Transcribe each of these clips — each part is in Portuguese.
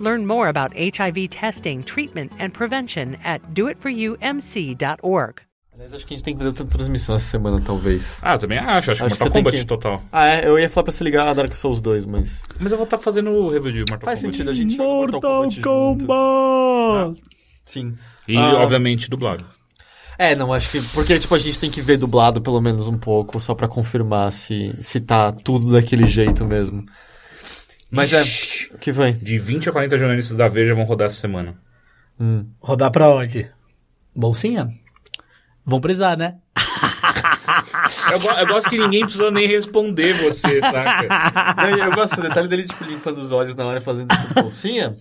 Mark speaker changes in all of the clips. Speaker 1: Learn more about HIV testing, treatment, and prevention at doitforyoumc.org.
Speaker 2: Aliás, acho que a gente tem que fazer outra transmissão essa semana, talvez.
Speaker 3: Ah, eu também acho. Acho,
Speaker 2: Acho que
Speaker 3: que Mortal
Speaker 2: você tem
Speaker 3: Kombat
Speaker 2: que-
Speaker 3: total.
Speaker 2: Ah, é? Eu ia falar pra se ligar a Dark Souls 2, mas.
Speaker 3: Mas eu vou estar fazendo o review de Mortal
Speaker 2: Faz
Speaker 3: Kombat.
Speaker 2: sentido a gente. jogar junto. Ah, Sim.
Speaker 3: E,
Speaker 2: Ah,
Speaker 3: obviamente, dublado.
Speaker 2: É, não, acho que. Porque, tipo, a gente tem que ver dublado pelo menos um pouco, só pra confirmar se, se tá tudo daquele jeito mesmo. Mas é. O que foi?
Speaker 3: De 20 a 40 jornalistas da Veja vão rodar essa semana.
Speaker 4: Rodar pra onde? Bolsinha? Vão precisar, né?
Speaker 3: Eu, go- eu gosto que ninguém precisa nem responder você, saca?
Speaker 2: Eu, eu gosto do detalhe dele, tipo, limpando os olhos na hora e fazendo essa bolsinha.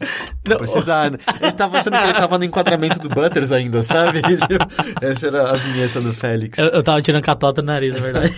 Speaker 2: Não precisar. né? Ele tava achando que ele tava no enquadramento do Butters ainda, sabe? Tipo, Essa era a vinheta do Félix.
Speaker 4: Eu, eu tava tirando catota no nariz, na verdade.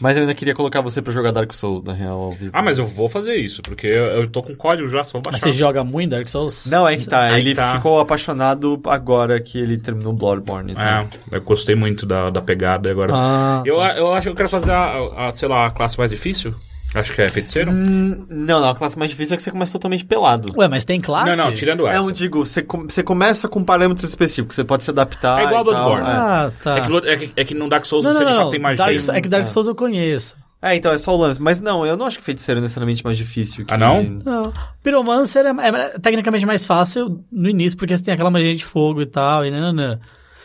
Speaker 2: Mas eu ainda queria colocar você pra jogar Dark Souls, na real, ao vivo.
Speaker 3: Ah, mas eu vou fazer isso, porque eu, eu tô com código já, só vou
Speaker 4: Mas
Speaker 3: baixar.
Speaker 4: você joga muito Dark Souls?
Speaker 2: Não, é que tá.
Speaker 3: Aí
Speaker 2: ele
Speaker 3: tá.
Speaker 2: ficou apaixonado agora que ele terminou Bloodborne. então.
Speaker 3: É, eu gostei muito da, da pegada agora.
Speaker 4: Ah.
Speaker 3: eu, eu acho que eu quero fazer a, a, sei lá, a classe mais difícil. Acho que é feiticeiro.
Speaker 2: Hum, Não, não. A classe mais difícil é que você começa totalmente pelado.
Speaker 4: Ué, mas tem classe?
Speaker 3: não, não, tirando essa.
Speaker 2: É, eu digo, você, com- você começa com parâmetros específicos, você pode se adaptar.
Speaker 3: É igual
Speaker 2: e tal,
Speaker 3: Bloodborne.
Speaker 2: é.
Speaker 4: Ah, tá.
Speaker 3: É que, lo- é que- é que no Dark Souls
Speaker 4: não,
Speaker 3: você
Speaker 4: não,
Speaker 3: de
Speaker 4: não.
Speaker 3: fato tem né? mais
Speaker 4: Dark,
Speaker 3: tempo.
Speaker 4: é que Dark Souls eu conheço.
Speaker 2: É, então é só o lance. Mas não, eu não acho que feiticeiro é necessariamente mais difícil. que-
Speaker 3: Ah, não?
Speaker 4: Não. Pyromancer é, é tecnicamente mais fácil no início, porque você tem aquela magia de fogo e tal. E nananã.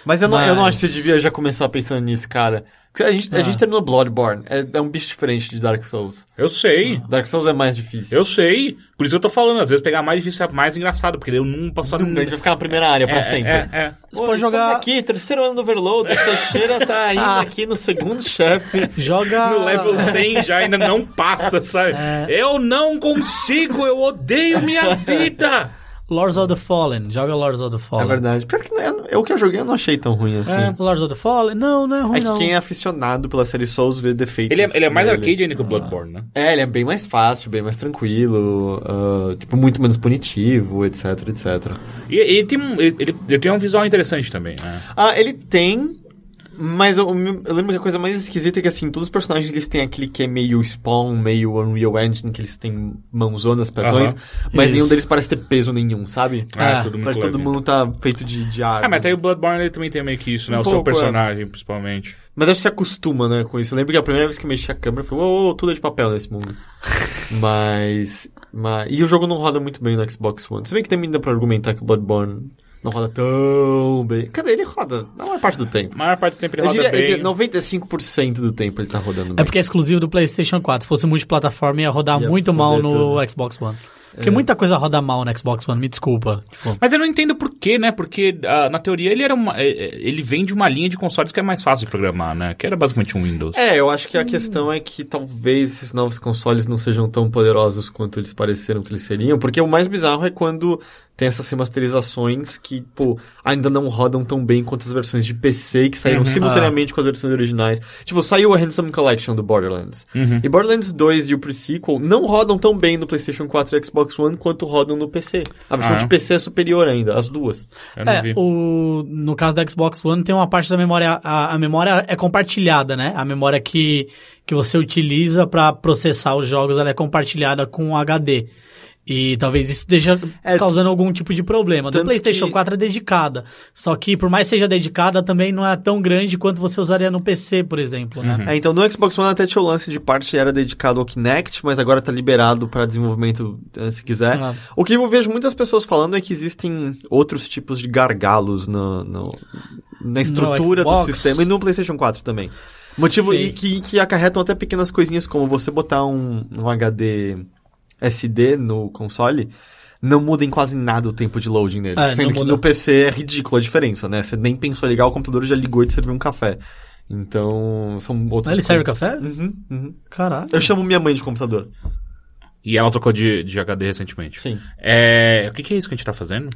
Speaker 2: Mas eu não, eu não
Speaker 4: Mas-
Speaker 2: acho que você devia já começar pensando nisso, cara. Porque A gente, a
Speaker 4: Ah.
Speaker 2: gente terminou Bloodborne. É, é um bicho diferente de Dark Souls.
Speaker 3: Eu sei.
Speaker 2: Dark Souls é mais difícil.
Speaker 3: Eu sei. Por isso que eu tô falando, às vezes pegar mais difícil é mais engraçado, porque eu não posso
Speaker 2: A gente vai ficar na primeira área pra sempre.
Speaker 3: É, é.
Speaker 4: Você pode
Speaker 2: estamos
Speaker 4: jogar- Ah.
Speaker 2: aqui, terceiro ano do Overload, a Teixeira tá indo aqui no segundo chefe.
Speaker 4: Joga.
Speaker 3: No level 100 já ainda não passa, sabe?
Speaker 2: É.
Speaker 3: Eu não consigo, eu odeio minha vida!
Speaker 4: Lords of the Fallen. Joga Lords of the
Speaker 2: É
Speaker 4: Fallen.
Speaker 2: verdade. Pior que não- eu, eu que eu joguei eu não achei tão ruim assim.
Speaker 4: É, Lords of the Fallen? Não, não é ruim,
Speaker 2: É que
Speaker 4: não.
Speaker 2: quem é aficionado pela série Souls vê defeitos.
Speaker 3: Ele é, ele é mais
Speaker 2: nele.
Speaker 3: arcade ainda que o Bloodborne, né?
Speaker 2: É, ele é bem mais fácil, bem mais tranquilo, ah, tipo, muito menos punitivo, etc, etc.
Speaker 3: E ele tem, um- ele, ele- ele tem um visual interessante também, né?
Speaker 2: Ah, ele tem, mas eu, eu lembro que a coisa mais esquisita é que, assim, todos os personagens eles têm aquele que é meio Spawn, meio Unreal Engine, que eles têm mãozonas, pezões,
Speaker 3: Aham. é
Speaker 2: mas
Speaker 4: Isso.
Speaker 2: nenhum deles parece ter peso nenhum, sabe?
Speaker 4: Ah,
Speaker 3: tudo
Speaker 2: Parece que todo mundo tá feito de, de ar.
Speaker 3: Ah, mas até o Bloodborne ele também tem meio que isso,
Speaker 2: tá.
Speaker 3: né?
Speaker 2: Um
Speaker 3: o seu
Speaker 2: pouco, é.
Speaker 3: personagem, principalmente.
Speaker 2: Mas acho que se acostuma, né, com isso. Eu lembro que a primeira vez que eu mexi a câmera, eu falei, ô, ô, tudo é de papel nesse mundo. mas, mas... E o jogo não roda muito bem no Xbox One. Se bem que tem ainda pra argumentar que o Bloodborne não roda tão bem. Cadê? Ele roda na maior parte do
Speaker 3: A
Speaker 2: tempo.
Speaker 3: maior parte do tempo ele
Speaker 2: Eu
Speaker 3: roda
Speaker 2: diria, é eu
Speaker 3: bem.
Speaker 2: diria 95% do tempo ele tá rodando
Speaker 4: É
Speaker 2: bem.
Speaker 4: porque é exclusivo do PlayStation 4. Se fosse multiplataforma, ia rodar
Speaker 2: Ia
Speaker 4: muito
Speaker 2: foder
Speaker 4: mal no
Speaker 2: tudo. né? É.
Speaker 4: Xbox One. Porque muita coisa roda mal no Xbox One, me desculpa. Tipo,
Speaker 3: Mas eu não entendo por quê, né? Porque ah, na teoria ele era uma, eh, eh, ele vem de uma linha de consoles que é mais fácil de programar, né? Que era basicamente um Windows.
Speaker 2: É, eu acho que a questão é que talvez esses novos consoles não sejam tão poderosos quanto eles pareceram que eles seriam, porque o mais bizarro é quando tem essas remasterizações que, pô, ainda não rodam tão bem quanto as versões de PC que saíram simultaneamente com as versões originais. Tipo, saiu a Handsome Collection do Borderlands. E Borderlands 2 e o pre-sequel não rodam tão bem no PlayStation 4 e Xbox One quanto rodam no PC. A versão
Speaker 3: Ah, é?
Speaker 2: de PC é superior ainda, as duas.
Speaker 3: Eu não
Speaker 4: é,
Speaker 3: vi.
Speaker 4: o, no caso do Xbox One, tem uma parte da memória. A, a memória é compartilhada, né? A memória que, que você utiliza pra processar os jogos, ela é compartilhada com o HD. E talvez isso esteja
Speaker 2: É,
Speaker 4: causando algum tipo de problema. Do
Speaker 2: tanto
Speaker 4: PlayStation
Speaker 2: que-
Speaker 4: 4 é dedicada. Só que, por mais que seja dedicada, também não é tão grande quanto você usaria no PC, por exemplo, né?
Speaker 2: É, então no Xbox One até tinha o lance de parte era dedicado ao Kinect, mas agora tá liberado para desenvolvimento eh, se quiser.
Speaker 4: Ah.
Speaker 2: O que eu vejo muitas pessoas falando é que existem outros tipos de gargalos no, no- na estrutura do
Speaker 4: Xbox.
Speaker 2: sistema e no PlayStation 4 também. Motivo
Speaker 4: Sim.
Speaker 2: e que, que acarretam até pequenas coisinhas como você botar um, um HD SD no console. Não muda em quase nada o tempo de loading nele.
Speaker 4: É,
Speaker 2: sendo
Speaker 4: não
Speaker 2: que
Speaker 4: muda.
Speaker 2: no PC é ridícula a diferença, né? Você nem pensou em ligar o computador, já ligou e te serviu um café. Então, são outras
Speaker 4: Ah, Ele serve o café?
Speaker 2: Uhum, uhum.
Speaker 4: Caralho.
Speaker 2: Eu chamo minha mãe de computador.
Speaker 3: E ela trocou de, de HD recentemente.
Speaker 2: Sim. Ah.
Speaker 3: É, o que, que é isso que a gente tá fazendo?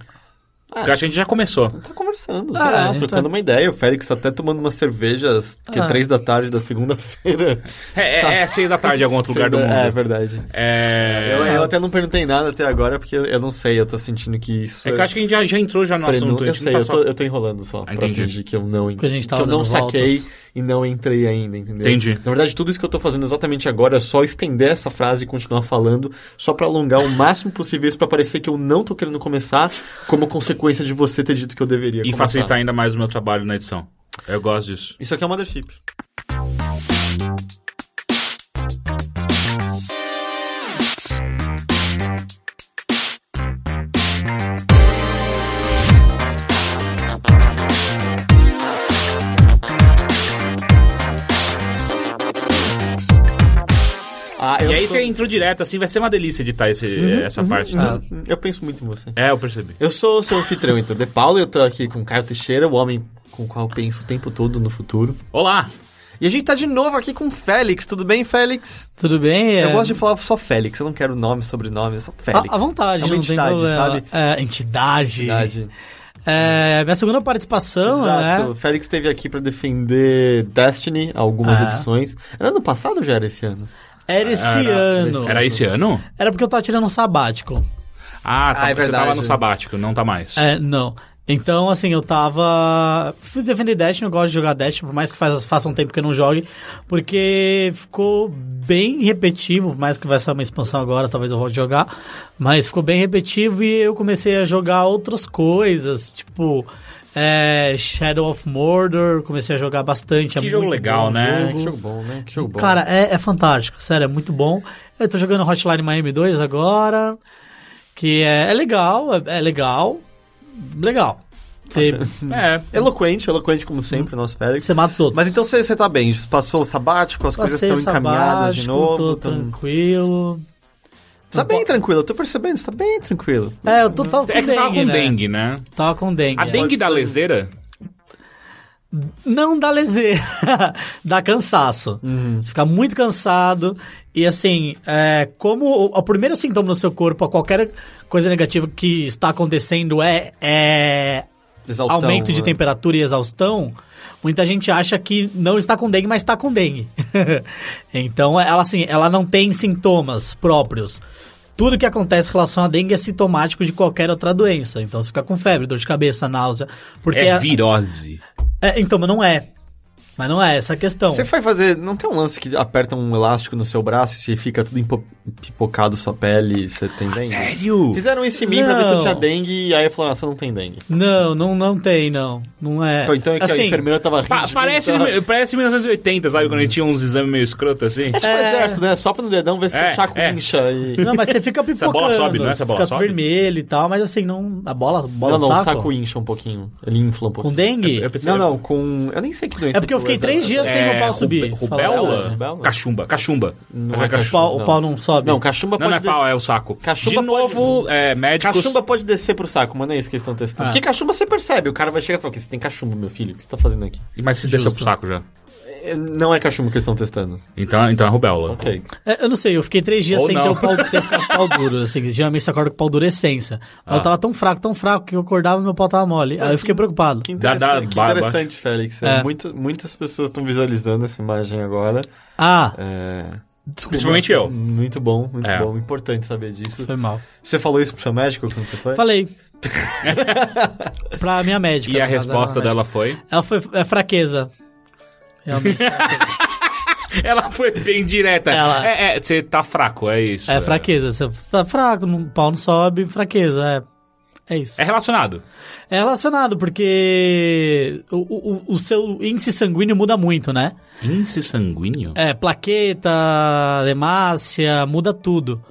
Speaker 3: Eu acho que a gente já começou.
Speaker 2: Tá conversando,
Speaker 4: Ah,
Speaker 2: sei lá,
Speaker 4: a gente
Speaker 2: trocando
Speaker 4: tá-
Speaker 2: uma ideia. O Félix tá até tomando umas cervejas, que é
Speaker 4: Ah.
Speaker 2: três da tarde da segunda-feira.
Speaker 3: É, é,
Speaker 2: Tá.
Speaker 3: é seis da tarde em algum outro lugar do
Speaker 2: Seis da- É, é
Speaker 3: mundo.
Speaker 2: verdade.
Speaker 3: É.
Speaker 2: Eu, eu até não perguntei nada até agora, porque eu não sei, eu tô sentindo que isso
Speaker 3: É que eu acho que a gente já, já entrou já no
Speaker 2: Prenú-
Speaker 3: assunto. A
Speaker 2: Eu
Speaker 3: gente não
Speaker 2: sei,
Speaker 3: tá
Speaker 2: eu,
Speaker 3: só-
Speaker 2: tô, eu tô enrolando só pra
Speaker 3: Entendi.
Speaker 2: fingir que eu não en-
Speaker 4: Que a gente tava
Speaker 2: eu não
Speaker 4: dando
Speaker 2: saquei
Speaker 4: voltas.
Speaker 2: e não entrei ainda, entendeu?
Speaker 3: Entendi.
Speaker 2: Na verdade, tudo isso que eu tô fazendo exatamente agora é só estender essa frase e continuar falando, só pra alongar o máximo possível isso pra parecer que eu não tô querendo começar, como consequência de você ter dito que eu deveria
Speaker 3: E
Speaker 2: começar.
Speaker 3: facilitar ainda mais o meu trabalho na edição. Eu gosto disso.
Speaker 2: Isso aqui é o Mothership. Ah, eu
Speaker 3: e aí
Speaker 2: sou-
Speaker 3: você entrou direto, assim, vai ser uma delícia editar esse,
Speaker 2: Uhum,
Speaker 3: essa parte, tá?
Speaker 2: Eu penso muito em você.
Speaker 3: É, eu percebi.
Speaker 2: Eu sou o seu anfitrião, então, De Paulo, eu tô aqui com o Caio Teixeira, o homem com o qual eu penso o tempo todo no futuro.
Speaker 3: Olá!
Speaker 2: E a gente tá de novo aqui com o Félix, tudo bem, Félix?
Speaker 4: Tudo bem?
Speaker 2: Eu
Speaker 4: é-
Speaker 2: gosto de falar só Félix, eu não quero nome, sobrenome, é só Félix.
Speaker 4: À à vontade,
Speaker 2: é uma
Speaker 4: não
Speaker 2: entidade,
Speaker 4: tem problema.
Speaker 2: sabe?
Speaker 4: É, entidade.
Speaker 2: Entidade.
Speaker 4: É, minha segunda participação,
Speaker 2: Exato. O
Speaker 4: né?
Speaker 2: Félix esteve aqui pra defender Destiny, algumas
Speaker 4: É.
Speaker 2: edições. Era ano passado ou já era esse ano?
Speaker 4: Era esse
Speaker 3: Era-
Speaker 4: ano.
Speaker 3: Era esse ano?
Speaker 4: Era porque eu tava tirando um sabático.
Speaker 3: Ah, tá,
Speaker 2: Ah, é
Speaker 3: você tava
Speaker 2: verdade.
Speaker 3: no sabático, não tá mais.
Speaker 4: É, não. Então, assim, eu tava. Fui defender Destiny, eu gosto de jogar Destiny, por mais que faz, faça um tempo que eu não jogue, porque ficou bem repetitivo, por mais que vai sair uma expansão agora, talvez eu volte jogar, mas ficou bem repetitivo e eu comecei a jogar outras coisas, tipo. é, Shadow of Mordor, comecei a jogar bastante. é
Speaker 3: Que jogo
Speaker 4: muito
Speaker 3: legal,
Speaker 4: bom o
Speaker 3: né?
Speaker 4: jogo.
Speaker 2: Que jogo bom, né? Que jogo bom.
Speaker 4: Cara, é, é fantástico, sério, é muito bom. Eu tô jogando Hotline Miami 2 agora, que é, é legal, é, é legal, legal. Você,
Speaker 3: É.
Speaker 2: Eloquente, eloquente como sempre, nosso Félix.
Speaker 4: Hum. você mata os outros.
Speaker 2: Mas então você você tá bem, passou o sabático, as coisas
Speaker 4: Passei
Speaker 2: estão encaminhadas de
Speaker 4: sabático,
Speaker 2: novo.
Speaker 4: tô
Speaker 2: tão-
Speaker 4: tranquilo.
Speaker 2: Tá bem tranquilo, eu tô percebendo, você tá bem tranquilo.
Speaker 4: É, eu tô, tava com
Speaker 3: É que você
Speaker 4: dengue,
Speaker 3: tava com
Speaker 4: né?
Speaker 3: dengue, né?
Speaker 4: Tava com dengue.
Speaker 3: A
Speaker 4: é.
Speaker 3: dengue da
Speaker 2: ser.
Speaker 3: leseira?
Speaker 4: Não dá lezer, dá cansaço.
Speaker 2: Uhum.
Speaker 4: Você fica muito cansado. E assim, é, como o, o primeiro sintoma no seu corpo, a qualquer coisa negativa que está acontecendo é, é
Speaker 2: Exaustão,
Speaker 4: aumento de
Speaker 2: né?
Speaker 4: temperatura e exaustão, muita gente acha que não está com dengue, mas está com dengue. então, ela assim, ela não tem sintomas próprios. Tudo que acontece em relação à dengue é sintomático de qualquer outra doença. Então, você fica com febre, dor de cabeça, náusea. Porque
Speaker 3: É
Speaker 4: a-
Speaker 3: virose.
Speaker 4: é, então, mas não é. Mas não é essa a questão.
Speaker 2: Você vai fazer. Não tem um lance que aperta um elástico no seu braço e você fica tudo empo- pipocado sua pele e você tem dengue?
Speaker 3: Ah, Sério?
Speaker 2: Fizeram isso em mim pra ver se eu
Speaker 4: Não.
Speaker 2: tinha dengue e aí falaram, ah, você não tem dengue.
Speaker 4: Não, não, não tem, não. Não é.
Speaker 2: Então, então é que a enfermeira tava rindo.
Speaker 3: Assim, Pa-
Speaker 2: de mim, então-
Speaker 3: parece,
Speaker 2: tava...
Speaker 3: parece 1980, sabe? Quando a gente tinha uns exames meio escroto assim.
Speaker 2: Tipo exército, né? Só pra no dedão ver se
Speaker 3: É,
Speaker 2: o chaco
Speaker 3: é.
Speaker 2: incha e.
Speaker 4: É. Não, mas você fica pipocando.
Speaker 3: Essa bola sobe, não é?
Speaker 4: você
Speaker 3: Essa bola
Speaker 4: fica
Speaker 3: sobe?
Speaker 4: vermelho e tal, mas assim, não. A bola,
Speaker 2: não,
Speaker 4: bola
Speaker 2: não, o
Speaker 4: saco,
Speaker 2: saco incha um pouquinho. Ele infla um
Speaker 4: com
Speaker 2: pouquinho.
Speaker 4: dengue.
Speaker 3: É, Eu pensei-
Speaker 2: Não, não, com. Eu nem sei que doença.
Speaker 4: É porque eu
Speaker 2: que o
Speaker 4: fiquei três
Speaker 2: exército
Speaker 4: dias
Speaker 2: tem.
Speaker 4: sem meu
Speaker 3: É,
Speaker 4: pau subir.
Speaker 3: rube-
Speaker 4: Fala-
Speaker 3: Rubela?
Speaker 2: Rubela?
Speaker 3: Cachumba, cachumba.
Speaker 2: Não
Speaker 3: Mas
Speaker 2: é
Speaker 3: é cachumba.
Speaker 4: O pau, o pau não sobe.
Speaker 2: Não, cachumba
Speaker 3: Não,
Speaker 2: pode.
Speaker 3: não é
Speaker 2: descer-
Speaker 3: pau, é o saco.
Speaker 2: Cachumba
Speaker 3: De novo, é, médicos...
Speaker 2: Cachumba pode descer pro saco, mas não é isso que eles estão testando.
Speaker 4: Ah.
Speaker 2: Porque cachumba você percebe, o cara vai chegar e falar que você tem cachumba, meu filho, o que você tá fazendo aqui?
Speaker 3: Mas se desceu pro
Speaker 4: Justo.
Speaker 3: saco já.
Speaker 2: É, Não é cachumba que eles estão testando.
Speaker 3: Então, então é rubéola.
Speaker 2: Ok.
Speaker 4: É, Eu não sei, eu fiquei três dias
Speaker 3: Ou
Speaker 4: sem
Speaker 3: não.
Speaker 4: ter o pau, sem ficar com o pau duro. Assim, geralmente você acorda com o pau duro é essência. Mas eu
Speaker 3: Ah.
Speaker 4: tava tão fraco, tão fraco, que eu acordava e meu pau tava mole. Aí eu fiquei preocupado.
Speaker 2: Que
Speaker 3: Dá-
Speaker 2: interessante,
Speaker 3: dá-
Speaker 2: que
Speaker 3: ba-
Speaker 2: interessante, Félix. É,
Speaker 4: É.
Speaker 2: muito- muitas pessoas estão visualizando essa imagem agora.
Speaker 4: Ah,
Speaker 2: É,
Speaker 3: Principalmente eu.
Speaker 2: Muito bom, muito
Speaker 3: É.
Speaker 2: bom. Importante saber disso.
Speaker 4: foi mal.
Speaker 2: Você falou isso pro seu médico quando você foi?
Speaker 4: Falei. pra minha médica.
Speaker 3: E a
Speaker 4: no caso,
Speaker 3: resposta
Speaker 4: era é uma
Speaker 3: dela foi...
Speaker 4: médica. Ela foi é fraqueza. Realmente.
Speaker 3: Ela foi bem direta.
Speaker 4: Ela-
Speaker 3: É, é, você tá fraco, é isso.
Speaker 4: É fraqueza. Você- Você tá fraco, não- o pau não sobe, fraqueza. É, é isso.
Speaker 3: É relacionado.
Speaker 4: É relacionado, porque o, o- o seu índice sanguíneo muda muito, né?
Speaker 3: Índice sanguíneo?
Speaker 4: É, plaqueta, hemácia, muda tudo.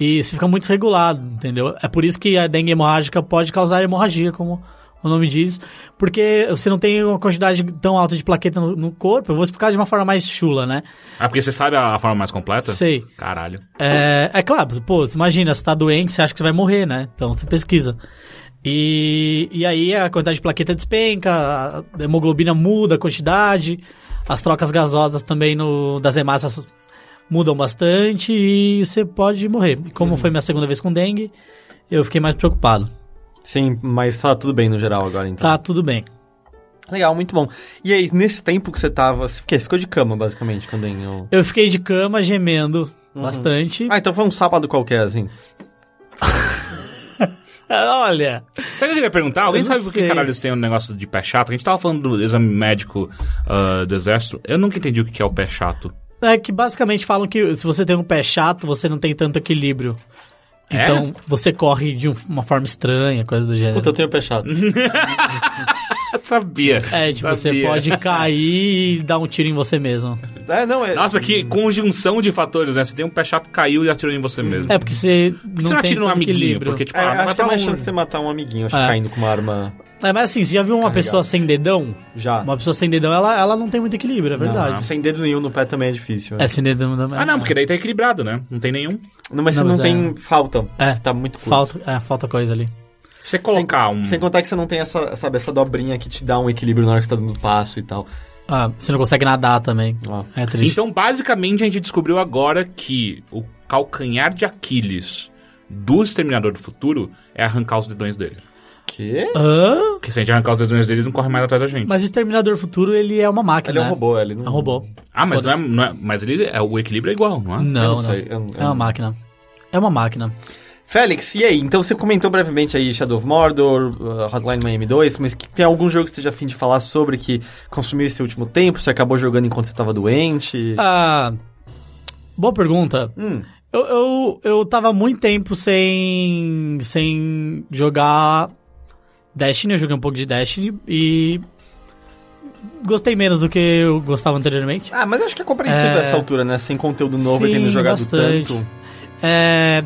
Speaker 4: E isso fica muito desregulado, entendeu? É por isso que a dengue hemorrágica pode causar hemorragia, como o nome diz, porque você não tem uma quantidade tão alta de plaqueta no, no corpo. Eu vou explicar de uma forma mais chula, né?
Speaker 3: Ah, porque você sabe a, a forma mais completa?
Speaker 4: Sei.
Speaker 3: Caralho.
Speaker 4: É, é claro, pô, você imagina, você tá doente, você acha que você vai morrer, né? Então você pesquisa. E, e aí a quantidade de plaqueta despenca, a hemoglobina muda a quantidade, as trocas gasosas também no, das hemácias mudam bastante e você pode morrer. E Como foi minha segunda vez com dengue, eu fiquei mais preocupado.
Speaker 2: Sim, mas tá tudo bem no geral agora, então.
Speaker 4: Tá tudo bem. Tá.
Speaker 2: Legal, muito bom. E aí, nesse tempo que você tava. Você que- ficou de cama, basicamente, quando eu.
Speaker 4: Eu fiquei de cama gemendo bastante.
Speaker 2: Ah, então foi um sábado qualquer, assim.
Speaker 4: Olha,
Speaker 3: Sabe o que eu queria perguntar? Alguém
Speaker 4: Eu não
Speaker 3: sabe por que
Speaker 4: sei.
Speaker 3: caralho tem um negócio de pé chato? A gente tava falando do exame médico ah, do exército. Eu nunca entendi o que que é o pé chato.
Speaker 4: é que basicamente falam que se você tem um pé chato, você não tem tanto equilíbrio.
Speaker 3: É?
Speaker 4: Então você corre de um- uma forma estranha, coisa do gênero.
Speaker 2: Puta, eu tenho pé chato.
Speaker 3: Eu sabia.
Speaker 4: É, tipo, você
Speaker 3: Sabia.
Speaker 4: pode cair e dar um tiro em você mesmo.
Speaker 2: é, não, é.
Speaker 3: Nossa, que conjunção de fatores, né? Você tem um pé chato, caiu e atirou em você mesmo.
Speaker 4: É, porque você não,
Speaker 3: Por que você não
Speaker 4: tem
Speaker 3: atira num
Speaker 4: tanto
Speaker 3: amiguinho?
Speaker 4: equilíbrio.
Speaker 3: Porque, tipo,
Speaker 2: É,
Speaker 3: ah, não
Speaker 2: acho
Speaker 3: vai
Speaker 2: que é
Speaker 3: pra
Speaker 2: mais
Speaker 3: um-
Speaker 2: chance de você matar um amiguinho, acho que
Speaker 4: É.
Speaker 2: caindo com uma arma.
Speaker 4: É, mas assim, você já viu uma
Speaker 2: Carregado.
Speaker 4: pessoa sem dedão?
Speaker 2: Já.
Speaker 4: Uma pessoa sem dedão, ela, ela não tem muito equilíbrio, é verdade.
Speaker 2: Sem dedo nenhum no pé também é difícil. né?
Speaker 4: É, sem dedão também.
Speaker 3: Ah, não, porque daí tá equilibrado, né? Não tem nenhum.
Speaker 2: Não, mas você
Speaker 4: Não, mas
Speaker 2: não tem falta.
Speaker 4: É.
Speaker 2: Tá muito curto.
Speaker 4: Falta, é, falta coisa ali.
Speaker 3: Se você colocar um.
Speaker 2: Sem contar que você não tem essa, sabe, essa dobrinha que te dá um equilíbrio na hora que você tá dando passo e tal.
Speaker 4: Ah, você não consegue nadar também.
Speaker 2: Ó.
Speaker 4: É triste.
Speaker 3: Então, basicamente, a gente descobriu agora que o calcanhar de Aquiles do Exterminador do Futuro é arrancar os dedões dele.
Speaker 2: Que?
Speaker 4: Hã?
Speaker 3: Porque se a gente arrancar os dedões dele, eles não correm mais atrás da gente.
Speaker 4: Mas o Exterminador Futuro, ele é uma máquina.
Speaker 2: Ele é um
Speaker 4: né?
Speaker 2: robô, ele não.
Speaker 4: É um robô.
Speaker 3: ah, mas não é,
Speaker 4: Foda-se.
Speaker 3: não é- Mas ele é, o equilíbrio é igual, não é?
Speaker 4: Não,
Speaker 2: Eu não
Speaker 4: não.
Speaker 2: sei, eu não- eu
Speaker 4: É uma
Speaker 2: não-
Speaker 4: máquina. É uma máquina.
Speaker 2: Félix, e aí? Então você comentou brevemente aí Shadow of Mordor, uh, Hotline Miami 2, mas que tem algum jogo que você esteja afim de falar sobre que consumiu esse último tempo? Você acabou jogando enquanto você tava doente?
Speaker 4: Ah, boa pergunta.
Speaker 2: Hum.
Speaker 4: Eu, eu, eu tava há muito tempo sem, sem jogar Destiny, eu joguei um pouco de Destiny e gostei menos do que eu gostava anteriormente.
Speaker 2: Ah, mas eu acho que é compreensível
Speaker 4: É.
Speaker 2: essa altura, né? Sem conteúdo novo e
Speaker 4: Sim,
Speaker 2: tendo jogado
Speaker 4: bastante.
Speaker 2: tanto.
Speaker 4: É,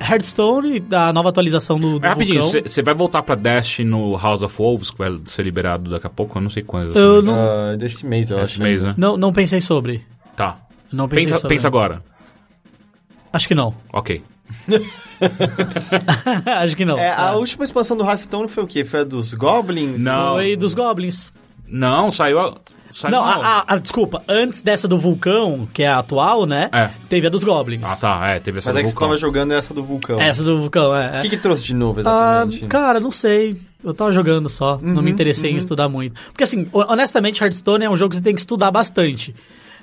Speaker 4: Hearthstone, da nova atualização do, do
Speaker 3: Mas É rapidinho,
Speaker 4: vulcão.
Speaker 3: você vai voltar pra Dash no House of Wolves, que vai ser liberado daqui a pouco, eu não sei quando.
Speaker 4: Eu
Speaker 3: exatamente.
Speaker 4: não,
Speaker 2: Ah, desse mês, eu acho.
Speaker 3: Esse mês, né?
Speaker 4: não, não pensei sobre.
Speaker 3: Tá.
Speaker 4: Não pensei né?
Speaker 3: Pensa,
Speaker 4: sobre.
Speaker 3: pensa agora.
Speaker 4: Acho que não.
Speaker 3: Ok.
Speaker 4: Acho que não.
Speaker 2: É, a
Speaker 4: Ah.
Speaker 2: última expansão do Hearthstone foi o quê? Foi a dos Goblins?
Speaker 3: Não.
Speaker 4: Foi dos Goblins.
Speaker 3: Não, saiu a. Saiu
Speaker 4: não,
Speaker 3: a-
Speaker 4: a, a- a- desculpa, antes dessa do vulcão, que é a atual, né?
Speaker 3: É.
Speaker 4: Teve a dos Goblins.
Speaker 3: Ah, tá. É, teve essa
Speaker 2: Mas é
Speaker 3: do
Speaker 2: que você
Speaker 3: vulcão.
Speaker 2: tava jogando essa do Vulcão.
Speaker 4: Essa do vulcão, é. é.
Speaker 2: O que, que trouxe de novo,
Speaker 4: Ah,
Speaker 2: exatamente? Uhum,
Speaker 4: cara, não sei. Eu tava jogando só. não me interessei em estudar muito. Porque, assim, ho- honestamente, Hearthstone é um jogo que você tem que estudar bastante.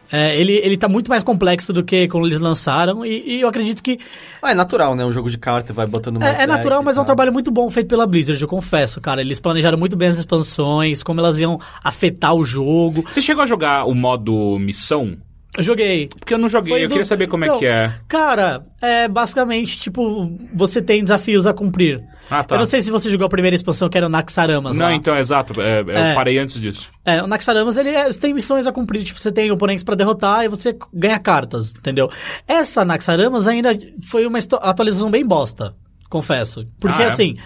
Speaker 4: É, ele, ele tá muito mais complexo do que quando eles lançaram. E, e eu acredito que
Speaker 2: Ah, é natural, né? Um jogo de carta vai botando mais
Speaker 4: é, é
Speaker 2: deck
Speaker 4: natural,
Speaker 2: e
Speaker 4: mas é um
Speaker 2: tal.
Speaker 3: tá.
Speaker 4: trabalho muito bom feito pela Blizzard, eu confesso, cara. Eles planejaram muito bem as expansões, como elas iam afetar o jogo.
Speaker 3: Você chegou a jogar o modo missão?
Speaker 4: Eu joguei.
Speaker 3: Porque eu não joguei,
Speaker 4: Foi
Speaker 3: eu
Speaker 4: do-
Speaker 3: queria saber como é
Speaker 4: Então,
Speaker 3: que é.
Speaker 4: Cara, é basicamente, tipo, você tem desafios a cumprir.
Speaker 3: Ah, tá.
Speaker 4: Eu não sei se você jogou a primeira expansão, que era o Naxaramas
Speaker 3: Não,
Speaker 4: lá.
Speaker 3: então, exato. é, eu
Speaker 4: É.
Speaker 3: parei antes disso.
Speaker 4: É, o Naxaramas, ele é- você tem missões a cumprir, tipo, você tem oponentes pra derrotar e você ganha cartas, entendeu? Essa Naxaramas ainda foi uma esto- atualização bem bosta, confesso. Porque,
Speaker 3: Ah, é?
Speaker 4: assim,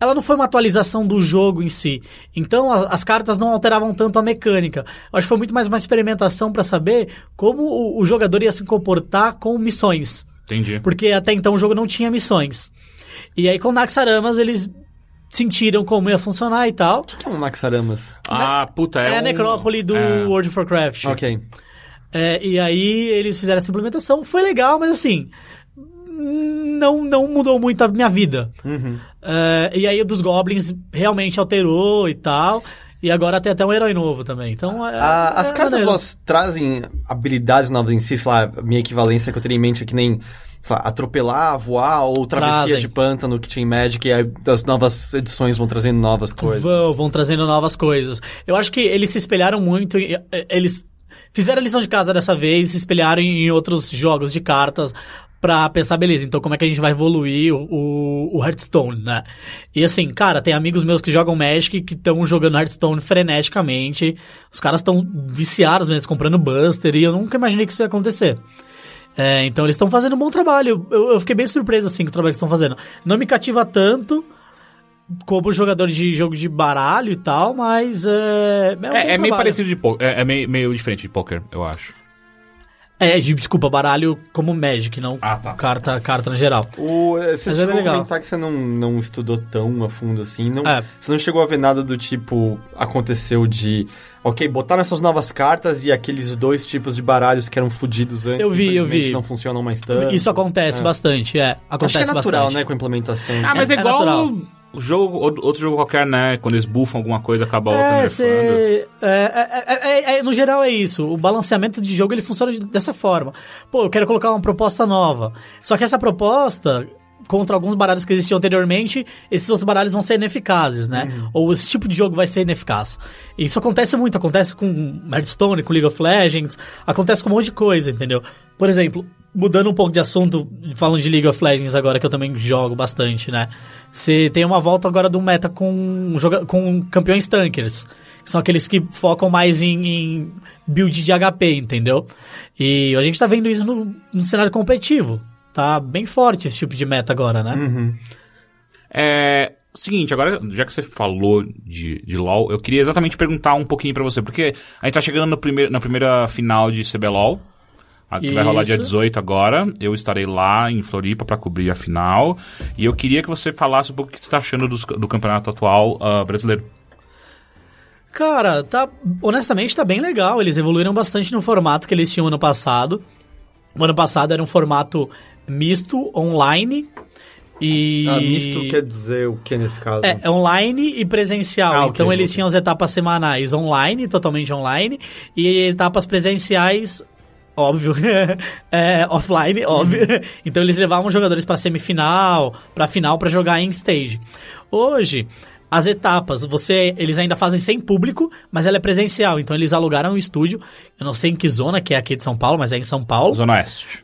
Speaker 4: ela não foi uma atualização do jogo em si. Então, as, as cartas não alteravam tanto a mecânica. Eu Acho que foi muito mais uma experimentação pra saber como o- o jogador ia se comportar com missões.
Speaker 3: Entendi.
Speaker 4: Porque até então o jogo não tinha missões. E aí com o Naxaramas eles sentiram como ia funcionar e tal.
Speaker 2: O que que é um Naxaramas?
Speaker 3: Ah, puta, é.
Speaker 4: É, a
Speaker 3: um-
Speaker 4: necrópole do
Speaker 3: é.
Speaker 4: World of Warcraft.
Speaker 2: Ok.
Speaker 4: É, e aí eles fizeram essa implementação. Foi legal, mas assim. Não, não mudou muito a minha vida.
Speaker 2: Uhum.
Speaker 4: É, e aí o dos Goblins realmente alterou e tal. E agora tem até um herói novo também. Então, é-
Speaker 2: Ah, as
Speaker 4: é
Speaker 2: cartas
Speaker 4: maneiro.
Speaker 2: elas trazem habilidades novas em si, sei lá, a minha equivalência que eu teria em mente é que nem sei lá, atropelar, voar ou travessia
Speaker 4: Trazem.
Speaker 2: de pântano que tinha em Magic e aí as novas edições vão trazendo novas coisas.
Speaker 4: Vão, vão trazendo novas coisas. Eu acho que eles se espelharam muito, em- eh, eles fizeram a lição de casa dessa vez, se espelharam em em outros jogos de cartas pra pensar, beleza, então como é que a gente vai evoluir o, o, o Hearthstone, né? E assim, cara, tem amigos meus que jogam Magic que estão jogando Hearthstone freneticamente, os caras estão viciados mesmo, comprando Buster, e eu nunca imaginei que isso ia acontecer. É, então eles estão fazendo um bom trabalho. Eu, eu fiquei bem surpreso assim com o trabalho que estão fazendo. Não me cativa tanto como jogador de jogo de baralho e tal, mas é, é, um bom
Speaker 3: É, é meio
Speaker 4: trabalho.
Speaker 3: parecido de poker. É, é meio, meio diferente de poker, eu acho.
Speaker 4: É, de- desculpa, baralho como Magic, não
Speaker 3: Ah, tá.
Speaker 4: carta, carta no geral.
Speaker 2: O, eh, você
Speaker 4: Mas é
Speaker 2: chegou
Speaker 4: bem
Speaker 2: a
Speaker 4: legal.
Speaker 2: comentar que você não, não estudou tão a fundo assim. Não,
Speaker 4: É.
Speaker 2: Você não chegou a ver nada do tipo. Aconteceu de. Ok, botaram essas novas cartas e aqueles dois tipos de baralhos que eram fudidos antes.
Speaker 4: Eu vi, eu
Speaker 2: infelizmente,
Speaker 4: vi.
Speaker 2: não funcionam mais tanto.
Speaker 4: Isso acontece
Speaker 2: É.
Speaker 4: bastante, é.
Speaker 2: Acho
Speaker 4: Acontece
Speaker 2: que é natural,
Speaker 4: bastante.
Speaker 2: né? Com a implementação.
Speaker 3: Ah, mas é,
Speaker 4: é
Speaker 3: igual
Speaker 4: natural.
Speaker 3: o jogo, ou- outro jogo qualquer, né? Quando eles bufam alguma coisa, acaba a outra
Speaker 4: É,
Speaker 3: nerfando.
Speaker 4: cê, é, é, é, é, é, no geral é isso. O balanceamento de jogo ele funciona de- dessa forma. Pô, eu quero colocar uma proposta nova. Só que essa proposta contra alguns baralhos que existiam anteriormente, esses outros baralhos vão ser ineficazes, né? Ou esse tipo de jogo vai ser ineficaz. E Isso acontece muito, acontece com Hearthstone, com League of Legends, acontece com um monte de coisa, entendeu? Por exemplo, mudando um pouco de assunto, falando de League of Legends agora, que eu também jogo bastante, né? Você tem uma volta agora do meta com, joga- com campeões tankers, que são aqueles que focam mais em, em build de HP, entendeu? E a gente tá vendo isso no, no cenário competitivo. Tá bem forte esse tipo de meta agora, né?
Speaker 2: Uhum.
Speaker 3: É. Seguinte, agora, já que você falou de, de LoL, eu queria exatamente perguntar um pouquinho pra você, porque a gente tá chegando no primeiro, na primeira final de CBLOL, a, que vai rolar dia
Speaker 4: Isso.
Speaker 3: 18 agora. Eu estarei lá em Floripa pra cobrir a final. E eu queria que você falasse um pouco o que você tá achando dos- do, campeonato atual ah, brasileiro.
Speaker 4: Cara, tá, honestamente tá bem legal. Eles evoluíram bastante no formato que eles tinham ano passado. O ano passado era um formato misto, online e...
Speaker 2: Ah, misto quer dizer o que nesse caso?
Speaker 4: É, é online e presencial.
Speaker 2: Ah, ok,
Speaker 4: então eles
Speaker 2: ok.
Speaker 4: tinham as etapas semanais online, totalmente online, e etapas presenciais, óbvio, é, offline,
Speaker 2: Uhum.
Speaker 4: óbvio. Então eles levavam jogadores pra semifinal, pra final, pra jogar em stage. Hoje as etapas, você, eles ainda fazem sem público, mas ela é presencial. Então eles alugaram um estúdio, eu não sei em que zona que é aqui de São Paulo, mas é em São Paulo, Zona,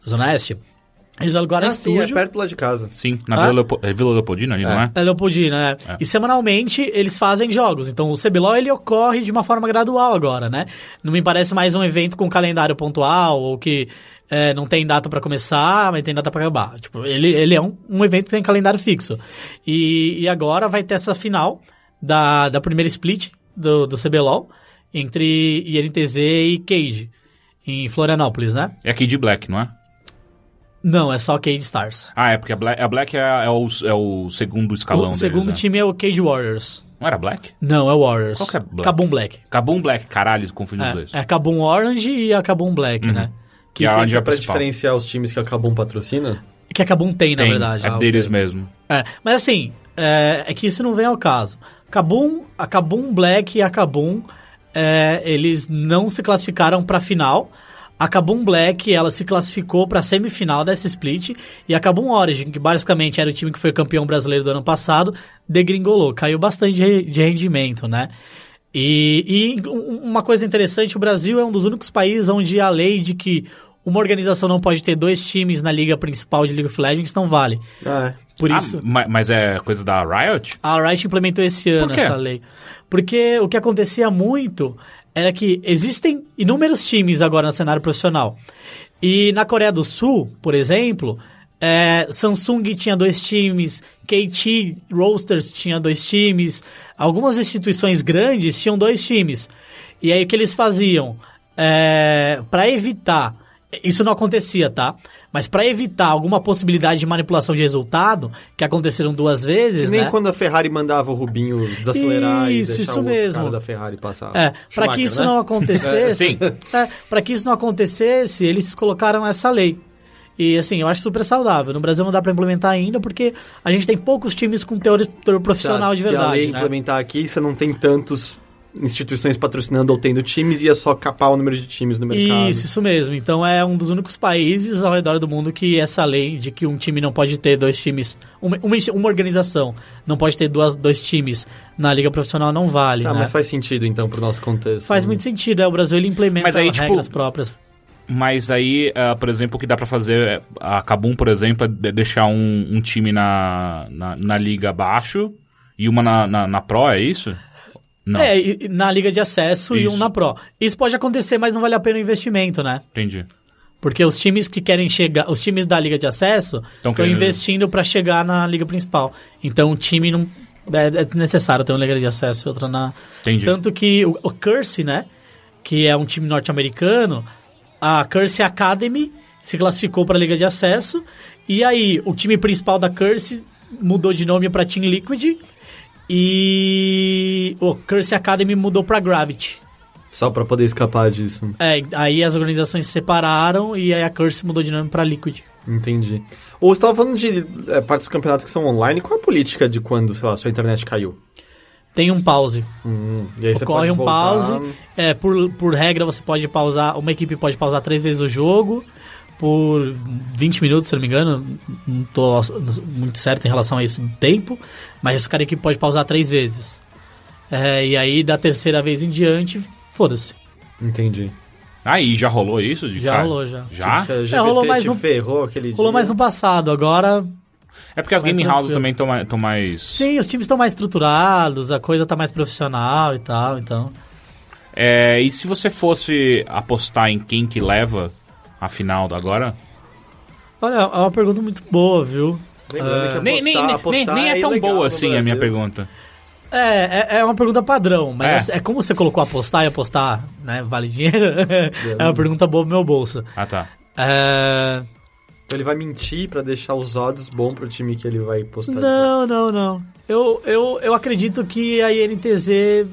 Speaker 3: Zona Oeste.
Speaker 4: Oeste. Eles alugaram
Speaker 2: Ah,
Speaker 4: um
Speaker 2: sim, é
Speaker 4: estúdio.
Speaker 2: perto lá de casa.
Speaker 3: Sim, na
Speaker 4: Ah?
Speaker 3: Vila, Leopo- é Vila Leopoldina ali, não é?
Speaker 4: É Leopoldina, é. E semanalmente eles fazem jogos. Então o CBLOL ele ocorre de uma forma gradual agora, né? Não me parece mais um evento com calendário pontual ou que é, não tem data pra começar, mas tem data pra acabar. Tipo, ele, ele é um, um evento que tem calendário fixo. E, e agora vai ter essa final da, da primeira split do, do CBLOL entre INTZ e Cage em Florianópolis, né?
Speaker 3: É aqui de Black, não é?
Speaker 4: Não, é só Cage Stars.
Speaker 3: Ah, é porque a Black, a Black é, é o, é o segundo escalão
Speaker 4: o
Speaker 3: deles,
Speaker 4: segundo
Speaker 3: né?
Speaker 4: time é o Cage Warriors.
Speaker 3: Não era Black?
Speaker 4: Não, é Warriors.
Speaker 3: Qual que é Black?
Speaker 4: Kabum Black.
Speaker 3: Cabum Black, caralho, confundi os dois.
Speaker 4: É, é a Kabum Orange e a Kabum Black, né?
Speaker 3: Que é a
Speaker 2: Isso
Speaker 3: onde
Speaker 2: é
Speaker 3: é
Speaker 2: pra
Speaker 3: principal.
Speaker 2: diferenciar os times que acabam patrocina?
Speaker 4: Que a Kabum tem, na
Speaker 3: Tem,
Speaker 4: verdade.
Speaker 3: É
Speaker 4: Ah,
Speaker 3: deles
Speaker 4: ok.
Speaker 3: mesmo.
Speaker 4: É, mas assim, é, é que isso não vem ao caso. Kabum, a Kabum Black e a Kabum, é, eles não se classificaram pra final. A Kabum Black, ela se classificou pra semifinal dessa split. E a Kabum Origin, que basicamente era o time que foi campeão brasileiro do ano passado, degringolou. Caiu bastante de- de rendimento, né? E, e um- uma coisa interessante, o Brasil é um dos únicos países onde a lei de que uma organização não pode ter dois times na liga principal de League of Legends não vale.
Speaker 2: Ah,
Speaker 4: Por
Speaker 3: Ah,
Speaker 4: isso...
Speaker 3: ma- mas é coisa da Riot?
Speaker 4: A Riot implementou esse ano
Speaker 3: quê?
Speaker 4: essa lei. Porque o que acontecia muito era que existem inúmeros times agora no cenário profissional. E na Coreia do Sul, por exemplo, é, Samsung tinha dois times, KT Roasters tinha dois times, algumas instituições grandes tinham dois times. E aí o que eles faziam? É, para evitar isso não acontecia, tá? Mas pra evitar alguma possibilidade de manipulação de resultado, que aconteceram duas
Speaker 2: é.
Speaker 4: vezes,
Speaker 2: Nem
Speaker 4: né?
Speaker 2: quando a Ferrari mandava o Rubinho desacelerar
Speaker 4: Isso,
Speaker 2: e deixar
Speaker 4: isso
Speaker 2: o outro
Speaker 4: mesmo.
Speaker 2: cara da Ferrari passar.
Speaker 4: É, para
Speaker 2: Schumacher,
Speaker 4: que isso
Speaker 2: né?
Speaker 4: não acontecesse,
Speaker 3: É, sim.
Speaker 4: é, para que isso não acontecesse, eles colocaram essa lei. E assim, eu acho super saudável. No Brasil não dá pra implementar ainda porque a gente tem poucos times com teor, teor profissional
Speaker 2: Tá,
Speaker 4: de
Speaker 2: Se a lei
Speaker 4: verdade, né?
Speaker 2: implementar aqui, você não tem tantos instituições patrocinando ou tendo times e é só capar o número de times no mercado.
Speaker 4: Isso, isso mesmo. Então é um dos únicos países ao redor do mundo que essa lei de que um time não pode ter dois times, uma, uma, insti- uma organização não pode ter duas, dois times na liga profissional não vale.
Speaker 2: Tá,
Speaker 4: né?
Speaker 2: mas faz sentido então pro nosso contexto.
Speaker 4: Faz
Speaker 2: né?
Speaker 4: muito sentido, é. O Brasil ele implementa
Speaker 3: Mas aí, tipo,
Speaker 4: regras próprias.
Speaker 3: Mas aí, ah, por exemplo, o que dá pra fazer, é, a Kabum, por exemplo, é de- deixar um, um time na, na, na liga abaixo e uma na, na, na Pro, é isso? Não,
Speaker 4: É, e- e na liga de acesso e
Speaker 3: Isso.
Speaker 4: um na Pro. Isso pode acontecer, mas não vale a pena o investimento, né?
Speaker 3: entendi.
Speaker 4: Porque os times que querem chegar, os times da liga de acesso
Speaker 3: Tão
Speaker 4: estão
Speaker 3: querendo.
Speaker 4: investindo pra chegar na liga principal. Então o time não é, é necessário ter uma liga de acesso e outra na.
Speaker 3: Entendi.
Speaker 4: Tanto que o, o Curse, né, que é um time norte-americano, a Curse Academy se classificou pra liga de acesso e aí o time principal da Curse mudou de nome pra Team Liquid e o Curse Academy mudou pra Gravity.
Speaker 2: Só pra poder escapar disso.
Speaker 4: É, aí as organizações se separaram e aí a Curse mudou de nome pra Liquid.
Speaker 2: Entendi. Ou você estava falando de é, partes do campeonato que são online. Qual é a política de quando, sei lá, sua internet caiu?
Speaker 4: Tem um pause.
Speaker 2: Hum, e aí você
Speaker 4: Ocorre
Speaker 2: pode
Speaker 4: um
Speaker 2: voltar.
Speaker 4: pause. É, por, por regra, você pode pausar. Uma equipe pode pausar três vezes o jogo por 20 minutos, se eu não me engano. Não tô muito certo em relação a isso do tempo. Mas cada equipe pode pausar três vezes. É, e aí, da terceira vez em diante, foda-se.
Speaker 2: Entendi.
Speaker 3: Aí, Ah, já rolou isso? De
Speaker 4: Já
Speaker 3: cara?
Speaker 4: rolou, já.
Speaker 3: Já?
Speaker 2: Tipo, se a
Speaker 4: É,
Speaker 2: GPT
Speaker 4: rolou mais
Speaker 2: te
Speaker 4: no-
Speaker 2: ferrou aquele dia.
Speaker 4: Rolou mais um- no passado, agora.
Speaker 3: É porque as
Speaker 4: Mais
Speaker 3: gaming houses
Speaker 4: tranquilo.
Speaker 3: também estão mais...
Speaker 4: Sim, os times estão mais estruturados, a coisa tá mais profissional e tal, então.
Speaker 3: É, e se você fosse apostar em quem que leva a final da agora?
Speaker 4: Olha, é uma pergunta muito boa, viu? Ah.
Speaker 2: Lembrando que
Speaker 3: nem, nem,
Speaker 2: apostar-
Speaker 3: nem,
Speaker 2: apostar
Speaker 3: nem é tão
Speaker 2: ilegal no
Speaker 3: boa assim a minha
Speaker 2: Brasil.
Speaker 3: pergunta.
Speaker 4: É, é, é uma pergunta padrão, mas
Speaker 3: É.
Speaker 4: é, como você colocou apostar e apostar, né, vale dinheiro? é uma pergunta boa pro meu bolso.
Speaker 3: Ah, tá.
Speaker 4: É,
Speaker 2: Então ele vai mentir pra deixar os odds bom pro time que ele vai postar.
Speaker 4: Não, não, não. Eu, eu, eu acredito que a INTZ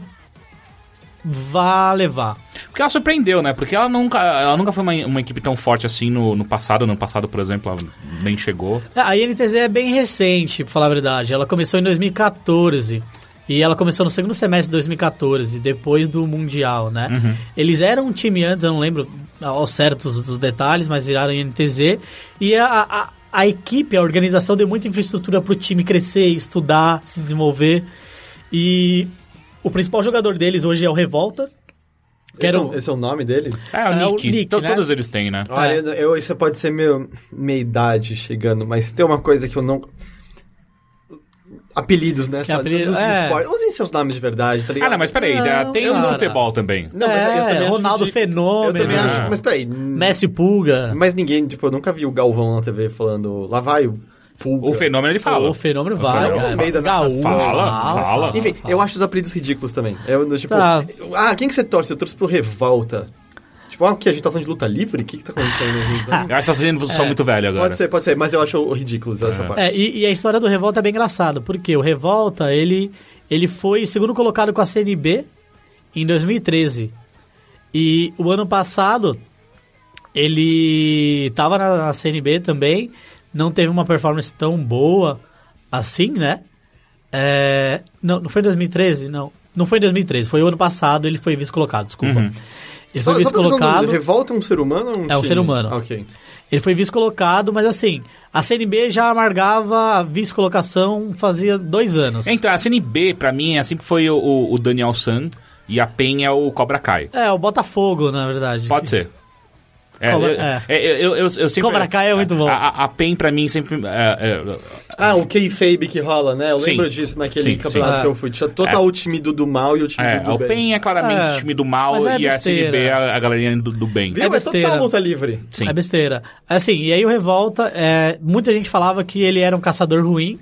Speaker 4: vá levar.
Speaker 3: Porque ela surpreendeu, né? Porque ela nunca, ela nunca foi uma, uma equipe tão forte assim no, no passado. No passado, por exemplo, ela nem chegou.
Speaker 4: É, A INTZ é bem recente, pra falar a verdade. Ela começou em 2014. E ela começou no segundo semestre de 2014, depois do Mundial, né?
Speaker 3: Uhum.
Speaker 4: Eles eram um time antes, eu não lembro ao certo os, os detalhes, mas viraram INTZ. E a, a, a equipe, a organização deu muita infraestrutura pro time crescer, estudar, se desenvolver. E o principal jogador deles hoje é o Revolta.
Speaker 2: Esse, é,
Speaker 4: Quero-
Speaker 2: o- esse é o nome dele?
Speaker 3: É, o
Speaker 4: É, o
Speaker 3: Nick.
Speaker 4: Nick,
Speaker 3: To-
Speaker 4: né?
Speaker 3: Todos eles têm, né?
Speaker 2: Olha, Ah, eu- eu, isso pode ser meu, minha idade chegando, mas tem uma coisa que eu não. Apelidos, né? sabe?
Speaker 4: apelido-
Speaker 2: Dos
Speaker 4: é.
Speaker 2: esportes. Usem seus nomes de verdade, tá ligado?
Speaker 3: Ah, não, mas peraí,
Speaker 4: Não,
Speaker 3: tem
Speaker 4: cara.
Speaker 3: o futebol também.
Speaker 2: Não, mas
Speaker 4: É,
Speaker 2: eu também acho
Speaker 4: Ronaldo
Speaker 2: ridículo.
Speaker 4: Fenômeno.
Speaker 2: Eu também
Speaker 3: Ah.
Speaker 2: acho. Mas peraí.
Speaker 4: Messi Pulga.
Speaker 2: Mas ninguém, tipo, eu nunca vi o Galvão na TV falando. Lá vai o Pulga.
Speaker 3: O fenômeno ele fala.
Speaker 4: O fenômeno vai,
Speaker 3: fenômeno
Speaker 4: cara.
Speaker 2: no meio da
Speaker 4: Gaúcho,
Speaker 3: Fala, fala.
Speaker 2: Enfim, eu acho os apelidos ridículos também. Eu, eu, tipo,
Speaker 4: Tá.
Speaker 2: ah, quem que você torce? Eu torço pro Revolta. Tipo, ah, o que? A gente tá falando de luta livre? O que que tá acontecendo?
Speaker 3: Eu acho que essas gente são muito velho agora.
Speaker 2: pode ser, pode ser, mas eu acho ridículos essa parte.
Speaker 4: É, e, e a história do Revolta é bem engraçada, porque o Revolta, ele, ele foi segundo colocado com a CNB em 2013. E o ano passado, ele tava na, na CNB também, não teve uma performance tão boa assim, né? É, não, não foi em 2013, não. Não foi em 2013, foi o ano passado, ele foi vice-colocado, desculpa. Ele foi
Speaker 2: Uhum. Só- só pra um visão do-
Speaker 4: vice-colocado.
Speaker 2: Revolta é um ser humano ou um
Speaker 4: É um
Speaker 2: time?
Speaker 4: ser humano.
Speaker 2: Ok.
Speaker 4: Ele foi vice-colocado, mas assim, a CNB já amargava a vice-colocação fazia dois anos.
Speaker 3: Então, a CNB, pra mim, é- sempre foi o- o, o Daniel San e a PEN é o Cobra Kai.
Speaker 4: É, o Botafogo, na verdade.
Speaker 3: Pode ser. É,
Speaker 4: Cobra-
Speaker 3: eu,
Speaker 4: é.
Speaker 3: é, eu- eu- eu- eu sempre-
Speaker 4: Cobra Kai é muito bom.
Speaker 3: A, a- a PEN, pra mim, sempre. é, é,
Speaker 2: Ah, o kayfabe que rola, né? Eu
Speaker 3: Sim.
Speaker 2: lembro disso naquele
Speaker 3: Sim,
Speaker 2: campeonato
Speaker 3: sim.
Speaker 2: que eu fui. Tinha total o time do, do mal e o time
Speaker 3: é,
Speaker 2: do, do
Speaker 3: o
Speaker 2: bem.
Speaker 3: PEN é claramente
Speaker 4: É,
Speaker 3: o time do mal
Speaker 4: mas é
Speaker 3: e a CNB é
Speaker 4: besteira.
Speaker 3: a, a galerinha do, do bem.
Speaker 2: Viu?
Speaker 4: É
Speaker 2: É, total
Speaker 4: besteira.
Speaker 2: luta livre.
Speaker 3: Sim.
Speaker 4: É besteira. Assim, e aí o Revolta, é, muita gente falava que ele era um caçador ruim,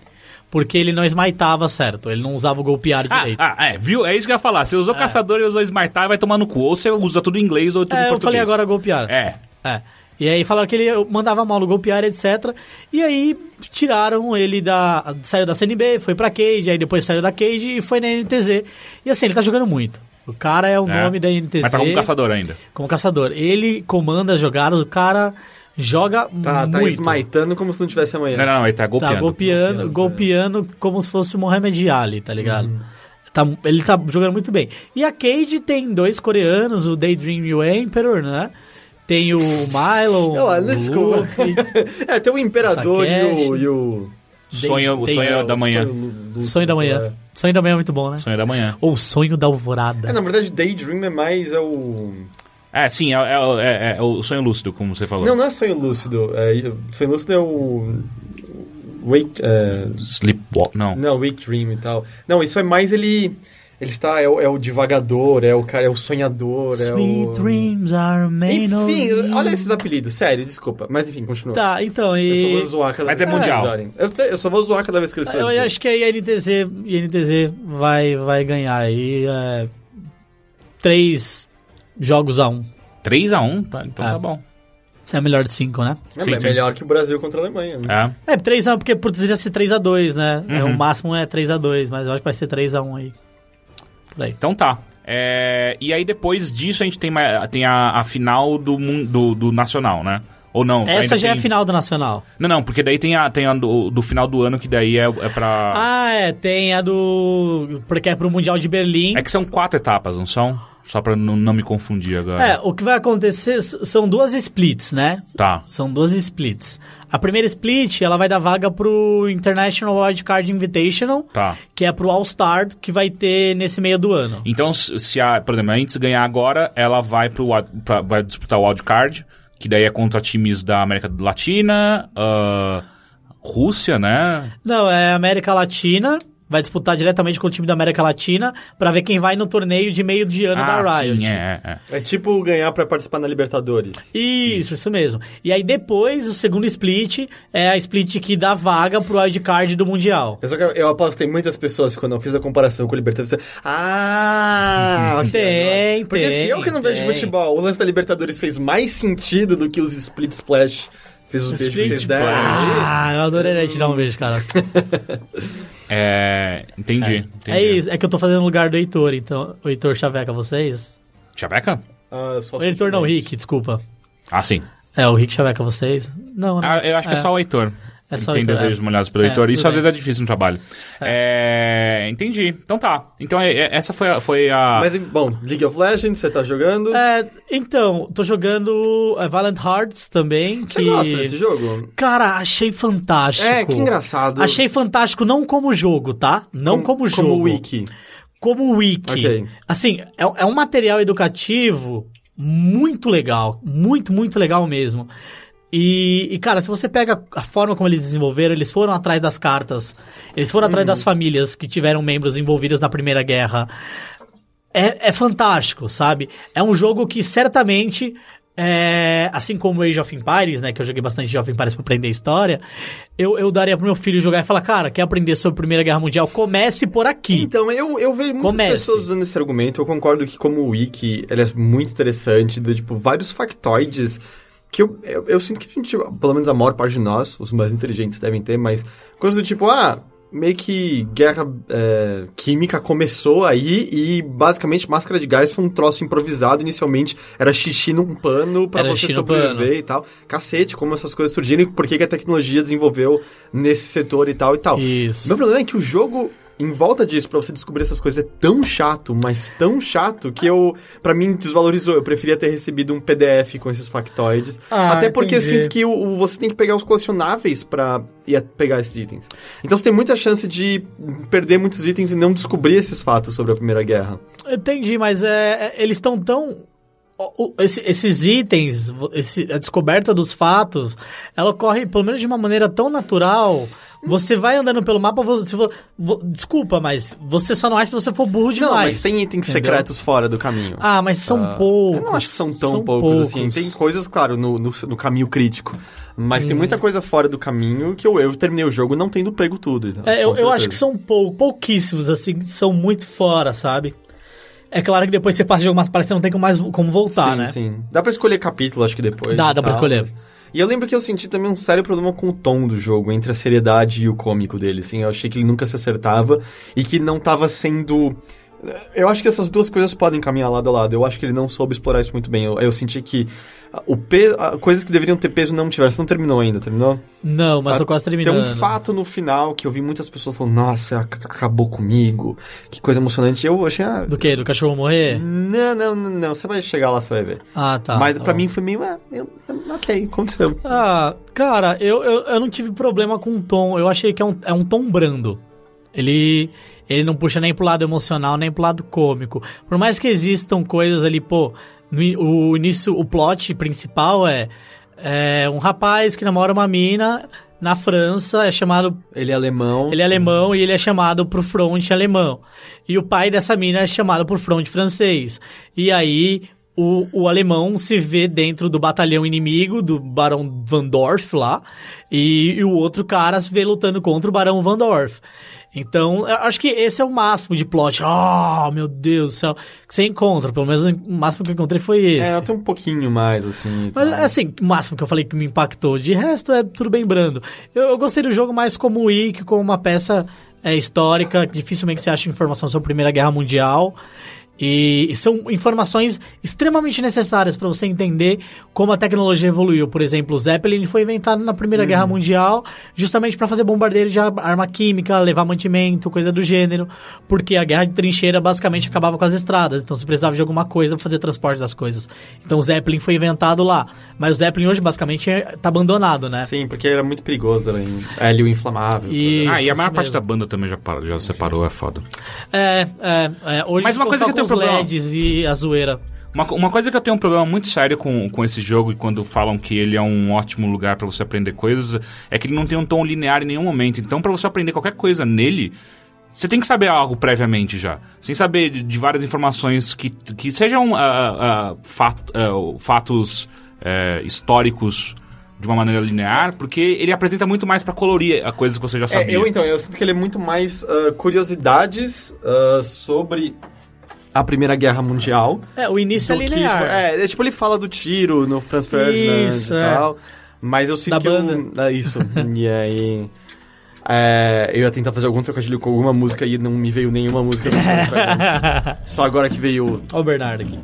Speaker 4: porque ele não esmaitava certo, ele não usava o golpear
Speaker 3: Ah,
Speaker 4: direito.
Speaker 3: ah, é, viu? É isso que eu ia falar. Você usou caçador e usou smartar, vai tomar no cu. Ou você usa tudo em inglês ou tudo em
Speaker 4: é, eu
Speaker 3: português.
Speaker 4: falei agora golpear.
Speaker 3: É.
Speaker 4: É. E aí falaram que ele mandava mal no golpear, etc. E aí tiraram ele da. Saiu da CNB, foi pra Cage, aí depois saiu da Cage e foi na NTZ. E assim, ele tá jogando muito. O cara é o
Speaker 3: é.
Speaker 4: nome da NTZ.
Speaker 3: Mas tá como caçador ainda.
Speaker 4: como caçador. Ele comanda as jogadas, o cara joga
Speaker 2: Tá,
Speaker 4: muito.
Speaker 2: tá esmaitando como se não tivesse amanhã.
Speaker 3: Não, não, não, ele tá
Speaker 4: Tá
Speaker 3: golpeando.
Speaker 4: golpeando, golpeando
Speaker 2: é.
Speaker 4: como se fosse o Mohamed Ali, tá ligado?
Speaker 2: Uhum.
Speaker 4: Tá, ele tá jogando muito bem. E a Cage tem dois coreanos, o Daydream e o Emperor, né? Tem o Milo.
Speaker 2: Olha lá,
Speaker 4: o
Speaker 2: desculpa.
Speaker 4: Luffy.
Speaker 2: É, tem o Imperador e o,
Speaker 4: Takeshi.
Speaker 2: e o.
Speaker 3: Sonho,
Speaker 4: Tem-
Speaker 3: sonho
Speaker 2: é, o
Speaker 3: da manhã.
Speaker 2: Sonho, Lu- Lu-
Speaker 4: Sonho da manhã. Sonho da manhã é muito bom, né?
Speaker 3: Sonho da manhã.
Speaker 4: Ou Sonho da Alvorada.
Speaker 2: É, na verdade, Daydream é mais é o.
Speaker 3: É, sim, é, é- é- é o sonho lúcido, como você falou.
Speaker 2: Não, não é sonho lúcido. É, sonho lúcido é o. Wake. é,
Speaker 3: Sleepwalk, não.
Speaker 2: não, Wake Dream e tal. Não, isso é mais ele. Ele está. É o, é o divagador, é o cara, é o sonhador, é o.
Speaker 4: Sweet dreams are made of
Speaker 2: Enfim,
Speaker 4: these.
Speaker 2: olha esses apelidos, sério, desculpa. Mas enfim, continua.
Speaker 4: Tá, então,
Speaker 2: Eu só
Speaker 4: e.
Speaker 2: vou zoar cada
Speaker 3: Mas
Speaker 2: vez
Speaker 3: é
Speaker 2: que eles
Speaker 3: mundial.
Speaker 2: usarem. Eu, sei, eu só vou zoar cada vez que eles
Speaker 4: Eu,
Speaker 2: fazem.
Speaker 4: acho que a INTZ, INTZ vai, vai ganhar aí. É, três jogos a um.
Speaker 3: 3x1, tá, então
Speaker 4: Ah.
Speaker 3: tá bom.
Speaker 4: Isso é melhor de cinco, né?
Speaker 2: É,
Speaker 3: Sim,
Speaker 2: mas
Speaker 3: sim.
Speaker 2: é melhor que o Brasil contra a Alemanha. né?
Speaker 3: É.
Speaker 4: É, 3x1, porque poderia ser 3x2, né? É,
Speaker 3: Uhum.
Speaker 4: o máximo é 3x2, mas eu acho que vai ser 3x1 aí. Por aí.
Speaker 3: Então tá. É, e aí depois disso a gente tem, ma- tem a, a final do, mun- do, do Nacional, né? Ou não?
Speaker 4: Essa
Speaker 3: ainda
Speaker 4: já é a
Speaker 3: tem-
Speaker 4: final do Nacional.
Speaker 3: Não, não, porque daí tem a, tem a do, do final do ano, que daí é, é pra...
Speaker 4: Ah, é, tem a do. Porque é pro Mundial de Berlim.
Speaker 3: É que são quatro etapas, não são? Só pra não, não me confundir agora.
Speaker 4: É, o que vai acontecer s- são duas splits, né?
Speaker 3: Tá.
Speaker 4: São duas splits. A primeira split, ela vai dar vaga pro International Wildcard Invitational,
Speaker 3: Tá.
Speaker 4: que é pro All-Star, que vai ter nesse meio do ano.
Speaker 3: Então, se se a, por exemplo, a Intes ganhar agora, ela vai, pro, wild- pra, vai disputar o wildcard, que daí é contra times da América Latina, ah, Rússia, né?
Speaker 4: Não, é América Latina, vai disputar diretamente com o time da América Latina, pra ver quem vai no torneio de meio de ano da Riot.
Speaker 3: sim, é, é, é.
Speaker 2: É tipo ganhar pra participar na Libertadores.
Speaker 4: Isso, isso mesmo. E aí depois, o segundo split é a split que dá vaga pro wildcard do Mundial.
Speaker 2: Eu, só quero- eu aposto que tem muitas pessoas que quando eu fiz a comparação com o Libertadores. você- Ah! ok,
Speaker 4: Tem,
Speaker 2: agora. Porque
Speaker 4: tem,
Speaker 2: se eu que não vejo
Speaker 4: tem.
Speaker 2: futebol, o lance da Libertadores fez mais sentido do que os Split Splash fez os beijos que vocês deram.
Speaker 4: Ah, eu adoraria te dar um beijo, cara.
Speaker 3: É, entendi, entendi.
Speaker 4: É isso, é que eu tô fazendo no lugar do Heitor, então. O Heitor chaveca vocês?
Speaker 3: Chaveca?
Speaker 2: Ah, só
Speaker 4: O Heitor não, o
Speaker 2: sentimentos.
Speaker 4: Rick, desculpa.
Speaker 3: Ah, sim.
Speaker 4: É, o Rick chaveca vocês? Não, né?
Speaker 3: Ah, eu acho que é, só o Heitor.
Speaker 4: É
Speaker 3: Ele
Speaker 4: só o
Speaker 3: tem
Speaker 4: Heitor,
Speaker 3: desejos
Speaker 4: é.
Speaker 3: molhados pelo
Speaker 4: É,
Speaker 3: Heitor. Isso
Speaker 4: tudo
Speaker 3: às
Speaker 4: bem.
Speaker 3: vezes é difícil no trabalho. É, entendi. Então tá. Então é- é- essa foi a. Foi a...
Speaker 2: Mas, bom, League of Legends, você tá jogando.
Speaker 4: É, então, tô jogando é, Violent Hearts também.
Speaker 2: Você
Speaker 4: que...
Speaker 2: gosta desse jogo?
Speaker 4: Cara, achei fantástico.
Speaker 2: É, que engraçado.
Speaker 4: Achei fantástico não como jogo, tá? Não como, jogo.
Speaker 2: Como wiki.
Speaker 4: Como wiki.
Speaker 2: Ok.
Speaker 4: Assim, é, é um material educativo muito legal. Muito, muito legal mesmo. E, e, cara, se você pega a forma como eles desenvolveram, eles foram atrás das cartas, eles foram atrás das famílias que tiveram membros envolvidos na Primeira Guerra. É, é fantástico, sabe? É um jogo que certamente, é, assim como Age of Empires, né? Que eu joguei bastante Age of Empires pra aprender história. Eu, eu daria pro meu filho jogar e falar, cara, quer aprender sobre a Primeira Guerra Mundial? Comece por aqui.
Speaker 2: Então, eu, eu vejo muitas
Speaker 4: Comece.
Speaker 2: pessoas usando esse argumento. Eu concordo que, como o Wiki, ele é muito interessante, do tipo, vários factoides que eu, eu, eu sinto que a gente, pelo menos a maior parte de nós, os mais inteligentes devem ter, mas coisas do tipo, ah, meio que guerra é, química começou aí e basicamente máscara de gás foi um troço improvisado inicialmente, era xixi num pano pra
Speaker 4: Era
Speaker 2: você
Speaker 4: xixi no pano.
Speaker 2: sobreviver e tal. Cacete, como essas coisas surgiram e por que, que a tecnologia desenvolveu nesse setor e tal e tal.
Speaker 4: Isso.
Speaker 2: Meu problema é que o jogo em volta disso pra você descobrir essas coisas é tão chato, mas tão chato que eu para mim desvalorizou. Eu preferia ter recebido um PDF com esses factoides,
Speaker 4: Ah,
Speaker 2: até porque
Speaker 4: entendi.
Speaker 2: eu sinto que o, o- você tem que pegar os colecionáveis pra ir a- pegar esses itens. Então você tem muita chance de perder muitos itens e não descobrir esses fatos sobre a Primeira Guerra.
Speaker 4: Entendi, mas é, é- eles estão tão. o- o- esse- esses itens, vo- esse- a descoberta dos fatos, ela ocorre, pelo menos de uma maneira tão natural. Você vai andando pelo mapa, você, vo- vo- desculpa, mas você só não acha se você for burro demais.
Speaker 2: não, mas tem itens
Speaker 4: entendeu?
Speaker 2: secretos fora do caminho.
Speaker 4: Ah, mas são
Speaker 2: Ah,
Speaker 4: poucos.
Speaker 2: Eu não acho que são tão poucos, assim. Tem coisas, claro, no, no, no caminho crítico. Mas tem muita coisa fora do caminho que eu, eu terminei o jogo não tendo pego tudo. então,
Speaker 4: É, eu,
Speaker 2: com
Speaker 4: eu
Speaker 2: certeza.
Speaker 4: acho que são pou, pouquíssimos, assim, que são muito fora, sabe? É claro que depois você passa o jogo, mas parece que não tem como mais como voltar,
Speaker 2: sim,
Speaker 4: né?
Speaker 2: Sim, Dá pra escolher capítulo, acho que depois.
Speaker 4: Dá,
Speaker 2: e
Speaker 4: dá
Speaker 2: tal.
Speaker 4: pra escolher.
Speaker 2: E eu lembro que eu senti também um sério problema com o tom do jogo, entre a seriedade e o cômico dele, assim. Eu achei que ele nunca se acertava e que não tava sendo. eh, Eu acho que essas duas coisas podem caminhar lado a lado. Eu acho que ele não soube explorar isso muito bem. Eu, eu senti que ah, o peso, ah, coisas que deveriam ter peso não tiveram. Você não terminou ainda, terminou?
Speaker 4: Não, mas
Speaker 2: Ah,
Speaker 4: eu tô quase
Speaker 2: Tem
Speaker 4: terminando.
Speaker 2: um fato no final que eu vi muitas pessoas falando, nossa, ac- acabou comigo, que coisa emocionante. Eu achei, ah,
Speaker 4: Do quê? Do cachorro morrer?
Speaker 2: não, não, não, não, você vai chegar lá, você vai ver.
Speaker 4: Ah, tá.
Speaker 2: Mas
Speaker 4: tá
Speaker 2: pra
Speaker 4: bom.
Speaker 2: mim foi meio, ah, eu- eu- ok, aconteceu.
Speaker 4: Ah, cara, eu, eu, eu não tive problema com o tom. Eu achei que é um, é um tom brando. Ele, ele não puxa nem pro lado emocional, nem pro lado cômico. Por mais que existam coisas ali, pô, no i- o início, o plot principal é, é um rapaz que namora uma mina na França, é chamado
Speaker 2: Ele é alemão.
Speaker 4: ele é alemão e ele é chamado pro front alemão. E o pai dessa mina é chamado pro front francês. E aí o, o alemão se vê dentro do batalhão inimigo do Barão Vandorf lá. E, e o outro cara se vê lutando contra o Barão Vandorf. Então, eu acho que esse é o máximo de plot. Oh, meu Deus do céu. Que você encontra. Pelo menos o máximo que eu encontrei foi esse.
Speaker 2: É, até um pouquinho mais, assim. e
Speaker 4: Mas
Speaker 2: tal.
Speaker 4: assim, o máximo que eu falei que me impactou. De resto, é tudo bem brando. Eu, eu gostei do jogo mais como Wiki, como uma peça é, histórica. que Dificilmente se acha informação sobre a Primeira Guerra Mundial. E, e são informações extremamente necessárias para você entender como a tecnologia evoluiu. Por exemplo, o Zeppelin ele foi inventado na Primeira Guerra
Speaker 3: Uhum.
Speaker 4: Mundial justamente para fazer bombardeio de ar- arma química, levar mantimento, coisa do gênero, porque a guerra de trincheira basicamente acabava com as estradas, então você precisava de alguma coisa para fazer transporte das coisas. Então o Zeppelin foi inventado lá, mas o Zeppelin hoje basicamente é- tá abandonado, né?
Speaker 2: Sim, porque era muito perigoso, é, era em- hélio inflamável.
Speaker 4: E-
Speaker 3: ah, e
Speaker 4: isso
Speaker 3: a maior parte
Speaker 4: mesmo.
Speaker 3: da banda também já, parou, já separou, é foda.
Speaker 4: É, é, é, hoje
Speaker 3: Mas uma
Speaker 4: ficou
Speaker 3: coisa
Speaker 4: só
Speaker 3: que eu
Speaker 4: com
Speaker 3: tenho
Speaker 4: os
Speaker 3: problema.
Speaker 4: LEDs e a zoeira.
Speaker 3: Uma, co- uma coisa que eu tenho um problema muito sério com, com esse jogo e quando falam que ele é um ótimo lugar pra você aprender coisas, é que ele não tem um tom linear em nenhum momento. Então, pra você aprender qualquer coisa nele, você tem que saber algo previamente já. Sem saber de, de várias informações que, que sejam ah, ah, fat- ah, fatos eh, históricos de uma maneira linear, porque ele apresenta muito mais pra colorir a coisas que você já
Speaker 2: É,
Speaker 3: sabia.
Speaker 2: eu então, eu sinto que ele é muito mais ah, curiosidades ah, sobre a Primeira Guerra Mundial.
Speaker 4: É, o início é
Speaker 2: do que
Speaker 4: linear.
Speaker 2: foi- é, é, tipo, ele fala do tiro no Franz Ferdinand
Speaker 4: Isso,
Speaker 2: e
Speaker 4: é.
Speaker 2: tal. Mas eu sinto
Speaker 4: Da
Speaker 2: que eu... É, isso. e aí... é, eu ia tentar fazer algum trocadilho com alguma música e não me veio nenhuma música do Franz Ferdinand. Só agora que veio
Speaker 4: Olha o Bernardo aqui.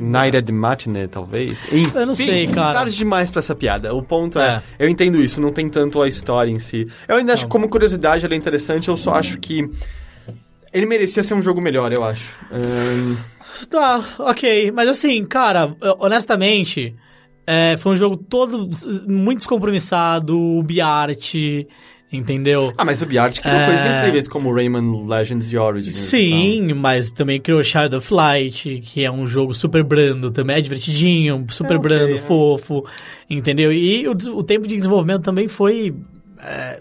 Speaker 2: Night at the Matinee, talvez. Enfim,
Speaker 4: Eu não sei, cara.
Speaker 2: Tarde demais pra essa piada. O ponto é,
Speaker 4: É.
Speaker 2: eu entendo isso, não tem tanto a história em si. Eu ainda acho que como curiosidade ela é interessante, eu só acho que ele merecia ser um jogo melhor, eu acho. Ahn,
Speaker 4: Tá, ok. Mas assim, cara, honestamente, é, foi um jogo todo s- muito descompromissado, biarte, entendeu?
Speaker 2: Ah, mas o Biart criou
Speaker 4: É.
Speaker 2: coisas incríveis como Rayman Legends né, e Origins.
Speaker 4: Sim, mas também criou Shadow of Light, que é um jogo super brando também, é divertidinho, super
Speaker 2: É, ok,
Speaker 4: brando,
Speaker 2: é.
Speaker 4: fofo, entendeu? E o, des- o tempo de desenvolvimento também foi é,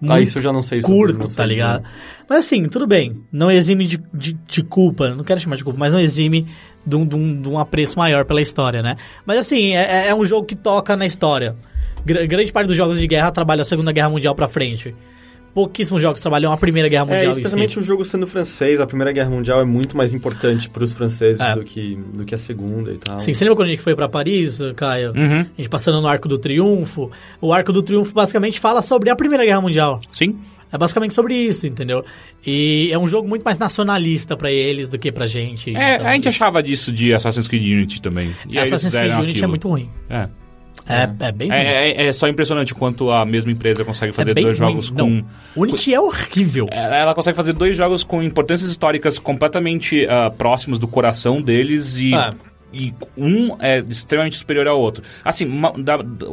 Speaker 2: e tal. Ah, isso eu já não sei. sobre- né? não
Speaker 4: curto,
Speaker 2: sei
Speaker 4: tá
Speaker 2: dizer.
Speaker 4: ligado? Mas assim, tudo bem. Não exime de, de, de culpa, não quero chamar de culpa, mas não exime de um, de um- de um apreço maior pela história, né? Mas assim, é, é um jogo que toca na história. Gra- grande parte dos jogos de guerra trabalha a Segunda Guerra Mundial pra frente. Pouquíssimos jogos trabalham a Primeira Guerra
Speaker 2: É,
Speaker 4: Mundial em si.
Speaker 2: especialmente o jogo sendo francês, a Primeira Guerra Mundial é muito mais importante pros franceses
Speaker 4: É.
Speaker 2: do, que, do que a Segunda e tal.
Speaker 4: Sim, você lembra quando a gente foi pra Paris, Caio?
Speaker 3: Uhum.
Speaker 4: A gente passando no Arco do Triunfo. O Arco do Triunfo basicamente fala sobre a Primeira Guerra Mundial.
Speaker 3: Sim?
Speaker 4: É basicamente sobre isso, entendeu? E é um jogo muito mais nacionalista pra eles do que pra gente.
Speaker 3: É,
Speaker 4: então
Speaker 3: a gente
Speaker 4: isso-
Speaker 3: achava disso de Assassin's Creed Unity também. E aí eles
Speaker 4: Assassin's Creed
Speaker 3: fizeram
Speaker 4: Unity é
Speaker 3: aquilo.
Speaker 4: muito ruim.
Speaker 3: É.
Speaker 4: É, é bem ruim.
Speaker 3: É, é- é só impressionante quanto a mesma empresa consegue fazer
Speaker 4: É bem
Speaker 3: dois
Speaker 4: ruim.
Speaker 3: jogos
Speaker 4: Não,
Speaker 3: com.
Speaker 4: Unity é horrível.
Speaker 3: Ela ela consegue fazer dois jogos com importâncias históricas completamente ah, próximos do coração deles e,
Speaker 4: Ah.
Speaker 3: e um é extremamente superior ao outro. Assim, uma- da- da-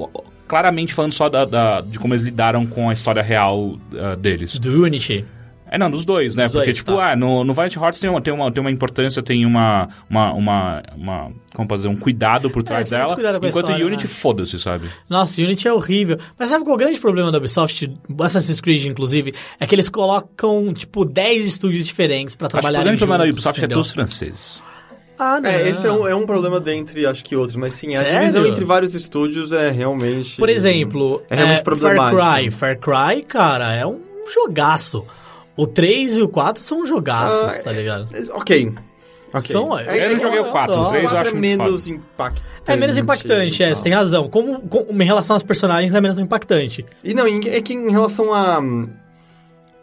Speaker 3: claramente falando só da- da- de como eles lidaram com a história real ah, deles.
Speaker 4: Do Unity.
Speaker 3: É, não, dos dois, né?
Speaker 4: Dos
Speaker 3: Porque,
Speaker 4: dois,
Speaker 3: tipo,
Speaker 4: tá.
Speaker 3: ah, no, no Valiant Hearts tem uma, tem, uma, tem uma importância, tem uma, uma, uma, uma- Como posso dizer? Um cuidado por trás
Speaker 4: tem É, esse
Speaker 3: dela.
Speaker 4: cuidado com a
Speaker 3: Enquanto
Speaker 4: história,
Speaker 3: Unity,
Speaker 4: né?
Speaker 3: foda-se, sabe?
Speaker 4: Nossa, Unity é horrível. Mas sabe qual é o grande problema da Ubisoft, Assassin's Creed inclusive, é que eles colocam, tipo, 10 estúdios diferentes pra
Speaker 3: Acho que o
Speaker 4: trabalhar
Speaker 3: grande
Speaker 4: em
Speaker 3: problema da
Speaker 4: juntos,
Speaker 3: Ubisoft é
Speaker 4: entendeu?
Speaker 3: dos franceses.
Speaker 4: Ah, não.
Speaker 2: É, esse é um, é um problema dentre, acho que outros, mas sim, a
Speaker 4: Sério?
Speaker 2: divisão entre vários estúdios é realmente.
Speaker 4: Por exemplo,
Speaker 2: é realmente
Speaker 4: é,
Speaker 2: problemático.
Speaker 4: Far Cry. Far Cry, cara, é um jogaço. O 3 e o 4 são jogaços,
Speaker 2: Ah,
Speaker 4: tá ligado?
Speaker 2: Ok. ok.
Speaker 4: São-
Speaker 3: Eu não joguei o 4, o 3 eu acho
Speaker 2: é
Speaker 3: muito
Speaker 2: menos
Speaker 3: foda.
Speaker 2: impactante.
Speaker 4: É menos impactante,
Speaker 2: e
Speaker 4: é,
Speaker 2: tal.
Speaker 4: você tem razão. Como, com- em relação aos personagens, é menos impactante.
Speaker 2: E não, em- é que em relação a.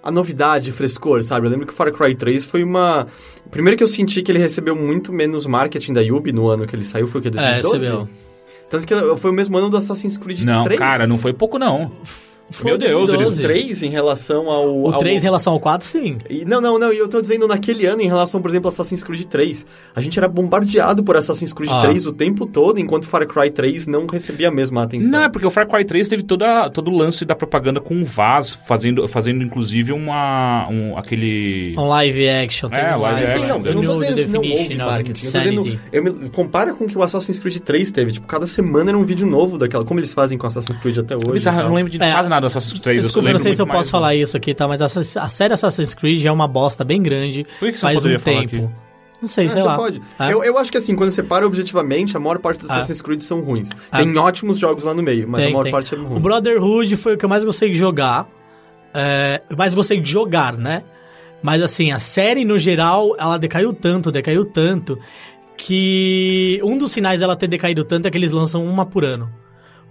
Speaker 2: A novidade, frescor, sabe? Eu lembro que o Far Cry 3 foi uma. Primeiro que eu senti que ele recebeu muito menos marketing da Yubi no ano que ele saiu, foi o que?
Speaker 4: É,
Speaker 2: 2012?
Speaker 4: recebeu.
Speaker 2: Tanto que foi o mesmo ano do Assassin's Creed
Speaker 3: Não,
Speaker 2: 3.
Speaker 3: cara, não foi pouco, não.
Speaker 4: Foi
Speaker 3: Meu Deus, eles-
Speaker 4: 2012.
Speaker 2: 3 em relação ao.
Speaker 4: O
Speaker 2: ao-
Speaker 4: 3 em relação ao 4, sim.
Speaker 2: E- não, não, não, e eu tô dizendo naquele ano, em relação, por exemplo, a Assassin's Creed 3. A gente era bombardeado por Assassin's Creed
Speaker 4: Ah.
Speaker 2: 3 o tempo todo, enquanto Far Cry 3 não recebia a mesma atenção.
Speaker 3: Não, é porque o Far Cry 3 teve toda, todo o lance da propaganda com o Vaz, fazendo, fazendo inclusive uma. Um, aquele.
Speaker 4: Um live action.
Speaker 3: É,
Speaker 4: teve um
Speaker 3: live
Speaker 2: Sim, sim,
Speaker 3: action.
Speaker 2: assim, não, eu não tô
Speaker 4: New
Speaker 2: dizendo que não houve
Speaker 4: definition of
Speaker 2: marketing. Eu, tô dizendo,
Speaker 4: insanity.
Speaker 2: eu me, compara com o que o Assassin's Creed 3 teve. Tipo, cada semana era um vídeo novo daquela. Como eles fazem com Assassin's Creed até hoje.
Speaker 3: Bizarro,
Speaker 2: e
Speaker 3: eu
Speaker 2: tal.
Speaker 3: não lembro de
Speaker 4: É,
Speaker 3: quase nada do Assassin's Creed.
Speaker 4: Desculpa,
Speaker 3: eu só
Speaker 4: eu não sei
Speaker 3: lembro
Speaker 4: se eu
Speaker 3: muito mais um.
Speaker 4: posso
Speaker 3: do-
Speaker 4: falar isso aqui, tá? Mas a, a série Assassin's Creed é uma bosta bem grande
Speaker 3: Por que que você não
Speaker 4: faz um
Speaker 3: poderia falar
Speaker 4: tempo.
Speaker 3: aqui?
Speaker 4: Não sei,
Speaker 2: Ah,
Speaker 4: sei
Speaker 2: você
Speaker 4: lá.
Speaker 2: pode.
Speaker 4: É.
Speaker 2: Eu, eu acho que assim, quando você para objetivamente, a maior parte dos
Speaker 4: Ah.
Speaker 2: Assassin's Creed são ruins. Tem ótimos jogos lá no meio, mas
Speaker 4: Tem,
Speaker 2: a maior
Speaker 4: tem.
Speaker 2: parte é
Speaker 4: O
Speaker 2: ruim.
Speaker 4: Brotherhood foi o que eu mais gostei de jogar. É, eu mais gostei de jogar, né? Mas assim, a série no geral, ela decaiu tanto, decaiu tanto, que um dos sinais dela ter decaído tanto é que eles lançam uma por ano.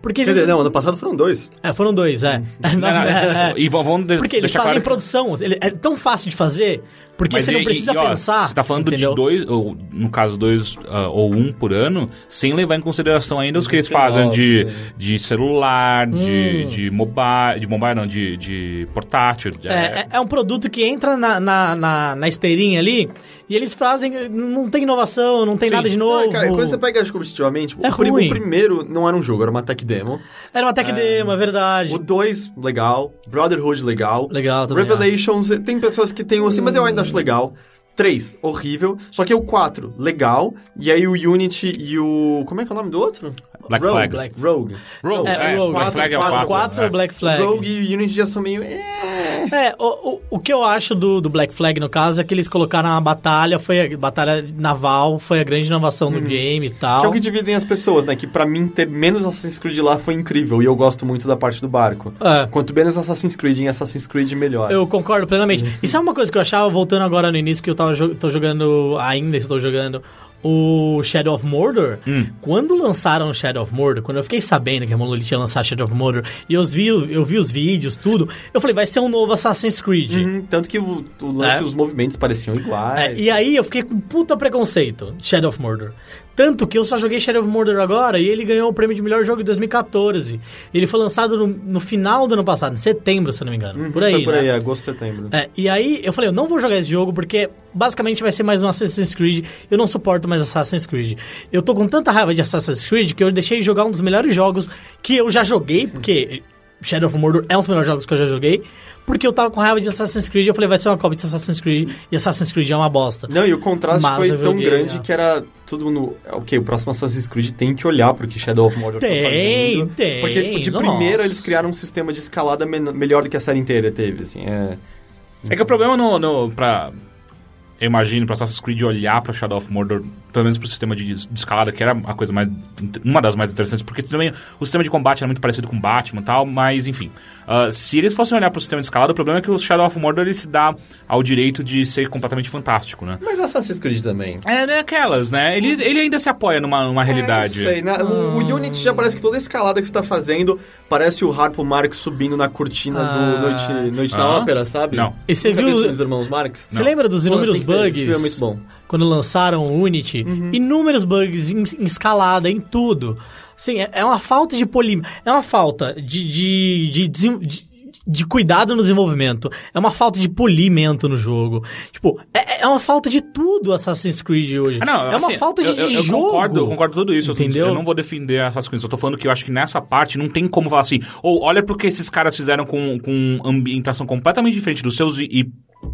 Speaker 4: Porque
Speaker 2: Quer
Speaker 4: eles...
Speaker 2: dizer, não, Hum. ano passado foram dois.
Speaker 4: É, foram dois, é.
Speaker 3: Não, não,
Speaker 4: É, é.
Speaker 3: E v- vamos de-
Speaker 4: Porque eles
Speaker 3: deixar claro
Speaker 4: fazem
Speaker 3: que-
Speaker 4: produção. Ele- é tão fácil de fazer, porque você não
Speaker 3: e-
Speaker 4: precisa
Speaker 3: e, ó,
Speaker 4: pensar.
Speaker 3: Você tá falando
Speaker 4: entendeu?
Speaker 3: de dois, ou no caso, dois ah, ou um por ano, sem levar em consideração ainda os que eles
Speaker 2: spin-offs,
Speaker 3: fazem de,
Speaker 2: né?
Speaker 3: de celular,
Speaker 4: Hum.
Speaker 3: de, de mobile, de mobile não, de, de portátil. de-
Speaker 4: É, é- é um produto que entra na, na, na, na esteirinha ali e eles fazem. Não tem inovação, não tem
Speaker 3: Sim.
Speaker 4: nada de
Speaker 2: Ah,
Speaker 4: novo.
Speaker 2: cara, quando você pega acho, competitivamente,
Speaker 4: É
Speaker 2: o, prim-
Speaker 4: ruim.
Speaker 2: o primeiro não era um jogo, era uma tech demo.
Speaker 4: Era uma tech demo, é verdade.
Speaker 2: O 2, legal. Brotherhood, legal.
Speaker 4: Legal também,
Speaker 2: Revelations, tem pessoas que tem um assim, mas eu ainda acho legal. 3, horrível. Só que o 4, legal. E aí o Unity e o. Como é que é o nome do outro?
Speaker 3: Black
Speaker 2: Rogue.
Speaker 3: Flag.
Speaker 4: Black-
Speaker 2: Rogue.
Speaker 3: Rogue, é,
Speaker 4: Rogue.
Speaker 3: Black Flag é o
Speaker 2: Quatro,
Speaker 3: quatro,
Speaker 4: quatro
Speaker 3: é.
Speaker 4: é Black Flag.
Speaker 2: Rogue e o Unity já são meio. É.
Speaker 4: É, o, o, o que eu acho do, do Black Flag, no caso, é que eles colocaram a batalha, foi a batalha naval, foi a grande inovação do game e tal.
Speaker 2: Uhum. Que é o que dividem as pessoas, né? Que pra mim ter menos Assassin's Creed lá foi incrível. E eu gosto muito da parte do barco.
Speaker 4: É.
Speaker 2: Quanto menos Assassin's Creed em Assassin's Creed, melhor.
Speaker 4: Eu concordo plenamente.
Speaker 2: Uhum.
Speaker 4: E sabe uma coisa que eu achava, voltando agora no início, que eu tava jo- tô jogando, ainda estou jogando, o Shadow of Mordor.
Speaker 3: Hum.
Speaker 4: Quando lançaram o Shadow of Mordor, quando eu fiquei sabendo que a Monolith ia lançar Shadow of Mordor, e eu vi, eu vi os vídeos, tudo, eu falei, vai ser um novo Assassin's Creed.
Speaker 2: Uhum, Tanto que o, o lance
Speaker 4: É.
Speaker 2: os movimentos pareciam iguais.
Speaker 4: É, e aí eu fiquei com puta preconceito, Shadow of Mordor. Tanto que eu só joguei Shadow of Mordor agora e ele ganhou o prêmio de melhor jogo em 2014. Ele foi lançado no, no final do ano passado, em setembro, se eu não me engano.
Speaker 2: Uhum,
Speaker 4: por aí.
Speaker 2: Foi por
Speaker 4: né?
Speaker 2: aí, agosto, setembro.
Speaker 4: É, e aí eu falei, eu não vou jogar esse jogo porque basicamente vai ser mais um Assassin's Creed. Eu não suporto mais Assassin's Creed. Eu tô com tanta raiva de Assassin's Creed que eu deixei jogar um dos melhores jogos que eu já joguei, porque Shadow of Mordor é um dos melhores jogos que eu já joguei. Porque eu tava com raiva de Assassin's Creed, eu falei, vai ser uma cópia de Assassin's Creed, e Assassin's Creed é uma bosta.
Speaker 2: Não, e o contraste
Speaker 4: Mas
Speaker 2: foi
Speaker 4: eu
Speaker 2: tão
Speaker 4: joguei,
Speaker 2: grande
Speaker 4: é.
Speaker 2: que era tudo no. Ok, o próximo Assassin's Creed tem que olhar pro que Shadow of Mordor tá
Speaker 4: Tem,
Speaker 2: fazendo.
Speaker 4: tem,
Speaker 2: Porque tipo, de
Speaker 4: nossa.
Speaker 2: primeira eles criaram um sistema de escalada men- melhor do que a série inteira teve, assim. É,
Speaker 3: É que o problema no, no pra... Eu imagino pra Assassin's Creed olhar pra Shadow of Mordor, pelo menos pro sistema de, de escalada, que era a coisa mais. uma das mais interessantes, porque também o sistema de combate era muito parecido com Batman e tal, mas enfim. Ah, se eles fossem olhar pro sistema de escalada, o problema é que o Shadow of Mordor ele se dá ao direito de ser completamente fantástico, né?
Speaker 2: Mas Assassin's Creed também.
Speaker 3: É, né, aquelas, né? Ele, ele ainda se apoia numa, numa realidade.
Speaker 2: É, eu sei, né? O,
Speaker 4: Ah.
Speaker 2: o Unity já parece que toda a escalada que você tá fazendo parece o Harpo Marx subindo na cortina do Noite, Noite na
Speaker 3: Ah.
Speaker 2: Ópera, sabe?
Speaker 3: Não.
Speaker 4: E você
Speaker 2: Nunca
Speaker 4: viu-
Speaker 2: viu os irmãos Marx?
Speaker 4: Você lembra dos
Speaker 2: Pô,
Speaker 4: inúmeros
Speaker 2: tem que ver,
Speaker 4: bugs?
Speaker 2: esse filme é muito bom.
Speaker 4: Quando lançaram o Unity,
Speaker 3: Uhum.
Speaker 4: inúmeros bugs em, em escalada, em tudo. Assim, é, é uma falta de polim... É uma falta de, de, de, desem- de- de cuidado no desenvolvimento. É uma falta de polimento no jogo. Tipo, é, é uma falta de tudo Assassin's Creed hoje.
Speaker 3: Ah, não,
Speaker 4: é uma
Speaker 3: assim,
Speaker 4: falta de
Speaker 3: eu, eu, eu
Speaker 4: jogo.
Speaker 3: Concordo, eu concordo com tudo isso. eu não-
Speaker 4: Entendeu?
Speaker 3: Eu não vou defender essas coisas. Eu tô falando que eu acho que nessa parte não tem como falar assim, ou olha porque esses caras fizeram com, com ambientação completamente diferente dos seus e, e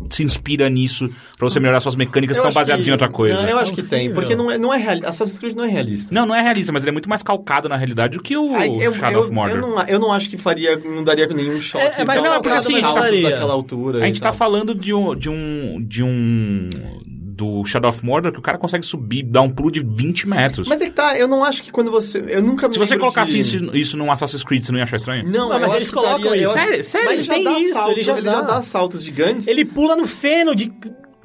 Speaker 3: se inspira nisso pra você melhorar suas mecânicas
Speaker 2: Eu
Speaker 3: que são
Speaker 2: acho
Speaker 3: baseadas
Speaker 2: que-
Speaker 3: em outra coisa.
Speaker 2: Não, eu acho que
Speaker 4: Horrível.
Speaker 2: tem, porque não é, não é real, Assassin's Creed não é realista.
Speaker 3: Não, não é realista, mas ele é muito mais calcado na realidade do que o
Speaker 2: Ai, eu,
Speaker 3: Shadow
Speaker 2: eu-
Speaker 3: Tipo of Mordor.
Speaker 2: eu não, eu não acho que faria, não daria nenhum choque.
Speaker 4: É,
Speaker 2: dar
Speaker 4: mas
Speaker 3: não,
Speaker 2: uma-
Speaker 3: é porque assim, a gente
Speaker 2: saltos
Speaker 4: faria.
Speaker 2: daquela altura.
Speaker 3: A
Speaker 2: e
Speaker 3: gente tá
Speaker 2: tal.
Speaker 3: falando de um, de um. de um. do Shadow of Mordor que o cara consegue subir, dar um pulo de 20 metros.
Speaker 2: Mas é que tá, eu não acho que quando você. Eu nunca me
Speaker 3: se você
Speaker 2: lembro
Speaker 3: colocasse
Speaker 2: de...
Speaker 3: isso, isso num Assassin's Creed, você não ia achar estranho?
Speaker 2: Não,
Speaker 4: Mas
Speaker 2: eu acho
Speaker 4: eles
Speaker 2: que
Speaker 4: colocam
Speaker 2: daria- eu
Speaker 4: isso.
Speaker 2: acho-
Speaker 3: Sério, sério,
Speaker 2: Mas
Speaker 4: Mas
Speaker 2: ele já
Speaker 4: tem
Speaker 2: dá
Speaker 4: isso,
Speaker 2: salto,
Speaker 4: ele já dá.
Speaker 2: saltos gigantes.
Speaker 4: Ele pula no feno de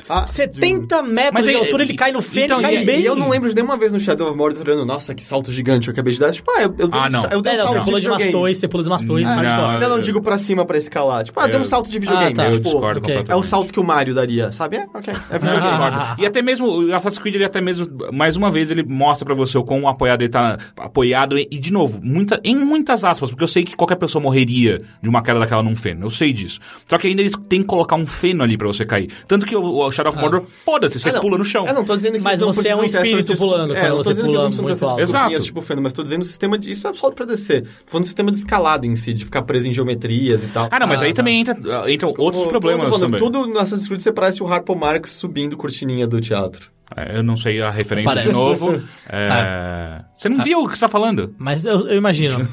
Speaker 2: Ah,
Speaker 4: 70 metros
Speaker 3: Mas
Speaker 4: de
Speaker 3: ele-
Speaker 4: altura, ele cai no feno
Speaker 3: Então,
Speaker 4: e
Speaker 2: E,
Speaker 4: cai
Speaker 3: e-
Speaker 4: bem.
Speaker 2: e eu não lembro de nenhuma vez no Shadow of Mordor olhando, nossa, que salto gigante eu acabei de dar. Tipo, ah, eu, eu dei
Speaker 3: Ah,
Speaker 2: um sa-
Speaker 3: não.
Speaker 2: eu dei um
Speaker 4: É, não,
Speaker 2: salto
Speaker 4: você pula de umas
Speaker 2: videogame.
Speaker 4: dois, você pula de umas dois,
Speaker 3: Não,
Speaker 4: hardcore.
Speaker 2: Eu não digo pra cima pra escalar. Tipo, ah, deu um
Speaker 3: Eu-
Speaker 2: salto de videogame.
Speaker 4: Ah, tá.
Speaker 2: é,
Speaker 3: Eu
Speaker 2: tipo,
Speaker 3: discordo
Speaker 4: ok.
Speaker 3: completamente.
Speaker 2: É o salto que o Mario daria, sabe? É, ok. É
Speaker 3: Eu
Speaker 2: videogame.
Speaker 3: discordo. Ah. E até mesmo o Assassin's Creed, ele até mesmo, mais uma vez, ele mostra pra você o quão apoiado ele tá apoiado. E, de novo, muita, em muitas aspas, porque eu sei que qualquer pessoa morreria de uma queda daquela num feno. Eu sei disso. Só que ainda eles têm que colocar um feno ali pra você cair. Tanto que o, o Shadow of Mordor, foda-se, você
Speaker 2: Ah, não.
Speaker 3: pula no chão.
Speaker 2: Eu não tô dizendo que
Speaker 4: Mas
Speaker 2: eles não
Speaker 4: você é um
Speaker 2: precisam ter essas
Speaker 4: espírito
Speaker 2: desculpa-
Speaker 4: pulando,
Speaker 2: É,
Speaker 4: quando
Speaker 2: eu não tô
Speaker 4: você
Speaker 2: dizendo que
Speaker 4: pula um
Speaker 2: eles não precisam ter
Speaker 4: muito
Speaker 2: essas
Speaker 4: alto.
Speaker 2: desculpinhas,
Speaker 3: Exato.
Speaker 2: tipo feno, mas tô dizendo o sistema de. Isso é só pra descer. Tô falando do sistema de escalada em si, de ficar preso em geometrias e tal.
Speaker 3: Ah, não, mas aí também entra, ah, entram
Speaker 2: Tô-
Speaker 3: outros
Speaker 2: tô
Speaker 3: problemas
Speaker 2: falando,
Speaker 3: também.
Speaker 2: Tudo no Assassin's Creed você parece o Harpo Marx subindo cortininha do teatro.
Speaker 3: É, Eu não sei a referência de
Speaker 4: Parece.
Speaker 3: novo.
Speaker 2: Ah.
Speaker 3: É, Você não viu o que você tá falando?
Speaker 4: Mas eu, eu imagino.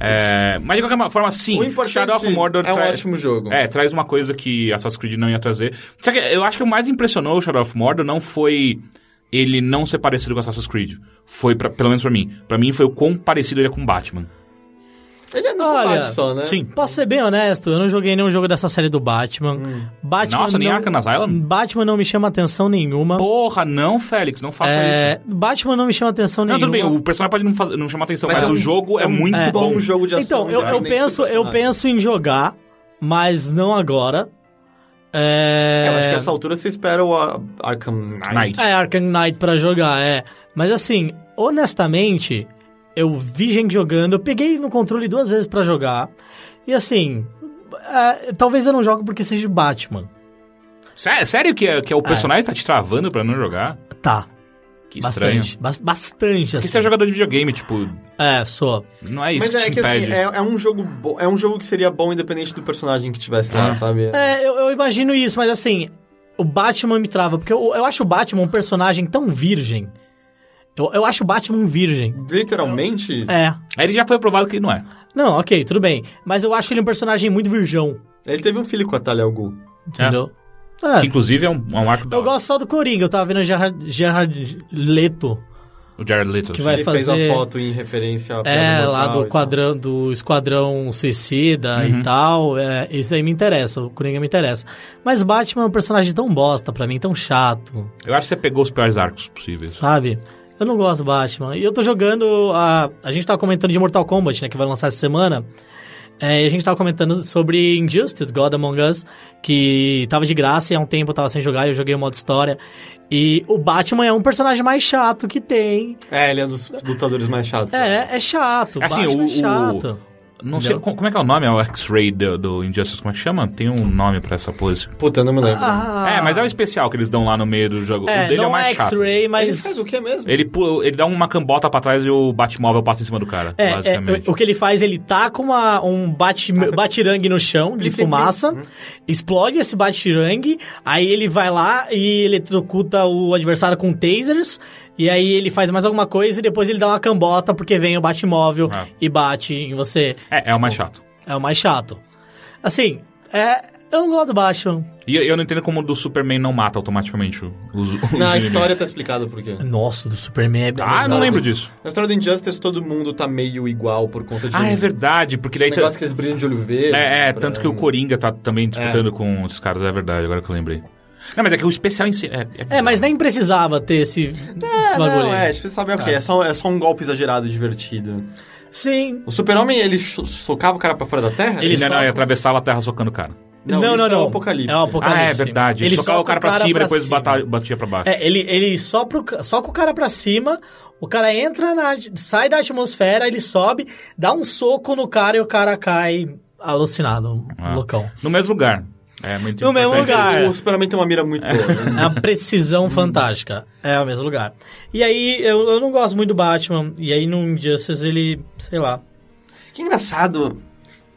Speaker 3: É, mas de qualquer forma, sim.
Speaker 2: O importante
Speaker 3: Shadow of Mordor
Speaker 2: é um
Speaker 3: tra-
Speaker 2: ótimo jogo.
Speaker 3: É, traz uma coisa que Assassin's Creed não ia trazer. Só que eu acho que o mais impressionou o Shadow of Mordor não foi ele não ser parecido com Assassin's Creed. Foi, pra- pelo menos pra mim. Pra mim foi o quão parecido ele é com Batman.
Speaker 2: Ele é no
Speaker 4: Olha,
Speaker 2: combate só, né?
Speaker 3: Sim.
Speaker 4: Posso ser bem honesto, eu não joguei nenhum jogo dessa série do Batman. Batman
Speaker 3: Hum. Nossa, nem
Speaker 4: não,
Speaker 3: Arkham Asylum?
Speaker 4: Batman não me chama atenção nenhuma.
Speaker 3: Porra, não, Félix, não faça
Speaker 4: É,
Speaker 3: isso.
Speaker 4: Batman não me chama atenção
Speaker 3: Não, tudo bem,
Speaker 4: nenhuma.
Speaker 3: o personagem pode não, fazer- não chamar atenção, mas,
Speaker 2: Mas é
Speaker 3: o
Speaker 2: um-
Speaker 3: jogo é,
Speaker 2: é um
Speaker 3: muito
Speaker 2: é.
Speaker 3: bom.
Speaker 2: bom jogo de ação.
Speaker 4: Então,
Speaker 3: né,
Speaker 4: eu, eu
Speaker 2: independente do
Speaker 4: penso, eu
Speaker 2: personagem.
Speaker 4: penso em jogar, mas não agora.
Speaker 2: É,
Speaker 4: É,
Speaker 2: eu acho que essa altura você espera o Ar- Arkham Knight.
Speaker 3: Knight.
Speaker 4: é Arkham Knight pra jogar, é. Mas assim, honestamente, eu vi gente jogando, eu peguei no controle duas vezes pra jogar. E assim, é, talvez eu não jogue porque seja Batman.
Speaker 3: Sé- Sério que, é- que é o personagem tá te travando pra não jogar?
Speaker 4: Tá.
Speaker 3: Que estranho.
Speaker 4: Bastante. bas- bastante,
Speaker 3: Porque
Speaker 4: assim.
Speaker 3: você é jogador de videogame, tipo,
Speaker 4: É, sou.
Speaker 3: não é isso
Speaker 2: Mas
Speaker 3: que
Speaker 2: é
Speaker 3: te
Speaker 2: que assim,
Speaker 3: impede.
Speaker 2: é, é um jogo bo- é um jogo que seria bom independente do personagem que tivesse lá, sabe?
Speaker 4: É, eu, eu imagino isso, mas assim, o Batman me trava, porque eu, eu acho o Batman um personagem tão virgem. Eu, eu acho o Batman um virgem.
Speaker 2: Literalmente,
Speaker 4: É.
Speaker 3: Aí Ele já foi provado que não é.
Speaker 4: Não, ok, tudo bem. Mas eu acho ele um personagem muito virgão,
Speaker 2: ele teve um filho com a Talia al Ghul.
Speaker 4: entendeu? É.
Speaker 3: Que, inclusive, é um, é um arco da
Speaker 4: Eu gosto só do Coringa, eu tava vendo o Gerard, Gerard Leto,
Speaker 3: O Jared Leto. assim.
Speaker 4: que vai
Speaker 2: ele
Speaker 4: fazer...
Speaker 2: fez a foto em referência à
Speaker 4: É,
Speaker 2: Pedra
Speaker 4: lá
Speaker 2: Mortal
Speaker 4: do,
Speaker 2: e
Speaker 4: quadrão, do Esquadrão Suicida e tal. É, isso aí me interessa, o Coringa me interessa. Mas Batman é um personagem tão bosta pra mim, tão chato,
Speaker 3: Eu acho que você pegou os piores arcos possíveis.
Speaker 4: sabe? Eu não gosto do Batman. E eu tô jogando. A, a gente tava comentando de Mortal Kombat, né? Que vai lançar essa semana. É, e a gente tava comentando sobre Injustice, God Among Us, que tava de graça e há um tempo eu tava sem jogar, eu joguei o modo história. E o Batman é um personagem mais chato que tem.
Speaker 2: tal. É, ele é um dos lutadores mais chatos. né?
Speaker 4: É, é chato.
Speaker 3: Assim,
Speaker 4: Batman
Speaker 3: o-
Speaker 4: é
Speaker 3: o-
Speaker 4: chato.
Speaker 3: Não sei, co- como é que é o nome? É o X-Ray do, do Injustice, como é que chama? Tem um nome pra essa pose.
Speaker 2: Puta, eu não me lembro.
Speaker 4: Ah,
Speaker 3: É, mas é o especial que eles dão lá no meio do jogo. o
Speaker 4: É,
Speaker 3: dele
Speaker 4: não
Speaker 3: é o mais chato.
Speaker 4: X-Ray,
Speaker 2: Ele
Speaker 4: mas.
Speaker 2: faz o que mesmo?
Speaker 3: Ele, pula- ele dá uma cambota pra trás e o Batmóvel passa em cima do cara,
Speaker 4: É, é,
Speaker 3: basicamente. Ah, tá.
Speaker 4: o o que ele faz, ele taca uma, um bate, batirangue no chão de
Speaker 3: Uhum.
Speaker 4: fumaça, explode esse batirangue, aí ele vai lá e eletrocuta o adversário com tasers, e aí ele faz mais alguma coisa e depois ele dá uma cambota porque vem o Batmóvel
Speaker 3: Ah.
Speaker 4: e bate em você.
Speaker 3: É, é o mais chato.
Speaker 4: É o mais chato. Assim, é, eu não gosto do Batman.
Speaker 3: E eu- eu não entendo como o do Superman não mata automaticamente o- os, os
Speaker 2: Na
Speaker 3: inimigos.
Speaker 2: história tá explicado por quê.
Speaker 4: Nossa, do Superman é
Speaker 3: Ah, eu não lembro disso.
Speaker 2: Na história do Injustice, todo mundo tá meio igual por conta de
Speaker 3: Ah,
Speaker 2: um
Speaker 3: é verdade, porque daí...
Speaker 2: um
Speaker 3: tá-
Speaker 2: negócio que eles né? brilham de olho verde. tipo,
Speaker 3: É, é,
Speaker 2: pra-
Speaker 3: tanto que o Coringa tá também disputando com os caras, é verdade, agora que eu lembrei. Não, mas é que o especial em si. É,
Speaker 4: É,
Speaker 3: bizarro.
Speaker 4: mas nem precisava ter esse,
Speaker 2: É,
Speaker 4: esse bagulho.
Speaker 2: não,
Speaker 4: aí.
Speaker 2: é, tipo, sabe o quê? É só, é só um golpe exagerado, divertido.
Speaker 4: Sim,
Speaker 2: O super-homem, ele so- socava o cara pra fora da Terra?
Speaker 4: Ele
Speaker 3: Ele não,
Speaker 4: só-
Speaker 3: não, ele atravessava a terra socando o cara.
Speaker 4: Não, não,
Speaker 2: isso
Speaker 4: não.
Speaker 2: É o Apocalipse.
Speaker 4: É o Um Apocalipse.
Speaker 3: Ah, é verdade. Ele
Speaker 4: Ele
Speaker 3: socava
Speaker 4: soca
Speaker 3: o cara pra cima e depois
Speaker 4: cima.
Speaker 3: bata- batia pra baixo.
Speaker 4: É, ele, ele só, pro, só com o cara pra cima, o cara entra na. sai da atmosfera, ele sobe, dá um soco no cara e o cara cai alucinado,
Speaker 3: Ah.
Speaker 4: loucão.
Speaker 3: No mesmo lugar. É muito
Speaker 4: No mesmo
Speaker 3: importante
Speaker 4: lugar.
Speaker 3: isso.
Speaker 4: É.
Speaker 2: O Superman tem uma mira muito boa. né?
Speaker 4: É uma
Speaker 2: Hum.
Speaker 4: precisão fantástica. É o mesmo lugar. E aí, eu, eu não gosto muito do Batman. E aí, no Injustice, ele. sei lá.
Speaker 2: que engraçado.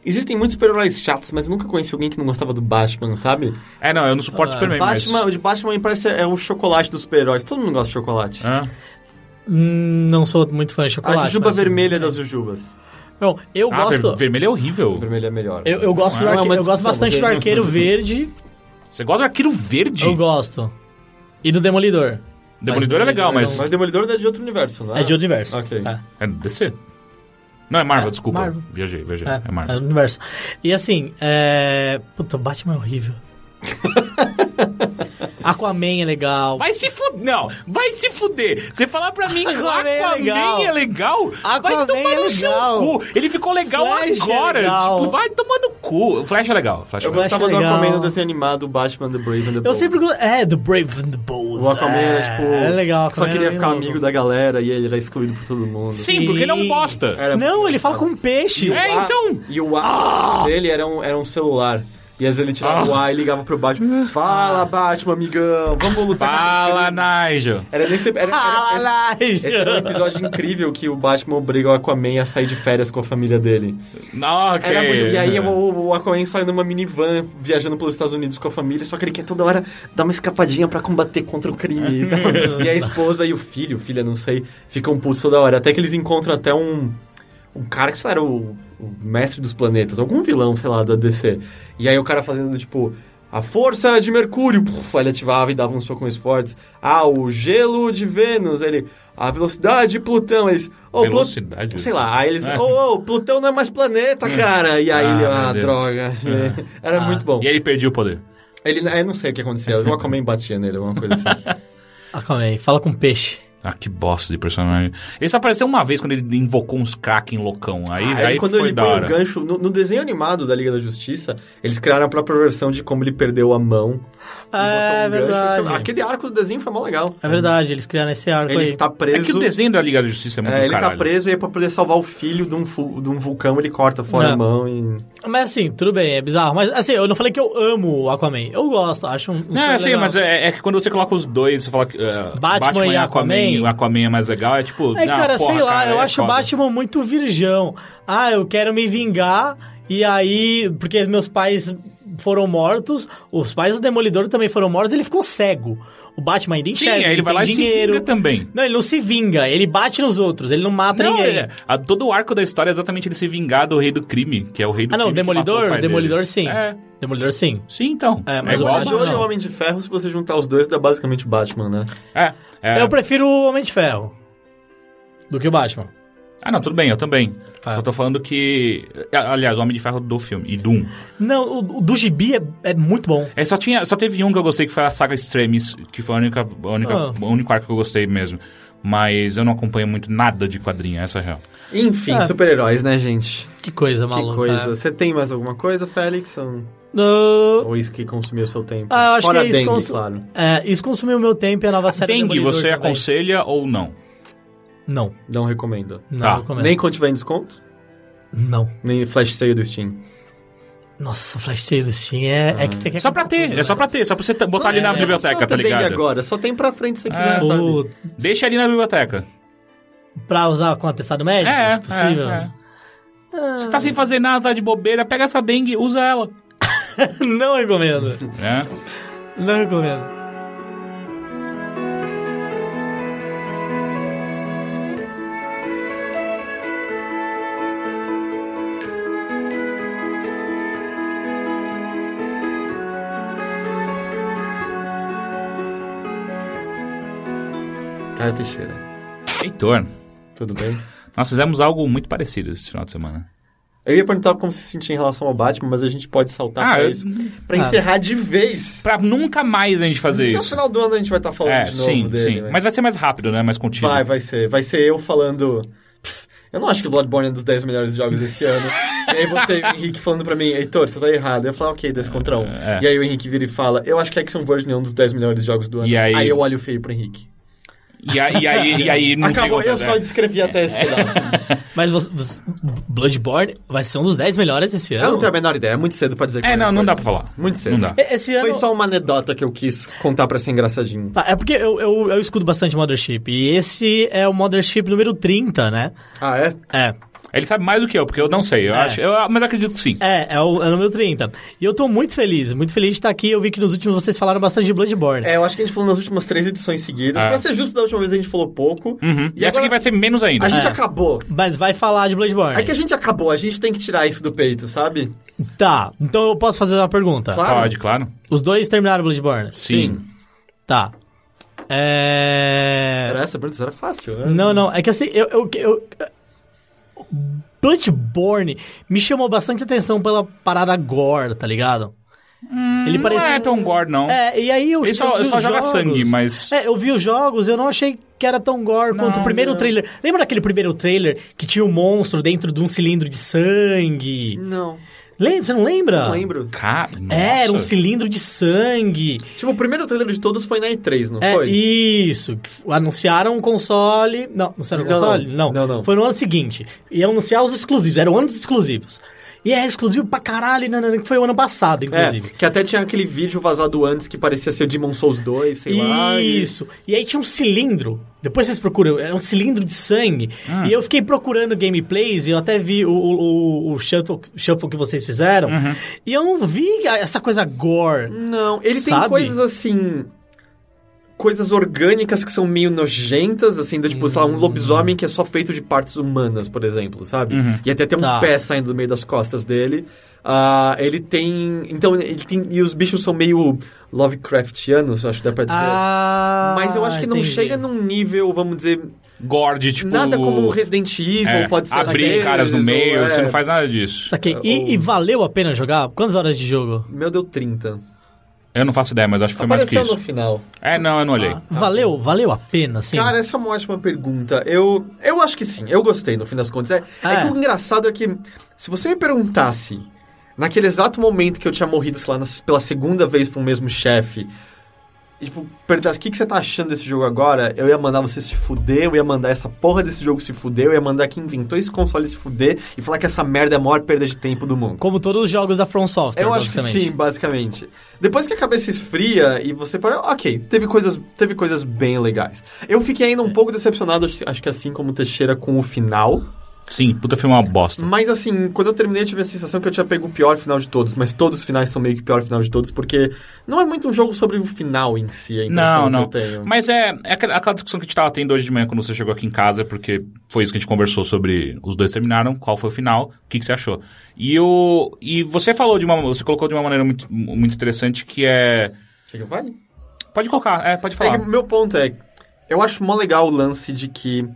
Speaker 2: Existem muitos super-heróis chatos, mas eu nunca conheci alguém que não gostava do Batman, sabe?
Speaker 3: É, não, eu não
Speaker 4: Ah,
Speaker 3: suporto o Superman,
Speaker 2: Batman, O
Speaker 3: mas...
Speaker 2: de Batman parece é o chocolate dos super-heróis. Todo mundo gosta de chocolate.
Speaker 3: Hã?
Speaker 4: hum, Não sou muito fã de
Speaker 2: A
Speaker 4: chocolate.
Speaker 2: jujuba
Speaker 4: mas-
Speaker 2: vermelha das jujubas.
Speaker 4: Não, eu
Speaker 3: Ah, ver-
Speaker 4: gosto.
Speaker 3: vermelho é horrível.
Speaker 2: Vermelha é melhor.
Speaker 4: Eu, eu gosto,
Speaker 3: Não
Speaker 4: do
Speaker 3: é
Speaker 4: arque-
Speaker 2: uma
Speaker 4: eu gosto
Speaker 2: discussão,
Speaker 4: bastante do
Speaker 2: porque-
Speaker 4: arqueiro verde.
Speaker 3: Você gosta do arqueiro verde?
Speaker 4: Eu gosto. E do Demolidor.
Speaker 3: Demolidor é
Speaker 4: Mas
Speaker 3: legal, mas...
Speaker 4: Demolidor
Speaker 2: Mas o Demolidor é de outro universo, não é?
Speaker 4: É de universo.
Speaker 2: Ok.
Speaker 4: É,
Speaker 3: É DC? Não, é Marvel, desculpa.
Speaker 4: Marvel.
Speaker 3: Viajei, viajei.
Speaker 4: é,
Speaker 3: É, Marvel.
Speaker 4: é do universo. E assim, é. Puta, o Batman é horrível. Aquaman é legal.
Speaker 3: Vai se fuder. Não, vai se fuder. Você falar pra mim que o
Speaker 4: Aquaman é
Speaker 3: Aquaman
Speaker 4: legal.
Speaker 3: é legal, vai
Speaker 4: Aquaman
Speaker 3: tomar
Speaker 4: é
Speaker 3: no
Speaker 4: legal.
Speaker 3: seu cu. Ele ficou legal
Speaker 4: Flash é
Speaker 3: agora.
Speaker 4: legal.
Speaker 3: Tipo, vai tomar no cu. O Flash é legal. Flash é
Speaker 2: Eu
Speaker 3: legal.
Speaker 4: Flash
Speaker 2: gostava
Speaker 4: é
Speaker 2: do
Speaker 4: legal.
Speaker 2: Aquaman do desenho animado Batman The Brave and the Bold.
Speaker 4: Eu sempre gosto. É, do Brave and the Bold.
Speaker 2: O Aquaman
Speaker 4: é,
Speaker 2: era, tipo...
Speaker 4: É legal,
Speaker 2: Só
Speaker 4: Aquaman
Speaker 2: queria
Speaker 4: era
Speaker 2: ficar
Speaker 4: meio
Speaker 2: amigo
Speaker 4: louco.
Speaker 2: da galera e ele era excluído por todo mundo.
Speaker 3: Sim, porque ele é um bosta.
Speaker 2: Era-
Speaker 4: Não, ele fala com um peixe.
Speaker 3: É,
Speaker 2: Ah,
Speaker 3: então.
Speaker 2: E o A dele era um, era um celular. E às vezes ele tirava
Speaker 4: Ah.
Speaker 2: o A e ligava pro Batman. Fala, Batman, amigão. Vamos lutar.
Speaker 3: Fala, Nigel.
Speaker 2: Era nesse... Era, era, esse-
Speaker 4: Fala, Ah, lá,
Speaker 2: esse era um episódio incrível que o Batman obriga o Aquaman a sair de férias com a família dele.
Speaker 3: Não, ok. né.
Speaker 2: Era muito- e aí o, o Aquaman sai numa minivan viajando pelos Estados Unidos com a família, só que ele quer toda hora dar uma escapadinha pra combater contra o crime. e tal. e a esposa e o filho, filha, não sei, ficam putos toda hora. Até que eles encontram até um, um cara que, sei lá, era o, o mestre dos planetas, algum vilão, sei lá, da DC. E aí o cara fazendo, tipo... A força de Mercúrio, puf, ele ativava e dava uns socões fortes. Ah, o gelo de Vênus, ele. A velocidade de Plutão, eles. Oh, Plu-
Speaker 3: Velocidade?
Speaker 2: Sei lá, aí eles.
Speaker 3: É.
Speaker 2: Oh, oh, Plutão não é mais planeta, cara! E aí
Speaker 3: Ah,
Speaker 2: ele.
Speaker 3: meu
Speaker 2: Ah,
Speaker 3: Deus. Ah.
Speaker 2: droga. Era muito bom.
Speaker 3: E aí ele perdia o poder.
Speaker 2: Ele, eu não sei o que aconteceu. O Aquaman batia nele, alguma coisa assim.
Speaker 4: Ah, calma aí, fala com peixe.
Speaker 3: Ah, que bosta de personagem. Ele só apareceu uma vez quando ele invocou uns Kraken loucão. Aí,
Speaker 2: Ah,
Speaker 3: aí,
Speaker 2: ele, quando
Speaker 3: foi
Speaker 2: ele
Speaker 3: da
Speaker 2: põe
Speaker 3: hora.
Speaker 2: o gancho no, no desenho animado da Liga da Justiça, eles criaram a própria versão de como ele perdeu a mão. e botou
Speaker 4: É
Speaker 2: um gancho.
Speaker 4: verdade.
Speaker 2: Foi- aquele arco do desenho foi mó legal.
Speaker 4: É verdade, eles criaram esse arco
Speaker 2: Ele
Speaker 4: aí.
Speaker 2: tá
Speaker 3: É
Speaker 2: preso.
Speaker 3: que o desenho da Liga da Justiça é muito
Speaker 2: é, ele
Speaker 3: caralho.
Speaker 2: tá preso e aí pra poder salvar o filho de um, fu- de um vulcão, ele corta fora
Speaker 4: Não.
Speaker 2: a mão e.
Speaker 4: Mas assim, tudo bem, é bizarro. Mas assim, eu não falei que eu amo o Aquaman. Eu gosto, acho um. um
Speaker 3: Não,
Speaker 4: super
Speaker 3: sim,
Speaker 4: legal.
Speaker 3: mas é, é que quando você coloca os dois, você fala que. eh,
Speaker 4: Batman e Aquaman.
Speaker 3: o Aquaman é mais legal, é tipo.
Speaker 4: É,
Speaker 3: não,
Speaker 4: cara,
Speaker 3: porra,
Speaker 4: sei lá,
Speaker 3: cara,
Speaker 4: eu
Speaker 3: é
Speaker 4: acho o
Speaker 3: foda.
Speaker 4: Batman muito virgão. Ah, eu quero me vingar, e aí, porque meus pais foram mortos, os pais do Demolidor também foram mortos, ele ficou cego. O Batman ainda
Speaker 3: Sim,
Speaker 4: enxerga,
Speaker 3: aí ele
Speaker 4: ele
Speaker 3: vai
Speaker 4: tem
Speaker 3: lá e se
Speaker 4: dinheiro.
Speaker 3: vinga também.
Speaker 4: Não, ele não se vinga, ele bate nos outros, ele não mata
Speaker 3: Não, é,
Speaker 4: ninguém.
Speaker 3: ele- a- todo o arco da história é exatamente ele se vingar do rei do crime, que é o rei do
Speaker 4: Ah, não,
Speaker 3: crime. que matou o
Speaker 4: Demolidor,
Speaker 3: pai
Speaker 4: Demolidor
Speaker 3: dele.
Speaker 4: sim.
Speaker 3: É,
Speaker 4: Demolidor sim.
Speaker 3: sim, então.
Speaker 4: É,
Speaker 3: é
Speaker 4: mas o
Speaker 3: igual.
Speaker 2: Mas hoje
Speaker 4: não.
Speaker 2: o Homem de Ferro, se você juntar os dois, dá basicamente o Batman, né?
Speaker 3: É, é.
Speaker 4: Eu prefiro o Homem de Ferro do que o Batman.
Speaker 3: Ah, não, tudo bem, eu também.
Speaker 4: Ah.
Speaker 3: Só tô falando que. a- Aliás, o Homem de Ferro do filme, e Doom.
Speaker 4: Não, o, o do Gibi é, é muito bom.
Speaker 3: É, só, tinha, só teve um que eu gostei, que foi a saga Extremis, que foi a única, a única,
Speaker 4: Ah.
Speaker 3: o único arco que eu gostei mesmo. Mas eu não acompanho muito nada de quadrinho, essa é a real.
Speaker 2: Enfim,
Speaker 4: É.
Speaker 2: super-heróis, né, gente?
Speaker 4: Que coisa maluca.
Speaker 2: que coisa.
Speaker 4: né?
Speaker 2: Você tem mais alguma coisa, Félix? Ou,
Speaker 4: Ah,
Speaker 2: ou isso que consumiu seu tempo?
Speaker 4: Ah, eu acho
Speaker 2: Fora
Speaker 4: que é isso
Speaker 2: dengue,
Speaker 4: cons-
Speaker 2: claro.
Speaker 4: É, isso consumiu meu tempo e a nova série
Speaker 3: Dengue,
Speaker 4: Demolidor
Speaker 3: você
Speaker 4: também.
Speaker 3: aconselha ou não?
Speaker 4: Não,
Speaker 2: Não recomendo.
Speaker 4: não
Speaker 3: Tá.
Speaker 4: recomendo.
Speaker 2: Nem quando tiver em desconto,
Speaker 4: Não.
Speaker 2: nem flash sale do Steam.
Speaker 4: Nossa, Flash Sale do Steam é, é que você quer...
Speaker 3: Só pra
Speaker 4: comprar
Speaker 3: ter,
Speaker 4: tudo,
Speaker 3: é só
Speaker 4: né?
Speaker 3: pra ter, só pra você t- botar
Speaker 2: Só-
Speaker 3: ali na
Speaker 2: é,
Speaker 3: biblioteca,
Speaker 2: só
Speaker 3: tá
Speaker 2: tem
Speaker 3: ligado?
Speaker 2: agora, só tem pra frente se você
Speaker 4: É,
Speaker 2: quiser, É, sabe?
Speaker 4: Ou
Speaker 3: Deixa ali na biblioteca.
Speaker 4: pra usar com atestado médico,
Speaker 3: É,
Speaker 4: se possível.
Speaker 3: é, é. Você tá sem fazer nada, tá de bobeira, pega essa dengue, usa ela.
Speaker 4: não recomendo.
Speaker 3: É.
Speaker 4: Não recomendo.
Speaker 2: Caio Teixeira,
Speaker 3: Heitor,
Speaker 2: tudo bem?
Speaker 3: nós fizemos algo muito parecido esse final de semana.
Speaker 2: Eu ia perguntar como se sentia em relação ao Batman, mas a gente pode saltar
Speaker 3: Ah,
Speaker 2: pra
Speaker 3: eu-
Speaker 2: isso. Pra encerrar de vez.
Speaker 3: Pra nunca mais a gente fazer
Speaker 2: No
Speaker 3: isso.
Speaker 2: um final do ano a gente vai estar falando
Speaker 3: É,
Speaker 2: de novo
Speaker 3: sim,
Speaker 2: dele. né?
Speaker 3: sim. Mas vai ser mais rápido, né? Mais contínuo.
Speaker 2: Vai, vai ser. Vai ser eu falando... "Pff, Eu não acho que Bloodborne é um dos 10 melhores jogos desse ano. e aí você, Henrique, falando pra mim, Heitor, você tá errado. Eu falo, ok, 2 contra 1. Um.
Speaker 3: É.
Speaker 2: E aí o Henrique vira e fala, eu acho que Action Verge é um dos 10 melhores jogos do ano.
Speaker 3: E aí-
Speaker 2: eu olho feio pro Henrique.
Speaker 3: E aí, e aí, e aí não
Speaker 2: Acabou,
Speaker 3: sei
Speaker 2: eu
Speaker 3: quantas,
Speaker 2: só
Speaker 3: é.
Speaker 2: descrevi até esse pedaço.
Speaker 4: Mas você, você- Bloodborne vai ser um dos 10 melhores esse
Speaker 2: Eu não
Speaker 4: ano?
Speaker 2: tenho a menor ideia, é muito cedo pra dizer
Speaker 3: É, não, não
Speaker 2: qualquer
Speaker 3: dá pra
Speaker 2: coisa.
Speaker 3: falar.
Speaker 2: Muito cedo.
Speaker 3: Não dá.
Speaker 4: E- Esse ano...
Speaker 2: Foi só uma anedota que eu quis contar pra ser engraçadinho.
Speaker 4: Tá, é porque eu, eu, eu escuto bastante Mothership. E esse é o Mothership número 30, né?
Speaker 2: Ah, é?
Speaker 4: É.
Speaker 3: Ele sabe mais do que eu, porque eu não sei. Eu
Speaker 4: É.
Speaker 3: acho, eu, mas eu acredito que sim.
Speaker 4: É, é o, é o número 30. E eu tô muito feliz, muito feliz de estar aqui. Eu vi que nos últimos vocês falaram bastante de Bloodborne.
Speaker 2: É, eu acho que a gente falou nas últimas três edições seguidas.
Speaker 3: Ah.
Speaker 2: Pra ser justo, da última vez a gente falou pouco.
Speaker 3: Uhum. E, essa
Speaker 2: agora
Speaker 3: aqui vai ser menos ainda.
Speaker 2: A gente
Speaker 4: É.
Speaker 2: acabou.
Speaker 4: Mas vai falar de Bloodborne.
Speaker 2: É que a gente acabou, a gente tem que tirar isso do peito, sabe?
Speaker 4: Tá, então eu posso fazer uma pergunta.
Speaker 2: Claro.
Speaker 3: Pode, claro.
Speaker 4: Os dois terminaram Bloodborne? Tá. É...
Speaker 2: Era essa pergunta, isso era fácil, né?
Speaker 4: Não, não, é que assim, eu... eu, eu- Bloodborne me chamou bastante atenção pela parada gore, tá ligado? Ele
Speaker 3: Não
Speaker 4: parece...
Speaker 3: é
Speaker 2: um-
Speaker 3: tão gore, não.
Speaker 4: É, e aí eu
Speaker 3: Ele só-
Speaker 4: eu vi
Speaker 3: só
Speaker 4: os
Speaker 3: joga
Speaker 4: jogos.
Speaker 3: sangue, mas-
Speaker 4: É, eu vi os jogos, eu não achei que era tão gore quanto o primeiro trailer. Lembra daquele primeiro trailer que tinha um monstro dentro de um cilindro de sangue?
Speaker 2: Não,
Speaker 4: Lembra? Você não lembra?
Speaker 2: não lembro.
Speaker 3: Cara,
Speaker 4: É, Era um
Speaker 3: nossa.
Speaker 4: cilindro de sangue.
Speaker 2: Tipo, o primeiro trailer de todos foi na E3, não
Speaker 4: É,
Speaker 2: foi?
Speaker 4: isso. Anunciaram o console. Não, anunciaram o
Speaker 2: Não,
Speaker 4: console?
Speaker 2: não. Não, não.
Speaker 4: Foi no ano seguinte. Iam anunciar os exclusivos, eram anos exclusivos. E é exclusivo pra caralho, não, não, não, que foi o ano passado,
Speaker 2: É,
Speaker 4: inclusive.
Speaker 2: que até tinha aquele vídeo vazado antes que parecia ser o Demon Souls 2, sei lá. e-
Speaker 4: Isso. E aí tinha um cilindro. Depois vocês procuram, é um cilindro de sangue.
Speaker 2: Ah.
Speaker 4: E eu fiquei procurando gameplays e eu até vi o, o, o- o shuffle, shuffle que vocês fizeram.
Speaker 2: Uhum.
Speaker 4: E eu não vi a- essa coisa gore.
Speaker 2: Não, ele
Speaker 4: Sabe?
Speaker 2: tem coisas assim. coisas orgânicas que são meio nojentas, assim, do tipo, sei lá,
Speaker 3: Hum.
Speaker 2: um lobisomem que é só feito de partes humanas, por exemplo, sabe?
Speaker 3: Uhum.
Speaker 2: E até tem um
Speaker 4: Tá.
Speaker 2: pé saindo do meio das costas dele. Ah, ele tem. Então, ele tem. E os bichos são meio Lovecraftianos, acho que dá pra dizer.
Speaker 4: Ah,
Speaker 2: Mas eu acho que não
Speaker 4: entendi.
Speaker 2: chega num nível, vamos dizer,
Speaker 3: Gorde, tipo.
Speaker 2: nada como o Resident Evil,
Speaker 3: é,
Speaker 2: pode ser.
Speaker 3: Abrir
Speaker 2: daqueles,
Speaker 3: caras no
Speaker 2: ou
Speaker 3: meio,
Speaker 2: é.
Speaker 3: você não faz nada disso.
Speaker 4: Saquei.
Speaker 2: Oh.
Speaker 4: E, e valeu a pena jogar? Quantas horas de jogo?
Speaker 2: Meu, deu 30.
Speaker 3: Eu não faço ideia, mas acho que foi
Speaker 2: Apareceu
Speaker 3: mais que
Speaker 2: no Ah.
Speaker 3: isso.
Speaker 2: final.
Speaker 3: É, não, eu não olhei.
Speaker 4: Ah, Valeu, valeu a pena, sim.
Speaker 2: Cara, essa é uma ótima pergunta. Eu, eu acho que sim, eu gostei no fim das contas. É,
Speaker 4: Ah,
Speaker 2: é que
Speaker 4: é.
Speaker 2: o engraçado é que, se você me perguntasse, naquele exato momento que eu tinha morrido, sei lá, nas- pela segunda vez pra um mesmo chefe, e, tipo, perguntasse o que, que você tá achando desse jogo agora, eu ia mandar você se fuder, eu ia mandar essa porra desse jogo se fuder, eu ia mandar quem inventou esse console se fuder e falar que essa merda é a maior perda de tempo do mundo.
Speaker 4: Como todos os jogos da From Software,
Speaker 2: Eu acho que
Speaker 4: basicamente.
Speaker 2: sim, basicamente. Depois que a cabeça esfria e você para, ok, teve coisas, teve coisas bem legais. Eu fiquei
Speaker 3: É.
Speaker 2: ainda um pouco decepcionado, acho acho que assim como o Teixeira com o final.
Speaker 3: Sim, puta filme é uma bosta.
Speaker 2: Mas assim, quando eu terminei, eu tive a sensação que eu tinha pego o pior final de todos, mas todos os finais são meio que o pior final de todos, porque não é muito um jogo sobre o final em si, a
Speaker 3: Não,
Speaker 2: impressão
Speaker 3: não.
Speaker 2: é que eu tenho.
Speaker 3: Mas é, é aquela aquela discussão que a gente tava tendo hoje de manhã quando você chegou aqui em casa, porque foi isso que a gente conversou sobre os dois terminaram, qual foi o final, o que, que você achou. E, o, e você falou de uma. Você colocou de uma maneira muito, muito interessante que é.
Speaker 2: Chega, vai.
Speaker 3: Pode colocar, é, pode
Speaker 2: É
Speaker 3: falar.
Speaker 2: que meu ponto é, eu acho mó legal o lance de que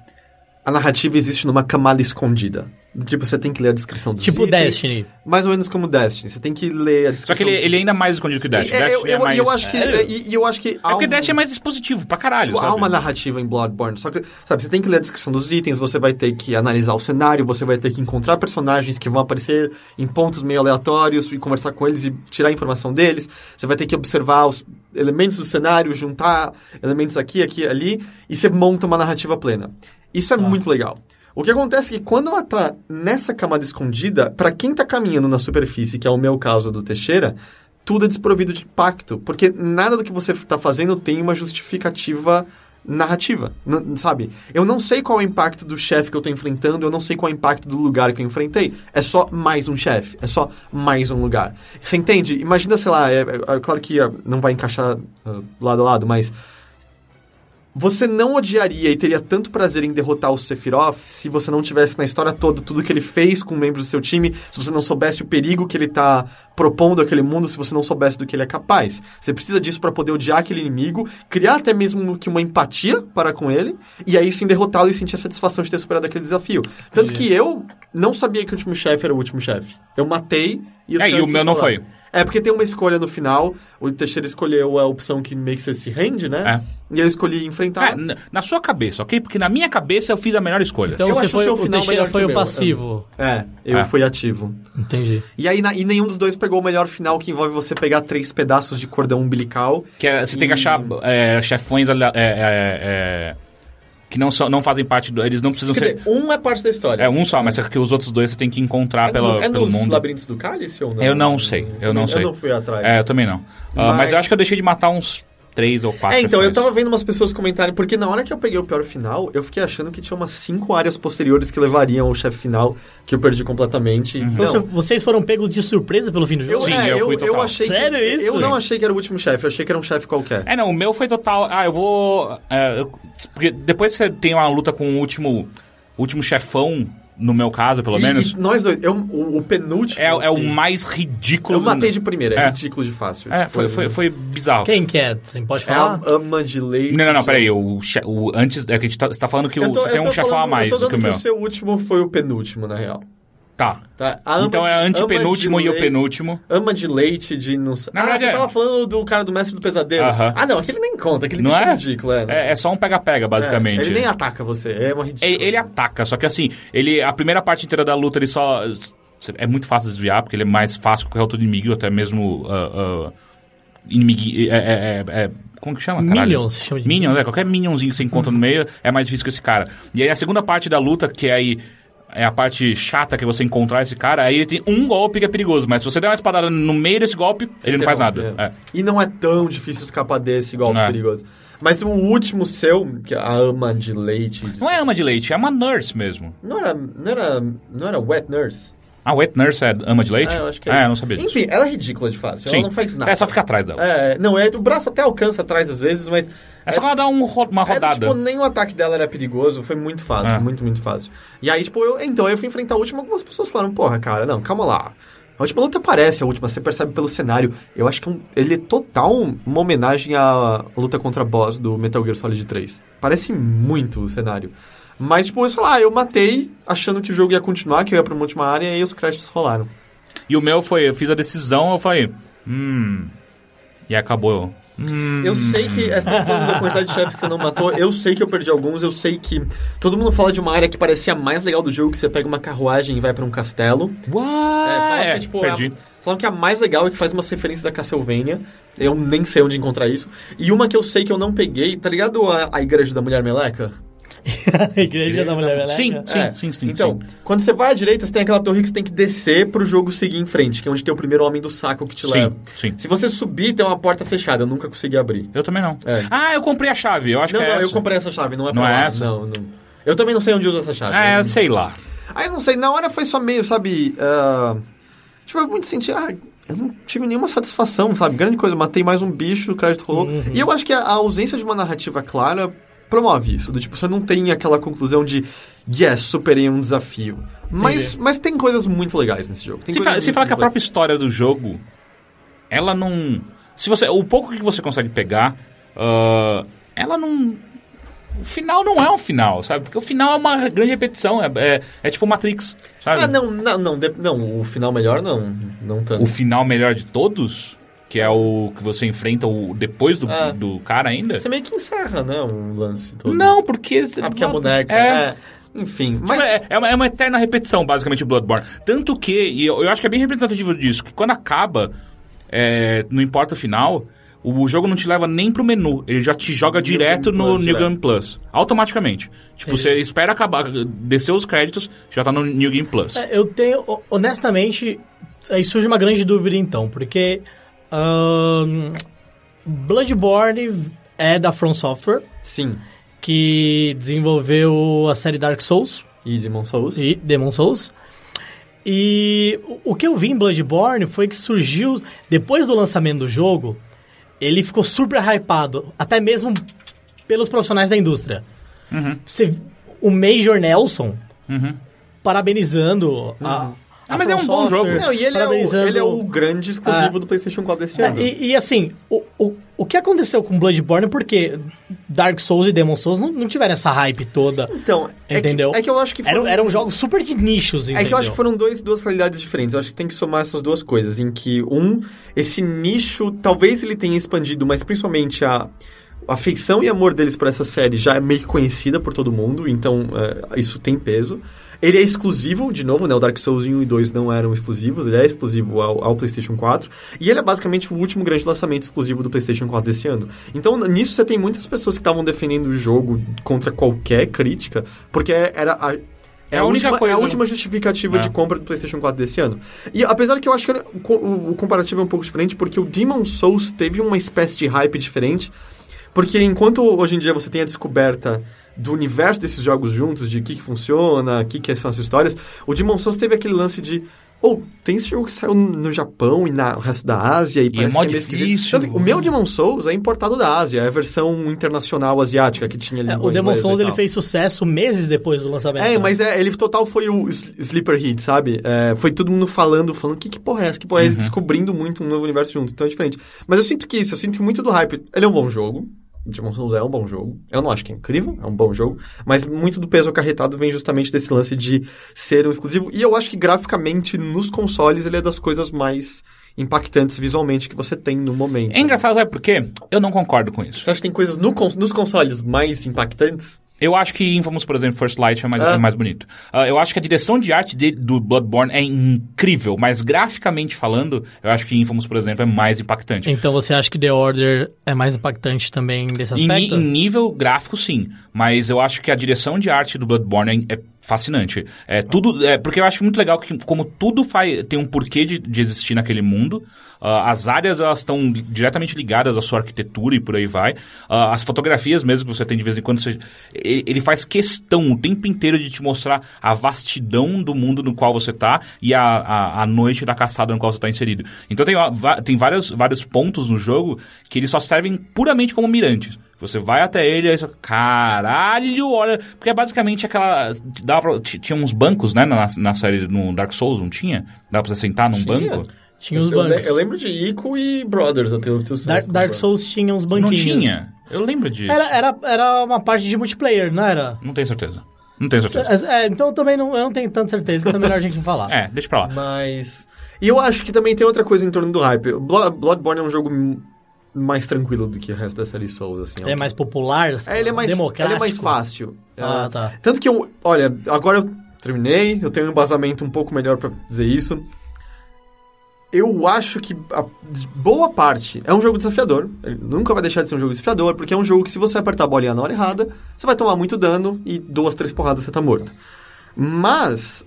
Speaker 2: a narrativa existe numa camada escondida. Tipo, você tem que ler a descrição do
Speaker 4: Tipo Destiny.
Speaker 2: Mais ou menos como Destiny. Você tem que ler a
Speaker 3: Só
Speaker 2: descrição.
Speaker 3: que ele, ele é ainda mais escondido que o Dash.
Speaker 2: E- é, eu,
Speaker 3: Dash é
Speaker 2: eu-
Speaker 3: mais-
Speaker 2: eu acho que,
Speaker 3: É,
Speaker 2: e, e eu acho que há
Speaker 3: porque
Speaker 2: um-
Speaker 3: Dash é mais expositivo, pra caralho.
Speaker 2: tipo, há
Speaker 3: sabe?
Speaker 2: uma narrativa em Bloodborne, só que, sabe, você tem que ler a descrição dos itens, você vai ter que analisar o cenário, você vai ter que encontrar personagens que vão aparecer em pontos meio aleatórios e conversar com eles e tirar a informação deles, você vai ter que observar os elementos do cenário, juntar elementos aqui, aqui, ali, e você monta uma narrativa plena. Isso é muito legal. O que acontece é que quando ela tá nessa camada escondida, pra quem tá caminhando na superfície, que é o meu caso do Teixeira, tudo é desprovido de impacto, porque nada do que você tá fazendo tem uma justificativa narrativa, n- sabe? Eu não sei qual é o impacto do chefe que eu tô enfrentando, eu não sei qual é o impacto do lugar que eu enfrentei. É só mais um chefe, é só mais um lugar. Você entende? Imagina, sei lá, é, é- é claro que ah, não vai encaixar ah, lado a lado, mas você não odiaria e teria tanto prazer em derrotar o Sephiroth se você não tivesse na história toda tudo que ele fez com membros do seu time, se você não soubesse o perigo que ele tá propondo àquele mundo, se você não soubesse do que ele é capaz. Você precisa disso pra poder odiar aquele inimigo, criar até mesmo que uma empatia para com ele, e aí sim derrotá-lo e sentir a satisfação de ter superado aquele desafio. Tanto que eu não sabia que o último chefe era o último chefe. Eu matei e os
Speaker 3: É, e
Speaker 2: caras
Speaker 3: o meu não foi.
Speaker 2: é, porque tem uma escolha no final. O Teixeira escolheu a opção que meio que você se rende, né? E eu escolhi enfrentar.
Speaker 3: É, na- na sua cabeça, ok? Porque na minha cabeça eu fiz a melhor escolha.
Speaker 4: Então
Speaker 2: Eu
Speaker 4: você
Speaker 2: acho o
Speaker 4: foi,
Speaker 2: seu
Speaker 4: o
Speaker 2: final
Speaker 4: Teixeira
Speaker 2: melhor que
Speaker 4: foi
Speaker 2: o
Speaker 4: o
Speaker 2: meu,
Speaker 4: passivo.
Speaker 2: É, eu
Speaker 3: É.
Speaker 2: fui ativo.
Speaker 4: Entendi.
Speaker 2: E aí na- e nenhum dos dois pegou o melhor final, que envolve você pegar três pedaços de cordão umbilical.
Speaker 3: Que é, você tem que achar
Speaker 2: Hum.
Speaker 3: é, chefões alea- é, é, é, que não, são, não fazem parte do. Eles não precisam
Speaker 2: Quer
Speaker 3: ser.
Speaker 2: dizer, um é parte da história.
Speaker 3: É um só, mas é que os outros dois você tem que encontrar
Speaker 2: É
Speaker 3: pela,
Speaker 2: no- é
Speaker 3: pelo
Speaker 2: nos
Speaker 3: mundo.
Speaker 2: labirintos do cálice ou não?
Speaker 3: Eu não sei, eu não sei.
Speaker 2: Eu não fui atrás.
Speaker 3: É, eu também não. Ah, mas...
Speaker 2: Mas-
Speaker 3: eu acho que eu deixei de matar uns três ou quatro.
Speaker 2: É, então, eu
Speaker 3: chefões.
Speaker 2: tava vendo umas pessoas comentarem, porque na hora que eu peguei o pior final, eu fiquei achando que tinha umas cinco áreas posteriores que levariam ao chefe final, que eu perdi completamente.
Speaker 3: Uhum.
Speaker 4: Então
Speaker 2: Não.
Speaker 4: você- vocês foram pegos de surpresa pelo fim do jogo?
Speaker 2: Eu,
Speaker 3: Sim,
Speaker 2: é,
Speaker 3: eu
Speaker 2: eu,
Speaker 3: fui total.
Speaker 2: eu achei que-
Speaker 4: Sério isso?
Speaker 2: Eu não achei que era o último chefe, eu achei que era um chefe qualquer.
Speaker 3: É, não, o meu foi total. Ah, eu vou. é, eu- porque depois você tem uma luta com o último, último chefão, no meu caso, pelo
Speaker 2: E-
Speaker 3: menos.
Speaker 2: e nós dois, eu- o, o penúltimo.
Speaker 3: É, é o
Speaker 2: que-
Speaker 3: mais ridículo.
Speaker 2: Eu matei
Speaker 3: do-
Speaker 2: de primeira, é,
Speaker 3: É.
Speaker 2: ridículo de fácil.
Speaker 3: É,
Speaker 2: tipo,
Speaker 3: foi, foi, foi bizarro.
Speaker 4: Quem que é? Você pode
Speaker 2: É a
Speaker 4: falar?
Speaker 2: ama de leite.
Speaker 3: Não, não, não, peraí. O, che- o antes. É que a gente tá, você tá falando que o,
Speaker 2: Eu tô-
Speaker 3: você tem
Speaker 2: eu tô
Speaker 3: um chefão a
Speaker 2: falando-
Speaker 3: mais
Speaker 2: Eu tô
Speaker 3: do que o
Speaker 2: dando que
Speaker 3: meu.
Speaker 2: o seu último foi o penúltimo, na real.
Speaker 3: Tá.
Speaker 2: Tá? A ama
Speaker 3: então
Speaker 2: de-
Speaker 3: é
Speaker 2: ama de
Speaker 3: antepenúltimo e o
Speaker 2: leite-
Speaker 3: penúltimo.
Speaker 2: Ama de leite, de não sei.
Speaker 3: Na
Speaker 2: ah,
Speaker 3: verdade
Speaker 2: você
Speaker 3: é.
Speaker 2: tava falando do cara do mestre do pesadelo.
Speaker 3: Aham.
Speaker 2: Ah, não, aquele nem conta, aquele
Speaker 3: Não
Speaker 2: bicho
Speaker 3: é?
Speaker 2: ridículo, é. né?
Speaker 3: É, é só um pega-pega, basicamente. assim.
Speaker 2: É, ele nem ataca você, é uma ridícula.
Speaker 3: Ele, ele ataca, só que assim, ele a primeira parte inteira da luta ele só. É muito fácil desviar, porque ele é mais fácil que qualquer outro inimigo, até mesmo. ah, ah, inimigo. É, é- é- é- como que chama? Caralho?
Speaker 4: Minions, se chama de
Speaker 3: Minions, é. Qualquer minionzinho que você encontra
Speaker 2: Uhum.
Speaker 3: no meio é mais difícil que esse cara. E aí a segunda parte da luta, que é aí. É a parte chata que é você encontrar esse cara, aí ele tem um golpe que é perigoso, mas se você der uma espadada no meio desse golpe, ele não faz nada.
Speaker 2: É.
Speaker 3: É.
Speaker 2: E não é tão difícil escapar desse golpe
Speaker 3: É.
Speaker 2: perigoso. Mas o último seu, que é a ama de leite. de-
Speaker 3: é- Não é ama de leite, é uma nurse mesmo.
Speaker 2: Não era. Não era. Não era wet nurse?
Speaker 3: Ah, Wet Nurse é ama de leite?
Speaker 2: É, eu acho que é.
Speaker 3: Ah,
Speaker 2: isso.
Speaker 3: eu não sabia disso.
Speaker 2: Enfim, ela é ridícula de fácil.
Speaker 3: Sim.
Speaker 2: Ela não faz nada.
Speaker 3: É só ficar atrás dela. É,
Speaker 2: É, não, é do braço até alcança atrás às vezes, mas.
Speaker 3: só que ela dá um ro- uma
Speaker 2: É,
Speaker 3: rodada.
Speaker 2: tipo, nem o ataque dela era perigoso, foi muito fácil,
Speaker 3: É.
Speaker 2: muito, muito fácil. E aí, tipo, eu, então eu fui enfrentar a última, algumas pessoas falaram, porra, cara, não, calma lá. A última luta parece a última, você percebe pelo cenário. Eu acho que é um- ele é total um- uma homenagem à luta contra boss do Metal Gear Solid 3. Parece muito o cenário. Mas, tipo, eu sei lá, eu matei achando que o jogo ia continuar, que eu ia pra uma última área, e aí os créditos rolaram.
Speaker 3: E o meu foi, eu fiz a decisão, eu falei, hum. E acabou.
Speaker 2: Eu sei que. Você tá falando da quantidade de chefes que você não matou. Eu sei que eu perdi alguns. Eu sei que. Todo mundo fala de uma área que parecia a mais legal do jogo, que você pega uma carruagem e vai pra um castelo.
Speaker 3: Uau!
Speaker 2: falam
Speaker 3: É,
Speaker 2: que, tipo,
Speaker 3: perdi.
Speaker 2: a- falam que a mais legal é que faz umas referências da Castlevania. Eu nem sei onde encontrar isso. E uma que eu sei que eu não peguei, tá ligado a, a Igreja da Mulher Meleca?
Speaker 4: A igreja da mulher Meleca.
Speaker 3: Sim, sim,
Speaker 2: É.
Speaker 3: sim, sim.
Speaker 2: Então,
Speaker 3: sim.
Speaker 2: quando você vai à direita, você tem aquela torre que você tem que descer pro jogo seguir em frente, que é onde tem o primeiro homem do saco que te
Speaker 3: Sim,
Speaker 2: leva.
Speaker 3: sim.
Speaker 2: Se você subir, tem uma porta fechada. Eu nunca consegui abrir.
Speaker 3: Eu também não.
Speaker 2: É.
Speaker 3: Ah, eu comprei a chave, eu acho
Speaker 2: Não,
Speaker 3: que é
Speaker 2: não,
Speaker 3: essa.
Speaker 2: eu comprei essa chave, não é pra
Speaker 3: Não é
Speaker 2: lá.
Speaker 3: essa?
Speaker 2: Não, não. Eu também não sei onde usa essa chave.
Speaker 3: É,
Speaker 2: Eu-
Speaker 3: sei lá.
Speaker 2: Aí eu não sei, na hora foi só meio, sabe... ah, tipo, eu muito senti... Ah, eu não tive nenhuma satisfação, sabe? Grande coisa, eu matei mais um bicho, o crédito rolou.
Speaker 3: Uhum.
Speaker 2: E eu acho que a, a ausência de uma narrativa clara promove isso. Do tipo, você não tem aquela conclusão de... Yes, superei um desafio. Mas, mas tem coisas muito legais nesse jogo. Tem
Speaker 3: Se,
Speaker 2: coisas
Speaker 3: fa- se
Speaker 2: muito,
Speaker 3: falar que a
Speaker 2: muito legais.
Speaker 3: própria história do jogo, ela não. Se você, o pouco que você consegue pegar, ah, ela não. O final não é um final, sabe? Porque o final é uma grande repetição, é, é, é tipo Matrix, sabe?
Speaker 2: Ah, não, não, não, de- não, o final melhor não, não tanto.
Speaker 3: O final melhor de todos, que é o que você enfrenta o depois do,
Speaker 2: Ah.
Speaker 3: do cara ainda.
Speaker 2: Você meio que encerra, né, o lance todo.
Speaker 3: Não, porque.
Speaker 2: Ah, porque a boneca.
Speaker 3: É.
Speaker 2: É. Enfim,
Speaker 3: Tipo,
Speaker 2: mas.
Speaker 3: é, é uma, é uma eterna repetição, basicamente, Bloodborne. Tanto que, e eu, eu acho que é bem representativo disso, que quando acaba, é, não importa o final, o jogo não te leva nem pro menu. Ele já te joga direto
Speaker 2: Game
Speaker 3: no
Speaker 2: Plus,
Speaker 3: New
Speaker 2: é.
Speaker 3: Game Plus. Automaticamente. Tipo, você espera acabar, descer os créditos, já tá no New Game Plus.
Speaker 5: É, Eu tenho, ho- honestamente, aí surge uma grande dúvida então, porque ahn, Bloodborne é da From Software,
Speaker 2: Sim.
Speaker 5: que desenvolveu a série Dark Souls
Speaker 2: E Demon Souls?
Speaker 5: e Demon Souls. E o- o que eu vi em Bloodborne foi que surgiu, depois do lançamento do jogo, ele ficou super hypado, até mesmo pelos profissionais da indústria.
Speaker 3: Uhum.
Speaker 5: Você, o Major Nelson parabenizando a.
Speaker 3: Ah,
Speaker 5: a
Speaker 3: mas é
Speaker 5: From
Speaker 3: um bom
Speaker 5: Software,
Speaker 3: jogo.
Speaker 2: Uhum. Não, e ele é, o,
Speaker 5: parabenizando-
Speaker 2: ele é o grande exclusivo do PlayStation 4 deste ano.
Speaker 5: É, e, e assim, o, o, o que aconteceu com Bloodborne, é porque Dark Souls e Demon Souls não, não tiveram essa hype toda. um,
Speaker 2: Então, é
Speaker 5: entendeu?
Speaker 2: Que, é que eu acho que
Speaker 4: um-
Speaker 5: Eram, eram jogos super de nichos,
Speaker 2: É
Speaker 5: entendeu?
Speaker 2: que eu acho que foram dois, duas realidades diferentes. Eu acho que tem que somar essas duas coisas. Em que, um, esse nicho, talvez ele tenha expandido, mas principalmente a a afeição e amor deles por essa série já é meio que conhecida por todo mundo, então é, isso tem peso. Ele é exclusivo, de novo, né? O Dark Souls 1 e 2 não eram exclusivos, ele é exclusivo ao, ao PlayStation 4. E ele é basicamente o último grande lançamento exclusivo do PlayStation 4 desse ano. Então, n- nisso você tem muitas pessoas que estavam defendendo o jogo contra qualquer crítica, porque era a.
Speaker 3: É a única
Speaker 2: última,
Speaker 3: coisa,
Speaker 2: é a
Speaker 3: né?
Speaker 2: última justificativa
Speaker 3: É.
Speaker 2: de compra do PlayStation 4 desse ano. E apesar que eu acho que o, co- o- o comparativo é um pouco diferente, porque o Demon Souls teve uma espécie de hype diferente. Porque enquanto hoje em dia você tem a descoberta do universo desses jogos juntos, de o que, que funciona, o que, que são as histórias, o Demon Souls teve aquele lance de. Ou tem esse jogo que saiu no Japão e na o resto da Ásia e, parece
Speaker 3: mó
Speaker 2: que é meio esquisito."
Speaker 3: difícil.
Speaker 2: Tanto que o meu Demon Souls é importado da Ásia, é a versão internacional asiática que tinha ali.
Speaker 5: É, o Demon Souls ele fez sucesso meses depois do lançamento.
Speaker 2: É,
Speaker 5: né?
Speaker 2: mas é, ele total foi o s- sleeper hit, sabe? É, foi todo mundo falando, falando, que, que porra é essa? Que porra é
Speaker 5: Uhum.
Speaker 2: essa? Descobrindo muito um novo universo junto, então é diferente. Mas eu sinto que isso, eu sinto muito do hype. Ele é um bom jogo, Demon Souls é um bom jogo. Eu não acho que é incrível, é um bom jogo. Mas muito do peso acarretado vem justamente desse lance de ser um exclusivo. E eu acho que graficamente, nos consoles, ele é das coisas mais impactantes visualmente que você tem no momento.
Speaker 3: É engraçado, sabe por quê? Eu não concordo com isso.
Speaker 2: Você acha que tem coisas no cons- nos consoles mais impactantes?
Speaker 3: Eu acho que Infamous, por exemplo, First Light é mais,
Speaker 2: Ah.
Speaker 3: é mais bonito. Ah, eu acho que a direção de arte de- do Bloodborne é incrível, mas graficamente falando, eu acho que Infamous, por exemplo, é mais impactante.
Speaker 5: Então você acha que The Order é mais impactante também desse
Speaker 3: Em, ni-
Speaker 5: aspecto?
Speaker 3: em nível gráfico, sim. Mas eu acho que a direção de arte do Bloodborne é, é fascinante. É tudo, é, porque eu acho muito legal que como tudo faz, tem um porquê de, de existir naquele mundo. ah, as áreas elas estão li- diretamente ligadas à sua arquitetura e por aí vai. Ah, as fotografias mesmo que você tem de vez em quando, você- ele, ele faz questão o tempo inteiro de te mostrar a vastidão do mundo no qual você tá e a, a, a noite da caçada no qual você tá inserido. Então tem, ó, va- tem vários, vários pontos no jogo que eles só servem puramente como mirantes. Você vai até ele, aí você, caralho, olha. Porque é basicamente aquela. Dava pra- t- tinha uns bancos, né? Na, na série no Dark Souls, não tinha? Dava pra você sentar num banco?
Speaker 2: Eu,
Speaker 5: Tinha os
Speaker 2: eu le-
Speaker 5: bancos.
Speaker 2: eu lembro de Ico e Brothers até o
Speaker 5: Dark, Dark Souls tinha uns
Speaker 3: Não
Speaker 5: banquinhos.
Speaker 3: tinha. Eu lembro disso.
Speaker 5: Era, era, era uma parte de multiplayer, não era?
Speaker 3: Não tenho certeza. Não tenho certeza.
Speaker 5: É, é, então eu também não, eu não tenho tanta certeza, então é melhor a gente não falar.
Speaker 3: É, deixa pra lá.
Speaker 2: Mas. E eu acho que também tem outra coisa em torno do hype. Blo- Bloodborne é um jogo m- mais tranquilo do que o resto da série Souls, assim.
Speaker 5: Ele é mais popular,
Speaker 2: É, ele é mais,
Speaker 5: democrático.
Speaker 2: ele é mais fácil.
Speaker 5: Ah,
Speaker 2: É.
Speaker 5: tá.
Speaker 2: Tanto que eu, olha, agora eu terminei, eu tenho um embasamento um pouco melhor pra dizer isso. Eu acho que a boa parte é um jogo desafiador. Ele nunca vai deixar de ser um jogo desafiador, porque é um jogo que se você apertar a bolinha na hora errada, você vai tomar muito dano e duas, três porradas você tá morto. Mas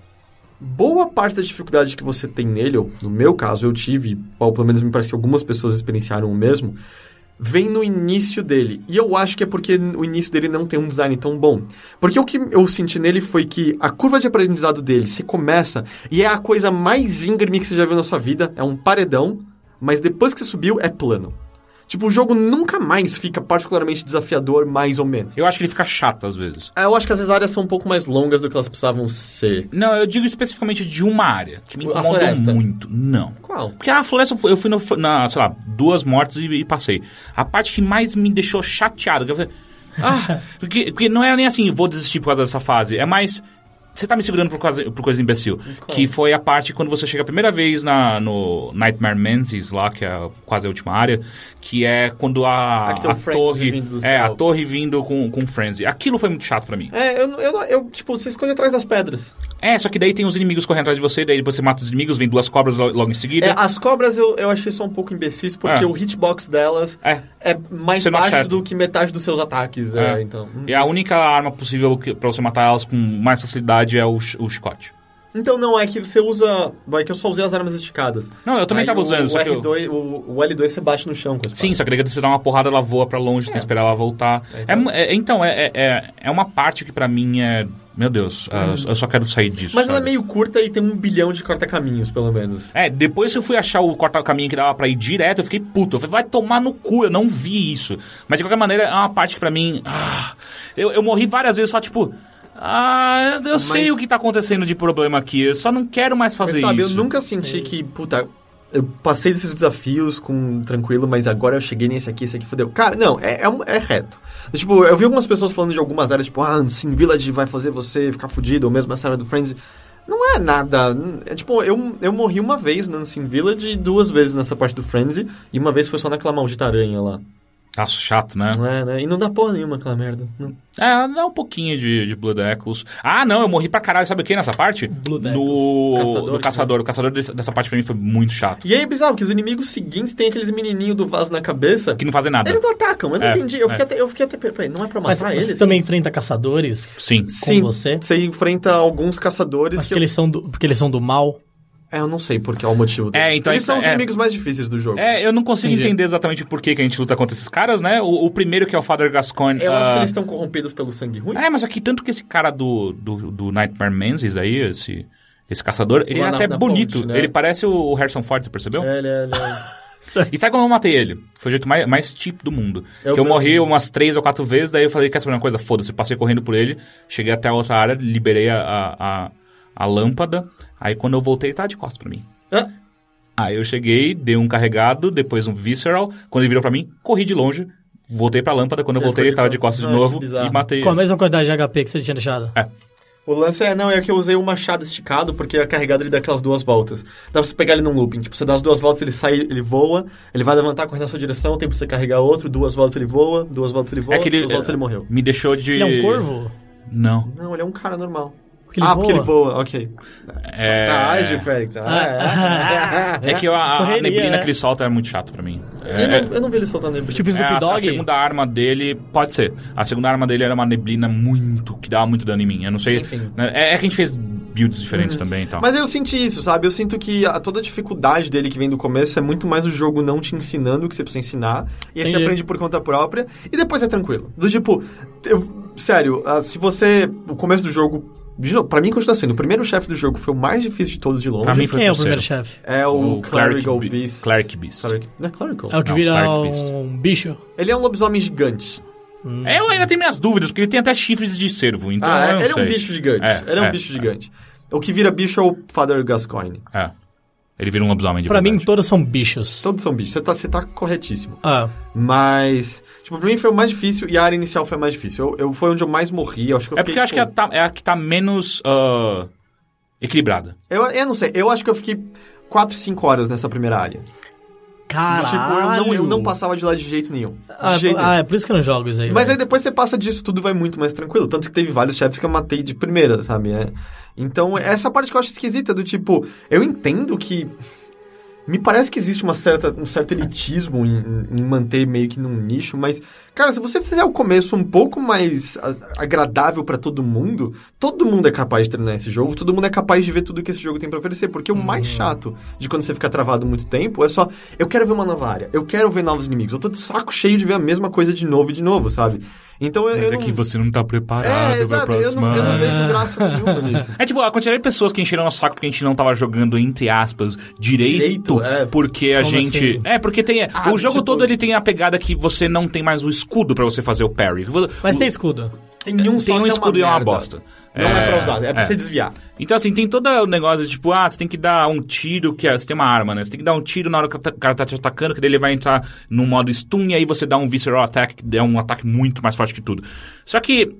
Speaker 2: boa parte da dificuldade que você tem nele, ou no meu caso eu tive, ou pelo menos me parece que algumas pessoas experienciaram o mesmo, vem no início dele. E eu acho que é porque o início dele não tem um design tão bom. Porque o que eu senti nele foi que a curva de aprendizado dele se começa e é a coisa mais íngreme que você já viu na sua vida, é um paredão, mas depois que você subiu é plano. Tipo, o jogo nunca mais fica particularmente desafiador, mais ou menos.
Speaker 3: Eu acho que ele fica chato às vezes.
Speaker 2: Eu acho que as áreas são um pouco mais longas do que elas precisavam ser.
Speaker 3: Não, eu digo especificamente de uma área que me
Speaker 2: A
Speaker 3: incomodou
Speaker 2: floresta.
Speaker 3: muito. Não.
Speaker 2: Qual?
Speaker 3: Porque a floresta, eu fui- eu fui no- na, sei lá, duas mortes e, e passei. A parte que mais me deixou chateado, que eu falei, ah, porque, porque não era nem assim, vou desistir por causa dessa fase. É mais, você tá me segurando por, causa, por coisa imbecil. Que foi a parte quando você chega a primeira vez na, no Nightmare Mansions lá, que é quase a última área, que é quando a,
Speaker 2: Ah, que tem um
Speaker 3: a
Speaker 2: frenzy
Speaker 3: torre...
Speaker 2: vindo do
Speaker 3: É, a
Speaker 2: céu.
Speaker 3: torre vindo com, com Frenzy. Aquilo foi muito chato pra mim.
Speaker 2: É, eu, eu, eu, tipo, você escolhe atrás das pedras.
Speaker 3: É, só que daí tem os inimigos correndo atrás de você, daí depois você mata os inimigos, vem duas cobras lo- logo em seguida.
Speaker 2: É, as cobras eu, eu achei só um pouco imbecis, porque
Speaker 3: É.
Speaker 2: o hitbox delas
Speaker 3: É.
Speaker 2: é mais
Speaker 3: Você não
Speaker 2: baixo
Speaker 3: acerta.
Speaker 2: do que metade dos seus ataques. É, então.
Speaker 3: E a única arma possível que, pra você matar elas com mais facilidade é o, chi- o chicote.
Speaker 2: Então não, é que você usa. Vai que eu só usei as armas esticadas.
Speaker 3: Não, eu também
Speaker 2: Aí
Speaker 3: tava usando,
Speaker 2: o,
Speaker 3: só que eu-
Speaker 2: R2, o, o L2 você bate no chão com a espada.
Speaker 3: Sim, só que daí você dá uma porrada, ela voa pra longe, tem que esperar ela voltar. É mu- é- Então, é, é, é, é uma parte que pra mim é. Meu Deus, ah, eu só quero sair disso.
Speaker 2: Mas ela é
Speaker 3: sabe?
Speaker 2: meio curta e tem um bilhão de corta-caminhos, pelo menos.
Speaker 3: É, depois que eu fui achar o corta-caminho que dava pra ir direto, eu fiquei puto. Eu falei, vai tomar no cu, eu não vi isso. Mas de qualquer maneira, é uma parte que pra mim. ah, eu, eu morri várias vezes só tipo. Ah, eu sei o que tá acontecendo de problema aqui, eu só não quero mais
Speaker 2: Mas
Speaker 3: fazer
Speaker 2: sabe,
Speaker 3: isso.
Speaker 2: eu nunca senti que, puta, eu passei desses desafios com tranquilo, mas agora eu cheguei nesse aqui, esse aqui fodeu. Cara, não, é, é, um- é reto. Tipo, eu vi algumas pessoas falando de algumas áreas, tipo, ah, Sin Village vai fazer você ficar fudido, ou mesmo essa área do Friends. Não é nada. n- É tipo, eu, eu morri uma vez na Sin Village e duas vezes nessa parte do Frenzy, e uma vez foi só naquela maldita aranha lá.
Speaker 3: Nossa, chato, né?
Speaker 2: Não é, né? E não dá porra nenhuma aquela merda. Não.
Speaker 3: É, dá um pouquinho de, de Blood Echoes. Ah, não, eu morri pra caralho, sabe o que nessa parte?
Speaker 5: Blood
Speaker 3: no
Speaker 2: Echoes. Caçador, né?
Speaker 3: Caçador. No Caçador. O Caçador desse- dessa parte pra mim foi muito chato.
Speaker 2: E aí é bizarro, que os inimigos seguintes têm aqueles menininho do vaso na cabeça.
Speaker 3: Que não fazem nada.
Speaker 2: Eles não atacam, eu não
Speaker 3: É,
Speaker 2: entendi. Eu
Speaker 3: é.
Speaker 2: fiquei até. Eu fiquei até pera- peraí, não é pra
Speaker 5: Mas
Speaker 2: matar
Speaker 5: você
Speaker 2: eles?
Speaker 5: também enfrenta caçadores
Speaker 3: Sim.
Speaker 2: Sim,
Speaker 5: com você?
Speaker 2: Você enfrenta alguns caçadores
Speaker 5: Acho
Speaker 2: que.
Speaker 5: que eles são do, porque eles são do mal.
Speaker 2: É, eu não sei por que é o motivo deles.
Speaker 3: É, então
Speaker 2: eles
Speaker 3: isso
Speaker 2: são os
Speaker 3: é-
Speaker 2: inimigos mais difíceis do jogo.
Speaker 3: É, eu não consigo
Speaker 5: Entendi.
Speaker 3: entender exatamente por que, que a gente luta contra esses caras, né? O, o primeiro que é o Father Gascoigne.
Speaker 2: Eu acho
Speaker 3: ah,
Speaker 2: que eles estão corrompidos pelo sangue ruim.
Speaker 3: É, mas aqui tanto que esse cara do, do, do Nightmare Menzies aí, esse, esse caçador, ele
Speaker 2: Lá
Speaker 3: é
Speaker 2: na-
Speaker 3: até
Speaker 2: na
Speaker 3: bonito.
Speaker 2: ponte, né?
Speaker 3: Ele parece o, o Harrison Ford, você percebeu?
Speaker 2: É, ele é- ele é-
Speaker 3: E sabe como eu matei ele? Foi o jeito mais, mais tipo do mundo.
Speaker 2: Eu
Speaker 3: que eu
Speaker 2: mesmo.
Speaker 3: morri umas três ou quatro vezes, daí eu falei, quer saber uma coisa? Foda-se, passei correndo por ele, cheguei até a outra área, liberei a, a, a, a lâmpada, aí quando eu voltei, ele tava de costas pra mim.
Speaker 2: Hã?
Speaker 3: Aí eu cheguei, dei um carregado, depois um visceral, quando ele virou pra mim, corri de longe, voltei pra lâmpada, quando eu
Speaker 2: Ele ficou
Speaker 3: voltei ele
Speaker 2: de
Speaker 3: tava de
Speaker 2: costas.
Speaker 3: costas de
Speaker 2: Ah, que
Speaker 3: novo
Speaker 2: bizarro.
Speaker 3: e matei
Speaker 5: Com a
Speaker 3: ele.
Speaker 5: mesma quantidade de HP que você tinha deixado.
Speaker 2: É. O lance é, não, é que eu usei o machado esticado, porque a carregada ele dá aquelas duas voltas. Dá pra você pegar ele num looping. Tipo, você dá as duas voltas, ele sai, ele voa, ele vai levantar, correr na sua direção, tem pra você carregar outro, duas voltas ele voa, duas voltas ele voa,
Speaker 3: É que ele,
Speaker 4: é
Speaker 2: duas voltas ele morreu.
Speaker 4: um
Speaker 3: me deixou de...
Speaker 5: Ele é um corvo?
Speaker 3: Não.
Speaker 2: Não, ele é um cara normal.
Speaker 4: Porque ele
Speaker 2: Ah,
Speaker 4: voa.
Speaker 2: porque ele voa, ok.
Speaker 3: É...
Speaker 2: Ah, Age Félix. Ah, é.
Speaker 3: É que eu- a, a
Speaker 4: Correria,
Speaker 3: neblina
Speaker 4: né?
Speaker 3: que ele solta é muito chato pra mim.
Speaker 2: Eu
Speaker 3: É,
Speaker 2: não, eu não vi ele soltar nem
Speaker 4: Tipo
Speaker 3: é,
Speaker 4: Snoop
Speaker 3: a, a
Speaker 4: Dogg.
Speaker 3: segunda arma dele, pode ser. A segunda arma dele era uma neblina muito que dava muito dano em mim. Eu não sei.
Speaker 2: Enfim.
Speaker 3: né, É, é que a gente fez builds diferentes também e tal.
Speaker 2: Uhum. Mas eu senti isso, sabe? Eu sinto que a, toda a dificuldade dele que vem do começo é muito mais o jogo não te ensinando o que você precisa ensinar. E aí você
Speaker 4: Entendi.
Speaker 2: aprende por conta própria. E depois é tranquilo. Do tipo, eu- sério, ah, se você. O começo do jogo. De novo, pra mim continua sendo. O primeiro chefe do jogo foi o mais difícil de todos de longe.
Speaker 3: Pra mim foi
Speaker 4: Quem é o
Speaker 3: terceiro.
Speaker 4: primeiro chefe?
Speaker 2: é o, Clerical
Speaker 3: Be-
Speaker 2: Beast.
Speaker 3: Cleric Beast.
Speaker 2: Cleric- Não é Clerical.
Speaker 4: É o que
Speaker 3: Não,
Speaker 4: vira
Speaker 3: Dark Beast. Tipo
Speaker 4: um bicho?
Speaker 2: Ele é um lobisomem gigante.
Speaker 3: É, Eu ainda tenho minhas dúvidas, porque ele tem até chifres de cervo, então
Speaker 2: ah,
Speaker 3: eu
Speaker 2: é-
Speaker 3: não
Speaker 2: ele é
Speaker 3: sei.
Speaker 2: um bicho gigante.
Speaker 3: É,
Speaker 2: ele é um
Speaker 3: é,
Speaker 2: bicho
Speaker 3: é.
Speaker 2: gigante. O que vira bicho é o Father Gascoigne.
Speaker 3: É. Ele vira um lobisomem de
Speaker 4: Pra mim,
Speaker 3: verdade. Então,
Speaker 4: todos são bichos.
Speaker 2: Todos são bichos. Você tá, você tá corretíssimo.
Speaker 4: Ah,
Speaker 2: Mas, tipo, pra mim foi o mais difícil e a área inicial foi a mais difícil. Eu, eu- foi onde eu mais morri. Eu acho que eu
Speaker 3: É
Speaker 2: fiquei, tipo,
Speaker 3: porque eu acho que
Speaker 2: pô,
Speaker 3: ela tá- é a que tá menos ah, equilibrada.
Speaker 2: eu, eu não sei, eu acho que eu fiquei 4, 5 horas nessa primeira área.
Speaker 4: caralho.
Speaker 2: Tipo, eu não, eu não passava de lá de jeito nenhum. De
Speaker 4: Ah,
Speaker 2: jeito
Speaker 4: ah,
Speaker 2: nenhum.
Speaker 4: é por isso que eu não jogo isso aí.
Speaker 2: Mas aí
Speaker 4: velho.
Speaker 2: depois você passa disso, tudo vai muito mais tranquilo. Tanto que teve vários chefes que eu matei de primeira, sabe? É. Então, essa parte que eu acho esquisita, do tipo, eu entendo que. Me parece que existe uma certa, um certo elitismo em, em- em manter meio que num nicho, mas, cara, se você fizer o começo um pouco mais a- agradável pra todo mundo, todo mundo é capaz de terminar esse jogo, todo mundo é capaz de ver tudo que esse jogo tem pra oferecer, porque o mais
Speaker 3: Uhum.
Speaker 2: chato de quando você fica travado muito tempo é só, eu quero ver uma nova área, eu quero ver novos inimigos, eu tô de saco cheio de ver a mesma coisa de novo e de novo, sabe? Então eu,
Speaker 3: Mas
Speaker 2: eu
Speaker 3: é
Speaker 2: não...
Speaker 3: que você não tá preparado
Speaker 2: É, exato,
Speaker 3: pra
Speaker 2: eu
Speaker 3: próxima.
Speaker 2: não, eu não
Speaker 3: área.
Speaker 2: vejo graça nenhuma nisso.
Speaker 3: É tipo, a quantidade de pessoas que encheram o nosso saco porque a gente não tava jogando, entre aspas, direito.
Speaker 2: Direito, é.
Speaker 3: Porque a
Speaker 4: Como
Speaker 3: gente.
Speaker 4: assim?
Speaker 3: É, porque tem.
Speaker 2: Ah,
Speaker 3: o jogo
Speaker 2: tipo-
Speaker 3: todo ele tem a pegada que você não tem mais o escudo pra você fazer o parry.
Speaker 4: Mas
Speaker 3: O-
Speaker 4: tem escudo.
Speaker 2: Tem um só
Speaker 3: tem um
Speaker 2: que é
Speaker 3: escudo e é uma
Speaker 2: merda.
Speaker 3: bosta.
Speaker 2: Não é, pra usar, é pra
Speaker 3: é.
Speaker 2: você desviar.
Speaker 3: Então, assim, tem todo o negócio de tipo, ah, você tem que dar um tiro, que é, você tem uma arma, né? Você tem que dar um tiro na hora que o ta- cara tá te atacando, que daí ele vai entrar no modo stun e aí você dá um visceral attack, que é um ataque muito mais forte que tudo. Só que.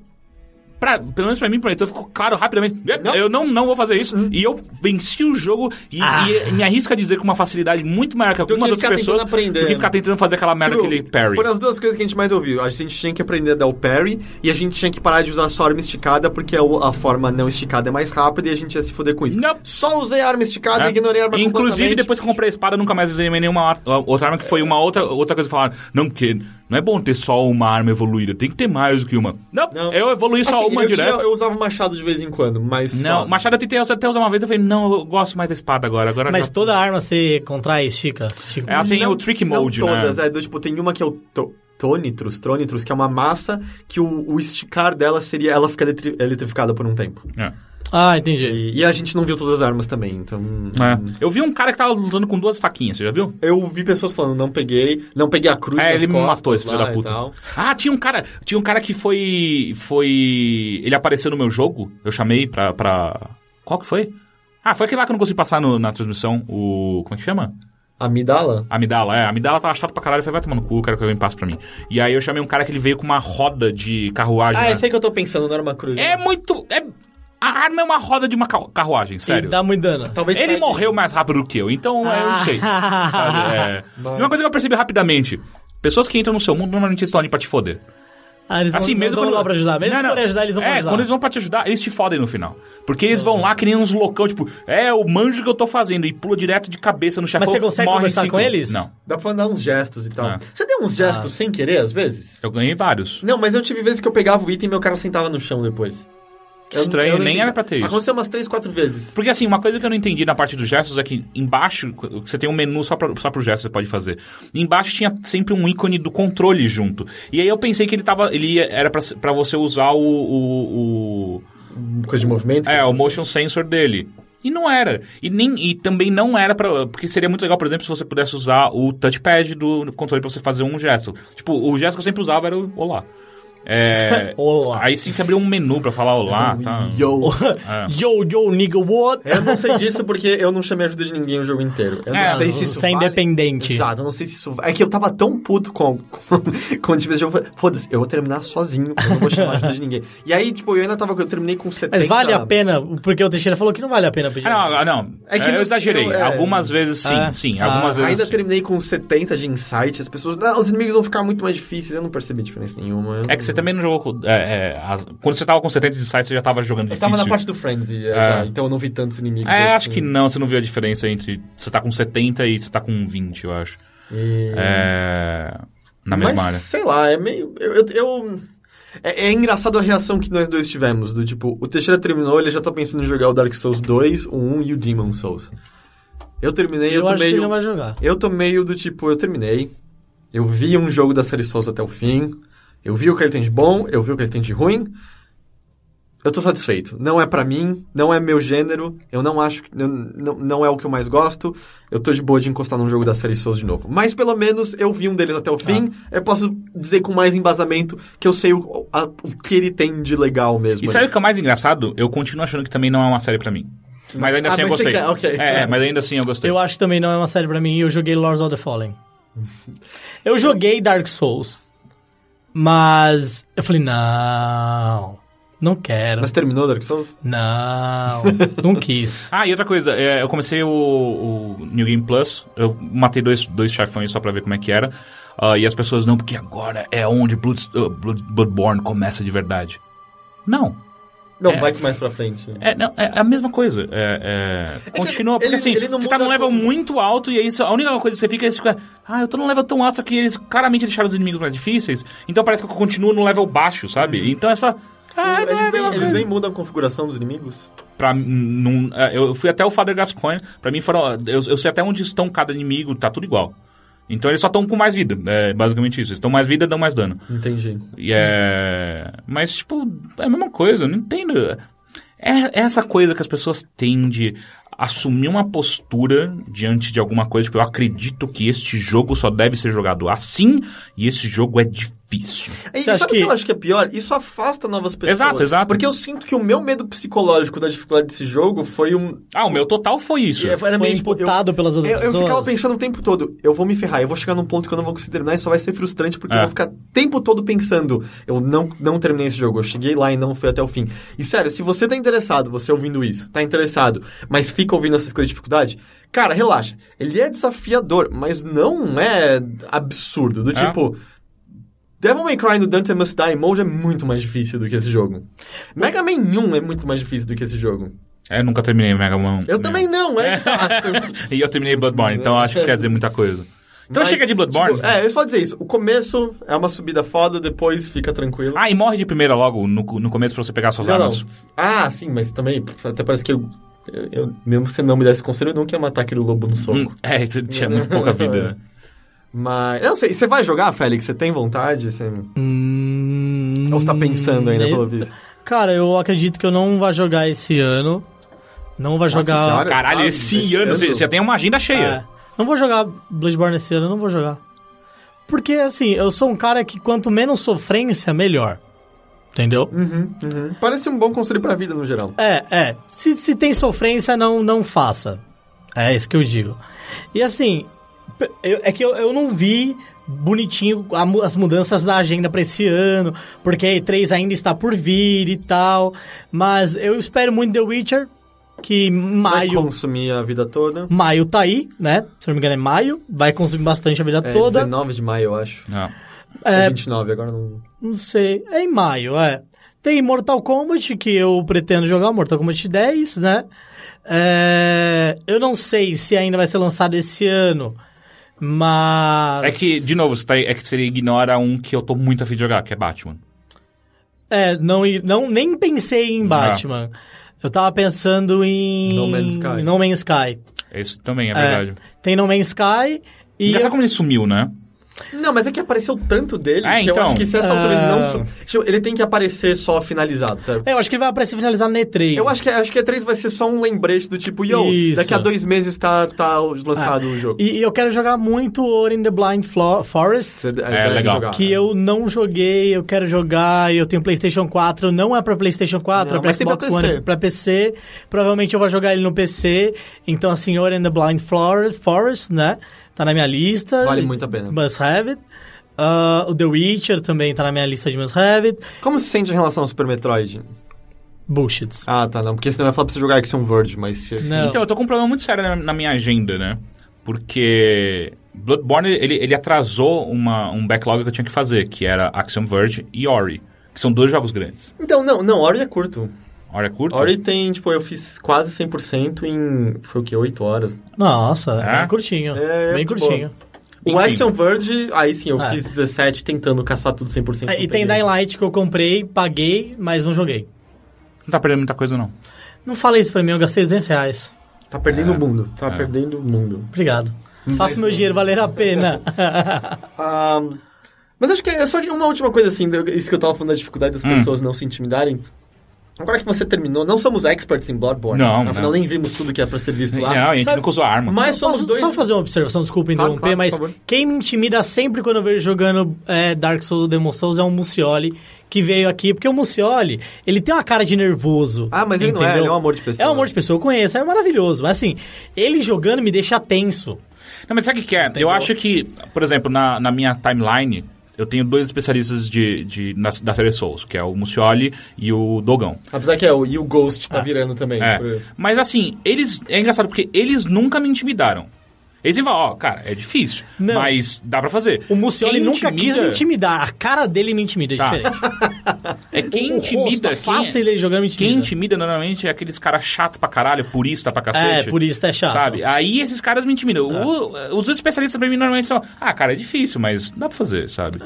Speaker 3: Pra, pelo menos pra mim, pra então ficou claro rapidamente. "É,
Speaker 2: Não. Uhum.
Speaker 3: Eu não, não vou fazer isso. E eu venci o jogo e, e me arrisco a dizer com uma facilidade muito maior que
Speaker 2: Ah. Então que
Speaker 3: algumas
Speaker 2: ficar
Speaker 3: outras pessoas.
Speaker 2: tentando aprender,
Speaker 3: do que
Speaker 2: né?
Speaker 3: ficar tentando fazer aquela merda,
Speaker 2: Tipo,
Speaker 3: aquele parry.
Speaker 2: Foram as duas coisas que a gente mais ouviu. A gente tinha que aprender a dar o parry e a gente tinha que parar de usar só arma esticada porque a, a forma não esticada é mais rápida e a gente ia se foder com isso.
Speaker 3: Não.
Speaker 2: Só usei a arma esticada e
Speaker 3: É.
Speaker 2: Ah, ignorei a arma
Speaker 3: Inclusive,
Speaker 2: completamente.
Speaker 3: depois que eu comprei a espada, eu nunca mais usei nenhuma ar- outra arma, que foi uma outra, outra coisa que falaram. Não, porque não é bom ter só uma arma evoluída, tem que ter mais do que uma. Não,
Speaker 2: Não.
Speaker 3: eu evoluí só
Speaker 2: Assim,
Speaker 3: uma
Speaker 2: eu
Speaker 3: direto.
Speaker 2: Tinha, eu usava machado de vez em quando, mas.
Speaker 3: Não,
Speaker 2: só.
Speaker 3: machado eu tentei usar- até usar uma vez, eu falei, não, eu gosto mais da espada agora. agora
Speaker 4: Mas
Speaker 3: já-
Speaker 4: toda arma você contrai, estica. estica.
Speaker 3: Ela É, tem
Speaker 2: Não-
Speaker 3: o trick
Speaker 2: não
Speaker 3: mode,
Speaker 2: todas,
Speaker 3: né?
Speaker 2: é, do tipo, tem uma que é o to- Tonitrus, Tronitrus, que é uma massa que o, o esticar dela seria. Ela fica eletri- eletrificada por um tempo.
Speaker 3: É.
Speaker 4: Ah, entendi.
Speaker 2: E, e a gente não viu todas as armas também, então.
Speaker 3: É. Eu vi um cara que tava lutando com duas faquinhas, você já viu?
Speaker 2: Eu vi pessoas falando, não peguei, não peguei a cruz.
Speaker 3: É,
Speaker 2: nas
Speaker 3: ele me
Speaker 2: costas
Speaker 3: matou esse filho
Speaker 2: lá
Speaker 3: da
Speaker 2: e
Speaker 3: puta.
Speaker 2: tal.
Speaker 3: Ah, tinha um cara, tinha um cara que foi foi ele apareceu no meu jogo. Eu chamei pra, pra... qual que foi? Ah, foi aquele lá que eu não consegui passar no- na transmissão, o como é que chama?
Speaker 2: Amidala?
Speaker 3: Amidala, é. Amidala tava chato pra caralho. Eu falei, vai tomar no cu, eu quero que alguém passe pra mim. E aí eu chamei um cara que ele veio com uma roda de carruagem.
Speaker 2: Ah,
Speaker 3: né?
Speaker 2: eu sei que eu tô pensando, não era uma cruz. né?
Speaker 3: É muito. É... A arma é uma roda de uma ca- carruagem,
Speaker 4: Ele
Speaker 3: sério. Então,
Speaker 4: dá muito dano.
Speaker 2: Talvez
Speaker 3: Ele
Speaker 2: pegue.
Speaker 3: morreu mais rápido do que eu, então é, eu não sei.
Speaker 4: Ah.
Speaker 3: sabe? É. Uma coisa que eu percebi rapidamente: pessoas que entram no seu mundo normalmente estão ali pra te foder.
Speaker 4: Ah, eles
Speaker 3: Assim,
Speaker 4: não,
Speaker 3: mesmo
Speaker 4: não
Speaker 3: quando.
Speaker 4: vão lá pra ajudar. Mesmo
Speaker 3: Não,
Speaker 4: se
Speaker 3: não.
Speaker 4: forem ajudar, eles não
Speaker 3: É,
Speaker 4: vão ajudar.
Speaker 3: quando eles vão pra te ajudar, eles te fodem no final. Porque eles vão lá que nem uns loucão, tipo, é o manjo que eu tô fazendo, e pula direto de cabeça no chefão.
Speaker 4: você consegue
Speaker 3: morre em
Speaker 4: conversar
Speaker 3: cinco
Speaker 4: com eles?
Speaker 3: Não.
Speaker 2: Dá pra dar uns gestos e tal.
Speaker 3: É.
Speaker 2: Você deu uns gestos sem querer, às vezes?
Speaker 3: Eu ganhei vários.
Speaker 2: Não, mas eu tive vezes que eu pegava o item e meu cara sentava no chão depois.
Speaker 3: Que estranho,
Speaker 2: não
Speaker 3: nem
Speaker 2: entendi.
Speaker 3: era pra ter isso.
Speaker 2: Aconteceu umas três, quatro vezes.
Speaker 3: Porque assim, uma coisa que eu não entendi na parte dos gestos é que embaixo, você tem um menu só para só pro gesto que você pode fazer. E embaixo tinha sempre um ícone do controle junto. E aí eu pensei que ele tava. Ele ia- era pra pra você usar o. o, o-
Speaker 2: Coisa de movimento?
Speaker 3: é, o motion sensor dele. E não era. E, nem, e também não era para Porque seria muito legal, por exemplo, se você pudesse usar o touchpad do controle pra você fazer um gesto. Tipo, o gesto que eu sempre usava era o olá. É,
Speaker 4: Olá.
Speaker 3: Aí sim que abriu um menu pra falar olá, tá?
Speaker 2: Yo.
Speaker 4: Yo, yo, nigga, what?
Speaker 2: Eu não sei disso porque eu não chamei a ajuda de ninguém o jogo inteiro. Eu não
Speaker 3: É,
Speaker 2: sei se isso
Speaker 4: você é
Speaker 2: vale-
Speaker 4: independente.
Speaker 2: Exato, eu não sei se isso... É que eu tava tão puto com... com quando tive esse jogo, eu falei, foda-se, eu vou terminar sozinho, eu não vou chamar a ajuda de ninguém. E aí, tipo, eu ainda tava... Eu terminei com 70...
Speaker 4: Mas vale a pena, porque o Teixeira falou que não vale a pena pedir.
Speaker 3: Ah, não, ah, não.
Speaker 2: É que
Speaker 3: eu
Speaker 2: não-
Speaker 3: exagerei.
Speaker 2: eu- é.
Speaker 3: Algumas vezes sim,
Speaker 4: Ah.
Speaker 3: sim. Algumas vezes.
Speaker 2: Ainda terminei com 70 de insight, as pessoas... Não, os inimigos vão ficar muito mais difíceis, eu não percebi diferença nenhuma. eu
Speaker 3: É que você também não jogou. com- é, é, as- quando você tava com 70 de site, você já tava jogando
Speaker 2: Eu
Speaker 3: difícil.
Speaker 2: tava na parte do Frenzy, é, já, então eu não vi tantos inimigos.
Speaker 3: É,
Speaker 2: assim.
Speaker 3: acho que não, você não viu a diferença entre você tá com 70 e você tá com 20, eu acho.
Speaker 2: E-
Speaker 3: É. Na mesma
Speaker 2: Hum. Mas,
Speaker 3: área.
Speaker 2: sei lá, é meio... Eu... eu- eu- É, é engraçado a reação que nós dois tivemos, do tipo, o Teixeira terminou, ele já tá pensando em jogar o Dark Souls 2, o 1 e o Demon Souls. Eu terminei, eu,
Speaker 4: Eu,
Speaker 2: tô
Speaker 4: acho
Speaker 2: meio...
Speaker 4: que ele não vai jogar.
Speaker 2: Eu tô meio do tipo, eu terminei. Eu vi um jogo da série Souls até o fim. Eu vi o que ele tem de bom, eu vi o que ele tem de ruim. Eu tô satisfeito. Não é pra mim, não é meu gênero, eu não acho que. Não, não não é o que eu mais gosto. Eu tô de boa de encostar num jogo da série Souls de novo. Mas pelo menos eu vi um deles até o fim.
Speaker 3: Ah.
Speaker 2: Eu posso dizer com mais embasamento que eu sei o, a- o que ele tem de legal mesmo.
Speaker 3: E
Speaker 2: ali.
Speaker 3: sabe o que é o mais engraçado? Eu continuo achando que também não é uma série pra mim. Mas ainda
Speaker 2: Ah,
Speaker 3: assim eu
Speaker 2: mas você
Speaker 3: gostei.
Speaker 2: quer, ok.
Speaker 3: É, é, mas ainda assim eu gostei.
Speaker 4: Eu acho que também não é uma série pra mim. Eu joguei Lords of the Fallen. Eu joguei Dark Souls. Mas eu falei, não, não quero.
Speaker 2: Mas terminou Dark Souls?
Speaker 4: Não, não quis.
Speaker 3: Ah, e outra coisa, é, eu comecei o, o New Game Plus, eu matei dois, dois chefões só pra ver como é que era. ah, e as pessoas, não, porque agora é onde Blood, uh, Blood- Bloodborne começa de verdade. Não.
Speaker 2: Não,
Speaker 3: É.
Speaker 2: vai que mais pra frente.
Speaker 3: É, não, é a mesma coisa. É, é,
Speaker 2: que
Speaker 3: continua, porque
Speaker 2: ele-
Speaker 3: assim,
Speaker 2: ele não
Speaker 3: você tá num
Speaker 2: muda
Speaker 3: level
Speaker 2: como-
Speaker 3: muito alto e aí só- a única coisa que você fica é você fica, ah, eu tô num level tão alto, só que eles claramente deixaram os inimigos mais difíceis, então parece que eu continuo num level baixo, sabe?
Speaker 2: Uhum.
Speaker 3: Então é só. Ah, não é a
Speaker 2: eles,
Speaker 3: mesma
Speaker 2: nem, eles
Speaker 3: coisa."
Speaker 2: nem mudam a configuração dos inimigos?
Speaker 3: Pra, mim, num, é, eu fui até o Father Gascoigne, pra mim foram. Eu, eu sei até onde estão cada inimigo, tá tudo igual. Então eles só estão com mais vida, é basicamente isso. Eles estão mais vida, dão mais dano.
Speaker 2: Entendi.
Speaker 3: E é. Mas, tipo, é a mesma coisa, eu não entendo. É, é essa coisa que as pessoas têm de assumir uma postura diante de alguma coisa. Tipo, eu acredito que este jogo só deve ser jogado assim e esse jogo é difícil.
Speaker 2: E
Speaker 4: Você
Speaker 2: sabe
Speaker 4: acha
Speaker 2: o que...
Speaker 4: que-
Speaker 2: eu acho que é pior? Isso afasta novas pessoas.
Speaker 3: Exato, exato.
Speaker 2: Porque eu sinto que o meu medo psicológico da dificuldade desse jogo foi um.
Speaker 3: Ah, o meu total foi isso.
Speaker 2: Era
Speaker 4: Foi
Speaker 2: tipo, eu-
Speaker 4: imputado pelas outras
Speaker 2: eu, eu
Speaker 4: pessoas.
Speaker 2: ficava pensando o tempo todo, eu vou me ferrar, eu vou chegar num ponto que eu não vou conseguir terminar e só vai ser frustrante porque
Speaker 3: É.
Speaker 2: eu vou ficar o tempo todo pensando, eu não, não terminei esse jogo, eu cheguei lá e não fui até o fim. E sério, se você tá interessado, você ouvindo isso, tá interessado, mas fica ouvindo essas coisas de dificuldade, cara, relaxa. Ele é desafiador, mas não é absurdo, do
Speaker 3: É.
Speaker 2: tipo... Devil May Cry no Dante Must Die Mode é muito mais difícil do que esse jogo. Mega Man 1 é muito mais difícil do que esse jogo.
Speaker 3: É, eu nunca terminei Mega Man.
Speaker 2: Eu
Speaker 3: né?
Speaker 2: também não, é que tá.
Speaker 3: E eu terminei Bloodborne, então acho que isso quer dizer muita coisa. Então
Speaker 2: Mas,
Speaker 3: chega de Bloodborne.
Speaker 2: tipo, é, eu só dizer isso. O começo é uma subida foda, depois fica tranquilo.
Speaker 3: Ah, e morre de primeira logo no, no começo pra você pegar suas
Speaker 2: não, não.
Speaker 3: armas.
Speaker 2: Ah, sim, mas também, pff, até parece que eu, eu- eu- Mesmo se você não me desse conselho, eu não queria matar aquele lobo no soco.
Speaker 3: Hum, É, tu tinha muito pouca vida, né?
Speaker 2: Mas. Eu não sei, você vai jogar, Félix? Você tem vontade? Você...
Speaker 4: Hum,
Speaker 2: Ou você tá pensando ainda,
Speaker 4: nem-
Speaker 2: pelo visto?
Speaker 4: Hum, Cara, eu acredito que eu não vou jogar esse ano. Não vai jogar.
Speaker 2: senhora.
Speaker 3: Caralho,
Speaker 2: Ah,
Speaker 3: esse
Speaker 2: esse
Speaker 3: ano você
Speaker 2: ano?
Speaker 3: você tem uma agenda cheia.
Speaker 4: É. Não vou jogar Bloodborne esse ano, não vou jogar. Porque, assim, eu sou um cara que quanto menos sofrência, melhor. Entendeu?
Speaker 2: Uhum, uhum. Parece um bom conselho pra vida no geral.
Speaker 4: É, é. Se, se tem sofrência, não, não faça. É isso que eu digo. E assim, pe- eu- é que eu, eu não vi bonitinho a mu- as mudanças da agenda pra esse ano, porque a E3 ainda está por vir e tal. Mas eu espero muito The Witcher, que em
Speaker 2: Vai
Speaker 4: maio,
Speaker 2: consumir a vida toda.
Speaker 4: maio tá aí, né? Se não me engano é maio, vai consumir bastante a vida
Speaker 2: É,
Speaker 4: toda.
Speaker 2: 19 de maio, eu acho.
Speaker 3: É.
Speaker 2: É...
Speaker 4: É.
Speaker 2: 29, agora não.
Speaker 4: Não sei. É em maio, é. Tem Mortal Kombat, que eu pretendo jogar, Mortal Kombat 10, né? É, Eu não sei se ainda vai ser lançado esse ano, mas.
Speaker 3: É que, de novo, você tá- é que você ignora um que eu tô muito afim de jogar, que é Batman.
Speaker 4: É, não, não, nem pensei
Speaker 3: Ah.
Speaker 4: em Batman. Eu tava pensando em.
Speaker 2: No Man's Sky.
Speaker 4: No Man's Sky.
Speaker 3: Isso também é verdade.
Speaker 4: Tem No Man's Sky e.
Speaker 3: Engraçado como ele sumiu, né?
Speaker 2: Não, mas é que apareceu tanto dele
Speaker 4: Ah,
Speaker 3: É,
Speaker 2: que
Speaker 3: então.
Speaker 2: eu acho que se essa altura ele não. su- Tipo, Ele tem que aparecer só finalizado, sabe?
Speaker 4: É, Eu acho que ele vai aparecer finalizado na E3.
Speaker 2: Eu acho que,
Speaker 3: é-
Speaker 2: acho que a E3 vai ser só um lembrete do tipo, yo,
Speaker 4: Isso. Ah,
Speaker 2: daqui a dois meses tá, tá lançado o jogo.
Speaker 4: E e eu quero jogar muito Ori in the Blind Flo- Forest.
Speaker 2: Você deve
Speaker 3: É, legal.
Speaker 4: que eu não joguei, eu quero jogar, eu tenho PlayStation 4, não é pra PlayStation 4,
Speaker 2: Não,
Speaker 4: é pra
Speaker 2: mas tem pra
Speaker 4: Xbox
Speaker 2: PC.
Speaker 4: One, pra PC. Provavelmente eu vou jogar ele no PC. Então, assim, Ori and the Blind Flor- Forest, né? Tá na minha lista.
Speaker 2: Vale muito a pena.
Speaker 4: Must have it. Ah, o The Witcher também tá na minha lista de must have it.
Speaker 2: Como se sente em relação ao Super Metroid?
Speaker 4: Bullshits.
Speaker 2: Ah, tá, não. Porque senão eu ia falar pra você jogar Action Verge, mas... se-
Speaker 4: Não.
Speaker 3: Então, eu tô com um problema muito sério na, na minha agenda, né? Porque Bloodborne, ele, ele atrasou uma, um backlog que eu tinha que fazer, que era Axiom Verge e Ori, que são dois jogos grandes.
Speaker 2: Então, não, não, Ori é curto.
Speaker 3: Ori é
Speaker 4: Então.
Speaker 3: curto?
Speaker 2: Ori tem, tipo, eu fiz quase 100% em, foi o que, 8 horas.
Speaker 4: Nossa, é,
Speaker 3: É?
Speaker 4: bem curtinho.
Speaker 2: É,
Speaker 4: bem
Speaker 2: pô.
Speaker 4: curtinho.
Speaker 2: O
Speaker 3: Enfim.
Speaker 2: Action Verge, aí sim, eu
Speaker 4: É.
Speaker 2: fiz 17 tentando caçar tudo 100%.
Speaker 4: É, e tem Dying Light que eu comprei, paguei, mas não joguei.
Speaker 3: Não tá perdendo muita coisa, não.
Speaker 4: Não fala isso pra mim, eu gastei 200 reais.
Speaker 2: Tá perdendo
Speaker 4: É.
Speaker 2: o mundo, tá perdendo o mundo.
Speaker 4: Obrigado. Faça meu dinheiro valer a pena.
Speaker 2: Ah, mas acho que é só uma última coisa, assim, do- isso que eu tava falando da dificuldade das
Speaker 3: Hum.
Speaker 2: pessoas não se intimidarem. Agora que você terminou, não somos experts em Bloodborne.
Speaker 3: Não,
Speaker 2: Afinal,
Speaker 3: não.
Speaker 2: nem vimos tudo que é pra ser visto
Speaker 3: Não,
Speaker 2: lá.
Speaker 3: a gente
Speaker 4: sabe-
Speaker 3: nunca usou arma.
Speaker 2: Mas
Speaker 4: Só
Speaker 2: somos
Speaker 4: posso-
Speaker 2: dois...
Speaker 4: Só fazer uma observação, desculpa
Speaker 2: Claro,
Speaker 4: interromper,
Speaker 2: claro, por
Speaker 4: mas
Speaker 2: favor.
Speaker 4: quem me intimida sempre quando eu vejo jogando é, Dark Souls ou Demon Souls é um Mucioli que veio aqui, porque o Mucioli, ele tem uma cara de nervoso.
Speaker 2: Ah, mas ele não é, ele é um amor de pessoa.
Speaker 4: É um amor de pessoa, eu conheço, é maravilhoso, mas assim, ele jogando me deixa tenso.
Speaker 3: Não, mas sabe o que, que é? Eu acho que, por exemplo, na, na minha timeline, eu tenho dois especialistas de, de, na- da série Souls, que é o Mucioli e o Dogão.
Speaker 2: Apesar que é, o, e o Ghost tá virando também.
Speaker 3: É.
Speaker 2: por-
Speaker 3: Mas assim, eles. É engraçado porque eles nunca me intimidaram. Eles falam, ó, cara, é difícil.
Speaker 4: Não.
Speaker 3: Mas dá pra fazer.
Speaker 4: O Mucioli
Speaker 3: Quem
Speaker 4: nunca quis me intimidar, a cara dele me intimida, é
Speaker 3: Tá.
Speaker 4: diferente.
Speaker 3: É quem
Speaker 4: O rosto, tá
Speaker 3: intimida.
Speaker 4: a
Speaker 3: quem- é
Speaker 4: face dele jogando me
Speaker 3: Quem
Speaker 4: é intimida.
Speaker 3: intimida normalmente é aqueles caras chato pra caralho, purista pra cacete.
Speaker 4: É, purista é chato.
Speaker 3: Sabe? Aí esses caras me intimidam. O- os outros especialistas pra mim normalmente são, ah, cara, é difícil, mas dá pra fazer, sabe?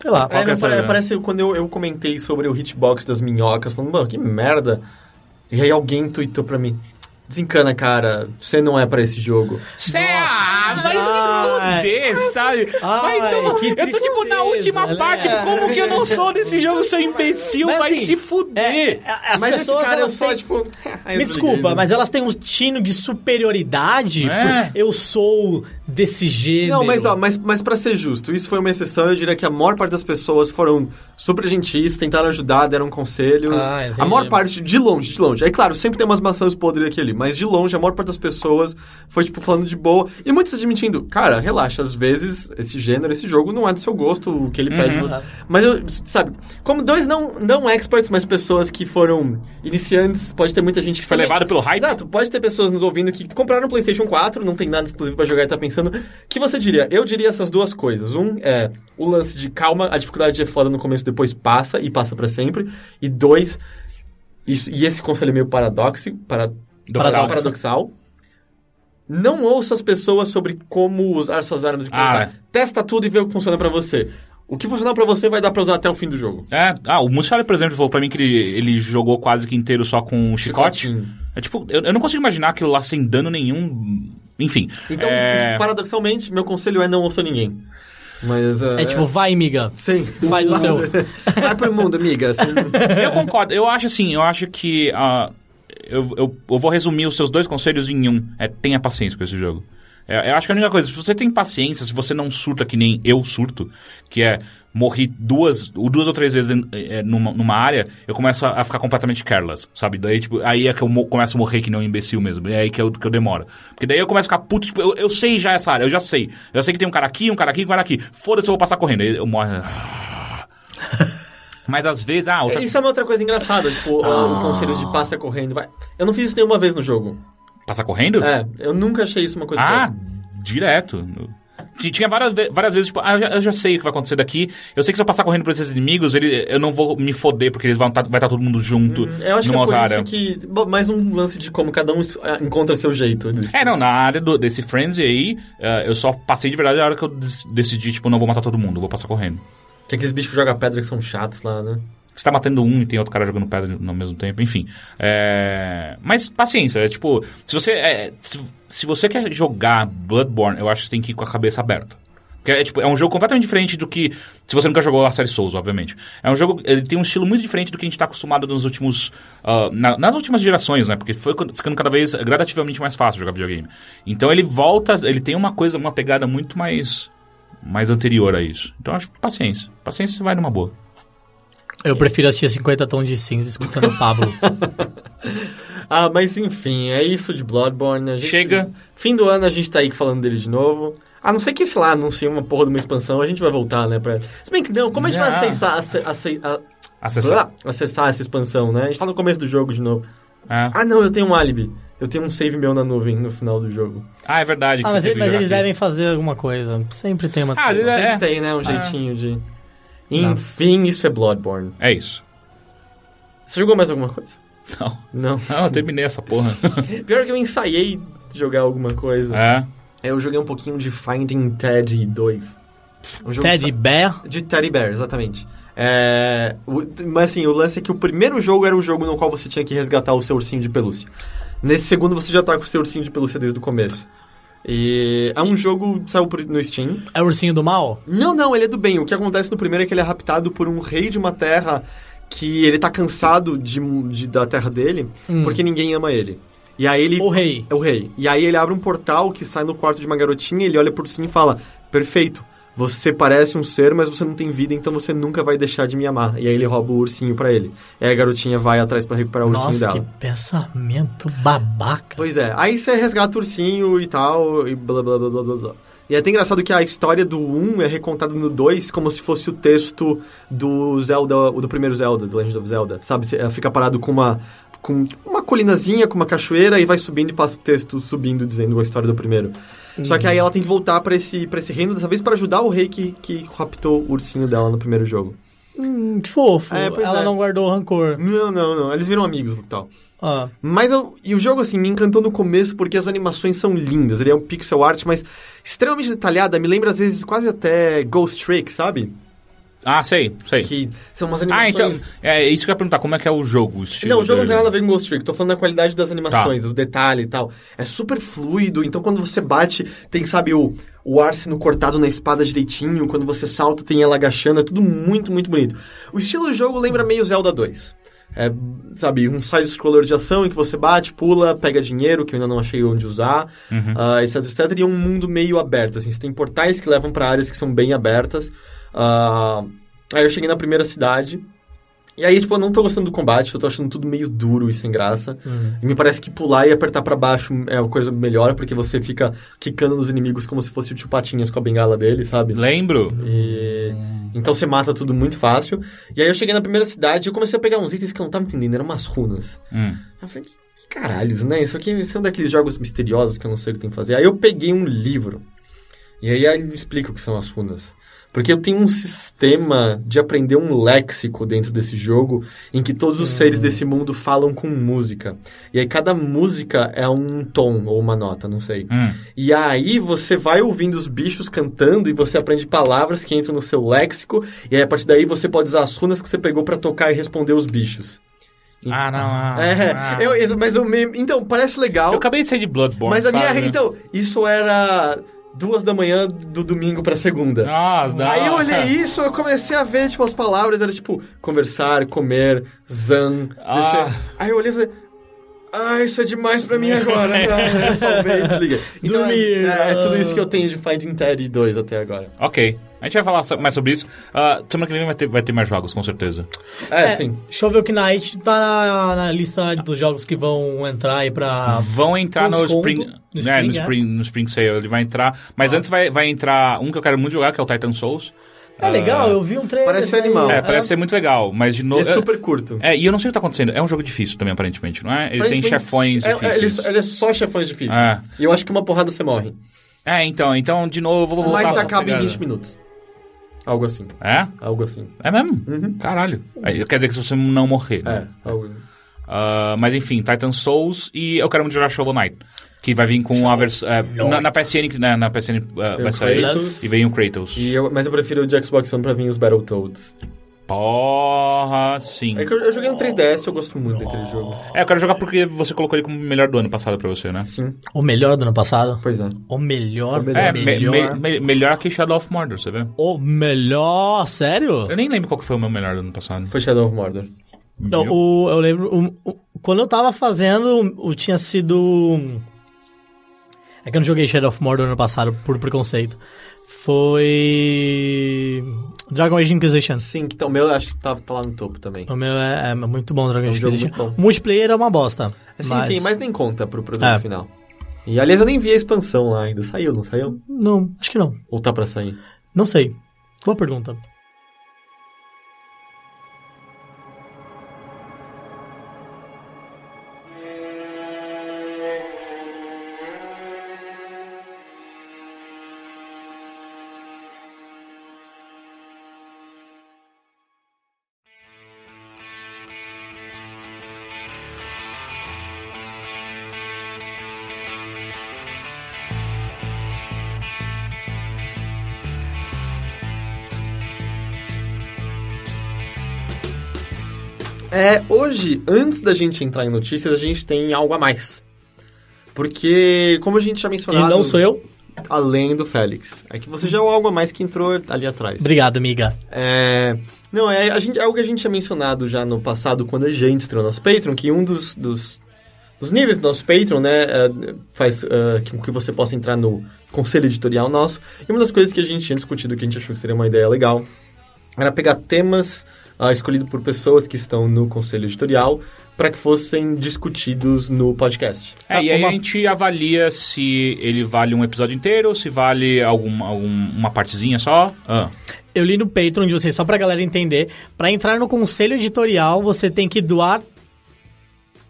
Speaker 4: Sei
Speaker 2: É,
Speaker 3: Qual
Speaker 4: lá.
Speaker 3: que é
Speaker 2: não,
Speaker 3: essa-
Speaker 2: pare- parece quando eu, eu comentei sobre o hitbox das minhocas, falando, mano, que merda. E aí alguém tweetou pra mim, desencana, cara, você não é pra esse jogo.
Speaker 3: Cê, ah, vai
Speaker 4: Ai.
Speaker 3: se fuder, sabe?
Speaker 4: Ai,
Speaker 3: vai tomar-
Speaker 4: que
Speaker 3: eu tô tipo
Speaker 4: tristeza,
Speaker 3: na última
Speaker 4: né?
Speaker 3: parte, como que eu não sou desse jogo, seu imbecil?
Speaker 4: Mas,
Speaker 3: vai
Speaker 4: assim,
Speaker 3: se fuder.
Speaker 4: É, As
Speaker 2: mas
Speaker 4: pessoas,
Speaker 2: esse cara eu
Speaker 4: elas
Speaker 2: só,
Speaker 4: têm-
Speaker 2: tipo... aí eu
Speaker 4: Me desculpa,
Speaker 2: desliguei, né?
Speaker 4: mas elas têm um tino de superioridade.
Speaker 3: É.
Speaker 4: por Eu sou desse gênero.
Speaker 2: Não, mas, ó, mas, mas pra ser justo, isso foi uma exceção. Eu diria que a maior parte das pessoas foram super gentis, tentaram ajudar, deram conselhos.
Speaker 4: Ah, entendi.
Speaker 2: a maior parte, de longe, de longe. É claro, sempre tem umas maçãs podres aqui e ali, mas de longe, a maior parte das pessoas foi, tipo, falando de boa. E muitos admitindo, cara, relaxa, às vezes esse gênero, esse jogo não é do seu gosto, o que ele pede. de você. Mas eu, sabe, como dois não, não experts, mas pessoas que foram iniciantes, pode ter muita gente que
Speaker 3: Foi
Speaker 2: também-
Speaker 3: levado pelo hype.
Speaker 2: Exato, pode ter pessoas nos ouvindo que compraram o PlayStation 4, não tem nada exclusivo pra jogar e tá pensando. que você diria? Eu diria essas duas coisas. Um é o lance de calma, a dificuldade é foda no começo, depois passa e passa pra sempre. E dois, isso- e esse conselho é meio paradoxo, para,
Speaker 3: Paradoxo.
Speaker 2: paradoxal. Não ouça as pessoas sobre como usar suas armas e como
Speaker 3: Ah,
Speaker 2: lutar.
Speaker 3: é.
Speaker 2: Testa tudo e vê o que funciona pra você. O que funcionar pra você vai dar pra usar até o fim do jogo.
Speaker 3: É, ah, o Musiala, por exemplo, falou pra mim que ele, ele jogou quase que inteiro só com um chicote.
Speaker 2: Chicotinho.
Speaker 3: É tipo, eu, eu não consigo imaginar aquilo lá sem dano nenhum. Enfim.
Speaker 2: Então,
Speaker 3: é...
Speaker 2: paradoxalmente, meu conselho é não ouça ninguém. Mas.
Speaker 4: É tipo, vai, miga.
Speaker 2: Sim.
Speaker 4: Faz o seu.
Speaker 2: Vai pro mundo, amiga. assim.
Speaker 3: Eu concordo. Eu acho assim, eu acho que. ah, eu, eu, eu vou resumir os seus dois conselhos em um. É tenha paciência com esse jogo. É, eu acho que a única coisa, se você tem paciência, se você não surta que nem eu surto, que é morri duas, ou duas ou três vezes em- eh, numa, numa área, eu começo a, a ficar completamente careless, sabe? Daí, tipo, aí é que eu mo- começo a morrer que nem um imbecil mesmo. É aí que eu, que eu demoro. Porque daí eu começo a ficar puto, tipo, eu, eu sei já essa área, eu já sei. Eu sei que tem um cara aqui, um cara aqui, um cara aqui. Foda-se, eu vou passar correndo. Aí eu morro. Mas às vezes, ah, outra
Speaker 2: Isso é uma outra coisa engraçada, tipo,
Speaker 3: Ah.
Speaker 2: o conselho de passa correndo. Vai. Eu não fiz isso nenhuma vez no jogo.
Speaker 3: Passar correndo?
Speaker 2: É, eu nunca achei isso uma coisa
Speaker 3: Ah,
Speaker 2: boa.
Speaker 3: direto. T- Tinha várias, ve- várias vezes, tipo, ah, eu já, eu já sei o que vai acontecer daqui. Eu sei que se eu passar correndo por esses inimigos, ele, eu não vou me foder, porque eles vão tá, vai estar todo mundo junto
Speaker 2: Eu acho que é
Speaker 3: numa
Speaker 2: por
Speaker 3: área.
Speaker 2: isso que... Bom, mais um lance de como cada um es- ah, encontra seu jeito.
Speaker 3: É, não, na área do- desse Frenzy aí, eh, eu só passei de verdade na hora que eu des- decidi, tipo, não vou matar todo mundo, vou passar correndo.
Speaker 2: Tem aqueles bichos que jogam pedra que são chatos lá, né?
Speaker 3: Você tá matando um e tem outro cara jogando pedra no mesmo tempo, enfim. É... Mas paciência, é tipo, se você, é, se, se você quer jogar Bloodborne, eu acho que você tem que ir com a cabeça aberta. Porque é, tipo, é um jogo completamente diferente do que. Se você nunca jogou a série Souls, obviamente. É um jogo. Ele tem um estilo muito diferente do que a gente está acostumado nos últimos. ah, na- nas últimas gerações, né? Porque foi quando- ficando cada vez gradativamente mais fácil jogar videogame. Então ele volta. Ele tem uma coisa, uma pegada muito mais. mais anterior a isso. Então eu acho que paciência. Paciência você vai numa boa.
Speaker 4: Eu prefiro assistir 50 tons de cinza escutando o Pablo.
Speaker 2: Ah, mas enfim, é isso de Bloodborne. A gente-
Speaker 3: Chega.
Speaker 2: Fim do ano a gente tá aí falando dele de novo. A não ser que, sei lá, anuncie uma porra de uma expansão, a gente vai voltar, né? Pra... Se bem que não, como a gente vai
Speaker 3: Não.
Speaker 2: acessar, ace- ace- a-
Speaker 3: Acessar.
Speaker 2: acessar essa expansão, né? A gente tá no começo do jogo de novo.
Speaker 3: É.
Speaker 2: Ah, não, eu tenho um álibi. Eu tenho um save meu na nuvem no final do jogo.
Speaker 3: Ah, é verdade. que
Speaker 4: Ah,
Speaker 3: você
Speaker 4: mas,
Speaker 3: teve que
Speaker 4: ele- mas
Speaker 3: jogar
Speaker 4: eles
Speaker 3: aqui.
Speaker 4: devem fazer alguma coisa. Sempre tem uma
Speaker 3: Ah, às vezes
Speaker 2: Sempre
Speaker 3: é.
Speaker 2: tem, né? Um jeitinho de. Enfim, isso é Bloodborne.
Speaker 3: É isso.
Speaker 2: Você jogou mais alguma coisa?
Speaker 3: Não.
Speaker 2: Não.
Speaker 3: Não, eu terminei essa porra.
Speaker 2: Pior que eu ensaiei jogar alguma coisa.
Speaker 3: é.
Speaker 2: Eu joguei um pouquinho de Finding Ted 2. Um jogo
Speaker 4: Teddy Bear.
Speaker 2: De Teddy Bear, exatamente. É, o- mas assim, o lance é que o primeiro jogo era o jogo no qual você tinha que resgatar o seu ursinho de pelúcia. Nesse segundo você já tá com o seu ursinho de pelúcia desde o começo. E é um jogo que saiu por- no Steam.
Speaker 4: É o ursinho do mal?
Speaker 2: Não, não, ele é do bem. O que acontece no primeiro é que ele é raptado por um rei de uma terra que ele tá cansado de, de- da terra dele porque ninguém ama ele. E aí ele.
Speaker 4: Hum. O rei.
Speaker 2: É o rei. E aí ele abre um portal que sai no quarto de uma garotinha, ele olha por cima e fala: Perfeito, você parece um ser, mas você não tem vida, então você nunca vai deixar de me amar. E aí ele rouba o ursinho pra ele. E aí a garotinha vai atrás pra recuperar É o ursinho
Speaker 4: Nossa,
Speaker 2: dela.
Speaker 4: que pensamento babaca.
Speaker 2: Pois é, aí você resgata o ursinho e tal, e blá blá blá blá blá blá. E é até engraçado que a história do 1 é recontada no 2 como se fosse o texto do Zelda, o do primeiro Zelda, do Legend of Zelda. Sabe, você eh, fica parado com uma com uma colinazinha, com uma cachoeira e vai subindo e passa o texto subindo dizendo a história do primeiro. Só que aí ela tem que voltar pra esse para esse reino dessa vez pra ajudar o rei que que raptou o ursinho dela no primeiro jogo.
Speaker 4: Hum, que fofo.
Speaker 2: É, pois
Speaker 4: Ela
Speaker 2: é.
Speaker 4: não guardou o rancor.
Speaker 2: Não, não, não, eles viram amigos e tal.
Speaker 4: Ah,
Speaker 2: Mas eu, e o jogo, assim, me encantou no começo porque as animações são lindas. Ele é um pixel art, mas extremamente detalhada. Me lembra, às vezes, quase até Ghost Trick, sabe?
Speaker 3: Ah, sei, sei.
Speaker 2: Que são umas
Speaker 3: Ah, então.
Speaker 2: animações...
Speaker 3: É isso que eu ia perguntar. Como é que é o jogo? O estilo
Speaker 2: Não, o jogo não tem
Speaker 3: dele?
Speaker 2: nada a ver com Ghost Trick. Tô falando da qualidade das animações, o detalhe e tal. É super fluido, então quando você bate, tem, sabe, o, o ar sendo cortado na espada direitinho. Quando você salta, tem ela agachando. É tudo muito, muito bonito. O estilo do jogo lembra meio Zelda 2. É, sabe, um side-scroller de ação em que você bate, pula, pega dinheiro, que eu ainda não achei onde usar, ah, etc, etc. E é um mundo meio aberto, assim. Você tem portais que levam pra áreas que são bem abertas. Ah, aí eu cheguei na primeira cidade, e aí, tipo, eu não tô gostando do combate, eu tô achando tudo meio duro e sem graça. E me parece que pular e apertar pra baixo é uma coisa melhor, porque você fica quicando nos inimigos como se fosse o tio Patinhas com a É. bengala dele, sabe?
Speaker 3: Lembro?
Speaker 2: E... Então você mata tudo muito fácil. E aí eu cheguei na primeira cidade e eu comecei a pegar uns itens que eu não tava entendendo, eram umas runas.
Speaker 3: Hum.
Speaker 2: Aí Eu falei, que, que caralhos, né? Isso aqui são daqueles jogos misteriosos que eu não sei o que tem que fazer. Aí eu peguei um livro. E aí ele me explica o que são as runas. Porque eu tenho um sistema de aprender um léxico dentro desse jogo em que todos os seres desse mundo falam com música. E aí cada música é um tom ou uma nota, não sei.
Speaker 3: Hum.
Speaker 2: E aí você vai ouvindo os bichos cantando e você aprende palavras que entram no seu léxico. E aí a partir daí você pode usar as runas que você pegou pra tocar e responder os bichos.
Speaker 3: Ah, não. Ah,
Speaker 2: É,
Speaker 3: ah.
Speaker 2: eu- isso- mas o meme. Então, parece legal.
Speaker 3: Eu acabei de né? sair de Bloodborne.
Speaker 2: mas a minha.
Speaker 3: sabe?
Speaker 2: Então, isso era duas da manhã do domingo pra segunda.
Speaker 3: Nossa, da
Speaker 2: Aí eu
Speaker 3: hora.
Speaker 2: olhei isso, eu comecei a ver, tipo, as palavras, era tipo, conversar, comer, zan,
Speaker 3: Ah.
Speaker 2: descer. Aí eu olhei e falei, ah, isso é demais pra mim agora. Ah, Salvei, desliga. Então,
Speaker 4: Dormir.
Speaker 2: É, é tudo isso que eu tenho de Finding Teddy 2 até agora.
Speaker 3: Ok. A gente vai falar so- mais sobre isso. Ah, semana que vem vai ter, vai ter mais jogos, com certeza.
Speaker 2: É, sim.
Speaker 4: Shovel Knight tá na, na lista dos jogos que vão entrar aí pra.
Speaker 3: Vão entrar
Speaker 4: Com
Speaker 3: no
Speaker 4: desconto,
Speaker 3: Spring,
Speaker 4: no
Speaker 3: né, no,
Speaker 4: Spring, é. Ah.
Speaker 3: spring no Spring Sale. Ele vai entrar. Mas antes vai, vai entrar um que eu quero muito jogar, que é o Titan Souls.
Speaker 4: É legal, eu vi um trailer.
Speaker 2: Parece
Speaker 4: desse
Speaker 2: animal.
Speaker 4: daí.
Speaker 3: É, parece ser muito legal, mas de novo.
Speaker 2: É super curto.
Speaker 3: É, e eu não sei o que tá acontecendo. É um jogo difícil também, aparentemente, não é? Ele tem
Speaker 2: Aparentemente,
Speaker 3: chefões
Speaker 2: é, é,
Speaker 3: difíceis.
Speaker 2: ele, ele é só chefões difíceis.
Speaker 3: É.
Speaker 2: E eu acho que uma porrada você morre.
Speaker 3: É, então, então, de novo, eu vou voltar.
Speaker 2: Mas
Speaker 3: pra
Speaker 2: acaba em
Speaker 3: pegada.
Speaker 2: 20 minutos. Algo assim.
Speaker 3: É?
Speaker 2: Algo assim.
Speaker 3: É mesmo? Caralho. Aí, quer dizer que se você não morrer.
Speaker 2: É,
Speaker 3: Né?
Speaker 2: algo.
Speaker 3: Ah, mas enfim, Titan Souls e eu quero muito jogar Shovel Knight. Que vai vir com a versão. na, na PSN, que- na, na PSN ah, vai sair.
Speaker 2: Kratos.
Speaker 3: E vem o Kratos.
Speaker 2: E eu- mas eu prefiro o de Xbox One pra vir os Battletoads.
Speaker 3: Porra, sim.
Speaker 2: É que eu, eu joguei no 3DS, eu gosto muito daquele jogo.
Speaker 3: É, eu quero jogar porque você colocou ele como o melhor do ano passado pra você, né?
Speaker 2: Sim,
Speaker 4: O melhor do ano passado?
Speaker 2: pois é.
Speaker 4: O melhor.
Speaker 2: O melhor.
Speaker 3: É,
Speaker 4: o
Speaker 3: me-
Speaker 4: melhor.
Speaker 3: me- me- melhor que Shadow of Mordor, você vê?
Speaker 4: O melhor. Sério?
Speaker 3: Eu nem lembro qual que foi o meu melhor do ano passado.
Speaker 2: Foi Shadow of Mordor.
Speaker 3: Meu.
Speaker 4: Não, Então, o- eu lembro. o- o- quando eu tava fazendo, o tinha sido. É que eu não joguei Shadow of Mordor ano passado por preconceito. Foi. Dragon Age Inquisition.
Speaker 2: Sim, então o meu acho que tá, tá lá no topo também.
Speaker 4: O meu é, é muito bom, Dragon
Speaker 2: É um
Speaker 4: Age
Speaker 2: jogo
Speaker 4: Inquisition.
Speaker 2: muito bom.
Speaker 4: O multiplayer é uma bosta.
Speaker 2: Sim,
Speaker 4: mas...
Speaker 2: sim, Assim, mas nem conta pro produto
Speaker 4: É.
Speaker 2: final. E aliás, eu nem vi a expansão lá ainda. Saiu, não saiu?
Speaker 4: Não, acho que não.
Speaker 2: Ou tá pra sair?
Speaker 4: Não sei. Boa pergunta.
Speaker 2: É, hoje, antes da gente entrar em notícias, a gente tem algo a mais. Porque, como a gente já
Speaker 4: E
Speaker 2: mencionou...
Speaker 4: não sou eu?
Speaker 2: Além do Félix. É que você já é o algo a mais que entrou ali atrás.
Speaker 4: Obrigado, amiga.
Speaker 2: É, não, é, a gente, é algo que a gente tinha mencionado já no passado, quando a gente estreou nosso Patreon, que um dos, dos, dos níveis do nosso Patreon, né, é, faz é, que, que você possa entrar no conselho editorial nosso. E uma das coisas que a gente tinha discutido, que a gente achou que seria uma ideia legal, era pegar temas ah, escolhidos por pessoas que estão no conselho editorial para que fossem discutidos no podcast.
Speaker 3: É, e aí
Speaker 4: uma-
Speaker 3: a gente avalia se ele vale um episódio inteiro, se vale alguma, algum- uma partezinha só. Ah.
Speaker 4: Eu li no Patreon de vocês, só pra galera entender. Pra entrar no conselho editorial, você tem que doar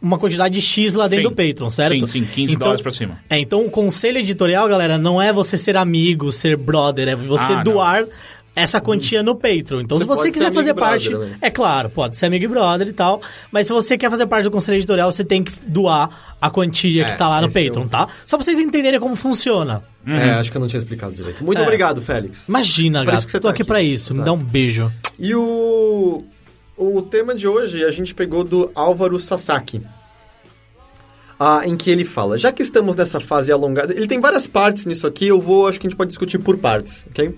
Speaker 4: uma quantidade de X lá dentro
Speaker 3: Sim.
Speaker 4: do Patreon, certo?
Speaker 3: Sim, sim, 15 dólares pra cima.
Speaker 4: É, então o conselho editorial, galera, não é você ser amigo, ser brother, é você
Speaker 3: Ah, não.
Speaker 4: doar essa quantia no Patreon. Então
Speaker 2: Você
Speaker 4: se você
Speaker 2: pode ser
Speaker 4: quiser
Speaker 2: amigo
Speaker 4: fazer
Speaker 2: e brother,
Speaker 4: parte,
Speaker 2: né?
Speaker 4: é claro, pode ser amigo e brother e tal, mas se você quer fazer parte do conselho editorial, você tem que doar a
Speaker 2: É,
Speaker 4: quantia que tá lá no
Speaker 2: esse é o-
Speaker 4: Patreon, tá? Só pra vocês entenderem como funciona.
Speaker 2: É, acho que eu não tinha explicado direito. Muito obrigado, Félix.
Speaker 4: Imagina,
Speaker 2: Por isso
Speaker 4: gato,
Speaker 2: que você
Speaker 4: tô
Speaker 2: tá
Speaker 4: aqui
Speaker 2: aqui.
Speaker 4: pra isso, me
Speaker 2: Exato.
Speaker 4: dá um beijo.
Speaker 2: E o, o tema de hoje a gente pegou do Álvaro Sasaki. Ah, em que ele fala, já que estamos nessa fase alongada, ele tem várias partes nisso aqui, eu vou, acho que a gente pode discutir por partes, ok?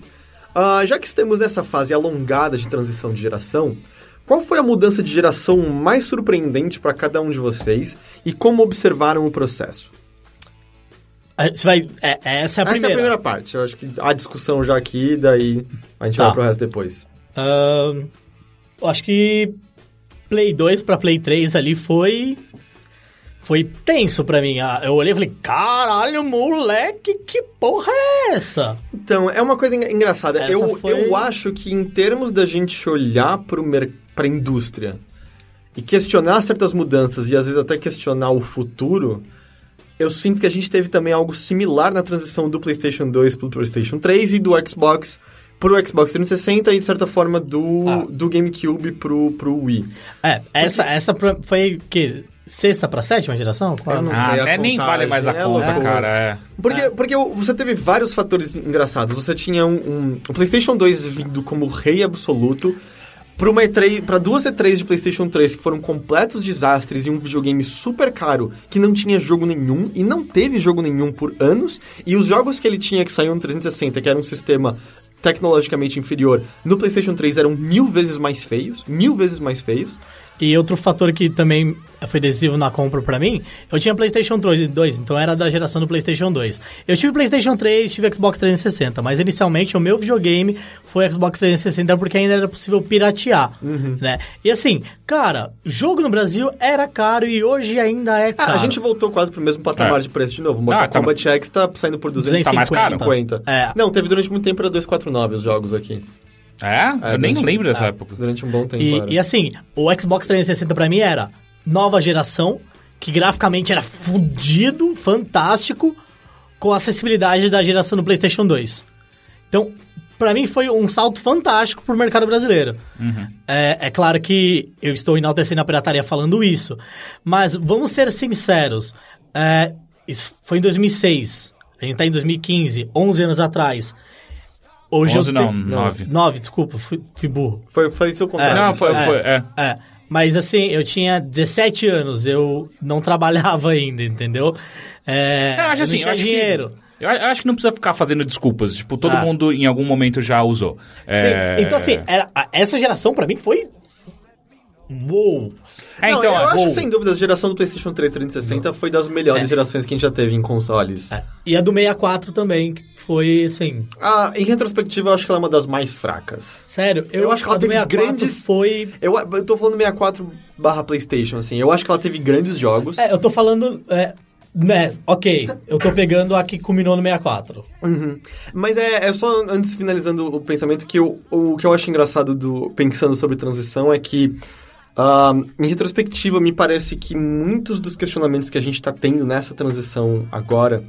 Speaker 2: Ah, já que estamos nessa fase alongada de transição de geração, qual foi a mudança de geração mais surpreendente para cada um de vocês e como observaram o processo?
Speaker 4: Ah, Você vai, é- é- essa é a
Speaker 2: Essa é a
Speaker 4: primeira.
Speaker 2: primeira parte, eu acho que a discussão já aqui, daí a gente
Speaker 4: Tá.
Speaker 2: vai pro resto depois.
Speaker 4: Ahn, eu acho que Play 2 pra Play 3 ali foi. Foi tenso pra mim. Ah, Eu olhei e falei, caralho, moleque, que porra é essa?
Speaker 2: Então, é uma coisa en- engraçada.
Speaker 4: Essa
Speaker 2: Eu,
Speaker 4: foi-
Speaker 2: eu acho que em termos da gente olhar para mer... a indústria e questionar certas mudanças e às vezes até questionar o futuro, eu sinto que a gente teve também algo similar na transição do PlayStation 2 para o PlayStation 3 e do Xbox para o Xbox 360 e, de certa forma, do,
Speaker 4: Ah.
Speaker 2: do GameCube para o Wii.
Speaker 4: É, essa, essa pra- foi o quê? Sexta pra sétima geração? Qual- é
Speaker 2: Eu não
Speaker 3: Ah,
Speaker 2: sei a
Speaker 3: né, nem vale
Speaker 2: contagem,
Speaker 3: mais a
Speaker 2: é
Speaker 3: conta,
Speaker 2: loucura.
Speaker 3: cara. É.
Speaker 2: Porque, porque o- você teve vários fatores engraçados. Você tinha um, um- o PlayStation 2 vindo como rei absoluto. Pra, uma E3, pra duas E3 de PlayStation 3 que foram completos desastres e um videogame super caro que não tinha jogo nenhum e não teve jogo nenhum por anos. E os jogos que ele tinha que saíam no 360, que era um sistema tecnologicamente inferior, no PlayStation 3 eram mil vezes mais feios. Mil vezes mais feios.
Speaker 4: E outro fator que também foi decisivo na compra pra mim, eu tinha PlayStation 3 e 2, então era da geração do PlayStation 2. Eu tive PlayStation 3, tive Xbox 360, mas inicialmente o meu videogame foi Xbox 360 porque ainda era possível piratear,
Speaker 2: Uhum.
Speaker 4: né? E assim, cara, jogo no Brasil era caro e hoje ainda é
Speaker 2: Ah,
Speaker 4: caro.
Speaker 2: a gente voltou quase pro mesmo patamar
Speaker 3: Tá. É.
Speaker 2: de preço de novo. Mortal
Speaker 3: Ah, tá
Speaker 2: Kombat X tá saindo por 250.
Speaker 4: Tá mais caro?
Speaker 2: 50.
Speaker 4: É.
Speaker 2: Não, teve durante muito tempo era 249 os jogos aqui.
Speaker 3: É?
Speaker 2: É,
Speaker 3: Eu nem
Speaker 2: durante-
Speaker 3: lembro dessa época.
Speaker 2: Durante um bom tempo.
Speaker 4: E,
Speaker 2: era.
Speaker 4: e assim, o Xbox 360 pra mim era nova geração, que graficamente era fudido, fantástico, com a acessibilidade da geração do PlayStation 2. Então, pra mim foi um salto fantástico pro mercado brasileiro. É, é claro que eu estou enaltecendo a pirataria falando isso, mas vamos ser sinceros. é, isso foi em 2006, a gente tá em 2015, 11 anos atrás. Hoje
Speaker 3: 11
Speaker 4: eu te-
Speaker 3: não, 9.
Speaker 4: 9, desculpa, fui, fui burro.
Speaker 2: Foi, foi seu contrário.
Speaker 3: Não,
Speaker 2: sabe?
Speaker 3: foi, foi, é.
Speaker 4: É. Mas assim, eu tinha 17 anos, eu não trabalhava ainda, entendeu? É,
Speaker 3: Eu acho
Speaker 4: eu
Speaker 3: assim,
Speaker 4: não tinha
Speaker 3: eu acho
Speaker 4: dinheiro.
Speaker 3: Que, eu a- eu acho que não precisa ficar fazendo desculpas. Tipo, todo
Speaker 4: Ah.
Speaker 3: mundo em algum momento já usou.
Speaker 4: Sim,
Speaker 3: É...
Speaker 4: Então assim, era- a- essa geração pra mim foi... Uou!
Speaker 3: É,
Speaker 2: Não,
Speaker 3: então,
Speaker 2: eu
Speaker 3: é,
Speaker 2: acho
Speaker 3: bom.
Speaker 2: que, sem
Speaker 4: assim,
Speaker 2: dúvida, a geração do PlayStation 3 360 foi das
Speaker 4: É.
Speaker 2: melhores gerações que a gente já teve em consoles.
Speaker 4: E a do 64 também, que foi assim...
Speaker 2: Ah, em retrospectiva, eu acho que ela é uma das mais fracas.
Speaker 4: Sério, eu,
Speaker 2: Eu acho que ela
Speaker 4: a do
Speaker 2: teve
Speaker 4: 64
Speaker 2: grandes-
Speaker 4: foi...
Speaker 2: Eu, eu tô falando 64 barra PlayStation, assim. Eu acho que ela teve grandes jogos.
Speaker 4: É, eu tô falando... É, né, ok, eu tô pegando a que culminou no 64.
Speaker 2: Uhum. Mas é, é só antes finalizando o pensamento que eu, o que eu acho engraçado do pensando sobre transição é que ah, em retrospectiva me parece que muitos dos questionamentos que a gente está tendo nessa transição agora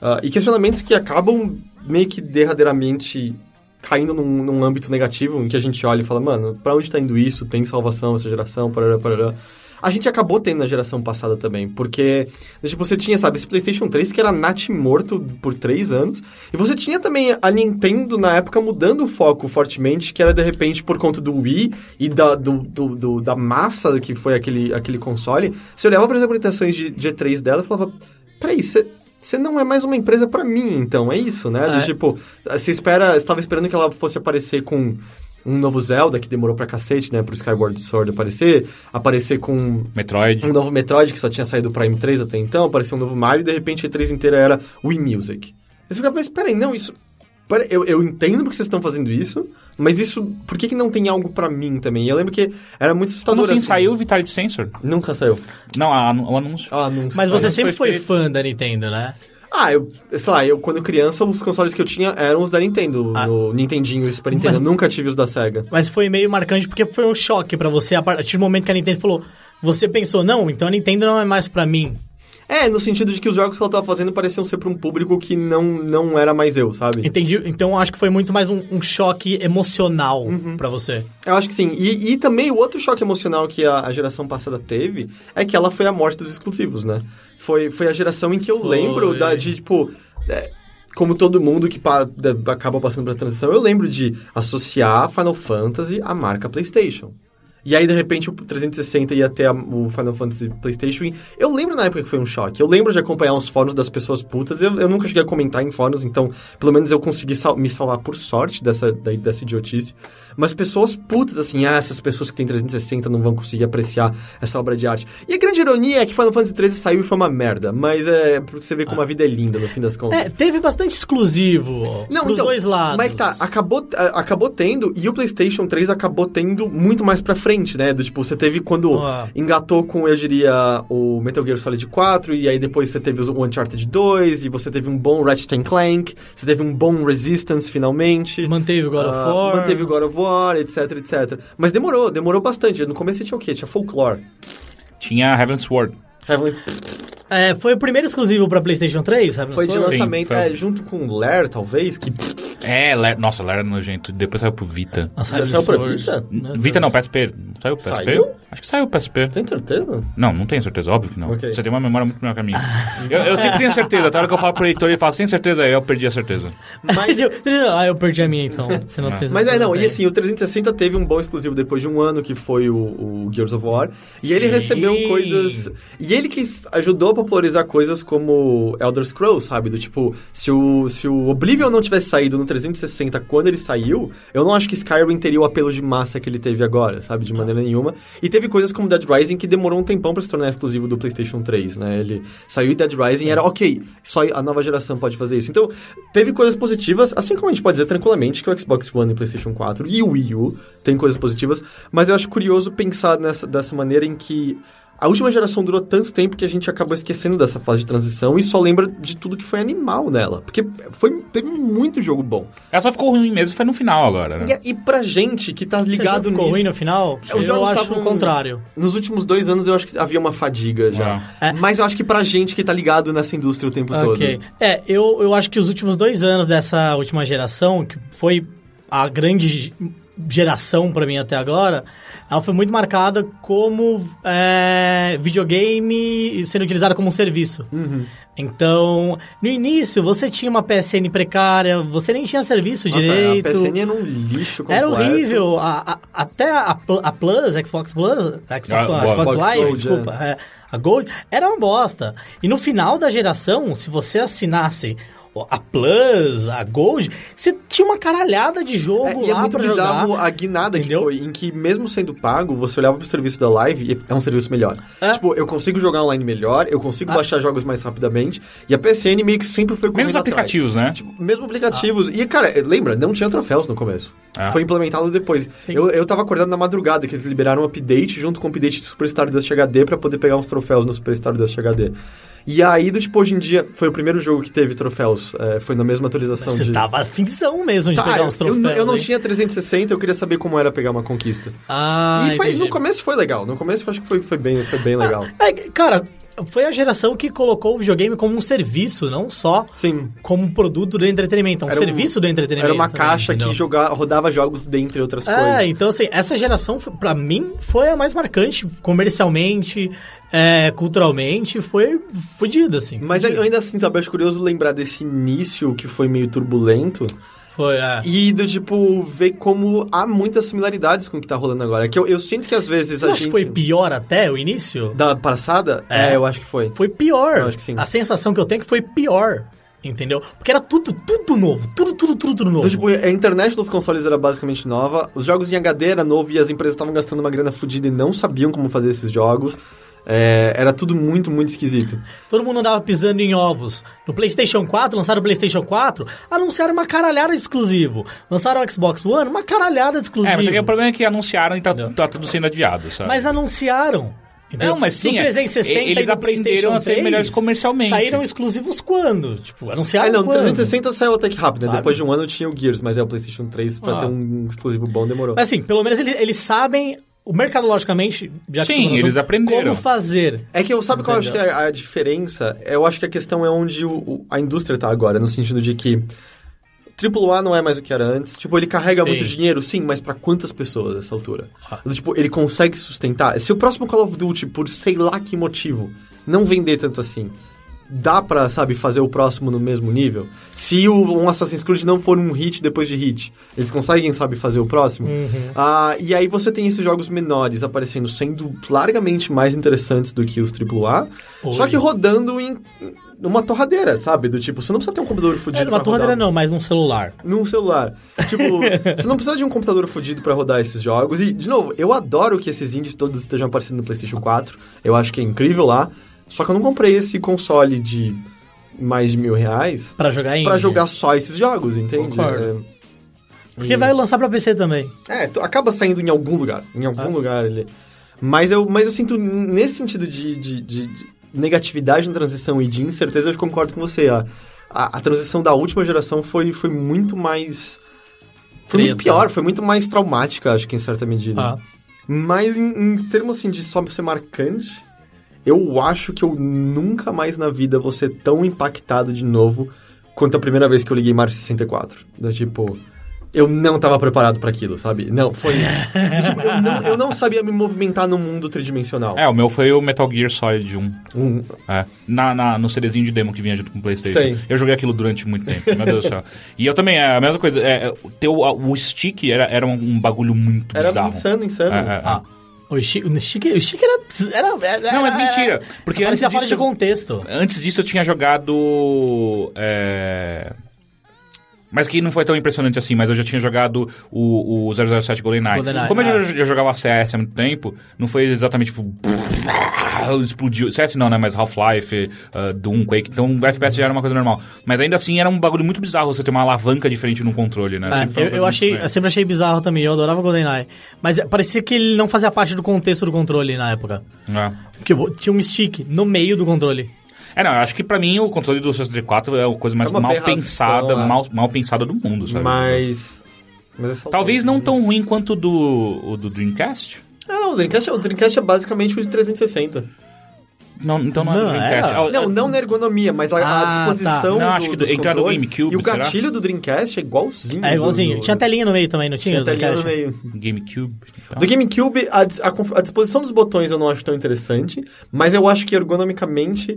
Speaker 2: ah, e questionamentos que acabam meio que derradeiramente caindo num, num tá âmbito negativo em que a gente olha e fala mano pra onde está indo isso tem salvação essa geração parará, parará. a gente acabou tendo na geração passada também, porque tipo, você tinha, sabe, esse PlayStation 3 que era nat morto por três anos, e você tinha também a Nintendo na época mudando o foco fortemente, que era de repente por conta do Wii e da, do, do- do- da massa que foi aquele, aquele console. Você olhava para as apresentações de, de E3 dela e falava: peraí, você. Você não é mais uma empresa pra mim, então, é isso, né? Do
Speaker 6: É.
Speaker 2: tipo, você espera, estava esperando que ela fosse aparecer com um novo Zelda, que demorou pra cacete, né, pro Skyward Sword aparecer, aparecer com
Speaker 3: Metroid.
Speaker 2: um novo Metroid que só tinha saído para M3 até então, apareceu um novo Mario e de repente a E3 inteira era Wii Music. Aí você fica, mas peraí, não, isso. pera- eu, eu entendo porque vocês estão fazendo isso, mas isso. Por que, que não tem algo pra mim também? E Eu lembro que era muito
Speaker 3: Quando
Speaker 2: assustador.
Speaker 3: assim
Speaker 2: assim.
Speaker 3: saiu o Vitality Sensor?
Speaker 2: Nunca saiu.
Speaker 3: Não, a- o anúncio.
Speaker 2: Ah, não saiu.
Speaker 4: Mas você sempre
Speaker 3: foi
Speaker 4: foi
Speaker 3: feito.
Speaker 4: fã da Nintendo, né?
Speaker 2: Ah, eu. Sei lá, eu quando criança, os consoles que eu tinha eram os da Nintendo,
Speaker 4: Ah.
Speaker 2: o Nintendinho e o Super Nintendo.
Speaker 4: Mas-
Speaker 2: Eu nunca tive os da Sega.
Speaker 4: Mas foi meio marcante porque foi um choque pra você a partir do momento que a Nintendo falou. Você pensou, não, então a Nintendo não é mais pra mim.
Speaker 2: É, no sentido de que os jogos que ela tava fazendo pareciam ser pra um público que não, não era mais eu, sabe?
Speaker 4: Entendi. Então acho que foi muito mais um, um choque emocional
Speaker 2: Uhum.
Speaker 4: pra você.
Speaker 2: Eu acho que sim. E, e também o outro choque emocional que a, a geração passada teve é que ela foi a morte dos exclusivos, né? Foi, foi a geração em que eu lembro da, de, tipo. é, como todo mundo que pa- da- acaba passando pela transição, eu lembro de associar Final Fantasy à marca PlayStation. E aí, de repente, o 360 ia até a- o Final Fantasy PlayStation. e Eu lembro na época que foi um choque. Eu lembro de acompanhar uns fóruns das pessoas putas. Eu, eu nunca cheguei a comentar em fóruns, então pelo menos eu consegui sal- me salvar por sorte dessa, da- dessa idiotice. Mas pessoas putas, assim, ah, essas pessoas que têm 360 não vão conseguir apreciar essa obra de arte. E a grande ironia é que Final Fantasy XIII saiu e foi uma merda. Mas é porque você vê como a vida é linda no fim das contas.
Speaker 4: É, teve bastante exclusivo.
Speaker 2: Não,
Speaker 4: pros
Speaker 2: então,
Speaker 4: dois lados.
Speaker 2: Mas que tá, acabou, a- acabou tendo, e o PlayStation 3 acabou tendo muito mais pra frente, né? Do tipo, você teve quando
Speaker 4: Ah.
Speaker 2: engatou com, eu diria, o Metal Gear Solid 4, e aí depois você teve os- o Uncharted 2, e você teve um bom Ratchet and Clank, você teve um bom Resistance finalmente.
Speaker 4: Manteve o God of
Speaker 2: Ah,
Speaker 4: War.
Speaker 2: Manteve o God of War, etc, etc. Mas demorou, demorou bastante. No começo tinha o quê? Tinha Folklore.
Speaker 3: Tinha Heaven's Sword.
Speaker 2: Heaven's...
Speaker 4: É, foi o primeiro exclusivo pra PlayStation 3, Raven
Speaker 2: Foi de
Speaker 4: Sword?
Speaker 3: Sim,
Speaker 2: lançamento,
Speaker 3: foi.
Speaker 2: é, junto com Lair, talvez, que...
Speaker 3: É, Le- nossa, Lara era nojento. Depois saiu pro Vita.
Speaker 4: Nossa,
Speaker 2: Já
Speaker 4: Raven
Speaker 2: saiu pra
Speaker 4: Sword.
Speaker 2: Vita?
Speaker 4: Meu
Speaker 3: é Vita
Speaker 4: Deus.
Speaker 3: não, PSP. Saiu pro PSP?
Speaker 2: Saiu?
Speaker 3: Acho que saiu pro PSP.
Speaker 2: Tem certeza?
Speaker 3: Não, não tenho certeza, óbvio que não.
Speaker 2: Ok.
Speaker 3: Você tem uma memória muito melhor que a minha. eu, eu sempre tenho certeza, até a hora que eu falo pro editor ele fala, sem certeza, aí eu perdi a certeza.
Speaker 4: Mas eu, ah, eu perdi a minha então. Você não precisa-
Speaker 2: Mas é, não, e
Speaker 4: bem.
Speaker 2: assim, o 360 teve um bom exclusivo depois de um ano, que foi o, o Gears of War. E ele recebeu coisas. E ele que s- ajudou a popularizar coisas como Elder Scrolls, sabe? Do tipo, se o, se o Oblivion não tivesse saído no 360 quando ele saiu, eu não acho que Skyrim teria o apelo de massa que ele teve agora, sabe? De maneira nenhuma. E teve coisas como Dead Rising que demorou um tempão pra se tornar exclusivo do PlayStation 3, né? Ele saiu e Dead Rising era ok, só a nova geração pode fazer isso. Então, teve coisas positivas, assim como a gente pode dizer tranquilamente que o Xbox One e o PlayStation 4 e o Wii U tem coisas positivas, mas eu acho curioso pensar nessa, dessa maneira em que a última geração durou tanto tempo que a gente acabou esquecendo dessa fase de transição e só lembra de tudo que foi animal nela. Porque foi, teve muito jogo bom.
Speaker 3: Ela só ficou ruim mesmo, foi no final agora, né?
Speaker 2: E, e pra gente que tá
Speaker 4: Você achou
Speaker 2: ligado
Speaker 4: que ficou
Speaker 2: nisso. É,
Speaker 4: ruim no final?
Speaker 2: Os
Speaker 4: eu
Speaker 2: jogos
Speaker 4: acho
Speaker 2: estavam-
Speaker 4: o contrário. É.
Speaker 2: Nos últimos dois anos eu acho que havia uma fadiga já. Mas eu acho que pra gente que tá ligado nessa indústria o tempo
Speaker 4: Ok.
Speaker 2: todo.
Speaker 4: É, eu, eu acho que os últimos dois anos dessa última geração, que foi a grande ge- geração pra mim até agora, ela foi muito marcada como é, videogame sendo utilizado como um serviço.
Speaker 2: Uhum.
Speaker 4: Então, no início, você tinha uma PSN precária, você nem tinha serviço
Speaker 2: Nossa,
Speaker 4: direito.
Speaker 2: a PSN era um lixo completo.
Speaker 4: Era horrível. A- a- até a, Pl- a Plus, Xbox Plus, Xbox,
Speaker 3: Ah,
Speaker 4: Plus, Xbox
Speaker 2: Xbox
Speaker 4: Live,
Speaker 2: Gold,
Speaker 4: desculpa. é, a Gold, era uma bosta. E no final da geração, se você assinasse o- a Plus, a Gold, você tinha uma caralhada de jogo
Speaker 2: É, e é
Speaker 4: lá
Speaker 2: muito
Speaker 4: pra
Speaker 2: bizarro
Speaker 4: jogar.
Speaker 2: a guinada
Speaker 4: entendeu?
Speaker 2: que foi, em que mesmo sendo pago, você olhava pro serviço da live e é um serviço melhor.
Speaker 4: É.
Speaker 2: Tipo, eu consigo jogar online melhor, eu consigo
Speaker 4: Ah.
Speaker 2: baixar jogos mais rapidamente, e a PSN meio que sempre foi correndo
Speaker 3: Menos
Speaker 2: atrás.
Speaker 3: aplicativos, né?
Speaker 2: Tipo, mesmo aplicativos. E, cara, eh, lembra, não tinha troféus no começo.
Speaker 4: É.
Speaker 3: Ah.
Speaker 2: Foi implementado depois. Eu, eu tava acordando na madrugada que eles liberaram um update junto com o update do Superstar Dust HD pra poder pegar uns troféus no Superstar Dust HD. E aí, do tipo, hoje em dia, foi o primeiro jogo que teve troféus. é, foi na mesma atualização
Speaker 4: Você tá
Speaker 2: de...
Speaker 4: tava finzão mesmo de
Speaker 2: Tá,
Speaker 4: pegar
Speaker 2: eu-
Speaker 4: uns troféus.
Speaker 2: eu, não- eu não
Speaker 4: hein?
Speaker 2: tinha 360, eu queria saber como era pegar uma conquista.
Speaker 4: Ah,
Speaker 2: e foi-
Speaker 4: entendi. Ah.
Speaker 2: no começo foi legal. No começo eu acho que foi, foi bem, foi bem legal.
Speaker 4: É, cara, foi a geração que colocou o videogame como um serviço, não só
Speaker 2: Sim.
Speaker 4: como um produto do entretenimento, é um
Speaker 2: Era um-
Speaker 4: serviço do entretenimento.
Speaker 2: Era uma
Speaker 4: né,
Speaker 2: caixa que
Speaker 4: entendeu?
Speaker 2: jogava, rodava jogos dentre outras
Speaker 4: É,
Speaker 2: coisas.
Speaker 4: então assim, essa geração foi- pra mim foi a mais marcante comercialmente, é, culturalmente, foi fodida assim.
Speaker 2: Mas eu ainda assim, sabe, eu acho curioso lembrar desse início que foi meio turbulento
Speaker 4: Foi, é.
Speaker 2: e do tipo ver como há muitas similaridades com o que tá rolando agora. Que eu, eu sinto que às vezes a
Speaker 4: Mas
Speaker 2: gente
Speaker 4: foi pior até o início?
Speaker 2: da passada,
Speaker 4: É.
Speaker 2: é. eu acho que foi.
Speaker 4: Foi pior.
Speaker 2: Eu acho que sim.
Speaker 4: A sensação que eu tenho é que foi pior, entendeu? Porque era tudo, tudo novo, tudo, tudo, tudo, tudo novo.
Speaker 2: Então, tipo, a internet dos consoles era basicamente nova, os jogos em HD era novo e as empresas estavam gastando uma grana fodida e não sabiam como fazer esses jogos. É, era tudo muito, muito esquisito.
Speaker 4: Todo mundo andava pisando em ovos. No PlayStation 4, lançaram o PlayStation 4, anunciaram uma caralhada de exclusivo. Lançaram o Xbox One, uma caralhada de exclusivo.
Speaker 3: É, mas aqui o problema é que anunciaram e tá, tá tudo sendo adiado, sabe?
Speaker 4: Mas anunciaram. entendeu?
Speaker 3: Não, mas sim,
Speaker 4: No
Speaker 3: é.
Speaker 4: 360
Speaker 3: Eles
Speaker 4: e no
Speaker 3: aprenderam
Speaker 4: PlayStation
Speaker 3: a ser
Speaker 4: 3,
Speaker 3: melhores comercialmente.
Speaker 4: Saíram exclusivos quando? Tipo,
Speaker 2: Ah,
Speaker 4: anunciaram
Speaker 2: não,
Speaker 4: quando?
Speaker 2: 360 saiu até que rápido, né?
Speaker 4: Sabe?
Speaker 2: Depois de um ano tinha o Gears, mas é o PlayStation 3 pra
Speaker 3: Ah.
Speaker 2: ter um exclusivo bom demorou.
Speaker 4: Mas assim, pelo menos eles, eles sabem, o mercadologicamente, já que
Speaker 3: Sim,
Speaker 4: tocou no assunto,
Speaker 3: eles aprenderam.
Speaker 4: Como fazer.
Speaker 2: É que eu sabe qual eu acho que é a diferença? Eu acho que a questão é onde o- o- a indústria tá agora, no sentido de que AAA não é mais o que era antes. Tipo, ele carrega
Speaker 4: Sim.
Speaker 2: muito dinheiro, sim, mas pra quantas pessoas nessa altura? Tipo, ele consegue sustentar. Se o próximo Call of Duty, por sei lá que motivo, não vender tanto assim, dá pra, sabe, fazer o próximo no mesmo nível? Se o, um Assassin's Creed não for um hit depois de hit, eles conseguem, sabe, fazer o próximo?
Speaker 4: Uhum.
Speaker 2: Ah, e aí você tem esses jogos menores aparecendo, sendo largamente mais interessantes do que os AAA, só que rodando em em- numa torradeira, sabe? Do tipo, você não precisa ter um computador fudido
Speaker 4: É, numa
Speaker 2: pra
Speaker 4: torradeira
Speaker 2: rodar
Speaker 4: não, mas num celular.
Speaker 2: num celular. Tipo, você não precisa de um computador fodido pra rodar esses jogos. E, de novo, eu adoro que esses indies todos estejam aparecendo no PlayStation 4. Eu acho que é incrível lá. Só que eu não comprei esse console de mais de mil reais
Speaker 4: Pra jogar indie.
Speaker 2: pra jogar só esses jogos, entende?
Speaker 4: Concordo.
Speaker 2: É,
Speaker 4: Porque
Speaker 2: e-
Speaker 4: vai lançar pra PC também.
Speaker 2: é, tu- acaba saindo em algum lugar. Em algum lugar ele. Mas eu, mas eu sinto, n- nesse sentido de, de- de- de negatividade na transição e de incerteza, eu concordo com você. A, a, a transição da última geração foi, foi muito mais. Foi muito
Speaker 4: Treta.
Speaker 2: pior, foi muito mais traumática, acho que em certa medida.
Speaker 4: Ah.
Speaker 2: Mas em, em termos assim, de só ser marcante, eu acho que eu nunca mais na vida vou ser tão impactado de novo quanto a primeira vez que eu liguei Mario 64. Do tipo, eu não tava preparado pra aquilo, sabe? Não, foi. do tipo, eu, não, eu não sabia me movimentar num mundo tridimensional.
Speaker 3: É, o meu foi o Metal Gear Solid 1.
Speaker 2: Um-
Speaker 3: É. Na, na- no CDzinho de demo que vinha junto com o PlayStation.
Speaker 2: Sei.
Speaker 3: Eu joguei aquilo durante muito tempo, meu Deus do céu. E eu também, é a mesma coisa. É, é, o teu, a- o stick era, era um, um bagulho muito
Speaker 2: era
Speaker 3: bizarro.
Speaker 2: insano, insano.
Speaker 3: É, é, é.
Speaker 4: Ah. O Chico, o Chico, o Chico era, era, era-
Speaker 3: Não, mas mentira,
Speaker 4: era-
Speaker 3: porque
Speaker 4: parecia
Speaker 3: antes
Speaker 4: fora de
Speaker 3: disso-
Speaker 4: contexto.
Speaker 3: Antes disso eu tinha jogado. é, Mas que não foi tão impressionante assim, mas eu já tinha jogado o, o 007 GoldenEye.
Speaker 4: GoldenEye,
Speaker 3: Como
Speaker 4: é.
Speaker 3: eu já, já jogava CS há muito tempo, não foi exatamente tipo... Explodiu. CS não, né? Mas Half-Life, eh, Doom, Quake. Então o FPS já era uma coisa normal. Mas ainda assim era um bagulho muito bizarro você ter uma alavanca diferente num controle, né?
Speaker 4: É,
Speaker 3: Sempre foi uma
Speaker 4: eu,
Speaker 3: coisa
Speaker 4: eu
Speaker 3: muito
Speaker 4: achei,
Speaker 3: estranha.
Speaker 4: eu sempre achei bizarro também, eu adorava GoldenEye. Mas é, parecia que ele não fazia parte do contexto do controle na época.
Speaker 3: É.
Speaker 4: Porque pô, tinha um stick no meio do controle.
Speaker 3: É, não, eu acho que pra mim o controle do 64 é a coisa mais
Speaker 2: É uma
Speaker 3: mal
Speaker 2: aberração,
Speaker 3: pensada,
Speaker 2: né?
Speaker 3: mal, mal pensada do mundo, sabe?
Speaker 2: Mas. Mas é saudável.
Speaker 3: Talvez não tão ruim quanto o do, o do Dreamcast.
Speaker 2: Ah, não, o Dreamcast, o Dreamcast é basicamente o de 360.
Speaker 3: Não, então não, é do
Speaker 4: Não,
Speaker 3: Dreamcast.
Speaker 4: é.
Speaker 3: Ah,
Speaker 2: Não, não na ergonomia, mas a, a
Speaker 4: Ah,
Speaker 2: disposição
Speaker 3: tá. Não,
Speaker 2: do,
Speaker 3: acho que do-
Speaker 2: dos
Speaker 3: entrar no
Speaker 2: controles.
Speaker 3: GameCube,
Speaker 2: E o
Speaker 3: será?
Speaker 2: gatilho do Dreamcast é igualzinho.
Speaker 4: É igualzinho.
Speaker 2: Do, do,
Speaker 4: Tinha telinha no meio também, não tinha?
Speaker 2: tinha telinha no
Speaker 4: Dreamcast?
Speaker 2: meio.
Speaker 3: GameCube. então.
Speaker 2: Do GameCube, a, dis- a conf- a disposição dos botões eu não acho tão interessante, mas eu acho que ergonomicamente...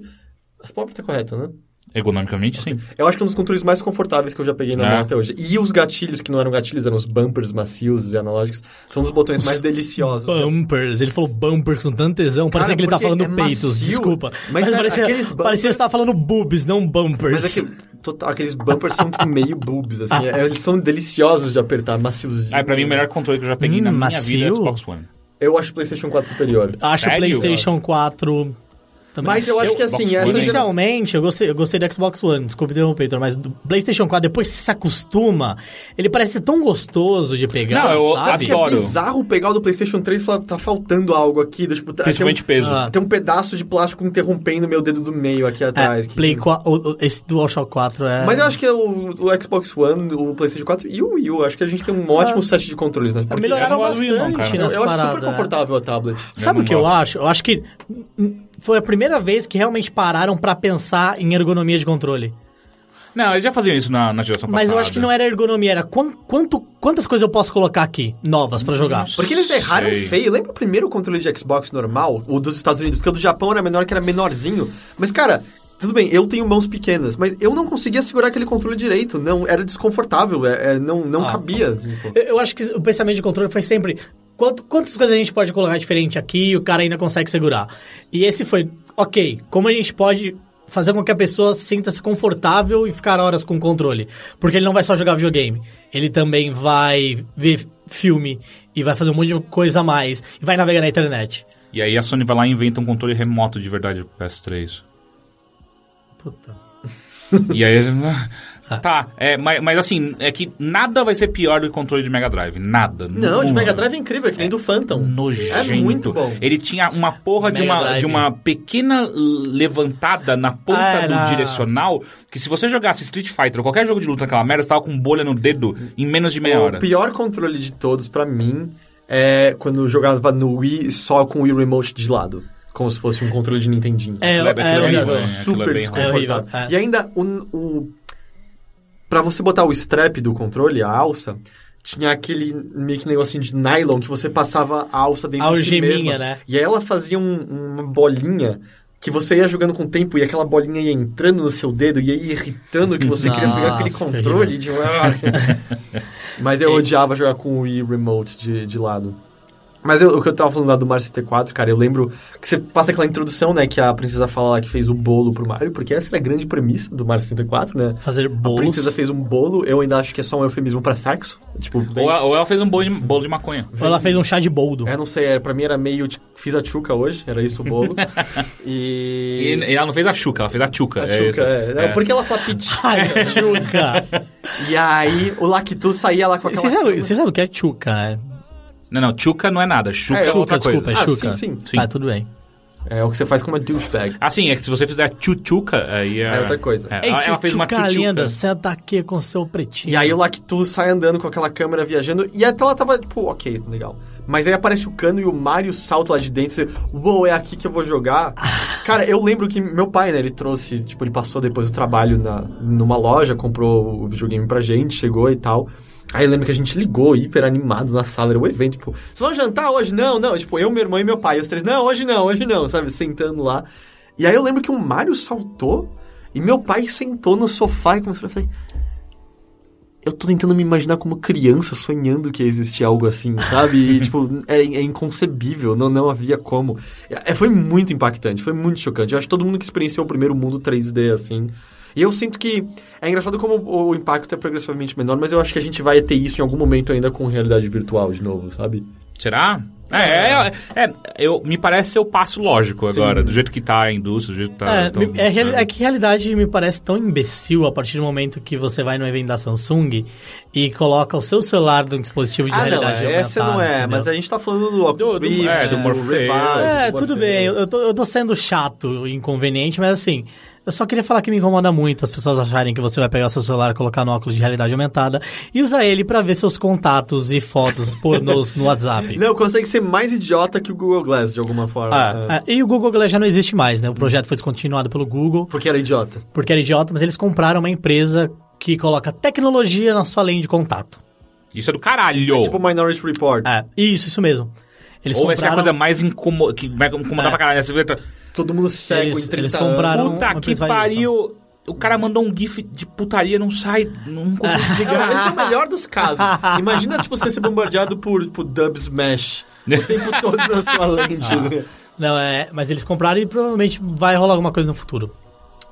Speaker 2: As palavras tá correta, né?
Speaker 3: Ergonomicamente, sim.
Speaker 2: Eu acho que é um dos controles mais confortáveis que eu já peguei na
Speaker 3: É.
Speaker 2: mão até hoje. E os gatilhos, que não eram gatilhos, eram os bumpers macios e analógicos, são os botões mais deliciosos.
Speaker 4: Bumpers, ele falou bumpers com tanto tesão,
Speaker 2: Cara,
Speaker 4: parecia que ele tá
Speaker 2: porque
Speaker 4: falando
Speaker 2: é
Speaker 4: peitos,
Speaker 2: macio,
Speaker 4: desculpa.
Speaker 2: mas é
Speaker 4: parecia,
Speaker 2: aqueles bumpers-
Speaker 4: parecia que você tava falando boobs, não bumpers.
Speaker 2: Mas é que total, aqueles bumpers são meio boobs, assim. é- eles são deliciosos de apertar, maciozinho.
Speaker 3: Ah, pra mim o melhor controle que eu já peguei
Speaker 4: Hum,
Speaker 3: na minha
Speaker 4: macio.
Speaker 3: vida é o Xbox One.
Speaker 2: Eu acho o PlayStation 4 superior.
Speaker 4: Acho o
Speaker 3: Sério?
Speaker 4: PlayStation 4 também.
Speaker 2: Ah, Mas eu acho que assim,
Speaker 3: Xbox
Speaker 4: é
Speaker 2: essa
Speaker 3: One, hein?
Speaker 2: geração...
Speaker 4: Inicialmente, eu gostei, eu gostei do Xbox One, desculpa interromper, Heitor, mas do PlayStation 4, depois que você se acostuma, ele parece ser tão gostoso de pegar,
Speaker 3: Não, eu
Speaker 4: sabe?
Speaker 2: Que é
Speaker 3: Adoro.
Speaker 2: bizarro pegar o do PlayStation 3 e falar, tá faltando algo aqui. do Tipo, tá-
Speaker 3: Principalmente
Speaker 2: tem um,
Speaker 3: peso.
Speaker 4: Ah.
Speaker 2: Tem um pedaço de plástico interrompendo meu dedo do meio aqui atrás.
Speaker 4: É,
Speaker 2: que-
Speaker 4: Play 4, o- o- esse DualShock 4 é...
Speaker 2: Mas eu acho que o, o Xbox One, o PlayStation 4 e o Wii U, acho que a gente tem um ótimo set de controles, né? Porque
Speaker 3: eu não
Speaker 4: Melhoraram
Speaker 3: gosto do Wii, não,
Speaker 4: bastante
Speaker 3: cara.
Speaker 2: eu,
Speaker 4: nessa
Speaker 2: eu acho
Speaker 4: parada. né? é.
Speaker 2: super confortável a tablet.
Speaker 3: Eu
Speaker 4: Sabe o
Speaker 3: não
Speaker 4: que eu
Speaker 3: gosto.
Speaker 4: acho? Eu acho que hum, hum, foi a primeira vez que realmente pararam pra pensar em ergonomia de controle.
Speaker 3: Não, eles já faziam isso na, na geração
Speaker 4: Mas
Speaker 3: passada.
Speaker 4: eu acho que não é- era ergonomia, era quan- quanto, quantas coisas eu posso colocar aqui, novas pra jogar.
Speaker 2: Porque eles erraram
Speaker 3: Sei.
Speaker 2: feio. Lembra o primeiro controle de Xbox normal? O dos Estados Unidos? Porque o do Japão era menor, que era menorzinho. Mas, cara, tudo bem, eu tenho mãos pequenas, mas eu não conseguia segurar aquele controle direito. Não, era desconfortável, é- é, não, não
Speaker 3: Ah,
Speaker 2: cabia.
Speaker 4: Eu, eu acho que o pensamento de controle foi sempre quanto- quantas coisas a gente pode colocar diferente aqui e o cara ainda consegue segurar. E esse foi, ok, como a gente pode fazer com que a pessoa sinta-se confortável e ficar horas com o controle? Porque ele não vai só jogar videogame, ele também vai ver filme e vai fazer um monte de coisa a mais e vai navegar na internet.
Speaker 3: E aí a Sony vai lá e inventa um controle remoto de verdade do PS3.
Speaker 4: Puta.
Speaker 3: E aí. Tá, é, mas, mas assim, é que nada vai ser pior do que controle de Mega Drive. Nada.
Speaker 2: Não, de
Speaker 3: Numa.
Speaker 2: Mega Drive é incrível, é que nem do Phantom.
Speaker 3: Nojento.
Speaker 2: É muito bom.
Speaker 3: Ele tinha uma porra de
Speaker 4: Mega
Speaker 3: uma,
Speaker 4: Drive.
Speaker 3: de uma pequena levantada na ponta
Speaker 4: Ah, era-
Speaker 3: do direcional. Que se você jogasse Street Fighter ou qualquer jogo de luta naquela merda, você tava com bolha no dedo em menos de é meia hora.
Speaker 2: O pior controle de todos pra mim é quando eu jogava no Wii só com o Wii Remote de lado. Como se fosse um controle de Nintendinho.
Speaker 4: É,
Speaker 3: Aquilo
Speaker 4: é
Speaker 3: aquilo
Speaker 4: horrível.
Speaker 3: ruim, aquilo
Speaker 2: super
Speaker 3: bem ruim.
Speaker 4: É horrível,
Speaker 2: desconfortável.
Speaker 4: é.
Speaker 2: E ainda o, o para você botar o strap do controle, a alça, tinha aquele meio que negocinho de nylon que você passava a alça dentro
Speaker 4: A
Speaker 2: de si
Speaker 4: algeminha,
Speaker 2: mesma.
Speaker 4: né?
Speaker 2: E aí ela fazia um- uma bolinha que você ia jogando com o tempo e aquela bolinha ia entrando no seu dedo e ia irritando que você queria pegar aquele
Speaker 4: Nossa,
Speaker 2: controle de Mas eu odiava jogar com o Wii Remote de, de lado. Mas eu- o que eu tava falando lá do Mario 64, cara, eu lembro que você passa aquela introdução, né, que a princesa fala lá que fez o bolo pro Mario, porque essa era a grande premissa do Mario 64, né?
Speaker 3: Ah,
Speaker 4: Fazer
Speaker 2: A
Speaker 4: bolos.
Speaker 2: princesa fez um bolo, eu ainda acho que é só um eufemismo pra sexo. Tipo, bem-
Speaker 3: Ou ela, ou ela fez um bolo de, bolo de maconha.
Speaker 4: Ou ela fez um chá de boldo.
Speaker 2: é, não sei, é, pra mim era meio. t- Fiz a tchuca hoje, era isso o bolo.
Speaker 3: E,
Speaker 2: e.
Speaker 3: e ela não fez a chuca, ela fez a tchuca.
Speaker 2: A
Speaker 3: é
Speaker 2: tchuca,
Speaker 3: isso.
Speaker 2: é, Não,
Speaker 3: É.
Speaker 2: Porque ela fala piti.
Speaker 4: Ai, Tchuca!
Speaker 2: E aí o Lactu saía lá com aquela.
Speaker 4: Você sabe, você sabe o que é tchuca, né?
Speaker 3: Não, não, tchuca não é nada. Chuca é,
Speaker 2: É,
Speaker 3: outra
Speaker 4: Tchuca, desculpa, é
Speaker 3: coisa.
Speaker 2: Ah,
Speaker 4: tchuca.
Speaker 2: sim, sim,
Speaker 3: sim.
Speaker 4: Tá, tudo bem.
Speaker 2: É o que você faz com uma douchebag.
Speaker 3: Assim, é que se você fizer tchutchuca, aí é...
Speaker 2: É outra coisa.
Speaker 3: É, ela, ela fez uma
Speaker 4: tchuca
Speaker 3: tchutchuca.
Speaker 4: linda, senta aqui com seu pretinho.
Speaker 2: E aí o Lactu sai andando com aquela câmera viajando e a tela tava tipo, ok, legal. Mas aí aparece o cano e o Mario salta lá de dentro e você, uou, é aqui que eu vou jogar. Cara, eu lembro que meu pai, né, ele trouxe, tipo, ele passou depois do trabalho na, numa loja, comprou o videogame pra gente, chegou e tal. Aí eu lembro que a gente ligou, hiper animado na sala, era o evento, tipo, vocês vão jantar hoje? Não, não. Tipo, eu, meu irmão e meu pai, os três, não, hoje não, hoje não, sabe, sentando lá. E aí eu lembro que o Mario saltou e meu pai sentou no sofá e começou a falar, eu tô tentando me imaginar como criança sonhando que existia algo assim, sabe? E, tipo, é, é inconcebível, não, não havia como. É, foi muito impactante, foi muito chocante. Eu acho que todo mundo que experienciou o primeiro mundo 3D, assim. E eu sinto que. É engraçado como o, o impacto é progressivamente menor, mas eu acho que a gente vai ter isso em algum momento ainda com realidade virtual de novo, sabe?
Speaker 3: Será? É, é, é, é, eu, me parece ser o passo lógico agora, do jeito que tá a indústria, do jeito que tá...
Speaker 4: É,
Speaker 3: tão-
Speaker 4: me- é reali- é que realidade me parece tão imbecil a partir do momento que você vai no evento da Samsung e coloca o seu celular num dispositivo de
Speaker 2: ah, não,
Speaker 4: realidade
Speaker 2: é, essa não
Speaker 4: aumentada,
Speaker 2: é,
Speaker 4: entendeu?
Speaker 2: mas a gente tá falando do Oculus
Speaker 3: Do- do-
Speaker 2: Rift,
Speaker 3: é, do Morpheus,
Speaker 2: Revive,
Speaker 4: É,
Speaker 2: do
Speaker 4: tudo
Speaker 2: Morpheus.
Speaker 4: bem, eu tô, eu tô sendo chato e inconveniente, mas assim, eu só queria falar que me incomoda muito as pessoas acharem que você vai pegar seu celular, colocar no óculos de realidade aumentada e usar ele pra ver seus contatos e fotos pornôs no WhatsApp.
Speaker 2: Não, consegue ser mais idiota que o Google Glass, de alguma forma. É.
Speaker 4: Ah, ah, e o Google Glass já não existe mais, né? O projeto foi descontinuado pelo Google.
Speaker 2: Porque era idiota.
Speaker 4: porque era idiota, mas eles compraram uma empresa que coloca tecnologia na sua lente de contato.
Speaker 3: Isso é do caralho!
Speaker 2: Tipo Minority Report.
Speaker 4: É, isso, isso mesmo. Eles
Speaker 3: Ah. Ou essa é a
Speaker 4: compraram,
Speaker 3: coisa mais incomo... que vai incomodar
Speaker 4: É.
Speaker 3: pra caralho. Você vai tra-
Speaker 2: Todo mundo cego
Speaker 4: Eles-
Speaker 2: em 30
Speaker 4: eles compraram- Não,
Speaker 3: Puta
Speaker 4: não
Speaker 3: que
Speaker 4: faz isso.
Speaker 3: pariu! O cara mandou um gif de putaria, não sai, não consigo
Speaker 2: Não, esse é
Speaker 3: desligar.
Speaker 2: o melhor dos casos. Imagina, tipo, você ser bombardeado por, por dub smash o tempo todo na sua
Speaker 4: Ah.
Speaker 2: lente. né?
Speaker 4: Não, é, mas eles compraram e provavelmente vai rolar alguma coisa no futuro.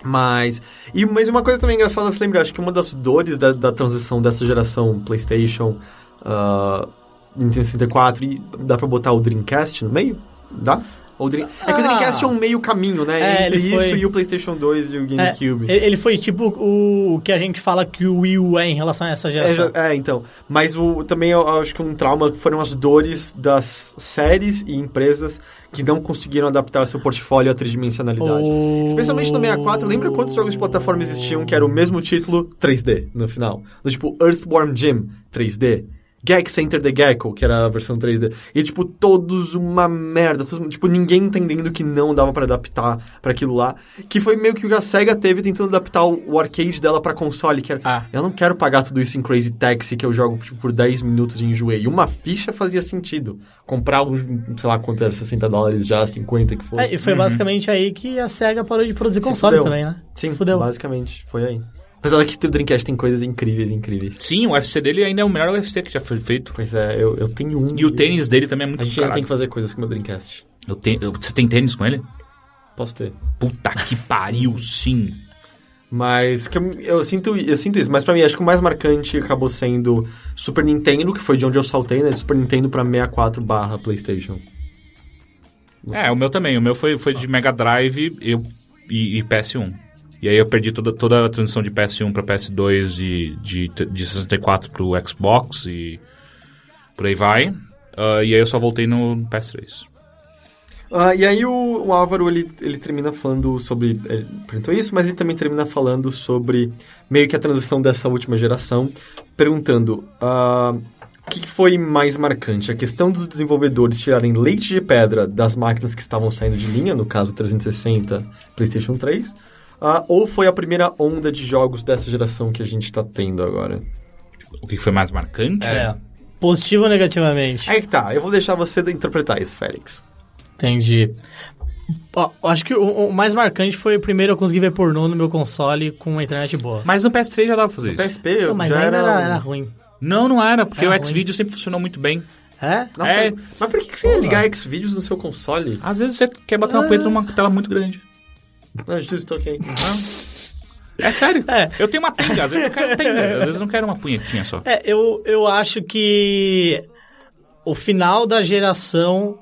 Speaker 2: Mas... E, mas uma coisa também engraçada, você lembra? Acho que uma das dores da, da transição dessa geração Playstation, ah, Nintendo 64, e dá pra botar o Dreamcast no meio? Dá? Ou Dream... É que o
Speaker 4: Ah.
Speaker 2: Dreamcast é um meio caminho, né?
Speaker 4: É,
Speaker 2: Entre
Speaker 4: ele
Speaker 2: isso
Speaker 4: foi-
Speaker 2: e o Playstation 2 e o
Speaker 4: É,
Speaker 2: GameCube.
Speaker 4: ele ele foi tipo o, o que a gente fala que o Wii U é em relação a essa
Speaker 2: É,
Speaker 4: geração.
Speaker 2: já- é, então. Mas o, também eu acho que um trauma foram as dores das séries e empresas que não conseguiram adaptar seu portfólio à tridimensionalidade.
Speaker 4: Oh.
Speaker 2: Especialmente no 64, lembra quantos jogos de plataforma existiam que era o mesmo título 3D no final? Do tipo Earthworm Jim 3D. Gex Enter the Gecko, que era a versão 3D. E, tipo, todos uma merda. todos- tipo, ninguém entendendo que não dava pra adaptar pra aquilo lá. Que foi meio que o que a SEGA teve tentando adaptar o, o arcade dela pra console. Que era,
Speaker 4: Ah.
Speaker 2: eu não quero pagar tudo isso em Crazy Taxi, que eu jogo, tipo, por 10 minutos e enjoei. E uma ficha fazia sentido. Comprar, uns, sei lá, quanto era, 60 dólares já, 50 que fosse.
Speaker 4: É, e
Speaker 3: Uhum.
Speaker 4: foi basicamente aí que a SEGA parou de produzir
Speaker 2: Se
Speaker 4: console
Speaker 2: fudeu.
Speaker 4: também, né?
Speaker 2: Sim,
Speaker 4: Se fudeu.
Speaker 2: basicamente, foi aí. Apesar que o Dreamcast tem coisas incríveis, incríveis.
Speaker 3: Sim, o UFC dele ainda é o melhor UFC que já foi feito.
Speaker 2: Pois é, eu, eu tenho um.
Speaker 3: E o tênis dele também é muito
Speaker 2: A gente ainda
Speaker 3: caralho.
Speaker 2: tem que fazer coisas com o meu Dreamcast.
Speaker 3: Eu tenho- eu- Você tem tênis com ele?
Speaker 2: Posso ter.
Speaker 3: Puta que pariu, sim.
Speaker 2: Mas que eu, eu sinto, eu sinto isso. Mas pra mim, acho que o mais marcante acabou sendo Super Nintendo, que foi de onde eu saltei, né? Super Nintendo pra 64 barra PlayStation.
Speaker 3: É, o meu também. O meu foi, foi de Mega Drive eu, e, e PS1. E aí eu perdi toda, toda a transição de PS1 pra PS2 e de, de 64 pro Xbox e por aí vai. Ah, e aí eu só voltei no PS3.
Speaker 2: Ah, e aí o, o Álvaro, ele, ele termina falando sobre... Ele perguntou isso, mas ele também termina falando sobre meio que a transição dessa última geração, perguntando ah, o que que foi mais marcante? A questão dos desenvolvedores tirarem leite de pedra das máquinas que estavam saindo de linha, no caso 360, PlayStation 3, ah, ou foi a primeira onda de jogos dessa geração que a gente está tendo agora?
Speaker 3: O que foi mais marcante?
Speaker 4: É. Positivo ou negativamente?
Speaker 2: Aí que tá, eu vou deixar você interpretar isso, Félix.
Speaker 4: Entendi. Ó, eu acho que o, o mais marcante foi primeiro eu consegui ver pornô no meu console com uma internet boa.
Speaker 3: Mas no PS3 já dava pra fazer isso.
Speaker 2: PSP, eu
Speaker 4: Então, mas
Speaker 2: já
Speaker 4: ainda era,
Speaker 2: um-
Speaker 4: era ruim.
Speaker 3: Não, não era, porque
Speaker 4: Era
Speaker 3: o Xvideo sempre funcionou muito bem.
Speaker 4: É?
Speaker 2: Nossa,
Speaker 3: É.
Speaker 2: mas por que, que você ia ligar Xvideos no seu console?
Speaker 3: Às vezes você quer bater uma punheta numa tela muito grande.
Speaker 2: Não, eu estou ok.
Speaker 3: É sério.
Speaker 4: É.
Speaker 3: Eu tenho uma pinga, às vezes eu quero pinga, às vezes eu não quero uma punhetinha só.
Speaker 4: É, eu, eu acho que o final da geração.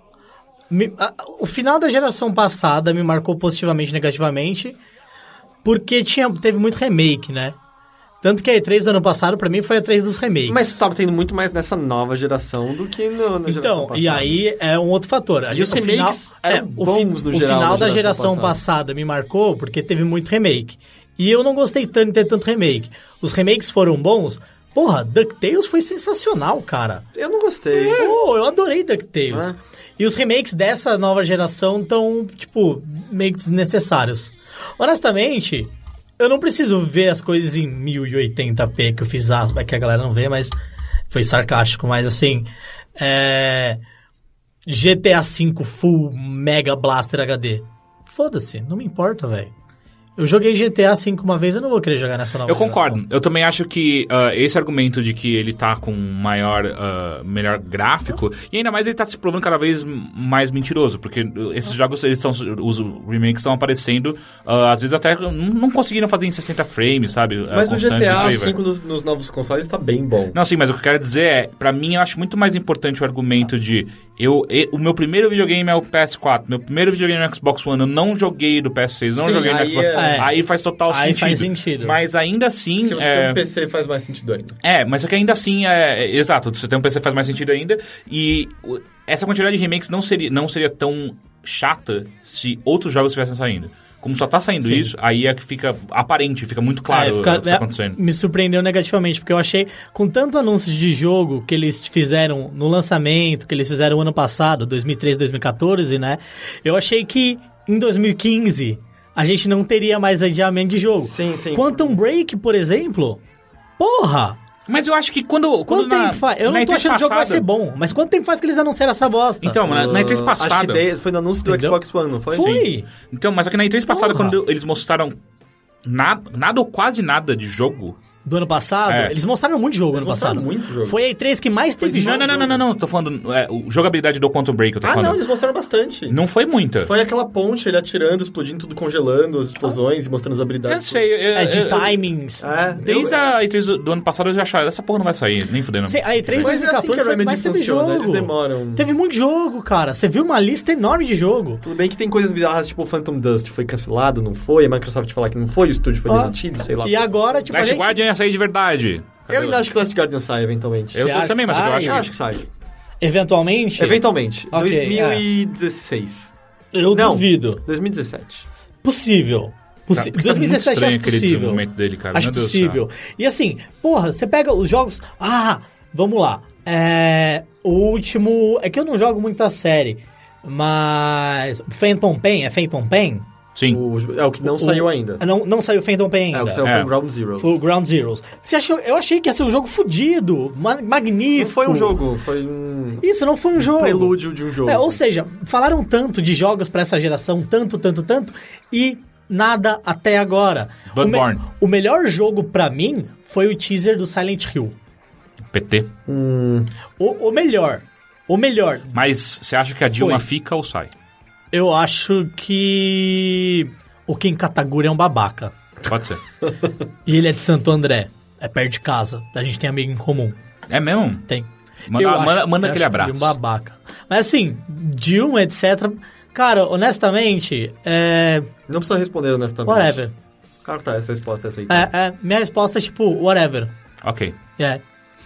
Speaker 4: me- a- o final da geração passada me marcou positivamente e negativamente, porque tinha, teve muito remake, né? Tanto que a E3 do ano passado, pra mim, foi a E3 dos remakes.
Speaker 2: Mas estava tendo muito mais nessa nova geração do que no, na geração
Speaker 4: Então,
Speaker 2: passada.
Speaker 4: e aí é um outro fator. A
Speaker 2: E
Speaker 4: gente-
Speaker 2: os
Speaker 4: o final- é,
Speaker 2: remakes eram
Speaker 4: o
Speaker 2: bons no
Speaker 4: o
Speaker 2: geral
Speaker 4: final
Speaker 2: na
Speaker 4: da
Speaker 2: geração
Speaker 4: geração
Speaker 2: passada.
Speaker 4: passada. me marcou porque teve muito remake. E eu não gostei tanto de ter tanto remake. Os remakes foram bons. Porra, DuckTales foi sensacional, cara.
Speaker 2: Eu não gostei.
Speaker 3: É.
Speaker 4: É. Pô, eu adorei DuckTales. E os remakes dessa nova geração estão, tipo, meio que desnecessários. Honestamente, eu não preciso ver as coisas em 1080p que eu fiz aspa, que a galera não vê, mas foi sarcástico, mas assim. É. GTA V Full Mega Blaster HD. Foda-se, não me importa, velho. Eu joguei GTA V uma vez, eu não vou querer jogar nessa nova
Speaker 3: Eu
Speaker 4: geração.
Speaker 3: concordo. Eu também acho que ah, esse argumento de que ele tá com maior, ah, melhor gráfico, e ainda mais ele tá se provando cada vez mais mentiroso, porque uh, esses jogos, eles são, os remakes estão aparecendo, ah, às vezes até não- não conseguiram fazer em 60 frames, sabe? Ah,
Speaker 2: Mas o
Speaker 3: constante, por
Speaker 2: GTA
Speaker 3: aí vai.
Speaker 2: V nos, nos novos consoles tá bem bom.
Speaker 3: Não, sim, mas o que eu quero dizer é, pra mim eu acho muito mais importante o argumento de eu, e- o meu primeiro videogame é o PS4, meu primeiro videogame é o Xbox One, eu não joguei do PS6, não
Speaker 2: Sim,
Speaker 3: joguei no
Speaker 2: aí
Speaker 3: Xbox.
Speaker 2: é-
Speaker 3: Aí faz total
Speaker 4: Aí
Speaker 3: sentido.
Speaker 4: faz sentido.
Speaker 3: Mas ainda assim,
Speaker 2: Se você
Speaker 3: é,
Speaker 2: tem um PC, faz mais sentido ainda.
Speaker 3: é, mas só que ainda assim, é, é, exato, você tem um PC faz mais sentido ainda. E o- essa quantidade de remakes não seria, não seria tão chata se outros jogos estivessem saindo. Como só tá saindo isso, aí é que fica aparente, fica muito claro
Speaker 4: É, fica-
Speaker 3: o que
Speaker 4: é,
Speaker 3: tá acontecendo.
Speaker 4: Me surpreendeu negativamente, porque eu achei, com tanto anúncio de jogo que eles fizeram no lançamento, que eles fizeram ano passado, 2013, 2014, né? Eu achei que em 2015 a gente não teria mais adiamento de jogo.
Speaker 2: Sim, sim.
Speaker 4: Quantum Break, por exemplo, porra!
Speaker 3: Mas eu acho que quando.
Speaker 4: Quanto
Speaker 3: quando na-
Speaker 4: tempo faz? Eu
Speaker 3: na
Speaker 4: não tô
Speaker 3: E3
Speaker 4: achando que o jogo vai
Speaker 3: passada-
Speaker 4: ser bom, mas quanto tempo faz que eles anunciaram essa bosta?
Speaker 3: Então, na, na E3
Speaker 2: Ah,
Speaker 3: passada.
Speaker 2: Acho que de- foi no anúncio do
Speaker 4: Entendeu?
Speaker 2: Xbox One, não foi?
Speaker 4: Foi.
Speaker 2: Sim.
Speaker 3: Então, mas aqui na E3 passada,
Speaker 4: Porra.
Speaker 3: quando eles mostraram nada, nada ou quase nada de jogo.
Speaker 4: Do ano passado,
Speaker 3: É.
Speaker 4: eles mostraram muito jogo ano
Speaker 2: mostraram
Speaker 4: passado.
Speaker 2: muito jogo.
Speaker 4: Foi a E3 que mais teve
Speaker 3: Não,
Speaker 4: jogo.
Speaker 3: não, não, não, não, não. Tô falando. é, o- jogabilidade do Quantum Break, eu tô
Speaker 2: Ah, não,
Speaker 3: falando.
Speaker 2: eles mostraram bastante.
Speaker 3: Não foi muita.
Speaker 2: Foi aquela ponte, ele atirando, explodindo tudo, congelando as explosões e mostrando as habilidades.
Speaker 3: Então, Eu sei. Eu,
Speaker 4: É de
Speaker 3: eu-
Speaker 4: timings.
Speaker 2: É,
Speaker 3: Desde
Speaker 2: eu-
Speaker 3: a E3 do, do ano passado eu já achava, essa porra não vai sair, nem fudendo.
Speaker 4: Sim, a E3
Speaker 2: Mas é assim que
Speaker 4: 2014
Speaker 2: a
Speaker 4: foi a que mais
Speaker 2: Remedy
Speaker 4: teve
Speaker 2: funciona,
Speaker 4: jogo.
Speaker 2: eles demoram.
Speaker 4: Teve muito jogo, cara. Você viu uma lista enorme de jogo.
Speaker 2: Tudo bem que tem coisas bizarras, tipo o Phantom Dust foi cancelado, não foi, a Microsoft falar que não foi, o estúdio foi
Speaker 4: Ó,
Speaker 2: demitido, sei lá.
Speaker 4: E agora, tipo, a
Speaker 3: Last
Speaker 4: gente...
Speaker 3: Guardian ia sair de verdade.
Speaker 2: Eu ainda acho que Last Guardian sai eventualmente.
Speaker 3: Eu
Speaker 4: Você
Speaker 3: tô-
Speaker 4: acha
Speaker 3: também,
Speaker 4: que
Speaker 3: mas eu
Speaker 4: sai?
Speaker 3: acho.
Speaker 2: Eu acho que sai.
Speaker 4: eventualmente,
Speaker 2: Eventualmente.
Speaker 4: Ok, é.
Speaker 2: 2016.
Speaker 4: eu
Speaker 2: Não.
Speaker 4: duvido.
Speaker 2: 2017.
Speaker 4: Possível.
Speaker 3: Tá,
Speaker 4: Possi-
Speaker 3: porque tá muito
Speaker 4: 2017 eu acho
Speaker 3: estranho aquele
Speaker 4: possível.
Speaker 3: desenvolvimento dele, cara.
Speaker 4: acho
Speaker 3: Meu Deus do
Speaker 4: possível. E assim, porra, você pega os jogos... Ah, vamos lá. É, o último. É que eu não jogo muita série, mas. Phantom Pain, é Phantom Pain?
Speaker 3: Sim.
Speaker 2: O- é o que não saiu ainda.
Speaker 4: Não, não saiu Phantom Pain ainda.
Speaker 2: É, o que saiu
Speaker 3: É.
Speaker 2: foi o Ground Zero.
Speaker 4: Foi o Ground Zeroes. Você achou, eu achei que ia ser um jogo fodido, ma-
Speaker 2: E
Speaker 4: magnífico.
Speaker 2: foi um jogo, foi um
Speaker 4: Isso não foi um jogo.
Speaker 2: prelúdio de um jogo.
Speaker 4: É, ou seja, falaram tanto de jogos pra essa geração, tanto, tanto, tanto, e nada até agora. O,
Speaker 3: Bloodborne.
Speaker 4: o melhor jogo pra mim foi o teaser do Silent Hill.
Speaker 3: PT.
Speaker 4: O, o melhor. O melhor.
Speaker 3: Mas você acha que a Dilma
Speaker 4: Foi.
Speaker 3: fica ou sai?
Speaker 4: Eu acho que o Ken Kataguri é um babaca.
Speaker 3: Pode ser.
Speaker 4: E ele é de Santo André. É perto de casa. A gente tem amigo em comum.
Speaker 3: É mesmo?
Speaker 4: Tem.
Speaker 3: Manda-
Speaker 4: Eu
Speaker 3: manda- manda
Speaker 4: eu
Speaker 3: aquele
Speaker 4: acho
Speaker 3: abraço.
Speaker 4: ele Um babaca. Mas assim, Dilma, etc. Cara, honestamente, é.
Speaker 2: Não precisa responder honestamente.
Speaker 4: Whatever.
Speaker 2: Claro que tá, essa resposta é essa aí.
Speaker 4: É, é, minha resposta é tipo, whatever.
Speaker 3: Ok.
Speaker 4: É.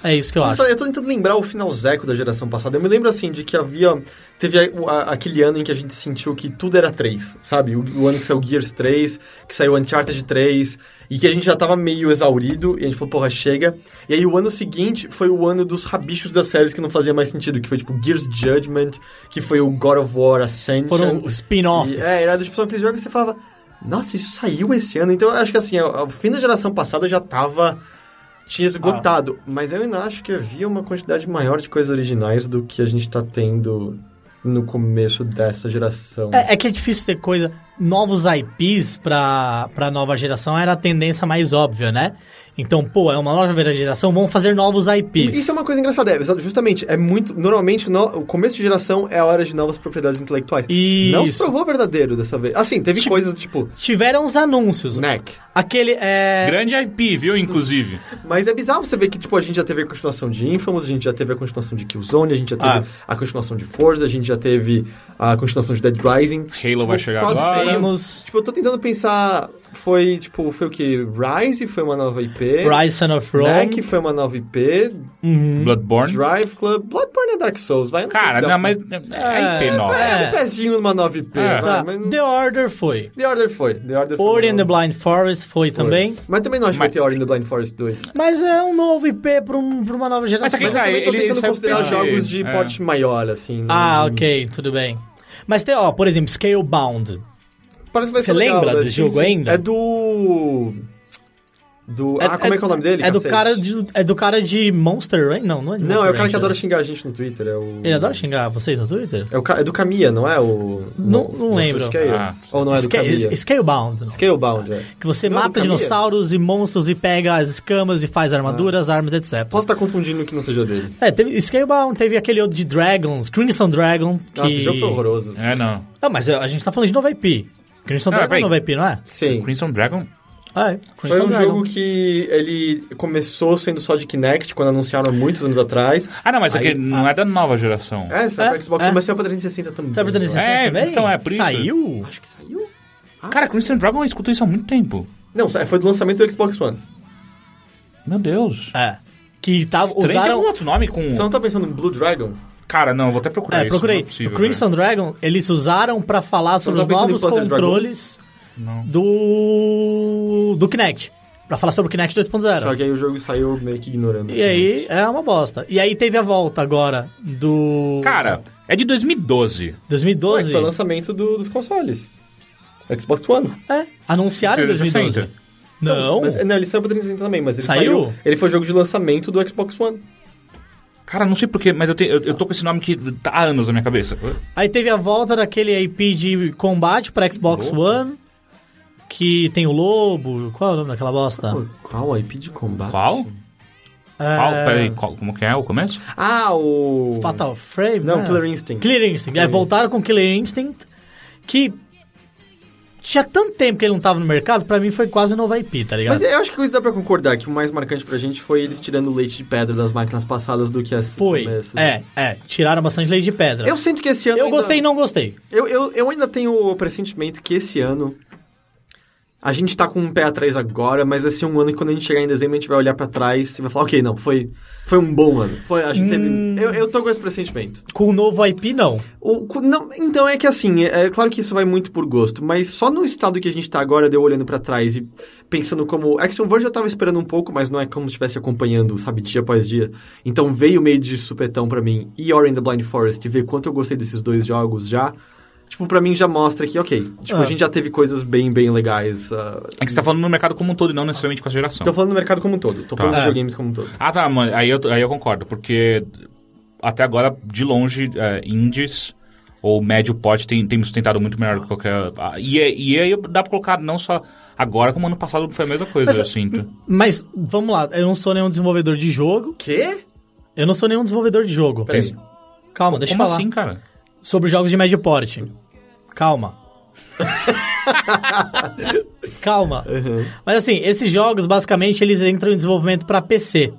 Speaker 4: É isso que eu
Speaker 2: Eu,
Speaker 4: acho.
Speaker 2: só- eu tô tentando lembrar o finalzeco da geração passada. Eu me lembro, assim, de que havia... Teve a- o- a- aquele ano em que a gente sentiu que tudo era 3, sabe? O, o ano que saiu Gears 3, que saiu Uncharted 3, e que a gente já tava meio exaurido, e a gente falou, porra, chega. E aí o ano seguinte foi o ano dos rabichos das séries que não fazia mais sentido, que foi, tipo, Gears Judgment, que foi o God of War Ascension.
Speaker 4: Foram spin-offs.
Speaker 2: E, É, era do tipo, são aqueles jogos que você falava, nossa, isso saiu esse ano. Então eu acho que assim, o o fim da geração passada já tava. tinha esgotado.
Speaker 3: Ah.
Speaker 2: Mas eu ainda acho que havia uma quantidade maior de coisas originais do que a gente tá tendo no começo dessa geração.
Speaker 4: É, é que é difícil ter coisa. Novos IPs pra, pra nova geração era a tendência mais óbvia, né? Então, pô, é uma nova geração, vamos fazer novos IPs.
Speaker 2: Isso é uma coisa engraçada, é, exato, justamente, é muito. Normalmente, no- o começo de geração é a hora de novas propriedades intelectuais. Não se
Speaker 4: Isso.
Speaker 2: provou verdadeiro dessa vez. Assim, teve coisas tipo.
Speaker 4: Tiveram os anúncios.
Speaker 2: Snack.
Speaker 4: Aquele. É...
Speaker 3: Grande IP, viu, inclusive?
Speaker 2: Mas é bizarro você ver que, tipo, a gente já teve a continuação de Infamous, a gente já teve a continuação de Killzone, a gente já teve
Speaker 4: Ah.
Speaker 2: a continuação de Forza, a gente já teve a continuação de Dead Rising. Tipo,
Speaker 3: Halo vai chegar
Speaker 2: quase
Speaker 3: agora.
Speaker 2: veio.
Speaker 4: Infamous.
Speaker 2: Tipo, eu tô tentando pensar, foi, tipo, foi o que? Rise foi uma nova IP.
Speaker 4: Rise Son of Rome.
Speaker 2: Neck foi uma nova IP.
Speaker 4: Hum.
Speaker 3: Bloodborne.
Speaker 2: Drive Club. Bloodborne é Dark Souls, vai. eu sei se dá
Speaker 3: Cara, não,
Speaker 2: pra-
Speaker 3: mas é, é IP nova.
Speaker 2: É,
Speaker 4: É.
Speaker 2: um pezinho numa nova IP, vai,
Speaker 3: É.
Speaker 4: Tá,
Speaker 2: mas não-
Speaker 4: The Order foi.
Speaker 2: The Order foi. The Order foi.
Speaker 4: Ori and the
Speaker 2: uma nova-
Speaker 4: Blind Forest foi, também.
Speaker 2: Mas também não acho que vai
Speaker 3: Mas-
Speaker 2: ter Ori and the Blind Forest 2.
Speaker 4: Mas é um novo IP pra, um- pra uma nova geração.
Speaker 3: Mas aquele-
Speaker 2: Mas eu
Speaker 3: Ah,
Speaker 2: também tô
Speaker 3: ele- ele
Speaker 2: tentando
Speaker 3: saiu
Speaker 2: considerar
Speaker 3: PC,
Speaker 2: jogos de
Speaker 3: é.
Speaker 2: porte maior, assim.
Speaker 4: Ah,
Speaker 2: não-
Speaker 4: ok, tudo bem. Mas tem, ó, por exemplo, Scalebound.
Speaker 2: Parece que vai
Speaker 4: Você
Speaker 2: ser legal,
Speaker 4: lembra
Speaker 2: né?
Speaker 4: desse jogo ainda?
Speaker 2: É do. Do. ah, como é, que é o nome dele?
Speaker 4: É do,
Speaker 2: cacete?
Speaker 4: cara de, é do cara de Monster Rain? Não, não é de
Speaker 2: Não, é
Speaker 4: Monster
Speaker 2: o cara que
Speaker 4: Ranger.
Speaker 2: adora xingar a gente no Twitter. É o...
Speaker 4: Ele adora xingar vocês no Twitter?
Speaker 2: É, o ca... é do Camia, não é? O...
Speaker 4: Não- não
Speaker 2: o-
Speaker 4: lembro.
Speaker 2: O Scale.
Speaker 3: Ah.
Speaker 2: Ou não é do
Speaker 4: Sca-
Speaker 2: Camia?
Speaker 4: Scalebound.
Speaker 2: Scalebound, é.
Speaker 4: Que você
Speaker 2: Não é do
Speaker 4: mata
Speaker 2: Camia?
Speaker 4: dinossauros e monstros e pega as escamas e faz armaduras, armas, etc.
Speaker 2: Ah. Posso estar confundindo que não seja dele.
Speaker 4: É, teve Scalebound, teve aquele outro de Dragons, Crimson Dragon, que...
Speaker 2: Nossa, esse jogo foi horroroso.
Speaker 3: É, não.
Speaker 4: Não, mas a gente tá falando de novo IP. Crimson
Speaker 3: Ah,
Speaker 4: Dragon é
Speaker 3: peraí.
Speaker 4: novo IP, não é?
Speaker 2: Sim.
Speaker 3: Crimson Dragon?
Speaker 4: Ah, é.
Speaker 2: Foi
Speaker 4: Crimson
Speaker 2: um
Speaker 4: Dragon.
Speaker 2: jogo que ele começou sendo só de Kinect, quando anunciaram há muitos anos atrás.
Speaker 3: Ah, não, mas aquele não é da nova geração.
Speaker 2: É, saiu
Speaker 4: É,
Speaker 2: pra Xbox,
Speaker 4: é.
Speaker 2: mas saiu pra 360 também.
Speaker 4: Sabe pra 360
Speaker 3: É,
Speaker 4: também?
Speaker 3: então é por isso.
Speaker 4: Saiu?
Speaker 2: Acho que saiu. Ah.
Speaker 3: Cara, Crimson Dragon eu escuto isso há muito tempo.
Speaker 2: Não, sa- foi do lançamento do Xbox
Speaker 4: Hum.
Speaker 2: One.
Speaker 3: Meu Deus.
Speaker 4: É. Que tava,
Speaker 3: Estranho, tem
Speaker 4: usaram... é,
Speaker 3: algum outro nome com...
Speaker 2: Você não tá pensando em Blue Dragon?
Speaker 3: Cara, não, eu vou até procurar
Speaker 4: É,
Speaker 3: isso.
Speaker 4: procurei.
Speaker 3: Não é possível,
Speaker 4: o Crimson Dragon, eles usaram pra falar sobre
Speaker 2: tá
Speaker 4: os
Speaker 2: pensando em
Speaker 4: novos
Speaker 2: Panzer Dragon?
Speaker 4: controles do do Kinect. Pra falar sobre o Kinect
Speaker 2: Só
Speaker 4: 2.0.
Speaker 2: que aí o jogo saiu meio que ignorando.
Speaker 4: E aí é uma bosta. E aí teve a volta agora do
Speaker 3: Cara, Cara, é de 2012.
Speaker 2: Ué, que
Speaker 4: 2012.
Speaker 2: foi o lançamento do- dos consoles. Xbox One.
Speaker 4: É, anunciaram em
Speaker 3: 360.
Speaker 4: 2012. Não.
Speaker 2: Mas- não, ele saiu pra 360 também, mas ele
Speaker 4: Saiu?
Speaker 2: saiu? Ele foi o jogo de lançamento do Xbox One.
Speaker 3: Cara, não sei porquê, mas eu, tenho, eu, eu tô com esse nome que tá há anos na minha cabeça.
Speaker 4: Aí teve a volta daquele IP de combate pra Xbox One. Que tem o Lobo. Qual é o nome daquela bosta?
Speaker 2: Qual IP de combate?
Speaker 3: Qual?
Speaker 4: É,
Speaker 3: Qual? Peraí, qual- como que é o começo?
Speaker 2: Ah, o.
Speaker 4: Fatal Frame?
Speaker 2: Não,
Speaker 4: né?
Speaker 2: Killer Instinct.
Speaker 4: Clear Instinct. É, voltaram com Killer Instinct, que tinha tanto tempo que ele não tava no mercado, pra mim foi quase novo IP, tá ligado?
Speaker 2: Mas é eu acho que isso dá pra concordar, que o mais marcante pra gente foi eles tirando o leite de pedra das máquinas passadas do que as.
Speaker 4: Foi.
Speaker 2: começo.
Speaker 4: É, é. Tiraram bastante lei de pedra.
Speaker 2: né? Eu sinto que esse ano.
Speaker 4: Eu
Speaker 2: ainda-
Speaker 4: gostei e não gostei.
Speaker 2: Eu, eu, eu ainda tenho o pressentimento que esse ano A gente tá com um pé atrás agora, mas vai ser um ano que quando a gente chegar em dezembro, a gente vai olhar pra trás e vai falar, ok, não, foi, foi um bom ano. Foi, a gente
Speaker 4: Hum.
Speaker 2: teve. Eu, eu tô com esse pressentimento.
Speaker 4: Com o novo IP, não.
Speaker 2: O- cu- não, então é que assim, é, é claro que isso vai muito por gosto, mas só no estado que a gente tá agora, de eu olhando pra trás e pensando como. é Action Verge eu tava esperando um pouco, mas não é como se estivesse acompanhando, sabe, dia após dia. Então veio meio de supetão pra mim e Ori and the Blind Forest e ver quanto eu gostei desses dois jogos já. Tipo, pra mim já mostra que, ok,
Speaker 4: Ah.
Speaker 2: tipo, a gente já teve coisas bem, bem legais. ah,
Speaker 3: É que você tá falando no mercado como um todo e não necessariamente com essa geração.
Speaker 2: Tô falando do mercado como um todo, tô falando
Speaker 4: É.
Speaker 3: Tá.
Speaker 2: dos videogames como um todo.
Speaker 3: Ah, tá, mano. Aí eu, aí eu concordo, porque até agora, de longe, é, indies ou médio porte tem, tem me sustentado muito melhor do que qualquer. ah, E, é- e aí dá pra colocar não só agora, como ano passado foi a mesma coisa,
Speaker 4: Mas-
Speaker 3: eu sinto.
Speaker 4: Mas, vamos lá, eu não sou nenhum desenvolvedor de jogo.
Speaker 2: Quê?
Speaker 4: Eu não sou nenhum desenvolvedor de jogo.
Speaker 2: Peraí.
Speaker 4: Calma, deixa
Speaker 3: como
Speaker 4: eu falar.
Speaker 3: assim, cara?
Speaker 4: Sobre jogos de médio porte. Calma. Calma.
Speaker 2: Uhum.
Speaker 4: Mas assim, esses jogos, basicamente, eles entram em desenvolvimento pra PC.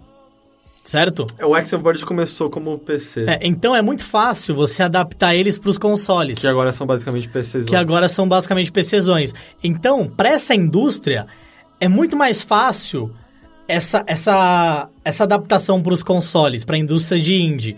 Speaker 4: Certo?
Speaker 2: É, O Action Verge começou como PC,
Speaker 4: É, então é muito fácil você adaptar eles pros consoles.
Speaker 2: que agora são basicamente PCs.
Speaker 4: que agora são basicamente PCzões. Então, para essa indústria, é muito mais fácil essa, essa, essa adaptação para os consoles, para a indústria de indie.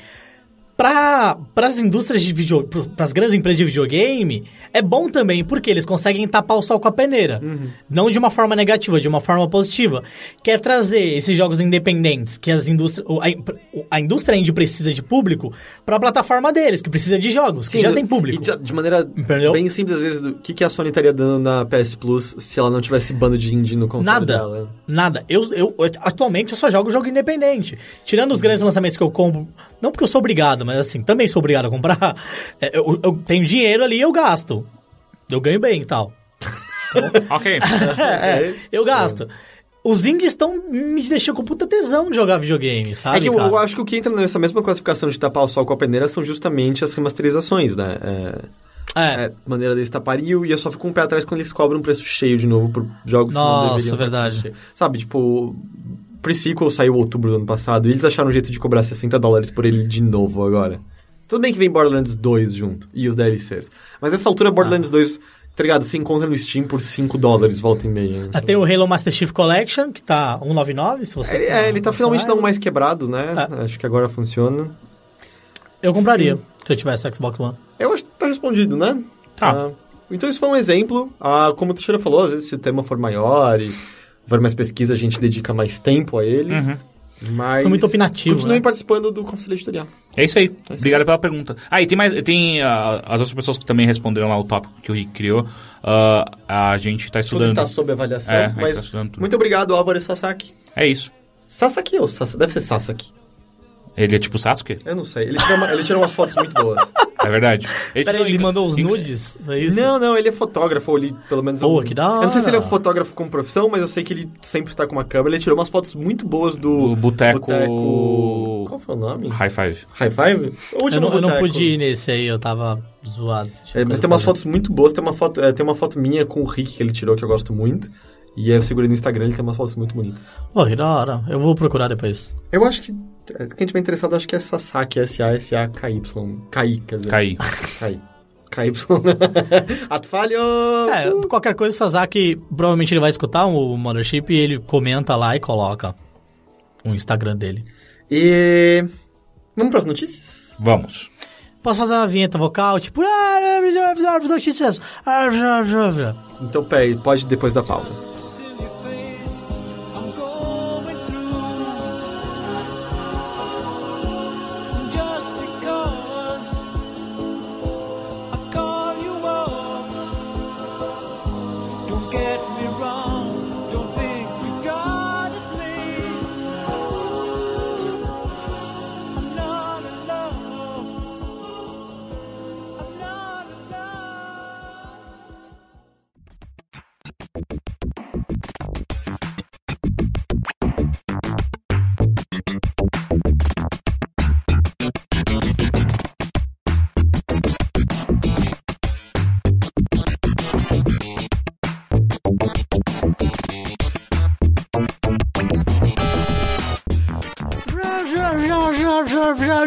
Speaker 4: Para as indústrias de videogame, para as grandes empresas de videogame, é bom também, porque eles conseguem tapar o sol com a peneira. Não de uma forma negativa, de uma forma positiva. Que é trazer esses jogos independentes que as indústrias. o- A, imp- o- a indústria indie precisa de público para a plataforma deles, que precisa de jogos, que já tem público.
Speaker 2: E de, de maneira
Speaker 4: Entendeu?
Speaker 2: bem simples, às vezes, o que, que a Sony estaria dando na PS Plus se ela não tivesse bando de indie no console
Speaker 4: Nada.
Speaker 2: dela?
Speaker 4: Nada. Eu, eu, eu- atualmente eu só jogo jogo independente. Tirando
Speaker 2: Uhum.
Speaker 4: os grandes lançamentos que eu compro, não porque eu sou obrigado, mas assim, também sou obrigado a comprar. É, Eu, eu tenho dinheiro ali e eu gasto. Eu ganho bem e tal.
Speaker 3: Ok.
Speaker 2: É, é.
Speaker 4: Eu gasto. Os indies estão me deixando com puta tesão de jogar videogame, sabe?
Speaker 2: É que eu,
Speaker 4: cara?
Speaker 2: eu acho que o que entra nessa mesma classificação de tapar o sol com a peneira são justamente as remasterizações, né? É,
Speaker 4: É.
Speaker 2: é, maneira deles tapar. E eu, e eu só fico um pé atrás quando eles cobram um preço cheio de novo por jogos que não
Speaker 4: Nossa,
Speaker 2: deveriam.
Speaker 4: verdade.
Speaker 2: Cheio. Sabe, tipo... Pre-sequel saiu em outubro do ano passado e eles acharam um jeito de cobrar 60 dólares por ele de novo agora. Tudo bem que vem Borderlands 2 junto e os DLCs. Mas nessa altura,
Speaker 4: Ah.
Speaker 2: Borderlands 2, tá ligado? Você encontra no Steam por 5 dólares, volta e meia.
Speaker 4: Ah, Tem o Halo Master Chief Collection, que tá 199, se você...
Speaker 2: Ele, é, ele tá finalmente não mais quebrado, né?
Speaker 4: Ah.
Speaker 2: Acho que agora funciona.
Speaker 4: Eu compraria, se eu tivesse Xbox One.
Speaker 2: Eu acho que tá respondido, né?
Speaker 3: Tá.
Speaker 2: Ah, então isso foi um exemplo. Ah, como o Teixeira falou, às vezes se o tema for maior e for mais pesquisa, a gente dedica mais tempo a ele. Mas
Speaker 4: Uhum. Foi muito opinativo,
Speaker 2: Continuem
Speaker 4: né?
Speaker 2: participando do Conselho Editorial.
Speaker 3: É isso aí. Obrigado pela pergunta. Ah, e tem mais. Tem ah, as outras pessoas que também responderam lá o tópico que o Rick criou. Ah, a gente
Speaker 2: Tudo
Speaker 3: tá estudando.
Speaker 2: está sob avaliação,
Speaker 3: É, a gente tá
Speaker 2: mas
Speaker 3: estudando tudo.
Speaker 2: muito obrigado, Álvaro Sasaki.
Speaker 3: É isso.
Speaker 2: Sasaki ou Sasaki? Deve ser Sasaki.
Speaker 3: Ele é tipo Sasuke?
Speaker 2: Eu não sei. Ele tirou, uma- ele tirou umas fotos muito boas.
Speaker 3: É verdade. Ele,
Speaker 4: Peraí,
Speaker 3: tirou-
Speaker 4: ele mandou os
Speaker 3: Inc-
Speaker 4: nudes? É isso?
Speaker 2: Não, não, ele é fotógrafo, ou ele pelo menos...
Speaker 4: Pô,
Speaker 2: um-
Speaker 4: que da
Speaker 2: Eu não sei se ele é
Speaker 4: hora.
Speaker 2: fotógrafo como profissão, mas eu sei que ele sempre tá com uma câmera. Ele tirou umas fotos muito boas do...
Speaker 3: O boteco-
Speaker 2: Boteco- Qual foi o nome?
Speaker 3: High five.
Speaker 2: High Five? O
Speaker 4: Eu
Speaker 2: último
Speaker 4: não, eu não
Speaker 2: boteco.
Speaker 4: pude ir nesse aí, eu tava zoado. tinha
Speaker 2: É, mas
Speaker 4: coisa
Speaker 2: tem umas
Speaker 4: pra fazer.
Speaker 2: fotos muito boas. Tem uma foto, é, tem uma foto minha com o Rick que ele tirou, que eu gosto muito. E eu segurei no Instagram, ele tem umas fotos muito bonitas.
Speaker 4: Pô, que da hora. Eu vou procurar depois.
Speaker 2: Eu acho que... é, Quem tiver interessado, acho que é Sasaki, S-A-S-A-K-Y. K-I, quer dizer.
Speaker 3: Caí.
Speaker 2: K-I. K-Y. Ato falho!
Speaker 4: É, qualquer coisa, o Sasaki, provavelmente ele vai escutar o Mothership e ele comenta lá e coloca o Instagram dele.
Speaker 2: E... Vamos pras notícias?
Speaker 3: Vamos.
Speaker 4: Posso fazer uma vinheta vocal, tipo...
Speaker 2: Então, peraí, pode depois da pausa.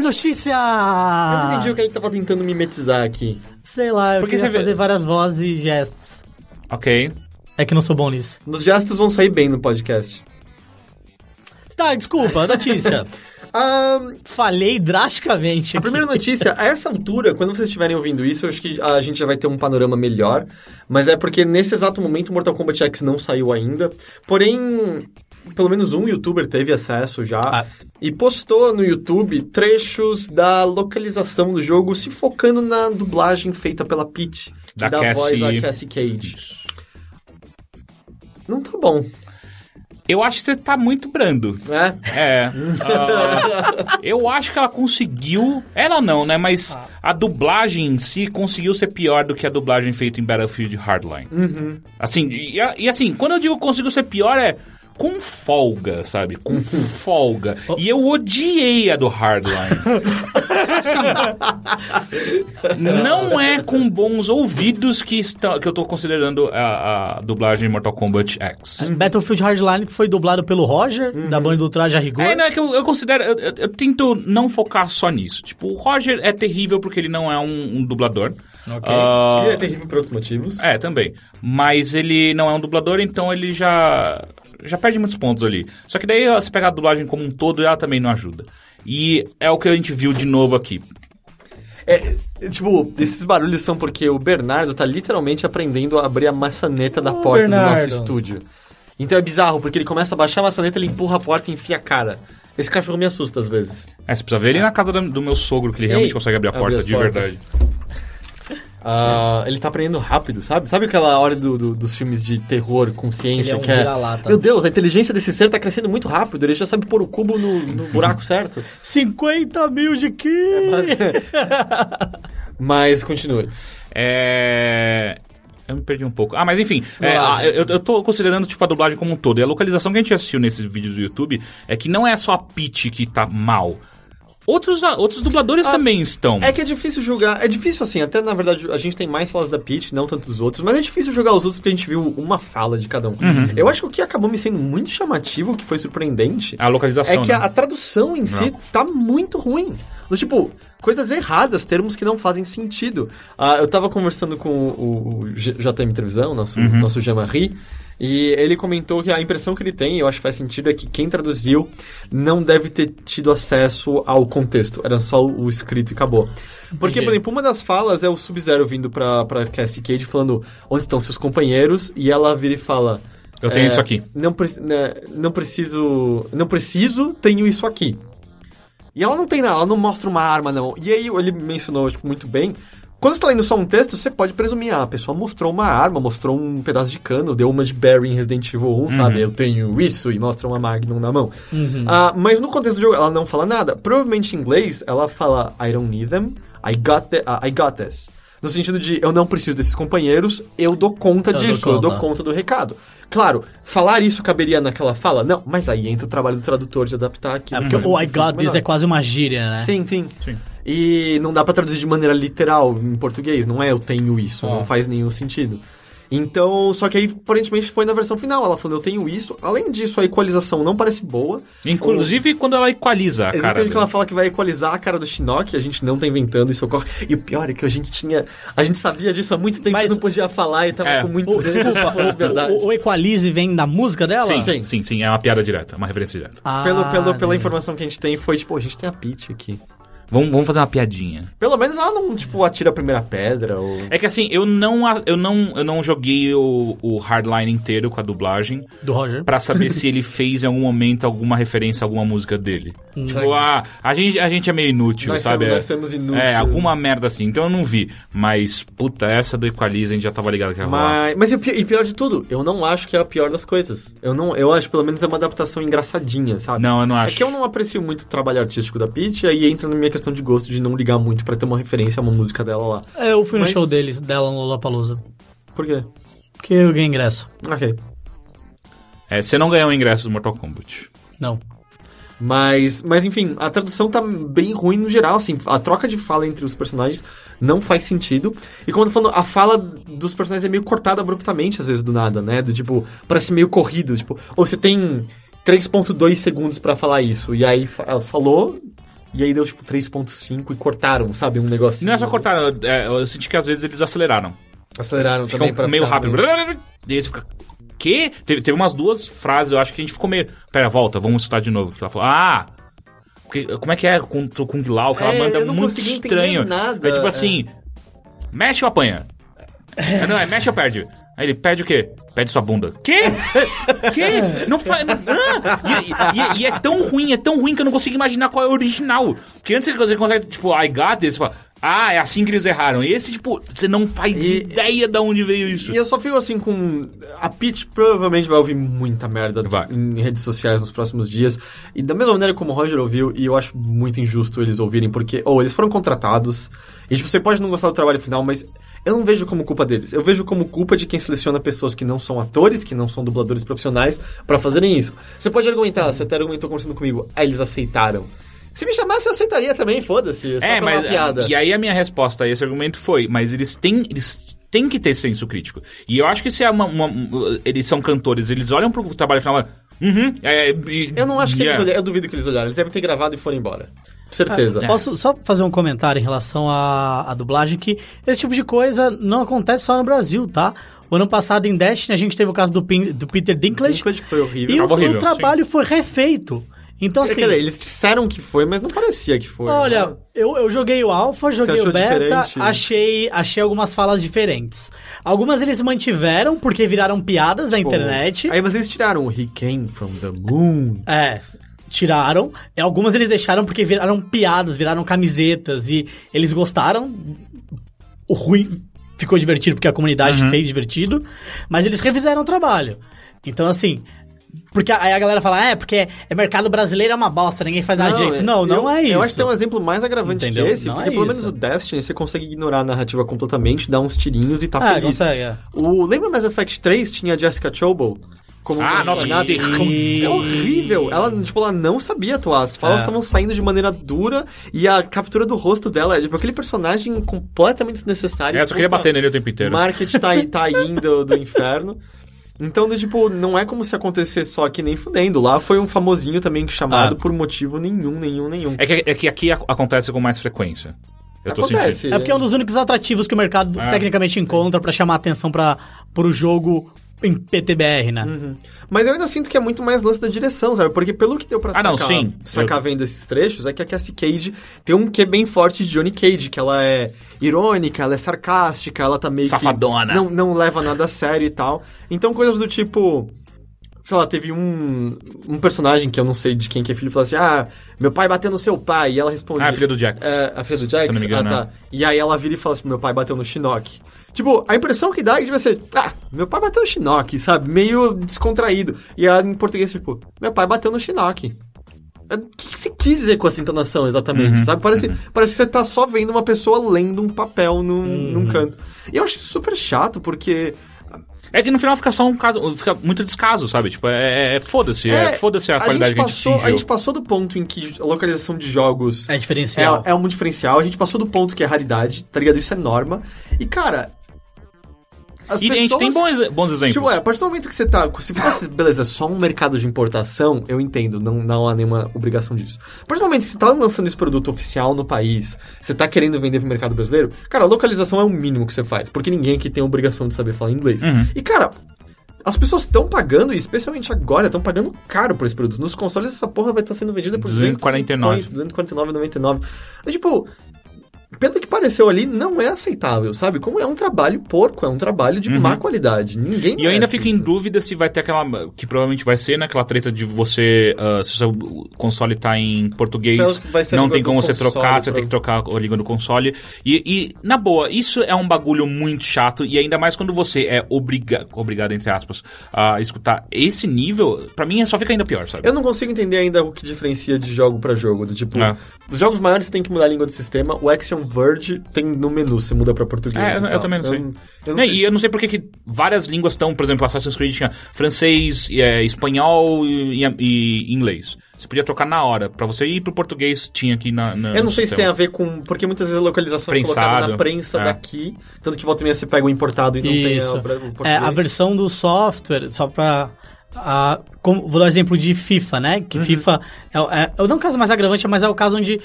Speaker 4: Notícia!
Speaker 2: Eu não entendi o que ele tava tentando mimetizar aqui.
Speaker 4: Sei lá, eu
Speaker 3: Porque
Speaker 4: queria
Speaker 3: você vê-
Speaker 4: fazer várias vozes e gestos.
Speaker 3: Ok.
Speaker 4: É que não sou bom nisso.
Speaker 2: Os gestos vão sair bem no podcast.
Speaker 5: Tá, desculpa, notícia.
Speaker 2: Ahn,
Speaker 5: Falhei drasticamente.
Speaker 2: A primeira notícia, a essa altura, quando vocês estiverem ouvindo isso, eu acho que a gente já vai ter um panorama melhor. Mas é porque nesse exato momento Mortal Kombat X não saiu ainda. Porém, pelo menos um youtuber teve acesso já
Speaker 5: Ah.
Speaker 2: e postou no YouTube trechos da localização do jogo, se focando na dublagem feita pela Peach, que
Speaker 3: Da
Speaker 2: dá voz
Speaker 3: Cassie-
Speaker 2: a Cassie Cage. Não tá bom,
Speaker 3: Eu acho que você tá muito brando.
Speaker 2: né?
Speaker 3: É. Ah, eu acho que ela conseguiu. Ela não, né? Mas a dublagem em si conseguiu ser pior do que a dublagem feita em Battlefield Hardline. Assim, e, a- e assim, quando eu digo conseguiu ser pior é. Com folga, sabe? Com folga. E eu odiei a do Hardline. Assim, não é com bons ouvidos que, está, que eu tô considerando a, a dublagem de Mortal Kombat X.
Speaker 4: Battlefield Hardline que foi dublado pelo Roger,
Speaker 2: Uhum.
Speaker 4: da banda do Traje a Rigor.
Speaker 2: né?
Speaker 3: É, não, é que eu, eu considero. Eu, eu- eu tento não focar só nisso. Tipo, o Roger é terrível porque ele não é um, um dublador. Ah,
Speaker 2: Ele é terrível por outros motivos.
Speaker 3: é, também. Mas ele não é um dublador, então ele já. Já perde muitos pontos ali. Só que daí, ó, se pegar a dublagem como um todo, ela também não ajuda. E é o que a gente viu de novo aqui.
Speaker 2: É, Tipo, esses barulhos são porque o Bernardo tá literalmente aprendendo a abrir a maçaneta da
Speaker 5: Ô,
Speaker 2: porta do
Speaker 5: Bernardo.
Speaker 2: nosso estúdio. Então é bizarro, porque ele começa a baixar a maçaneta, ele empurra a porta e enfia a cara. Esse cachorro me assusta às vezes.
Speaker 3: É, você precisa ver ele na casa do, do meu sogro, que ele realmente
Speaker 2: Ei,
Speaker 3: consegue abrir a
Speaker 2: abrir
Speaker 3: porta,
Speaker 2: as
Speaker 3: de
Speaker 2: portas.
Speaker 3: verdade.
Speaker 2: Ah, ele tá aprendendo rápido, sabe? Sabe aquela hora do- do- dos filmes de terror, consciência,
Speaker 5: Ele é um
Speaker 2: que é...
Speaker 5: vira-lata.
Speaker 2: Meu Deus, a inteligência desse ser tá crescendo muito rápido, ele já sabe pôr o cubo no, no buraco certo.
Speaker 4: 50 mil de que? é?
Speaker 2: Mas, Mas continue.
Speaker 3: É. Eu me perdi um pouco. Ah, mas enfim, é,
Speaker 2: Dublagem.
Speaker 3: a- eu, eu tô considerando tipo, a dublagem como um todo. E a localização que a gente assistiu nesses vídeos do YouTube é que não é só a Peach que tá mal. Outros, a- outros dubladores também estão.
Speaker 2: É que é difícil julgar. É difícil assim, até na verdade a gente tem mais falas da Peach, não tanto dos outros, mas é difícil julgar os outros porque a gente viu uma fala de cada um. Eu acho que o que acabou me sendo muito chamativo, que foi surpreendente,
Speaker 3: A localização.
Speaker 2: é que
Speaker 3: né?
Speaker 2: a, a tradução em si tá muito ruim. Do tipo, coisas erradas, termos que não fazem sentido. Ah, eu tava conversando com o, o G- JM Televisão, nosso, nosso Jean-Marie, e ele comentou que a impressão que ele tem, e eu acho que faz sentido, é que quem traduziu não deve ter tido acesso ao contexto. Era só o o escrito e acabou. Porque, por exemplo, uma das falas é o Sub-Zero vindo pra, pra Cassie Cage falando onde estão seus companheiros, e ela vira e fala...
Speaker 3: Eu tenho
Speaker 2: é,
Speaker 3: isso aqui.
Speaker 2: Não, pre- né, não preciso. Não preciso, tenho isso aqui. E ela não tem nada, ela não mostra uma arma, não. E aí ele mencionou tipo, muito bem. Quando você tá lendo só um texto, você pode presumir, ah, a pessoa mostrou uma arma, mostrou um pedaço de cano, deu uma de Barry em Resident Evil 1,
Speaker 5: Uhum.
Speaker 2: sabe? Eu tenho isso e mostra uma Magnum na mão. Ah, mas no contexto do jogo, ela não fala nada. Provavelmente em inglês, ela fala I don't need them, I got, the, ah, I got this. No sentido de eu não preciso desses companheiros, eu dou conta
Speaker 5: dou
Speaker 2: disso, eu dou
Speaker 5: conta.
Speaker 2: conta conta do recado. Claro, falar isso caberia naquela fala? Não, mas aí entra o trabalho do tradutor de adaptar aqui.
Speaker 5: É porque o I got this é quase uma gíria, né?
Speaker 2: Uhum. Sim, sim. E não dá pra traduzir de maneira literal em português, não é eu tenho isso,
Speaker 3: Ah.
Speaker 2: não faz nenhum sentido. Então, só que aí aparentemente foi na versão final, ela falando eu tenho isso. Além disso, a equalização não parece boa.
Speaker 3: Inclusive quando ela equaliza a cara.
Speaker 2: Exatamente que
Speaker 3: dele.
Speaker 2: ela fala que vai equalizar a cara do Shinnok, a gente não tá inventando isso ocorre. E o pior é que a gente tinha. A gente sabia disso há muito tempo,
Speaker 5: Mas-
Speaker 2: mas não podia falar e tava
Speaker 3: É.
Speaker 2: com muito
Speaker 5: O,
Speaker 2: medo de que
Speaker 5: desculpa,
Speaker 2: fosse verdade.
Speaker 5: o, o Equalize vem da música dela?
Speaker 3: Sim, sim,
Speaker 2: Sim.
Speaker 3: sim, sim, é uma piada direta, uma referência direta.
Speaker 5: Ah,
Speaker 2: Pelo, pelo, pela
Speaker 5: né.
Speaker 2: informação que a gente tem, foi tipo, a gente tem a Peach aqui.
Speaker 3: Vamos, vamos fazer uma piadinha.
Speaker 2: Pelo menos ela não, tipo, atira a primeira pedra ou...
Speaker 3: É que assim, eu não, a- eu não, eu não joguei o, o hardline inteiro com a dublagem.
Speaker 5: Do Roger.
Speaker 3: Pra saber se ele fez em algum momento alguma referência a alguma música dele. Tipo, ah, a gente, a gente é meio inútil,
Speaker 2: Hum. Nós
Speaker 3: sabe?
Speaker 2: somos-
Speaker 3: É.
Speaker 2: nós somos inútil.
Speaker 3: É, alguma merda assim. Então eu não vi. Mas, puta, essa do Equaliza a gente já tava ligado que ia rolar.
Speaker 2: Mas, mas e, o pi- e pior de tudo, eu não acho que é a pior das coisas. Eu não, eu acho pelo menos é uma adaptação engraçadinha, sabe?
Speaker 3: Não, eu não
Speaker 2: É
Speaker 3: acho.
Speaker 2: que eu não aprecio muito o trabalho artístico da Peach, aí entra na minha questão de gosto de não ligar muito pra ter uma referência a uma música dela lá.
Speaker 5: É, Eu fui no
Speaker 2: Mas-
Speaker 5: show deles, dela no Lollapalooza.
Speaker 2: Por quê?
Speaker 5: Porque eu ganhei ingresso.
Speaker 2: Ok.
Speaker 3: É, você não ganhou o ingresso do Mortal Kombat.
Speaker 5: Não.
Speaker 2: Mas, mas enfim, a tradução tá bem ruim no geral, assim, a troca de fala entre os personagens não faz sentido. E como eu tô falando, a fala dos personagens é meio cortada abruptamente, às vezes, do nada, né? Do tipo, parece meio corrido, tipo, ou você tem 3.2 segundos pra falar isso, e aí fa- ela falou, e aí deu tipo 3.5 e cortaram, sabe? Um negócio.
Speaker 3: Não é só cortar, eu, é, eu senti que às vezes eles aceleraram.
Speaker 2: Aceleraram
Speaker 3: Ficam
Speaker 2: também pra
Speaker 3: meio
Speaker 2: ficar
Speaker 3: rápido.
Speaker 2: meio-
Speaker 3: E aí você fica. quê? Teve, teve umas duas frases, eu acho que a gente ficou meio. Pera, volta, vamos citar de novo. Que ela falou, ah! porque- como é que é com o Kung Lao? Aquela
Speaker 2: É,
Speaker 3: banda
Speaker 2: eu não
Speaker 3: muito
Speaker 2: consegui entender
Speaker 3: estranha.
Speaker 2: nada.
Speaker 3: É tipo assim: mexe ou apanha? É, Não, é mexe ou perde? Aí ele perde o quê? Perde sua bunda. Quê? Quê? Não faz. Não, ah! E- e, e- e é tão ruim, é tão ruim que eu não consigo imaginar qual é o original. Porque antes você consegue, tipo, I got this, você fala, ah, é assim que eles erraram. E esse, tipo, você não faz
Speaker 2: E-
Speaker 3: ideia de onde veio isso.
Speaker 2: E eu só fico assim com. A Peach provavelmente vai ouvir muita merda
Speaker 3: Vai.
Speaker 2: em redes sociais nos próximos dias. E da mesma maneira como o Roger ouviu, e eu acho muito injusto eles ouvirem, porque, ou eles foram contratados, e tipo, você pode não gostar do trabalho final, mas eu não vejo como culpa deles. Eu vejo como culpa de quem seleciona pessoas que não são atores, que não são dubladores profissionais, pra fazerem isso. Você pode argumentar, você até argumentou conversando comigo, ah, eles aceitaram. Se me chamasse, eu aceitaria também, foda-se. É, só pra uma piada.
Speaker 3: E aí a minha resposta a esse argumento foi, mas eles têm, eles têm que ter senso crítico. E eu acho que se é uma, uma- eles são cantores, eles olham pro trabalho final, uhum, é, e-
Speaker 2: Eu não acho que
Speaker 3: yeah."
Speaker 2: eles olharam, eu duvido que eles olharam. Eles devem ter gravado e foram embora. Com certeza.
Speaker 4: Posso só fazer um comentário em relação à, à dublagem que esse tipo de coisa não acontece só no Brasil, tá? O ano passado em Destiny a gente teve o caso do, Pin- do Peter Dinklage.
Speaker 2: Dinklage, que foi horrível.
Speaker 4: E o,
Speaker 3: Tava horrível,
Speaker 4: o trabalho foi refeito. Então assim,
Speaker 2: Quer dizer, eles disseram que foi, mas não parecia que foi.
Speaker 4: olha,
Speaker 2: né?
Speaker 4: eu, eu joguei o Alpha, joguei
Speaker 2: achou
Speaker 4: o Beta,
Speaker 2: diferente?
Speaker 4: achei achei algumas falas diferentes. Algumas eles mantiveram porque viraram piadas na
Speaker 2: Pô.
Speaker 4: internet.
Speaker 2: Tipo, Aí, mas eles tiraram o He Came From The Moon.
Speaker 4: É, tiraram. E Algumas eles deixaram porque viraram piadas, viraram camisetas e eles gostaram. O ruim ficou divertido porque a comunidade
Speaker 3: Uhum.
Speaker 4: fez divertido, mas eles refizeram o trabalho. Então, assim. Porque aí a galera fala, é, porque é, mercado brasileiro é uma bosta, ninguém faz nada direito. Não, não
Speaker 2: eu-
Speaker 4: é isso.
Speaker 2: Eu acho que tem um exemplo mais agravante
Speaker 4: Entendeu?
Speaker 2: que esse,
Speaker 4: Não
Speaker 2: porque
Speaker 4: é
Speaker 2: pelo
Speaker 4: isso.
Speaker 2: menos o Destiny você consegue ignorar a narrativa completamente, dar uns tirinhos e tá
Speaker 4: Ah,
Speaker 2: feliz.
Speaker 4: consegue, é.
Speaker 2: O, lembra Mass Effect 3? Tinha a Jessica Chobol como
Speaker 3: Ah, nossa,
Speaker 2: personagem.
Speaker 3: que
Speaker 2: É horrível. Ela, tipo, ela não sabia atuar. As falas
Speaker 4: É.
Speaker 2: estavam saindo de maneira dura e a captura do rosto dela é tipo aquele personagem completamente desnecessário.
Speaker 3: É, eu só queria
Speaker 2: Puta,
Speaker 3: bater nele o tempo inteiro.
Speaker 2: Market tá, aí- tá indo do inferno. Então, do tipo, não é como se acontecesse só aqui nem fudendo. Lá foi um famosinho também que chamado
Speaker 4: Ah.
Speaker 2: por motivo nenhum, nenhum, nenhum.
Speaker 3: É que, é que aqui ac- acontece com mais frequência. Eu tô
Speaker 2: Acontece.
Speaker 3: sentindo.
Speaker 4: É porque é um dos únicos atrativos que o mercado
Speaker 3: É.
Speaker 4: tecnicamente encontra pra chamar atenção para pro jogo em PTBR,
Speaker 2: Hum.
Speaker 4: né?
Speaker 2: Uhum. Mas eu ainda sinto que é muito mais lance da direção, sabe? Porque pelo que deu pra
Speaker 3: Ah,
Speaker 2: sacar,
Speaker 3: não, sim.
Speaker 2: sacar
Speaker 3: Eu-
Speaker 2: vendo esses trechos, é que a Cassie Cage tem um que é bem forte de Johnny Cage, que ela é irônica, ela é sarcástica, ela tá meio
Speaker 3: Safadona.
Speaker 2: que... Não, não leva nada a sério e tal. Então coisas do tipo... Sei lá, teve um, um personagem que eu não sei de quem que é filho, falou assim, ah, meu pai bateu no seu pai, e ela responde...
Speaker 3: Ah, filha do Jax.
Speaker 2: É, a filha do Jax?
Speaker 3: Se eu não me engano,
Speaker 2: ah,
Speaker 3: é.
Speaker 2: tá. E aí ela vira e fala assim, meu pai bateu no Shinnok. Tipo, a impressão que dá é que vai ser, ah, meu pai bateu no Shinnok, sabe? Meio descontraído. E ela em português, tipo, meu pai bateu no Shinnok. É, O que que você quis dizer com essa entonação
Speaker 3: Uhum,
Speaker 2: exatamente, sabe? Parece, parece que você tá só vendo uma pessoa lendo um papel num,
Speaker 3: Uhum.
Speaker 2: num canto. E eu acho super chato, porque
Speaker 3: É que no final fica só um caso, fica muito descaso, sabe? Tipo, é, é- é foda-se, é, foda-se a, qualidade
Speaker 2: gente passou,
Speaker 3: que a gente
Speaker 2: a
Speaker 3: fingiu.
Speaker 2: gente passou do ponto em que a localização de jogos
Speaker 4: É
Speaker 2: É,
Speaker 4: diferencial.
Speaker 2: é um diferencial. A gente passou do ponto que é raridade, tá ligado? Isso é norma. E, cara. As
Speaker 3: E a gente tem bons, bons exemplos.
Speaker 2: Tipo, é, a partir do momento que você tá. Se fosse, beleza, só um mercado de importação, eu entendo, não, não há nenhuma obrigação disso. A partir do momento que você tá lançando esse produto oficial no país, você tá querendo vender pro mercado brasileiro, cara, a localização é o mínimo que você faz, porque ninguém aqui tem obrigação de saber falar inglês. E, cara. As pessoas estão pagando, e especialmente agora, estão pagando caro por esse produto. Nos consoles, essa porra vai estar sendo vendida por
Speaker 3: 249.
Speaker 2: 249,99. É, Tipo, pelo que pareceu ali, não é aceitável, sabe? Como é um trabalho porco, é um trabalho de má qualidade. Ninguém
Speaker 3: Uhum. E eu ainda
Speaker 2: merece
Speaker 3: fico em
Speaker 2: isso.
Speaker 3: dúvida se vai ter aquela. Que provavelmente vai ser, né? Aquela treta de você. ah, se o seu console tá em
Speaker 2: Então,
Speaker 3: português,
Speaker 2: vai ser a
Speaker 3: não
Speaker 2: língua
Speaker 3: tem
Speaker 2: do
Speaker 3: como você
Speaker 2: console,
Speaker 3: trocar, você vai ter que trocar a língua do console. E, e, na boa, isso é um bagulho muito chato. E ainda mais quando você é obriga, obrigado, entre aspas, a escutar esse nível, pra mim só fica ainda pior, sabe?
Speaker 2: Eu não consigo entender ainda o que diferencia de jogo pra jogo. Do tipo,
Speaker 3: É.
Speaker 2: os jogos maiores você tem que mudar a língua do sistema, o Action Verge tem no menu, você muda pra português.
Speaker 3: É,
Speaker 2: e
Speaker 3: eu- eu
Speaker 2: tal.
Speaker 3: também não sei.
Speaker 2: então. eu não
Speaker 3: Né,
Speaker 2: sei.
Speaker 3: E eu não sei porque que várias línguas estão, por exemplo, Assassin's Creed tinha francês, é, espanhol e, e inglês. Você podia trocar na hora. Pra você ir pro português, tinha aqui na. na-
Speaker 2: Eu não
Speaker 3: no
Speaker 2: sei se tem
Speaker 3: sistema.
Speaker 2: a ver com. Porque muitas vezes a localização é colocada
Speaker 3: Prensado,
Speaker 2: na prensa
Speaker 3: é.
Speaker 2: daqui, tanto que volta e meia você pega o importado e não
Speaker 4: Isso.
Speaker 2: tem a, o português.
Speaker 4: É, a versão do software, só pra. a- como- vou dar um exemplo de FIFA, né?
Speaker 2: Uhum.
Speaker 4: Que FIFA é, o- é- é não o caso mais agravante, mas é o caso onde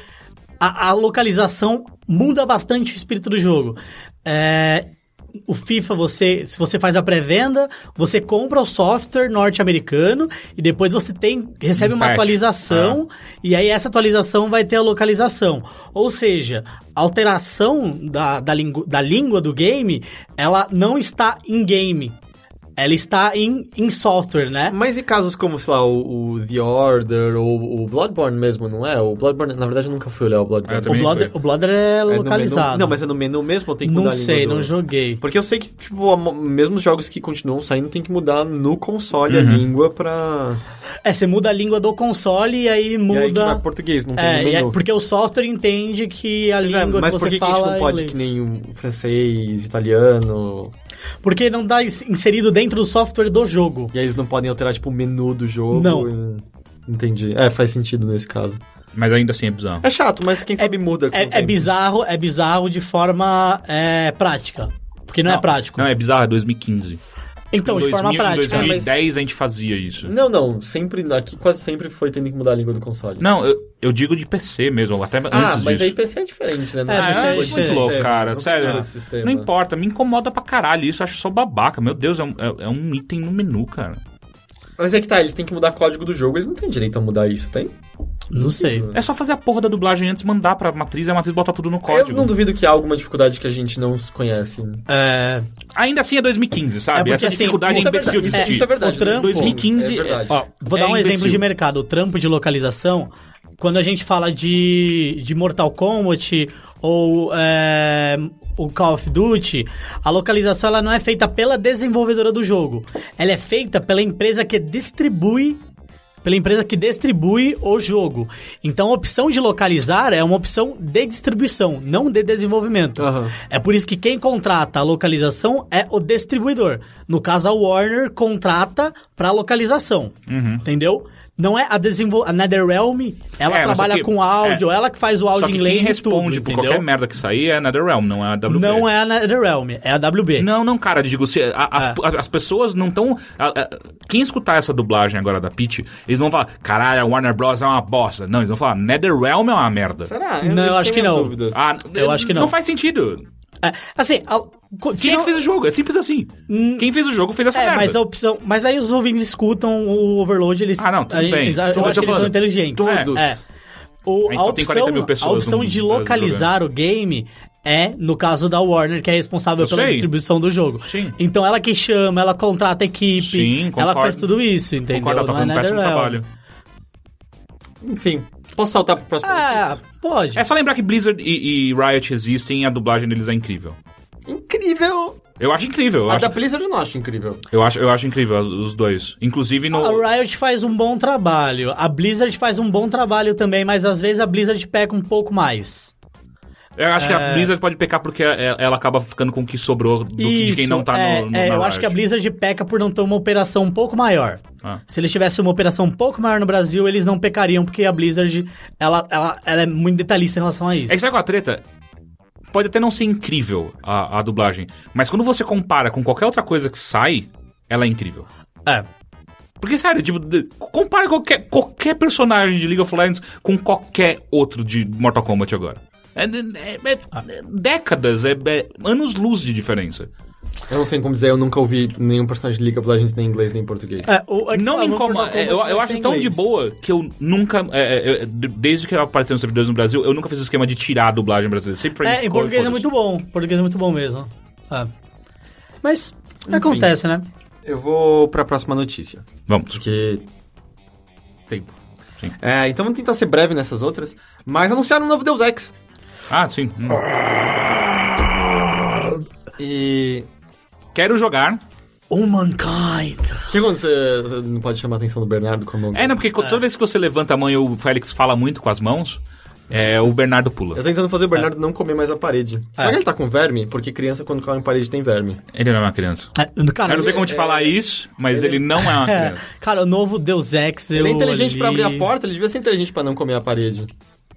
Speaker 4: a, a localização muda bastante o espírito do jogo. É, o FIFA, você, se você faz a pré-venda, você compra o software norte-americano e depois você tem recebe uma
Speaker 3: patch.
Speaker 4: atualização e aí essa atualização vai ter a localização. Ou seja, a alteração da, da, lingu- da língua do game, ela não está em game. Ela está em, em software, né?
Speaker 2: Mas e casos como, sei lá, o, o The Order ou o Bloodborne mesmo, não é? O Bloodborne, na verdade, eu nunca fui olhar o Bloodborne.
Speaker 3: Ah, Eu
Speaker 4: O
Speaker 3: também
Speaker 4: Blooder,
Speaker 3: foi.
Speaker 4: o Blooder é
Speaker 2: É no menu-
Speaker 4: localizado.
Speaker 2: não, mas é no menu mesmo ou tem que
Speaker 4: não
Speaker 2: mudar a língua
Speaker 4: sei,
Speaker 2: do-
Speaker 4: não joguei.
Speaker 2: Porque eu sei que, tipo, a- mesmo os jogos que continuam saindo tem que mudar no console
Speaker 4: Uhum.
Speaker 2: a língua pra...
Speaker 4: É, você muda a língua do console e aí
Speaker 2: E
Speaker 4: muda.
Speaker 2: aí que vai português, não tem
Speaker 4: É,
Speaker 2: no
Speaker 4: e
Speaker 2: menu.
Speaker 4: é porque o software entende que a
Speaker 2: Pois é,
Speaker 4: língua
Speaker 2: mas por
Speaker 4: que você
Speaker 2: que, que a
Speaker 4: fala
Speaker 2: gente não
Speaker 4: é
Speaker 2: pode
Speaker 4: inglês.
Speaker 2: que nem o francês, italiano...
Speaker 4: Porque não está inserido dentro do software do jogo.
Speaker 2: E aí eles não podem alterar, tipo, o menu do jogo?
Speaker 4: Não.
Speaker 2: e- Entendi. É, faz sentido nesse caso.
Speaker 3: Mas ainda assim é bizarro.
Speaker 2: É chato, mas quem sabe muda. com o
Speaker 4: É, é
Speaker 2: tempo.
Speaker 4: bizarro, é bizarro de forma é, prática. Porque não, é prático.
Speaker 3: Não, é bizarro, é 2015.
Speaker 4: então, de
Speaker 3: em 2000,
Speaker 4: forma
Speaker 3: Em
Speaker 4: prática.
Speaker 3: 2010 a gente fazia isso.
Speaker 2: Não, não. Sempre, aqui quase sempre foi tendo que mudar a língua do console.
Speaker 3: Não, eu, eu digo de PC mesmo, até
Speaker 2: Ah,
Speaker 3: antes
Speaker 2: mas aí
Speaker 3: disso.
Speaker 2: PC é diferente, né? Não
Speaker 4: É,
Speaker 2: tem
Speaker 4: mas
Speaker 3: Ah,
Speaker 4: aí
Speaker 2: esse
Speaker 3: é
Speaker 4: é
Speaker 3: muito
Speaker 4: diferente.
Speaker 3: louco, cara.
Speaker 2: Não tem
Speaker 3: Sério.
Speaker 2: esse sistema.
Speaker 3: Não importa, me incomoda pra caralho isso. eu Acho só babaca. Meu Deus, é um, é- é um item no menu, cara.
Speaker 2: Mas é que tá, eles têm que mudar código do jogo, eles não têm direito a mudar isso, tem? Hum.
Speaker 4: Não sei.
Speaker 3: É só fazer a porra da dublagem antes, mandar pra matriz e a matriz botar tudo no código.
Speaker 2: Eu não duvido que há alguma dificuldade que a gente não conhece.
Speaker 4: É,
Speaker 3: Ainda assim é 2015,
Speaker 4: É
Speaker 3: sabe?
Speaker 4: porque,
Speaker 3: Essa
Speaker 4: assim,
Speaker 3: dificuldade é
Speaker 4: isso é
Speaker 3: imbecil de
Speaker 4: verdade,
Speaker 3: existir.
Speaker 2: Isso é verdade.
Speaker 4: O trampo-
Speaker 3: 2015
Speaker 2: É verdade.
Speaker 4: ó, vou
Speaker 3: É
Speaker 4: dar um
Speaker 3: imbecil.
Speaker 4: exemplo de mercado. O trampo de localização, quando a gente fala de, de Mortal Kombat ou é, o Call of Duty, a localização ela não é feita pela desenvolvedora do jogo. Ela é feita pela empresa que distribui pela empresa que distribui o jogo. Então, a opção de localizar é uma opção de distribuição, não de desenvolvimento.
Speaker 2: Aham.
Speaker 4: É por isso que quem contrata a localização é o distribuidor. No caso, a Warner contrata para localização. Entendeu? Não é a desenvol... a NetherRealm, ela
Speaker 3: É, mas
Speaker 4: trabalha
Speaker 3: só que-
Speaker 4: com áudio, ela que faz o
Speaker 3: Só
Speaker 4: áudio
Speaker 3: que
Speaker 4: em inglês
Speaker 3: quem
Speaker 4: e tudo,
Speaker 3: responde por
Speaker 4: entendeu?
Speaker 3: qualquer merda que sair é a NetherRealm, não é a WB.
Speaker 4: Não é a NetherRealm, é a WB.
Speaker 3: Não, não, cara, eu digo, se, a- as,
Speaker 4: É.
Speaker 3: a- as pessoas não estão. Quem escutar essa dublagem agora da Peach, eles vão falar, caralho, a Warner Bros. é uma bosta. Não, eles vão falar, NetherRealm é uma merda.
Speaker 2: Será?
Speaker 4: Não, eu
Speaker 2: tenho
Speaker 4: acho que
Speaker 2: minhas
Speaker 4: não.
Speaker 2: Dúvidas.
Speaker 3: Ah,
Speaker 4: Eu acho que não.
Speaker 3: Não faz sentido.
Speaker 4: É, assim, a- co-
Speaker 3: Quem é que fez o jogo? É simples assim. Quem fez o jogo fez essa
Speaker 4: Hum. É,
Speaker 3: merda.
Speaker 4: mas a opção. Mas aí os ouvintes escutam o overload, eles.
Speaker 3: Ah, não, tudo
Speaker 4: a gente-
Speaker 3: bem.
Speaker 4: Eles, eu
Speaker 3: Tudo bem, tô
Speaker 4: acho que eles são
Speaker 3: falando.
Speaker 4: inteligentes.
Speaker 3: Todos.
Speaker 4: É. O-
Speaker 3: A gente
Speaker 4: a,
Speaker 3: só tem 40
Speaker 4: opção,
Speaker 3: mil pessoas
Speaker 4: a opção
Speaker 3: no-
Speaker 4: de
Speaker 3: no
Speaker 4: localizar o game é, no caso da Warner, que é responsável
Speaker 3: Eu
Speaker 4: pela
Speaker 3: sei.
Speaker 4: distribuição do jogo.
Speaker 3: Sim.
Speaker 4: Então ela que chama, ela contrata a equipe,
Speaker 3: Sim,
Speaker 4: ela
Speaker 3: concordo.
Speaker 4: faz tudo isso, entendeu?
Speaker 3: Concordo, ela tá
Speaker 4: Não é
Speaker 3: fazendo um péssimo
Speaker 4: NetherRealm.
Speaker 3: trabalho.
Speaker 2: Enfim, posso saltar pro próximo?
Speaker 4: Ah, pode.
Speaker 3: É só lembrar que Blizzard e, e Riot existem e a dublagem deles é incrível.
Speaker 2: Incrível!
Speaker 3: Eu acho incrível. Eu,
Speaker 2: A
Speaker 3: acho,
Speaker 2: da Blizzard eu não acho incrível.
Speaker 3: eu, acho, eu acho incrível as- os dois. Inclusive no.
Speaker 4: A Riot faz um bom trabalho, a Blizzard faz um bom trabalho também, mas às vezes a Blizzard peca um pouco mais.
Speaker 3: Eu acho que a Blizzard pode pecar porque é- ela acaba ficando com o que sobrou do que de quem não tá
Speaker 4: é,
Speaker 3: no, no
Speaker 4: é,
Speaker 3: na
Speaker 4: eu
Speaker 3: Riot.
Speaker 4: acho que a Blizzard peca por não ter uma operação um pouco maior.
Speaker 3: Ah.
Speaker 4: Se eles tivessem uma operação um pouco maior no Brasil, eles não pecariam, porque a Blizzard, ela, ela, ela é muito detalhista em relação a isso.
Speaker 3: É que sabe qual é a treta? Pode até não ser incrível a, a dublagem, mas quando você compara com qualquer outra coisa que sai, ela é incrível.
Speaker 4: É.
Speaker 3: Porque, sério, tipo, de- compara qualquer, qualquer personagem de League of Legends com qualquer outro de Mortal Kombat agora. É, é- é- é décadas, é, é anos-luz de diferença.
Speaker 2: Eu não sei como dizer, eu nunca ouvi nenhum personagem de League of Legends nem em inglês nem em português.
Speaker 4: É, o- é que
Speaker 3: Não
Speaker 4: você
Speaker 3: me
Speaker 4: falou,
Speaker 3: incomoda.
Speaker 4: Mortal Kombat
Speaker 3: Eu, eu
Speaker 4: vai
Speaker 3: acho
Speaker 4: ser em
Speaker 3: tão de
Speaker 4: inglês. É,
Speaker 3: boa que eu nunca. é, é, é, de- desde que apareceram os servidores no Brasil, eu nunca fiz o esquema de tirar a dublagem brasileira. Sempre
Speaker 4: É, em português é
Speaker 3: foda-se.
Speaker 4: muito bom. Em português é muito bom mesmo. É. Mas acontece, né?
Speaker 2: Eu vou pra próxima notícia.
Speaker 3: Vamos.
Speaker 2: Porque
Speaker 3: Tempo. Sim.
Speaker 2: É, então vamos tentar ser breve nessas outras. Mas anunciaram um novo Deus Ex.
Speaker 3: Ah, sim. Hum.
Speaker 2: E.
Speaker 3: Quero jogar.
Speaker 4: Humankind.
Speaker 2: O que aconteceu? Você Não pode chamar a atenção do Bernardo como.
Speaker 3: É, não, porque toda vez que você levanta a mão e o Félix fala muito com as mãos, é, o Bernardo
Speaker 2: Eu
Speaker 3: pula.
Speaker 2: tô tentando fazer o
Speaker 4: É.
Speaker 2: Bernardo não comer mais a parede. Será que ele tá com verme? Porque criança, quando come parede, tem verme.
Speaker 3: Ele não é uma criança.
Speaker 4: É, cara,
Speaker 3: Eu não sei como te falar isso, mas ele não é uma
Speaker 4: é,
Speaker 3: criança.
Speaker 4: cara, o novo Deus Ex, eu
Speaker 2: Ele é inteligente pra
Speaker 4: olhei-
Speaker 2: abrir a porta, ele devia ser inteligente pra não comer a parede.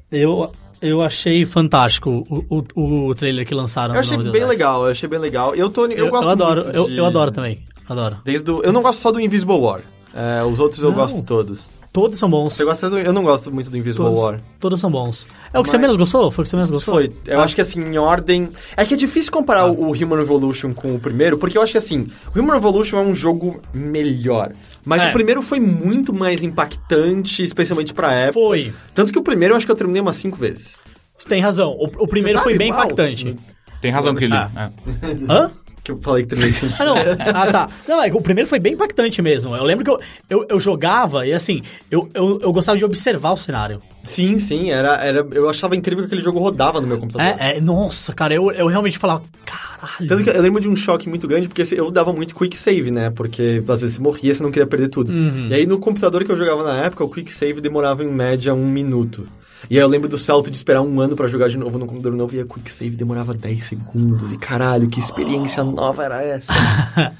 Speaker 4: Eu, eu achei fantástico o, o, o trailer que lançaram.
Speaker 2: Eu achei
Speaker 4: do Deus
Speaker 2: bem
Speaker 4: Ex.
Speaker 2: legal, eu achei bem legal. Eu, tô, eu,
Speaker 4: Eu,
Speaker 2: gosto
Speaker 4: eu adoro,
Speaker 2: muito
Speaker 4: eu,
Speaker 2: de-
Speaker 4: eu adoro também. Adoro.
Speaker 2: Desde o, eu não gosto só do Invisible War. É, os outros eu gosto todos.
Speaker 4: Todos são bons.
Speaker 2: Você gosta do- eu não gosto muito do Invisible
Speaker 4: Todos,
Speaker 2: War.
Speaker 4: todos são bons. É o que você
Speaker 2: Mas-
Speaker 4: menos gostou? Foi o que você menos gostou?
Speaker 2: Foi. Eu acho que assim, em ordem. É que é difícil comparar
Speaker 4: Ah.
Speaker 2: o Human Revolution com o primeiro, porque eu acho que assim, o Human Revolution é um jogo melhor. Mas
Speaker 4: É.
Speaker 2: o primeiro foi muito mais impactante, especialmente pra época.
Speaker 4: Foi.
Speaker 2: Tanto que o primeiro eu acho que eu terminei umas cinco vezes.
Speaker 4: Você tem razão. O, o primeiro
Speaker 2: Você
Speaker 4: foi
Speaker 2: sabe
Speaker 4: bem
Speaker 2: qual?
Speaker 4: impactante.
Speaker 3: Tem razão que ele.
Speaker 4: Ah.
Speaker 3: é.
Speaker 4: Hã?
Speaker 2: Que eu falei que terminei cinco
Speaker 4: Ah, não. Ah, tá. Não, é que o primeiro foi bem impactante mesmo. Eu lembro que eu, eu, eu jogava e assim, eu, eu, eu gostava de observar o cenário.
Speaker 2: Sim, sim, era, era, eu achava incrível que aquele jogo rodava no meu computador.
Speaker 4: É, é, nossa, cara, eu, eu realmente falava, caralho.
Speaker 2: Tanto que eu lembro de um choque muito grande, porque eu dava muito quick save, né? Porque às vezes você morria, você não queria perder tudo.
Speaker 4: Uhum.
Speaker 2: E aí no computador que eu jogava na época, o quick save demorava em média um minuto. E aí eu lembro do salto de esperar um ano pra jogar de novo no computador novo, e a quick save demorava 10 segundos. E caralho, que experiência nova era essa?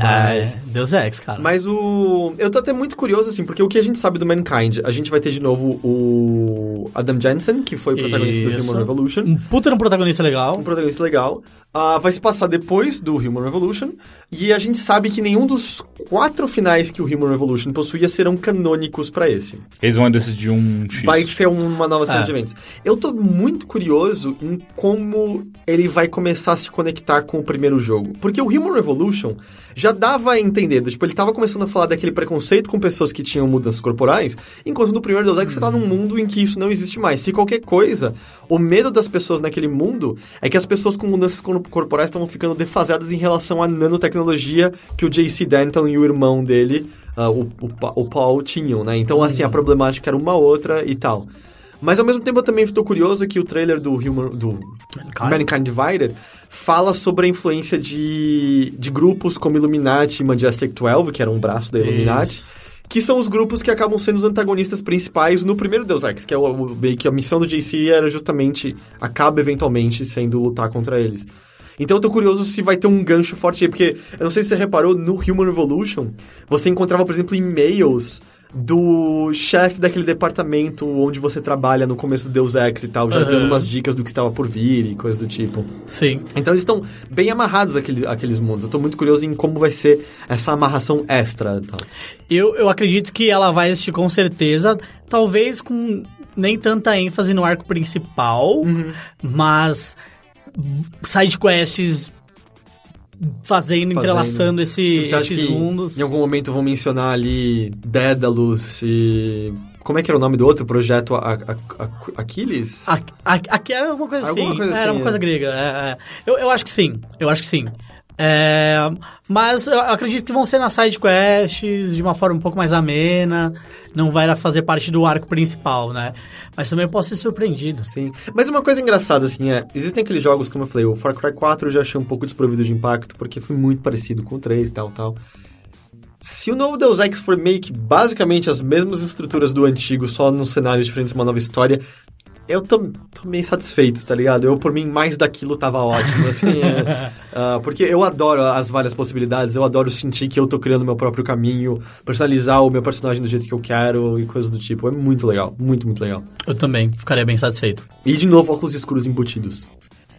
Speaker 4: Ah, é, Deus é ex, cara.
Speaker 2: Mas o. Eu tô até muito curioso, assim, porque o que a gente sabe do Mankind? A gente vai ter de novo o Adam Jensen, que foi o protagonista do
Speaker 4: Isso.
Speaker 2: Human Revolution.
Speaker 4: Um puta de um protagonista
Speaker 2: um
Speaker 4: legal.
Speaker 2: protagonista legal. Ah, vai se passar depois do Human Revolution. E a gente sabe que nenhum dos quatro finais que o Human Revolution possuía serão canônicos pra esse.
Speaker 3: Eles vão decidir um X.
Speaker 2: Vai ser uma nova série
Speaker 4: É.
Speaker 2: de eventos. Eu tô muito curioso em como ele vai começar a se conectar com o primeiro jogo. Porque o Human Revolution já dava a entender, tipo, ele tava começando a falar daquele preconceito com pessoas que tinham mudanças corporais, enquanto no primeiro Deus Ex você tá num mundo em que isso não existe mais. Se qualquer coisa, o medo das pessoas naquele mundo é que as pessoas com mudanças cor- corporais estavam ficando defasadas em relação à nanotecnologia que o J.C. Denton e o irmão dele ah, o, o, Pa- o Paul tinham, né? Então, assim, a problemática era uma outra e tal. Mas, ao mesmo tempo, eu também estou curioso que o trailer do, Human, do
Speaker 4: Mankind.
Speaker 2: Mankind Divided fala sobre a influência de, de grupos como Illuminati e Majestic 12, que era um braço da Illuminati, que são os grupos que acabam sendo os antagonistas principais no primeiro Deus Ex, que, é o, o- meio que a missão do JC era justamente, acaba eventualmente sendo lutar contra eles. Então eu tô curioso se vai ter um gancho forte aí, porque eu não sei se você reparou, no Human Revolution, você encontrava, por exemplo, e-mails do chefe daquele departamento onde você trabalha no começo do Deus Ex e tal, já
Speaker 4: Aham.
Speaker 2: dando umas dicas do que estava por vir e coisa do tipo.
Speaker 4: Sim.
Speaker 2: Então eles estão bem amarrados àquele, àqueles mundos. Eu tô muito curioso em como vai ser essa amarração extra e tal.
Speaker 4: Eu, eu acredito que ela vai existir com certeza, talvez com nem tanta ênfase no arco principal,
Speaker 2: Uhum.
Speaker 4: mas side quests fazendo, entrelaçando esse-
Speaker 2: Se Tipo, você acha
Speaker 4: esses
Speaker 2: que
Speaker 4: mundos.
Speaker 2: Em algum momento vão mencionar ali Dédalus e. Como é que era o nome do outro projeto? A, a- a- Aquiles?
Speaker 4: A- a- Aqui era uma coisa
Speaker 2: Alguma
Speaker 4: assim.
Speaker 2: coisa
Speaker 4: era
Speaker 2: assim,
Speaker 4: uma
Speaker 2: é.
Speaker 4: coisa grega. é, é. Eu, eu acho que sim. Eu acho que sim. É, mas eu acredito que vão ser nas side quests de uma forma um pouco mais amena. Não vai fazer parte do arco principal, né? Mas também eu posso ser surpreendido.
Speaker 2: Sim. Mas uma coisa engraçada, assim, é. Existem aqueles jogos, como eu falei, o Far Cry 4 eu já achei um pouco desprovido de impacto, porque foi muito parecido com o 3 e tal, tal. Se o novo Deus Ex for meio que basicamente as mesmas estruturas do antigo, só num cenário diferente, uma nova história, eu tô, tô meio satisfeito, tá ligado? Eu, por mim, mais daquilo tava ótimo, assim. é. Ah, porque eu adoro as várias possibilidades, eu adoro sentir que eu tô criando meu próprio caminho, personalizar o meu personagem do jeito que eu quero e coisas do tipo. É muito legal, muito, muito legal.
Speaker 4: Eu também ficaria bem satisfeito.
Speaker 2: E de novo, óculos escuros embutidos.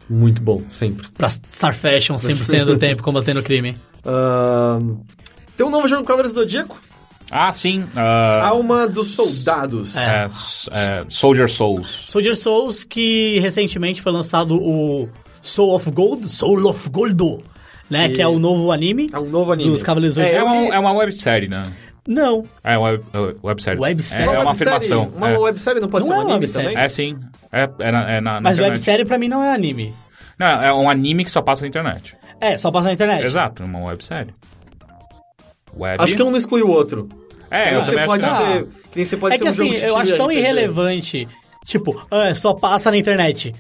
Speaker 2: Muito bom, sempre.
Speaker 4: Pra Star Fashion 100% do tempo combatendo o crime.
Speaker 2: Ahn, tem um novo jogo Cavaleiros do Zodíaco?
Speaker 3: Ah, sim. ah,
Speaker 2: Alma dos Soldados.
Speaker 3: é, s- é, Soldier Souls.
Speaker 4: Soldier Souls, que recentemente foi lançado o Soul of Gold, Soul of Goldo, né? Que é o novo anime.
Speaker 2: É um novo anime.
Speaker 4: Dos Cavaleiros do
Speaker 2: É,
Speaker 3: É
Speaker 4: Zodíaco.
Speaker 2: eu vi-
Speaker 3: uma, é uma websérie, né?
Speaker 4: Não,
Speaker 3: É uma web, é, websérie.
Speaker 4: Websérie.
Speaker 3: É, é uma
Speaker 2: websérie.
Speaker 3: afirmação.
Speaker 2: Uma
Speaker 3: é.
Speaker 2: websérie não pode
Speaker 4: Não
Speaker 2: ser
Speaker 4: é
Speaker 2: um
Speaker 4: uma
Speaker 2: anime
Speaker 4: websérie.
Speaker 2: também?
Speaker 3: É, sim. É, é na, é na, na
Speaker 4: mas
Speaker 3: internet.
Speaker 4: websérie pra mim não é anime.
Speaker 3: Não, é um anime que só passa na internet.
Speaker 4: É, só passa na internet.
Speaker 3: Exato, uma websérie. Web.
Speaker 2: Acho que um não exclui o outro. que
Speaker 3: É, eu
Speaker 2: nem você
Speaker 3: também acho
Speaker 2: pode
Speaker 3: que não.
Speaker 2: ser. Que nem você pode
Speaker 4: É
Speaker 2: ser
Speaker 4: que
Speaker 2: um
Speaker 4: assim,
Speaker 2: jogo de
Speaker 4: eu acho
Speaker 2: tiro
Speaker 4: tão
Speaker 2: RPG.
Speaker 4: irrelevante. Tipo, ah, só passa na internet.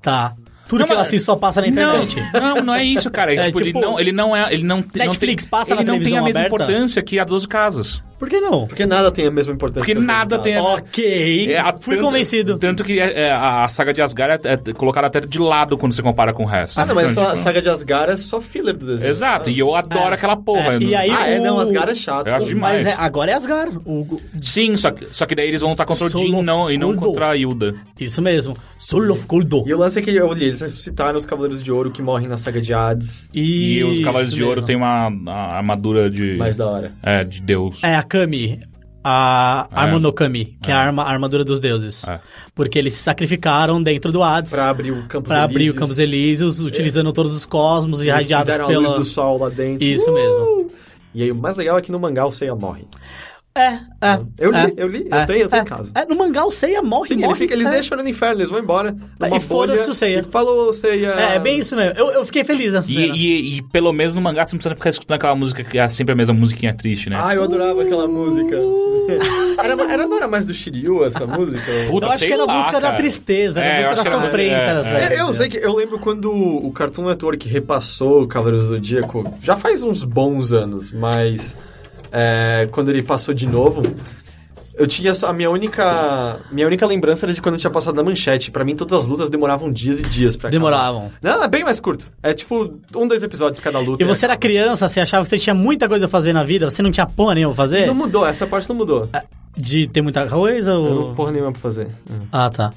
Speaker 4: Tá. Tudo
Speaker 3: Não,
Speaker 4: que eu
Speaker 3: mas-
Speaker 4: assisto só passa na internet.
Speaker 3: Não, não, não é isso, cara.
Speaker 4: É,
Speaker 3: tipo, ele
Speaker 4: tipo,
Speaker 3: não, ele não é, ele não, ele não
Speaker 4: Netflix
Speaker 3: tem,
Speaker 4: passa na
Speaker 3: ele não tem
Speaker 4: televisão
Speaker 3: a mesma
Speaker 4: aberta?
Speaker 3: importância que a 12 casas.
Speaker 4: Por que não?
Speaker 2: Porque nada tem a mesma importância.
Speaker 3: Porque
Speaker 2: que as coisas
Speaker 3: nada
Speaker 2: do
Speaker 3: tem a-
Speaker 4: Ok.
Speaker 3: né? É, a-
Speaker 4: Fui
Speaker 3: tanto-
Speaker 4: convencido.
Speaker 3: Tanto que é, é, a a saga de Asgard é, é colocada até de lado quando você compara com o resto.
Speaker 2: Ah, não, mas
Speaker 3: Então,
Speaker 2: essa
Speaker 3: tipo,
Speaker 2: saga de Asgard é só filler do desenho.
Speaker 3: Exato, e eu adoro aquela porra.
Speaker 4: É, e aí-
Speaker 2: Ah, é, não,
Speaker 4: o-
Speaker 2: Asgard é chato.
Speaker 3: Eu acho demais.
Speaker 4: Mas é, agora é Asgard. O,
Speaker 3: Sim, só que, só que daí eles vão estar contra o
Speaker 4: Solo
Speaker 3: Jin não, e não
Speaker 4: Goldor.
Speaker 3: contra a Hilda.
Speaker 4: isso mesmo. Soul of Goldo.
Speaker 2: E o lance é que eu li, eles ressuscitaram os Cavaleiros de Ouro que morrem na saga de Hades.
Speaker 3: E os Cavaleiros
Speaker 4: Isso
Speaker 3: de Ouro
Speaker 4: mesmo.
Speaker 3: têm uma, uma armadura de.
Speaker 2: Mais da hora.
Speaker 3: É, de Deus.
Speaker 4: É, a Kami. a
Speaker 3: É.
Speaker 4: Arma no Kami, que é, a, arma, a armadura dos deuses.
Speaker 3: É.
Speaker 4: Porque eles se sacrificaram dentro do Hades
Speaker 2: Pra abrir o Campos
Speaker 4: pra abrir o
Speaker 2: Elíseos. É.
Speaker 4: Campos Elíseos, utilizando todos os cosmos e
Speaker 2: Eles
Speaker 4: irradiados
Speaker 2: fizeram
Speaker 4: pela...
Speaker 2: a luz do sol lá dentro.
Speaker 4: Isso
Speaker 2: Uh!
Speaker 4: mesmo.
Speaker 2: E aí o mais legal é que no mangá o Seiya morre.
Speaker 4: É, é.
Speaker 2: Eu li,
Speaker 4: é,
Speaker 2: eu li, eu
Speaker 4: é,
Speaker 2: tenho- eu tenho em
Speaker 4: é,
Speaker 2: casa.
Speaker 4: é, no mangá o Seiya morre,
Speaker 2: Sim, ele
Speaker 4: morre.
Speaker 2: fica, eles
Speaker 4: é.
Speaker 2: deixam ele no inferno, eles vão embora. Numa
Speaker 4: e foda-se
Speaker 2: bolha,
Speaker 4: o Seiya.
Speaker 2: e Falou, Seiya.
Speaker 4: É, é bem isso mesmo. Eu, eu fiquei feliz nessa
Speaker 3: E,
Speaker 4: cena.
Speaker 3: e- e pelo menos no mangá você não precisa ficar escutando aquela música que é sempre a mesma musiquinha triste, né?
Speaker 2: Ah, eu adorava aquela música. era, era, não era mais do Shiryu essa música?
Speaker 3: Puta,
Speaker 4: eu acho
Speaker 3: sei
Speaker 4: que era a
Speaker 3: lá,
Speaker 4: música da
Speaker 3: cara.
Speaker 4: tristeza, era a
Speaker 3: É, eu
Speaker 4: música
Speaker 3: acho
Speaker 4: da
Speaker 3: que era-
Speaker 4: sofrência.
Speaker 3: é,
Speaker 4: da
Speaker 3: é.
Speaker 4: série.
Speaker 2: É, eu sei que eu lembro quando o Cartoon Network repassou o Cavaleiros do Zodíaco, já faz uns bons anos, mas é, quando ele passou de novo, eu tinha só- a minha única minha única lembrança era de quando eu tinha passado na manchete. Pra mim todas as lutas demoravam dias e dias pra acabar.
Speaker 4: Demoravam.
Speaker 2: Não, é bem mais curto. É tipo um, dois episódios cada luta.
Speaker 4: E você era criança, você achava que você tinha muita coisa a fazer na vida, você não tinha porra nenhuma pra fazer?
Speaker 2: Não mudou, essa parte não mudou.
Speaker 4: É, De ter muita coisa
Speaker 2: Eu
Speaker 4: ou...
Speaker 2: não porra nenhuma pra fazer.
Speaker 4: Ah, tá.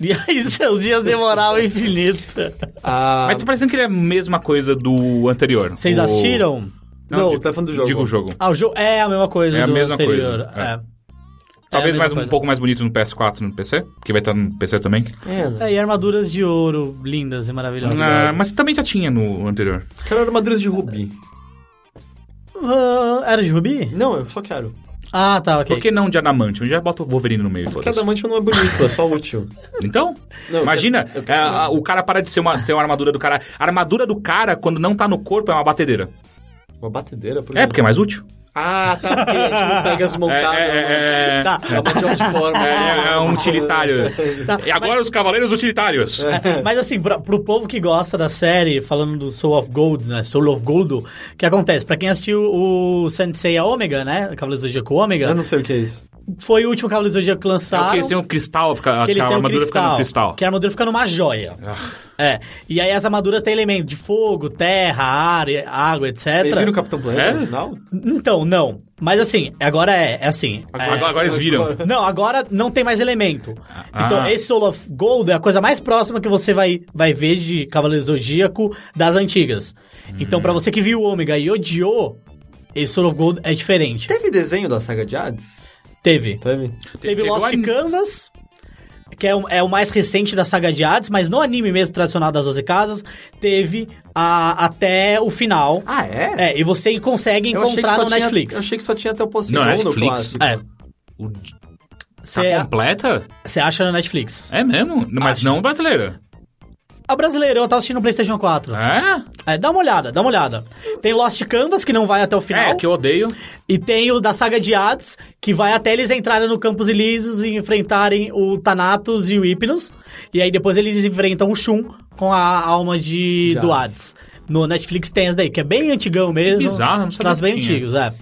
Speaker 4: E aí seus dias demoravam infinito.
Speaker 2: Ah,
Speaker 3: Mas tá parecendo que ele é a mesma coisa do anterior.
Speaker 4: Vocês
Speaker 3: O-
Speaker 4: assistiram?
Speaker 2: Não, tá falando do jogo.
Speaker 3: Digo o jogo.
Speaker 4: Ah, o jogo é a mesma coisa
Speaker 3: É a
Speaker 4: do
Speaker 3: mesma
Speaker 4: anterior.
Speaker 3: coisa, é.
Speaker 4: É.
Speaker 3: Talvez
Speaker 4: É a mesma
Speaker 3: mais um
Speaker 4: coisa.
Speaker 3: pouco mais bonito no PS4 e no PC, porque vai estar no PC também.
Speaker 2: é, né?
Speaker 4: É, e armaduras de ouro lindas e
Speaker 2: Tá
Speaker 4: maravilhosas.
Speaker 3: Ah, mas também já tinha no anterior.
Speaker 2: Quero armaduras de rubi.
Speaker 4: Ah, era de rubi?
Speaker 2: Não, eu só quero.
Speaker 4: Ah, tá, ok.
Speaker 3: Por que não de adamante? Já bota o Wolverine no meio. foda-se.
Speaker 2: Cada mancha não é bonito, é só útil.
Speaker 3: Então,
Speaker 2: Não,
Speaker 3: imagina, é, a- o cara para de ser uma, ter uma armadura do cara. A armadura do cara, quando não tá no corpo, é uma batedeira.
Speaker 2: Uma batedeira, por
Speaker 3: É, porque é mais útil.
Speaker 2: Ah, tá, porque a gente Tá, não pega as
Speaker 3: É,
Speaker 2: montadas.
Speaker 3: é, é, é,
Speaker 4: Tá.
Speaker 2: mano. É uma de forma.
Speaker 3: é- é um utilitário.
Speaker 2: Tá,
Speaker 3: E agora os cavaleiros utilitários.
Speaker 2: É.
Speaker 3: É
Speaker 4: Mas assim, pra, pro povo que gosta da série, falando do Soul of Gold, né? Soul of Gold, o que acontece? Pra quem assistiu o Sensei a Ômega, né? Cavaleiro do Zodíaco Ômega,
Speaker 2: Eu não sei o que é isso.
Speaker 4: foi o último Cavaleiro do Zodíaco que
Speaker 3: É o
Speaker 4: lançaram.
Speaker 3: que eles têm um cristal, fica,
Speaker 4: que eles
Speaker 3: a
Speaker 4: têm um
Speaker 3: armadura fica
Speaker 4: cristal,
Speaker 3: no cristal. Ah.
Speaker 4: Que a armadura fica numa joia. É. E aí as armaduras têm elementos de fogo, terra, ar, água, etc.
Speaker 2: Eles viram o Capitão Planeta
Speaker 3: É?
Speaker 2: no final?
Speaker 4: Então, não. Mas assim, agora é, é assim. é-
Speaker 3: Agora, agora eles viram.
Speaker 4: Não, agora não tem mais elemento.
Speaker 3: Ah.
Speaker 4: Então, esse Soul of Gold é a coisa mais próxima que você vai, vai ver de Cavaleiro Zodíaco das antigas. Então,
Speaker 3: Hum.
Speaker 4: pra você que viu o Ômega e odiou, esse Soul of Gold é diferente.
Speaker 2: Teve desenho da saga de Hades?
Speaker 4: Teve.
Speaker 2: Teve.
Speaker 4: Teve
Speaker 3: teve
Speaker 4: Lost
Speaker 3: o an-
Speaker 4: Canvas, que é o, é o mais recente da saga de Hades, mas no anime mesmo tradicional das 12 casas, teve a- até o final.
Speaker 2: Ah, é?
Speaker 4: É, e você consegue
Speaker 2: Eu achei que
Speaker 4: encontrar
Speaker 2: só
Speaker 4: no
Speaker 2: tinha-
Speaker 4: Netflix.
Speaker 2: Eu achei que só tinha até o Poseidon
Speaker 3: Não,
Speaker 2: no
Speaker 3: Netflix.
Speaker 2: clássico.
Speaker 4: É,
Speaker 3: O- Tá
Speaker 4: você
Speaker 3: completa?
Speaker 4: você acha no Netflix.
Speaker 3: É mesmo? Mas
Speaker 4: é- Acho.
Speaker 3: não brasileira.
Speaker 4: A brasileira, eu tava assistindo no PlayStation 4.
Speaker 3: É?
Speaker 4: É, dá uma olhada, dá uma olhada. Tem Lost Canvas, que não vai até o final.
Speaker 3: É, que eu odeio.
Speaker 4: E tem o da saga de Hades, que vai até eles entrarem no Campos Elíseos e enfrentarem o Thanatos e o Hypnos. E aí depois eles enfrentam o Shun com a alma
Speaker 2: De
Speaker 4: de, do
Speaker 2: Hades.
Speaker 4: Hades. No Netflix tem essa daí, que é bem antigão mesmo.
Speaker 3: bizarro, não sabia
Speaker 4: Traz
Speaker 3: que
Speaker 4: bem
Speaker 3: tinha.
Speaker 4: antigos, é.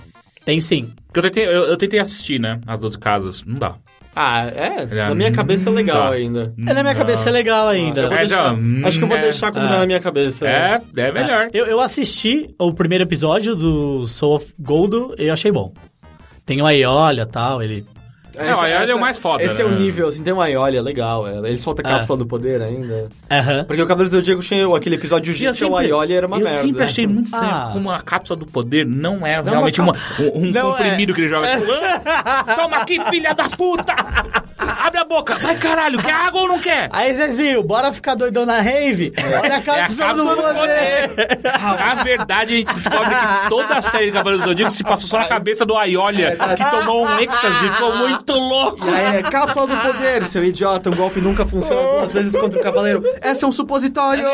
Speaker 4: Tem sim.
Speaker 3: Porque eu tentei, eu, eu tentei assistir, né? As 12 casas. Não dá.
Speaker 2: Ah, é?
Speaker 3: Ah,
Speaker 2: Na minha cabeça é legal
Speaker 3: tá.
Speaker 2: ainda.
Speaker 4: É, na minha cabeça é legal ainda.
Speaker 2: Eu vou
Speaker 3: É,
Speaker 2: deixar-
Speaker 3: já,
Speaker 2: Acho que eu vou
Speaker 3: é.
Speaker 2: deixar como tá na minha cabeça.
Speaker 3: É, é melhor.
Speaker 4: Eu, eu assisti o primeiro episódio do Soul of Gold e eu achei bom. Tem o Aiolia e tal, ele...
Speaker 2: Essa-
Speaker 3: Não, a Aeolia é o
Speaker 2: essa-
Speaker 3: mais foda,
Speaker 2: Esse é
Speaker 3: né?
Speaker 2: o nível, assim, tem uma Aeolia legal. é, Ele solta a cápsula do poder ainda.
Speaker 4: Aham.
Speaker 2: Porque o Cavaleiro do Zodíaco tinha aquele episódio de que o Aioli era uma
Speaker 3: eu
Speaker 2: merda.
Speaker 3: sempre achei muito estranho
Speaker 4: Ah.
Speaker 3: como a cápsula do poder não é realmente uma, um, um
Speaker 4: Não é.
Speaker 3: comprimido que ele joga. Tipo, "Ah, Toma aqui, filha da puta! Abre a boca! Vai, caralho! Quer água ou não quer?
Speaker 4: Aí, Zezinho, bora ficar doidão na rave? Olha
Speaker 3: É
Speaker 4: a
Speaker 3: a
Speaker 4: cápsula do
Speaker 3: cápsula do
Speaker 4: poder!
Speaker 3: poder! Na verdade, a gente descobre que toda a série de Cavaleiros do Zodíaco se passou só na cabeça do Aiolia, que tomou um êxtase e ficou muito louco!
Speaker 2: E aí, é, cápsula do poder, seu idiota, um golpe nunca funciona duas vezes contra o cavaleiro. Essa é um supositório!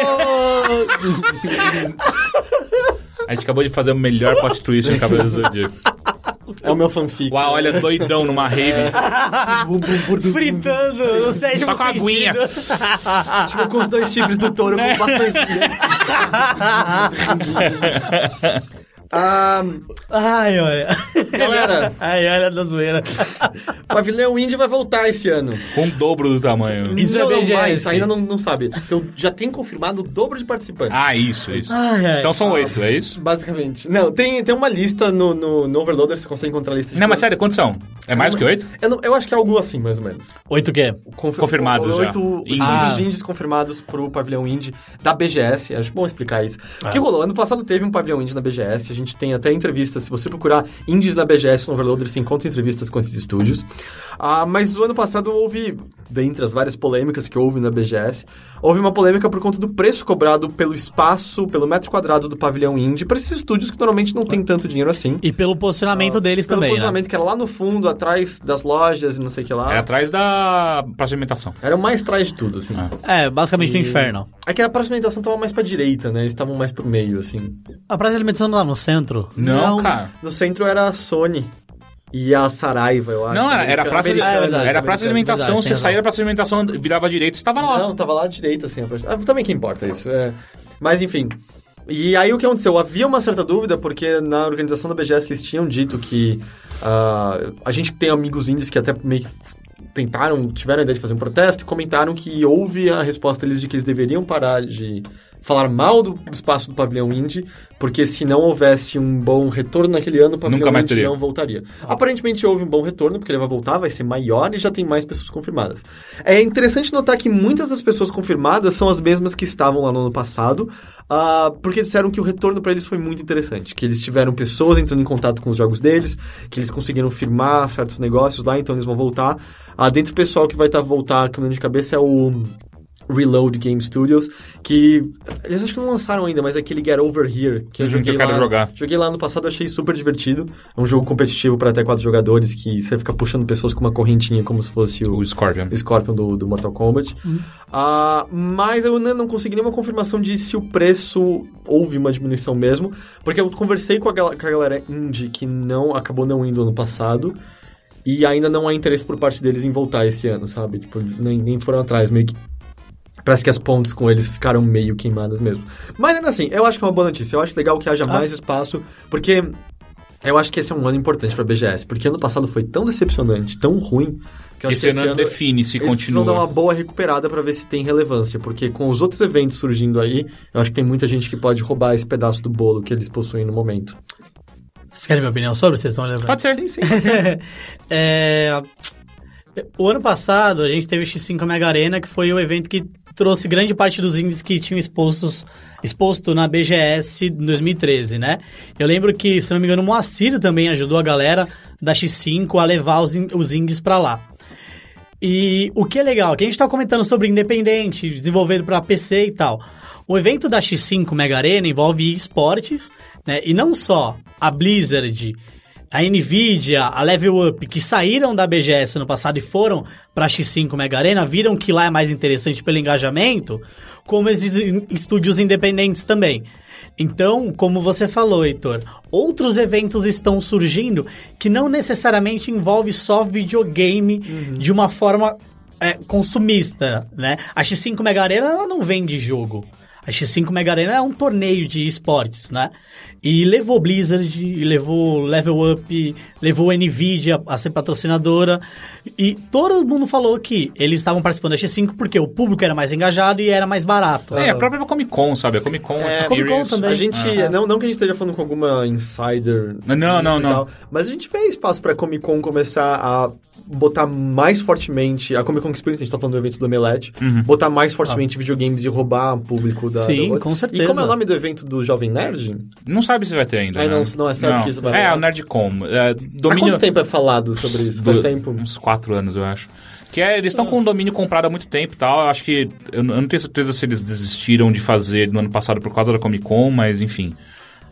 Speaker 3: A gente acabou de fazer o melhor plot twist de Cavaleiros do Zodíaco.
Speaker 2: é o meu fanfic.
Speaker 3: O Aiolia doidão numa rave.
Speaker 2: Um,
Speaker 4: Fritando no sétimo
Speaker 3: Só com a
Speaker 4: sentido.
Speaker 3: aguinha.
Speaker 2: Tipo, com os dois chifres do touro, com bastões. ah,
Speaker 4: Ai, olha.
Speaker 2: Galera.
Speaker 4: Ai, olha da zoeira.
Speaker 2: Pavilhão Indy vai voltar esse ano.
Speaker 3: Com o dobro do tamanho.
Speaker 4: Isso é
Speaker 2: não, não,
Speaker 4: BGS.
Speaker 2: mais, ainda não, não sabe. Então já tem confirmado o dobro de participantes.
Speaker 3: Ah, isso, isso.
Speaker 4: Ai, ai.
Speaker 3: Então são oito, é isso?
Speaker 2: Basicamente. Não, tem, tem uma lista no, no, no Overloader, você consegue encontrar a lista de
Speaker 3: Não, mas
Speaker 2: todos.
Speaker 3: sério, quantos são? É mais do que oito?
Speaker 2: um Eu, não- eu acho que é algo assim, mais ou menos.
Speaker 4: Oito o quê?
Speaker 2: Confir-
Speaker 3: Confirmados já. Ah.
Speaker 2: Oito
Speaker 3: Indies.
Speaker 2: estúdios indies confirmados pro pavilhão indie da BGS. Acho
Speaker 3: É.
Speaker 2: bom explicar isso. O que rolou? Ano passado teve um pavilhão indie na BGS. A gente tem até entrevista. Se você procurar indies da na BGS no Overloader se encontra entrevistas com esses estúdios. Ah, mas o ano passado houve, dentre as várias polêmicas que houve na BGS, houve uma polêmica por conta do preço cobrado pelo espaço, pelo metro quadrado do pavilhão indie, para esses estúdios que normalmente não têm tanto dinheiro assim.
Speaker 4: E pelo posicionamento deles
Speaker 2: Pelo
Speaker 4: também, né?
Speaker 2: posicionamento que era lá no fundo, atrás das lojas e não sei o que lá.
Speaker 3: Era É atrás da praça de alimentação.
Speaker 2: Era o mais atrás de tudo, assim.
Speaker 4: É, basicamente no inferno.
Speaker 2: É que a praça de alimentação tava mais pra direita, né? Eles estavam mais pro meio, assim.
Speaker 4: A praça de alimentação tá lá no centro?
Speaker 3: Não, cara.
Speaker 2: No centro era a Sony e a Saraiva, eu acho.
Speaker 3: Não, era, era a
Speaker 2: Americana-
Speaker 3: praça de,
Speaker 2: americana, assim,
Speaker 4: verdade,
Speaker 3: era a praça de
Speaker 2: americana.
Speaker 3: alimentação, você
Speaker 4: verdade, tem razão.
Speaker 3: saía da praça de alimentação, and- virava à direita e estava lá.
Speaker 2: Não, tava lá à direita, assim. a praça- Ah, também que importa isso. é. Mas, enfim. E aí o que aconteceu? Havia uma certa dúvida, porque na organização da BGS eles tinham dito que... ah, a gente tem amigos índios que até meio que tentaram, tiveram a ideia de fazer um protesto e comentaram que houve a resposta deles de que eles deveriam parar de falar mal do espaço do pavilhão indie, porque se não houvesse um bom retorno naquele ano, o pavilhão
Speaker 3: Nunca mais
Speaker 2: indie
Speaker 3: teria.
Speaker 2: não voltaria. Aparentemente houve um bom retorno, porque ele vai voltar, vai ser maior e já tem mais pessoas confirmadas. É interessante notar que muitas das pessoas confirmadas são as mesmas que estavam lá no ano passado, ah, porque disseram que o retorno para eles foi muito interessante, que eles tiveram pessoas entrando em contato com os jogos deles, que eles conseguiram firmar certos negócios lá, então eles vão voltar. Ah, dentro do pessoal que vai estar voltar, que eu não lembro de cabeça, é o Reload Game Studios, que eles acho que não lançaram ainda, mas é aquele Get Over Here, que eu,
Speaker 3: Eu já
Speaker 2: joguei
Speaker 3: quero
Speaker 2: lá,
Speaker 3: jogar.
Speaker 2: joguei lá no passado, achei super divertido. É um jogo competitivo para até quatro jogadores, que você fica puxando pessoas com uma correntinha como se fosse o
Speaker 3: O Scorpion.
Speaker 2: Scorpion do, do Mortal Kombat. Ah, mas eu não, não consegui nenhuma confirmação de se o preço houve uma diminuição mesmo. Porque eu conversei com a, gal- com a galera indie que não acabou não indo ano passado. E ainda não há interesse por parte deles em voltar esse ano, sabe? Tipo, nem, nem foram atrás, meio que. Parece que as pontes com eles ficaram meio queimadas mesmo. Mas ainda assim, eu acho que é uma boa notícia. Eu acho legal que haja mais espaço, porque eu acho que esse é um ano importante pra BGS. Porque ano passado foi tão decepcionante, tão ruim, que eu acho
Speaker 3: Esse
Speaker 2: que
Speaker 3: ano é define se
Speaker 2: eles precisam dar uma
Speaker 3: continua.
Speaker 2: boa recuperada pra ver se tem relevância, porque com os outros eventos surgindo aí, eu acho que tem muita gente que pode roubar esse pedaço do bolo que eles possuem no momento.
Speaker 4: Vocês querem minha opinião sobre? Vocês estão olhando?
Speaker 3: Pode ser.
Speaker 4: É, o ano passado a gente teve o X5 Mega Arena, que foi o evento que trouxe grande parte dos indies que tinham expostos, exposto na BGS em 2013, né? Eu lembro que, se não me engano, o Moacir também ajudou a galera da X5 a levar os, in- os indies pra lá. E o que é legal, que a gente tá comentando sobre independente, desenvolvido para PC e tal. O evento da X5 Mega Arena envolve esportes, né? E não só a Blizzard, a Nvidia, a Level Up, que saíram da BGS no passado e foram pra X5 Mega Arena, viram que lá é mais interessante pelo engajamento, como esses in- estúdios independentes também. Então, como você falou, Heitor, outros eventos estão surgindo que não necessariamente envolve só videogame
Speaker 3: Uhum.
Speaker 4: de uma forma é, consumista, né? A X5 Mega Arena ela não vende jogo. A X5 Mega Arena é um torneio de esportes, né? E levou Blizzard, e levou Level Up, levou Nvidia a ser patrocinadora. E todo mundo falou que eles estavam participando da X5 porque o público era mais engajado e era mais barato.
Speaker 3: É, a própria Comic Con, sabe? A Comic Con
Speaker 2: Ah. É,
Speaker 3: Experience.
Speaker 4: Comic Con também.
Speaker 2: A gente, não, não que a gente esteja falando com alguma insider.
Speaker 3: Ah, é. Não, não,
Speaker 2: e
Speaker 3: não,
Speaker 2: tal, Mas a gente vê espaço pra Comic Con começar a botar mais fortemente. A Comic Con Experience, a gente tá falando do evento do Omelete.
Speaker 3: Uhum.
Speaker 2: Botar mais fortemente videogames e roubar público da.
Speaker 4: Ah. Sim,
Speaker 2: da outra. E
Speaker 4: com
Speaker 2: como é
Speaker 4: certeza.
Speaker 2: o nome do evento do Jovem Nerd?
Speaker 3: Não sabe se vai ter ainda.
Speaker 2: Ai,
Speaker 3: né?
Speaker 2: não, não é certo que isso vai
Speaker 3: É,
Speaker 2: rolar.
Speaker 3: o Nerdcom. É,
Speaker 2: Há
Speaker 3: domínio.
Speaker 2: quanto tempo é falado sobre isso?
Speaker 3: Do-
Speaker 2: Faz tempo?
Speaker 3: Uns quatro anos, eu acho. Que é, eles estão com o domínio comprado há muito tempo e tal. Eu acho que. Eu, n- eu não tenho certeza se eles desistiram de fazer no ano passado por causa da Comic Con, mas enfim.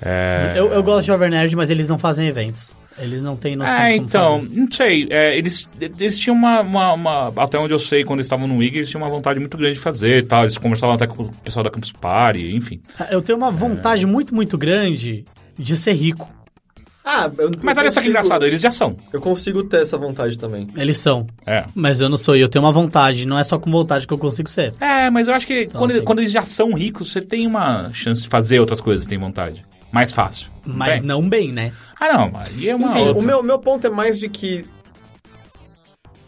Speaker 3: É,
Speaker 4: Eu, eu gosto de Jovem Nerd, mas eles não fazem eventos. Eles não têm noção
Speaker 3: É,
Speaker 4: de como
Speaker 3: então,
Speaker 4: fazer.
Speaker 3: não sei. É, eles, eles tinham uma, uma- uma- Até onde eu sei, quando eles estavam no IG, eles tinham uma vontade muito grande de fazer e tal. Eles conversavam até com o pessoal da Campus Party, enfim.
Speaker 4: Ah, Eu tenho uma vontade muito, muito grande de ser rico.
Speaker 2: Ah, eu eu
Speaker 3: Mas olha só que
Speaker 2: consigo-
Speaker 3: engraçado, eles já são.
Speaker 2: Eu consigo ter essa vontade também.
Speaker 4: Eles são.
Speaker 3: É.
Speaker 4: Mas eu não sou, e eu tenho uma vontade. Não é só com vontade que eu consigo ser.
Speaker 3: É, mas eu acho que quando,
Speaker 4: assim-
Speaker 3: quando eles já são ricos, você tem uma chance de fazer outras coisas, tem vontade. Mais fácil.
Speaker 4: Mas
Speaker 3: Bem.
Speaker 4: não bem, né?
Speaker 3: Ah, não, aí é uma
Speaker 2: Enfim, o
Speaker 3: outra.
Speaker 2: meu, meu ponto é mais de que.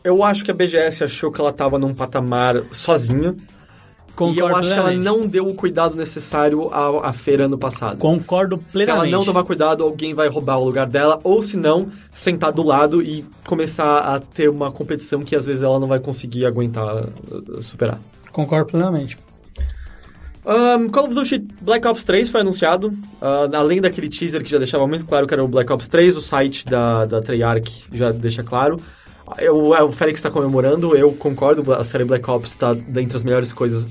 Speaker 2: Eu acho que a BGS achou que ela tava num patamar sozinha.
Speaker 4: Concordo
Speaker 2: e eu acho que ela
Speaker 4: plenamente.
Speaker 2: não deu o cuidado necessário à, à feira ano passado.
Speaker 4: Concordo
Speaker 2: se
Speaker 4: plenamente.
Speaker 2: ela não tomar cuidado, alguém vai roubar o lugar dela, ou se não, sentar do lado e começar a ter uma competição que às vezes ela não vai conseguir aguentar uh, eh, superar.
Speaker 4: Concordo plenamente.
Speaker 2: Ahn, Call of Duty Black Ops 3 foi anunciado. Ah, além daquele teaser que já deixava muito claro que era o Black Ops 3, o site da, da Treyarch já deixa claro. Ah, Eu, ah, o Félix está comemorando, eu concordo, a série Black Ops está dentre as melhores coisas.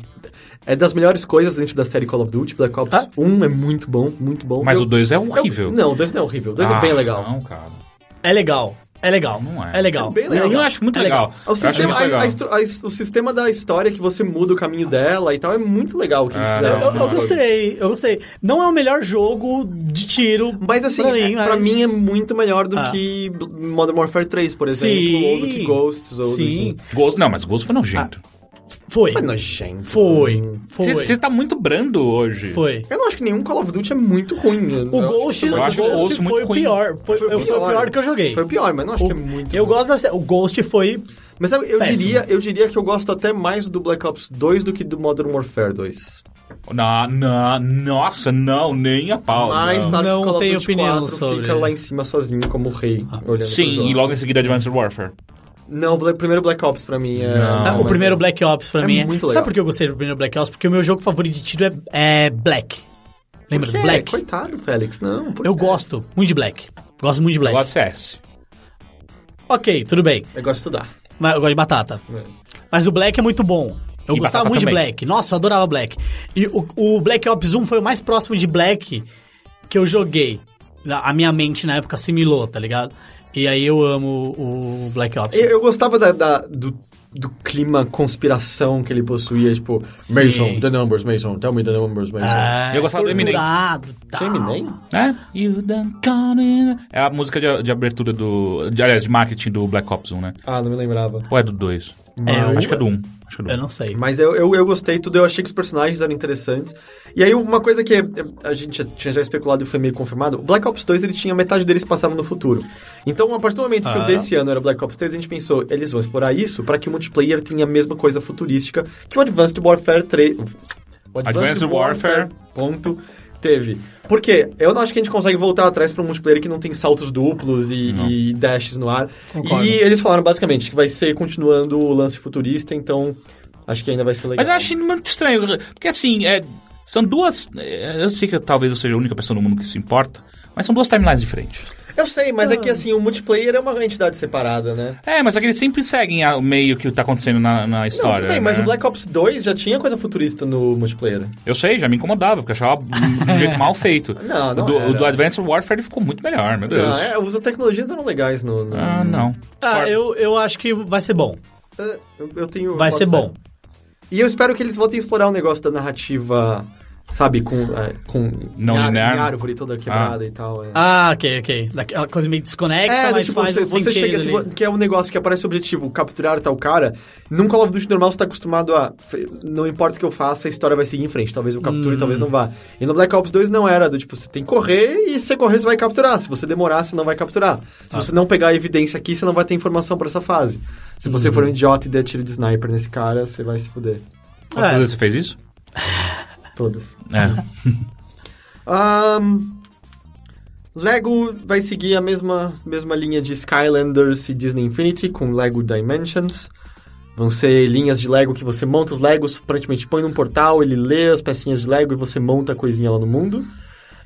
Speaker 2: É das melhores coisas dentro da série Call of Duty. Black Ops 1 é muito bom, muito bom.
Speaker 3: Mas
Speaker 2: Eu-
Speaker 3: o 2 é horrível.
Speaker 2: eu- não, o 2 não é horrível, o 2 é
Speaker 3: Ah,
Speaker 2: bem legal.
Speaker 3: Não, cara.
Speaker 4: É legal. É legal.
Speaker 3: Não é.
Speaker 4: legal.
Speaker 2: É bem
Speaker 3: Eu, eu acho muito
Speaker 4: É
Speaker 3: legal.
Speaker 4: legal.
Speaker 3: Eu
Speaker 2: O
Speaker 3: acho
Speaker 2: sistema,
Speaker 3: muito
Speaker 2: a-
Speaker 3: legal.
Speaker 2: a estru- a es- o sistema da história que você muda o caminho dela e tal é muito legal o que eles
Speaker 3: Ah,
Speaker 2: fizeram.
Speaker 3: não,
Speaker 4: Eu, eu
Speaker 3: não.
Speaker 4: gostei, eu gostei. Não é o melhor jogo de tiro.
Speaker 2: Mas assim, é-
Speaker 4: pra
Speaker 2: pra
Speaker 4: mim, mas-
Speaker 2: mim é muito melhor do
Speaker 4: Ah.
Speaker 2: que Modern Warfare 3, por exemplo,
Speaker 4: Sim.
Speaker 2: ou do que Ghosts, ou
Speaker 4: Sim.
Speaker 2: do que...
Speaker 3: Ghost, não, mas Ghost foi nojento.
Speaker 4: Foi.
Speaker 2: Foi nojento.
Speaker 4: Foi.
Speaker 2: Hum,
Speaker 4: Foi.
Speaker 3: Você tá muito brando hoje.
Speaker 4: Foi.
Speaker 2: Eu não acho que nenhum Call of Duty é muito ruim. Eu
Speaker 4: O
Speaker 2: acho
Speaker 4: Ghost, é
Speaker 2: que
Speaker 4: o
Speaker 3: eu acho o
Speaker 4: Ghost
Speaker 3: Ghost muito
Speaker 4: foi o
Speaker 3: ruim.
Speaker 4: pior. Foi, foi o pior que eu joguei.
Speaker 2: Foi o pior, mas não acho
Speaker 4: O-
Speaker 2: que é muito
Speaker 4: Eu
Speaker 2: ruim.
Speaker 4: gosto dessa. O Ghost foi.
Speaker 2: Mas sabe, eu
Speaker 4: Péssimo.
Speaker 2: diria, eu diria que eu gosto até mais do Black Ops 2 do que do Modern Warfare 2.
Speaker 3: Na, na, nossa, não, nem a pau.
Speaker 2: mas
Speaker 3: não.
Speaker 2: claro
Speaker 4: Não
Speaker 2: que Call of
Speaker 4: tenho
Speaker 2: Duty
Speaker 4: opinião
Speaker 2: 4
Speaker 4: sobre. Ah,
Speaker 2: fica lá em cima sozinho como rei, olhando pro
Speaker 3: Sim,
Speaker 2: jogo.
Speaker 3: e logo em seguida Advanced Warfare.
Speaker 2: Não, o Black- primeiro Black Ops pra mim é...
Speaker 3: Não.
Speaker 4: Ah, o
Speaker 2: mas-
Speaker 4: primeiro Black Ops pra
Speaker 2: É
Speaker 4: mim. é-
Speaker 2: muito legal.
Speaker 4: Sabe por que eu gostei do primeiro Black Ops? Porque o meu jogo favorito de tiro é, é Black. Lembra
Speaker 2: Que
Speaker 4: do
Speaker 2: é?
Speaker 4: Black?
Speaker 2: Coitado, Félix, não. por-
Speaker 4: Eu gosto muito de Black. Gosto muito de Black.
Speaker 3: O acesso.
Speaker 4: Ok, tudo bem.
Speaker 2: Eu gosto de estudar.
Speaker 4: Mas eu gosto de batata. Mas o Black é muito bom. Eu
Speaker 3: E
Speaker 4: gostava
Speaker 3: batata
Speaker 4: muito de
Speaker 3: também.
Speaker 4: Black. Nossa, eu adorava Black. E o, o Black Ops 1 foi o mais próximo de Black que eu joguei. A minha mente na época assimilou, tá ligado? E aí eu amo o Black Ops.
Speaker 2: Eu, eu gostava da, da- do, do clima conspiração que ele possuía, tipo, Mason, the numbers, Mason, tell me the numbers, Mason.
Speaker 4: Ah,
Speaker 3: Eu gostava do Eminem.
Speaker 4: torturado, tá. tal.
Speaker 2: Tinha Eminem?
Speaker 3: É? You done gone in. É a música de, de abertura do. De, aliás, de marketing do Black Ops 1, né?
Speaker 2: Ah, não me lembrava.
Speaker 3: Ou é do 2?
Speaker 4: É,
Speaker 3: Acho que é do 1. Acho que é do 1.
Speaker 4: Eu não sei.
Speaker 2: Mas eu, eu, eu gostei tudo, eu achei que os personagens eram interessantes. E aí, uma coisa que eh, a gente já tinha já especulado e foi meio confirmado, o Black Ops 2, ele tinha metade deles passava no futuro. Então, a partir do momento
Speaker 3: Ah.
Speaker 2: que o desse ano era Black Ops 3, a gente pensou, eles vão explorar isso para que o multiplayer tenha a mesma coisa futurística que o Advanced Warfare 3... O
Speaker 3: Advanced Warfare.
Speaker 2: Ponto. Teve. Por quê? Eu não acho que a gente consegue voltar atrás para um multiplayer que não tem saltos duplos e, e dashes no ar.
Speaker 4: Concordo.
Speaker 2: E eles falaram basicamente que vai ser continuando o lance futurista, então acho que ainda vai ser legal.
Speaker 3: Mas eu achei muito estranho. Porque assim, é, são duas. é, Eu sei que eu, talvez eu seja a única pessoa no mundo que se importa, mas são duas timelines diferentes.
Speaker 2: Eu sei, mas é que assim, o multiplayer é uma entidade separada, né?
Speaker 3: É, mas é que eles sempre seguem a- o meio que tá acontecendo na, na
Speaker 2: Não,
Speaker 3: história.
Speaker 2: tudo bem, mas
Speaker 3: né?
Speaker 2: o Black Ops 2 já tinha coisa futurista no multiplayer.
Speaker 3: Eu sei, já me incomodava, porque eu achava de um jeito mal feito.
Speaker 2: Não, não
Speaker 3: o, do,
Speaker 2: era.
Speaker 3: o do Advanced Warfare ele ficou muito melhor, meu Deus.
Speaker 2: Não, é, os tecnologias eram legais no... no-
Speaker 3: Ah, não.
Speaker 4: Ah, eu, eu acho que vai ser bom.
Speaker 2: É, Eu, eu tenho...
Speaker 4: Vai
Speaker 2: eu
Speaker 4: ser
Speaker 2: boto
Speaker 4: bom.
Speaker 2: fé. E eu espero que eles voltem a explorar o negócio da narrativa, sabe, com... é, com
Speaker 3: Não
Speaker 2: em ar-
Speaker 3: linear.
Speaker 2: em árvore toda quebrada e tal, é.
Speaker 4: Ah, ok, ok. Daquela coisa meio desconexa,
Speaker 2: É,
Speaker 4: mas
Speaker 2: tipo,
Speaker 4: faz
Speaker 2: você,
Speaker 4: um
Speaker 2: você
Speaker 4: sentido
Speaker 2: chega
Speaker 4: ali.
Speaker 2: assim, vo- que é um negócio que aparece o objetivo, capturar tal cara. Num Call of Duty normal, você tá acostumado a. fe- Não importa o que eu faça, a história vai seguir em frente. Talvez eu capture, talvez
Speaker 4: Hum.
Speaker 2: não vá. E no Black Ops 2 não era, do tipo, você tem que correr e se você correr, você vai capturar. Se você demorar, você não vai capturar.
Speaker 3: Ah.
Speaker 2: Se você não pegar a evidência aqui, você não vai ter informação pra essa fase. Se você for um
Speaker 3: Uhum.
Speaker 2: idiota e der tiro de sniper nesse cara, você vai se fuder.
Speaker 3: Quantas
Speaker 4: É.
Speaker 3: vezes você fez isso?
Speaker 2: Todas.
Speaker 3: É.
Speaker 2: Ahn, Lego vai seguir a mesma, mesma linha de Skylanders e Disney Infinity com Lego Dimensions. Vão ser linhas de Lego que você monta os Legos, praticamente põe num portal, ele lê as pecinhas de Lego e você monta a coisinha lá no mundo.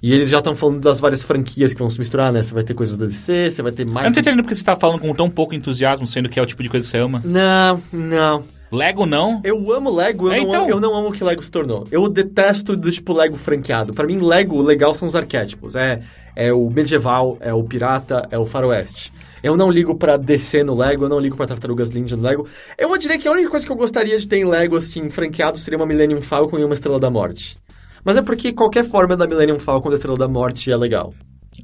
Speaker 2: E eles já estão falando das várias franquias que vão se misturar, né? Você vai ter coisas da DC, você vai ter
Speaker 3: Eu
Speaker 2: mais.
Speaker 3: não tô entendendo porque você tá falando com tão pouco entusiasmo, sendo que é o tipo de coisa que você ama.
Speaker 2: Não, não.
Speaker 3: Lego não.
Speaker 2: Eu amo Lego, eu,
Speaker 3: É,
Speaker 2: não,
Speaker 3: então.
Speaker 2: amo, eu não amo o que Lego se tornou. Eu detesto do tipo Lego franqueado. Pra mim, Lego, o legal são os arquétipos. É, é o medieval, é o pirata, é o faroeste. Eu não ligo pra DC no Lego, eu não ligo pra Tartarugas Ninja no Lego. Eu vou dizer que a única coisa que eu gostaria de ter em Lego, assim, franqueado, seria uma Millennium Falcon e uma Estrela da Morte. Mas é porque qualquer forma da Millennium Falcon e da Estrela da Morte é legal.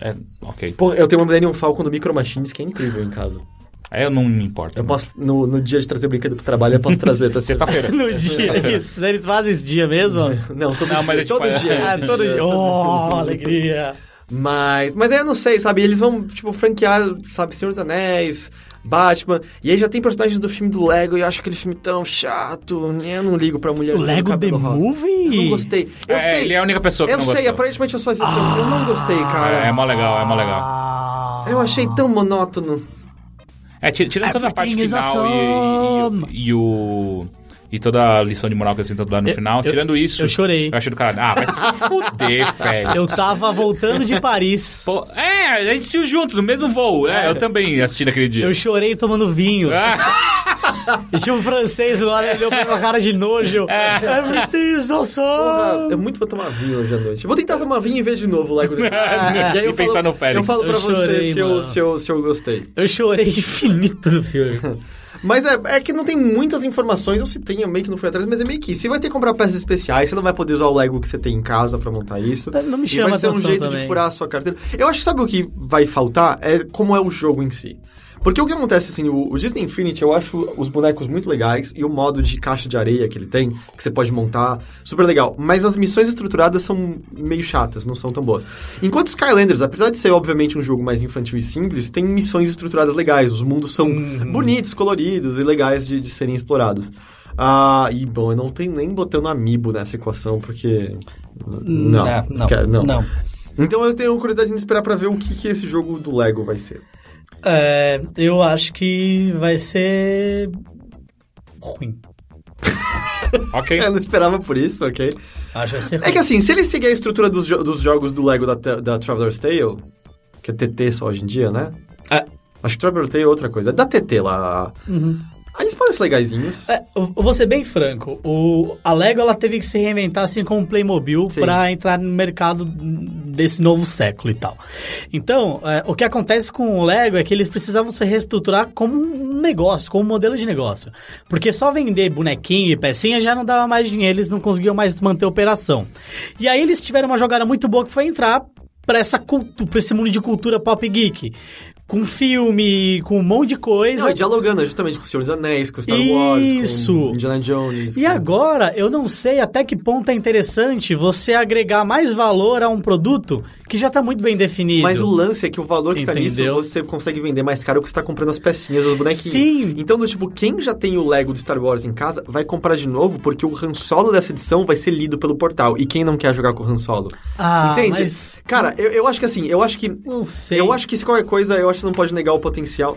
Speaker 3: É, ok.
Speaker 2: Pô, eu tenho uma Millennium Falcon do Micro Machines que é incrível em casa.
Speaker 3: Aí eu não me importo.
Speaker 2: Eu posso, no, no dia de trazer brinquedo pro trabalho, eu posso trazer pra você.
Speaker 3: Sexta-feira.
Speaker 4: No dia. eles- Eles fazem esse dia mesmo?
Speaker 2: Não, todo
Speaker 3: Não,
Speaker 2: dia.
Speaker 3: mas é tipo-
Speaker 2: todo dia.
Speaker 4: ah,
Speaker 2: esse
Speaker 4: todo dia. Oh, alegria.
Speaker 2: Mas, mas aí eu não sei, sabe? Eles vão, tipo, franquear, sabe, Senhor dos Anéis, Batman. E aí já tem personagens do filme do Lego e eu acho aquele filme tão chato. né? Eu não ligo pra mulher.
Speaker 4: O Lego The Movie?
Speaker 2: Eu não gostei. Eu
Speaker 3: É,
Speaker 2: sei.
Speaker 3: ele é a única pessoa que
Speaker 2: eu
Speaker 3: não
Speaker 2: sei,
Speaker 3: gostou.
Speaker 2: aparentemente eu sou exceção. eu não gostei, cara.
Speaker 3: É, é mó legal, é mó legal.
Speaker 2: Eu achei tão monótono.
Speaker 3: É, ti- tirando toda a parte
Speaker 4: Everything is
Speaker 3: final e- e, e o. e toda a lição de moral que eles tentam dar no
Speaker 4: Eu-
Speaker 3: final.
Speaker 4: eu-
Speaker 3: Tirando isso.
Speaker 4: eu chorei.
Speaker 3: Eu achei do caralho. Ah, vai se fuder, velho.
Speaker 4: Eu tava voltando de Paris.
Speaker 3: Pô, é, a gente se viu junto no mesmo voo. É, eu também assisti naquele dia.
Speaker 4: Eu chorei tomando vinho.
Speaker 3: Ah,
Speaker 4: E tinha um francês lá, ele olhou pra minha cara de nojo. Everything's awesome.
Speaker 2: É.
Speaker 3: Ah.
Speaker 2: Porra, eu muito vou tomar vinho hoje à noite. Vou tentar tomar vinho e ver de novo lá. quando- e aí
Speaker 3: E pensar no Félix.
Speaker 2: Eu falo pra
Speaker 4: Eu chorei,
Speaker 2: você se eu,
Speaker 4: mano.
Speaker 2: se, eu, se eu gostei.
Speaker 4: Eu chorei infinito no filme.
Speaker 2: Mas é, é que não tem muitas informações, ou se tem, eu meio que não fui atrás, mas é meio que você vai ter que comprar peças especiais, você não vai poder usar o Lego que você tem em casa pra montar isso.
Speaker 4: É, Não me
Speaker 2: E
Speaker 4: chama
Speaker 2: vai ser um
Speaker 4: atenção
Speaker 2: jeito de
Speaker 4: também.
Speaker 2: furar a sua carteira. Eu acho que sabe o que vai faltar? É como é o jogo em si. Porque o que acontece, assim, o, o Disney Infinity, eu acho os bonecos muito legais e o modo de caixa de areia que ele tem, que você pode montar, super legal. Mas as missões estruturadas são meio chatas, não são tão boas. Enquanto Skylanders, apesar de ser, obviamente, um jogo mais infantil e simples, tem missões estruturadas legais. Os mundos são
Speaker 5: Uhum.
Speaker 2: bonitos, coloridos e legais de, de serem explorados. Ah, e bom, eu não tenho nem botando amiibo nessa equação, porque... Não,
Speaker 5: É, não,
Speaker 2: quer- não.
Speaker 5: não.
Speaker 2: Então eu tenho curiosidade de esperar pra ver o que, que esse jogo do Lego vai ser.
Speaker 4: É, eu acho que vai ser. ruim.
Speaker 3: ok.
Speaker 2: Eu não esperava por isso, ok?
Speaker 4: Acho que vai ser ruim.
Speaker 2: É que assim, se ele seguir a estrutura dos, jo- dos jogos do Lego da, Te- da Traveler's Tale, que é TT só hoje em dia, né?
Speaker 4: É.
Speaker 2: Acho que Traveler's Tale é outra coisa. É da TT lá. Aí eles podem ser legaisinhos.
Speaker 4: É, eu eu vou ser bem franco. O, a Lego ela teve que se reinventar assim como o Playmobil
Speaker 2: Sim.
Speaker 4: pra entrar no mercado desse novo século e tal. Então, é, o que acontece com o Lego é que eles precisavam se reestruturar como um negócio, como um modelo de negócio. Porque só vender bonequinho e pecinha já não dava mais dinheiro, eles não conseguiam mais manter a operação. E aí eles tiveram uma jogada muito boa que foi entrar pra, essa cultu- pra esse mundo de cultura pop geek. Com filme, com um monte de coisa.
Speaker 2: Não, e dialogando é justamente com o Senhor dos Anéis, com Star Wars,
Speaker 4: Isso.
Speaker 2: com Indiana Jones.
Speaker 4: E
Speaker 2: com-
Speaker 4: agora, eu não sei até que ponto é interessante você agregar mais valor a um produto que já está muito bem definido.
Speaker 2: Mas o lance é que o valor que tá nisso,
Speaker 4: Entendeu?
Speaker 2: você consegue vender mais caro que você tá comprando as pecinhas, os bonequinhos.
Speaker 4: Sim.
Speaker 2: Então, do tipo, quem já tem o Lego do Star Wars em casa, vai comprar de novo, porque o Han Solo dessa edição vai ser lido pelo portal. E quem não quer jogar com o Han Solo?
Speaker 4: Ah,
Speaker 2: Entende?
Speaker 4: mas
Speaker 2: Cara, eu, eu acho que assim, eu acho que...
Speaker 4: não sei.
Speaker 2: Eu acho que se qualquer coisa, eu acho que não pode negar o potencial.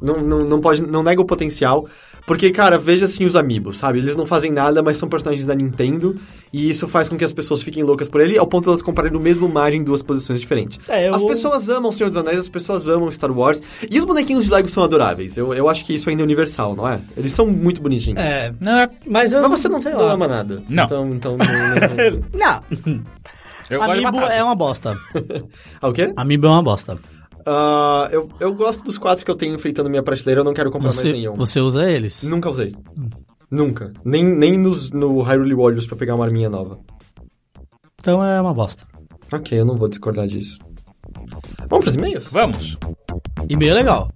Speaker 2: Não, não, não pode... Não nega o potencial. Porque, cara, veja assim os amigos, sabe? Eles não fazem nada, mas são personagens da Nintendo. E isso faz com que as pessoas fiquem loucas por ele, ao ponto de elas comprarem o mesmo Mario em duas posições diferentes.
Speaker 4: É, eu-
Speaker 2: As pessoas amam Senhor dos Anéis, as pessoas amam Star Wars. E os bonequinhos de Lego são adoráveis. Eu, eu acho que isso ainda é universal, não é? Eles são muito bonitinhos.
Speaker 4: É,
Speaker 3: Não, é-
Speaker 4: mas eu
Speaker 2: Mas você não
Speaker 4: sei lá.
Speaker 2: ama nada.
Speaker 3: Não.
Speaker 2: Então, então não, não-
Speaker 4: Não,
Speaker 3: eu gosto de
Speaker 4: Amiibo
Speaker 3: batata.
Speaker 4: é uma bosta.
Speaker 2: Ah, o quê?
Speaker 4: Amiibo é uma bosta.
Speaker 2: Ah, eu, eu gosto dos quatro que eu tenho enfeitando minha prateleira, eu não quero comprar mais
Speaker 4: Você,
Speaker 2: nenhum.
Speaker 4: você usa eles?
Speaker 2: Nunca usei. Nunca. Nem, nem nos, no Hyrule Warriors pra pegar uma arminha nova.
Speaker 4: Então é uma bosta.
Speaker 2: Ok, eu não vou discordar disso. Vamos pros e-mails?
Speaker 3: Vamos.
Speaker 4: E meio legal.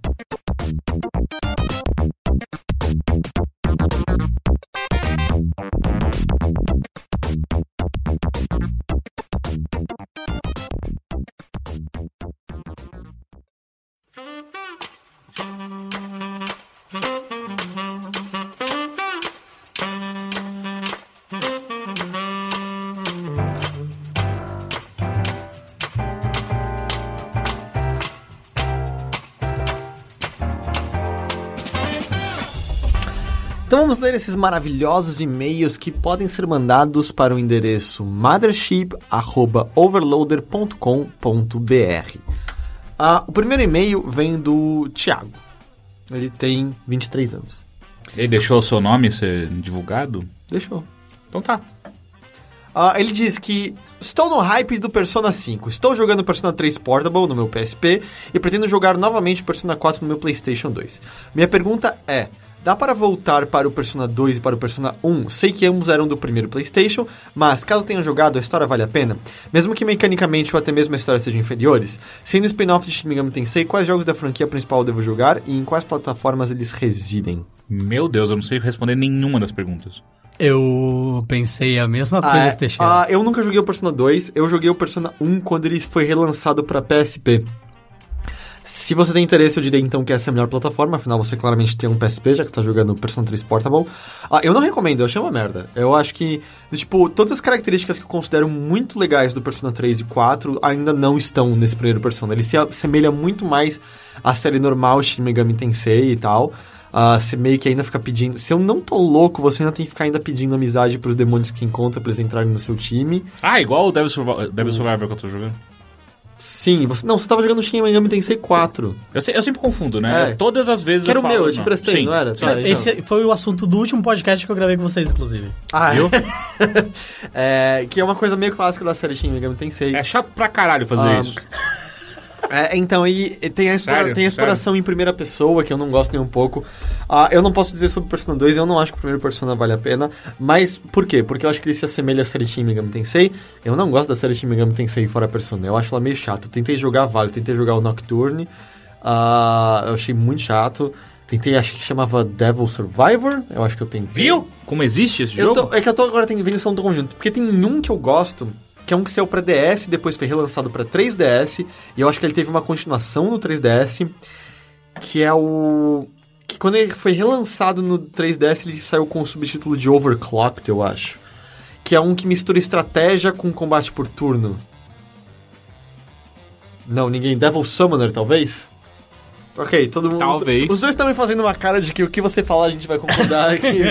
Speaker 2: Então vamos ler esses maravilhosos e-mails que podem ser mandados para o endereço mothership.overloader.com.br. Ah, o primeiro e-mail vem do Thiago. Ele tem 23 anos.
Speaker 3: Ele deixou o seu nome ser divulgado?
Speaker 2: Deixou.
Speaker 3: Então tá.
Speaker 2: Ah, ele diz que estou no hype do Persona 5. Estou jogando Persona 3 Portable no meu PSP e pretendo jogar novamente Persona 4 no meu PlayStation 2. Minha pergunta é: dá para voltar para o Persona 2 e para o Persona 1? Sei que ambos eram do primeiro PlayStation, mas caso tenham jogado, a história vale a pena? Mesmo que mecanicamente ou até mesmo a história sejam inferiores? Sendo spin-off de Shin Megami Tensei, quais jogos da franquia principal devo jogar e em quais plataformas eles residem?
Speaker 3: Meu Deus, eu não sei responder nenhuma das perguntas.
Speaker 4: Eu pensei a mesma coisa
Speaker 2: Ah,
Speaker 4: que Teixeira.
Speaker 2: ah, eu nunca joguei o Persona 2, eu joguei o Persona 1 quando ele foi relançado pra PSP. Se você tem interesse, eu diria então que essa é a melhor plataforma, afinal você claramente tem um PSP, já que está jogando o Persona 3 Portable. Ah, eu não recomendo, eu achei uma merda. Eu acho que, do tipo, todas as características que eu considero muito legais do Persona 3 e 4 ainda não estão nesse primeiro Persona. Ele se assemelha muito mais à série normal Shin Megami Tensei e tal. Ah, você meio que ainda fica pedindo. Se eu não tô louco, você ainda tem que ficar ainda pedindo amizade pros demônios que encontra pra eles entrarem no seu time.
Speaker 3: Ah, igual o Devil Survivor, Devil Survivor que eu tô jogando.
Speaker 2: Sim, você. Não, você tava jogando Shin Megami Tensei 4.
Speaker 3: Eu, se- eu sempre confundo, né?
Speaker 2: É.
Speaker 3: Todas as vezes
Speaker 2: Que era
Speaker 3: eu
Speaker 2: o
Speaker 3: falo,
Speaker 2: meu, eu te
Speaker 3: não.
Speaker 2: emprestei,
Speaker 3: Sim,
Speaker 2: não era?
Speaker 3: sim.
Speaker 2: Tá, então.
Speaker 4: Esse foi o assunto do último podcast que eu gravei com vocês, inclusive.
Speaker 2: Ah, eu? é, que é uma coisa meio clássica da série Shin Megami Tensei.
Speaker 3: É chato pra caralho fazer
Speaker 2: Ah,
Speaker 3: isso.
Speaker 2: É, então, e, e tem a, explora-
Speaker 3: Sério?
Speaker 2: tem a exploração em primeira pessoa, que eu não gosto nem um pouco. Ah, eu não posso dizer sobre o Persona 2, eu não acho que o primeiro Persona vale a pena. Mas por quê? Porque eu acho que ele se assemelha à série Shin Megami Tensei. Eu não gosto da série Shin Megami Tensei fora Persona, eu acho ela meio chata. Eu tentei jogar vários, tentei jogar o Nocturne, ah, eu achei muito chato. Tentei, acho que chamava Devil Survivor, eu acho que eu tentei.
Speaker 3: Viu? Como existe esse
Speaker 2: Eu
Speaker 3: jogo?
Speaker 2: tô- é que eu tô agora tem vendo só um conjunto. Porque tem um que eu gosto, que é um que saiu pra DS, depois foi relançado pra 3DS, e eu acho que ele teve uma continuação no 3DS, que é o. Que quando ele foi relançado no 3DS, ele saiu com o subtítulo de Overclocked, eu acho. Que é um que mistura estratégia com combate por turno. Não, ninguém. Devil Summoner, talvez? Ok, todo mundo.
Speaker 3: Talvez.
Speaker 2: Os dois estão me fazendo uma cara de que o que você falar a gente vai concordar aqui.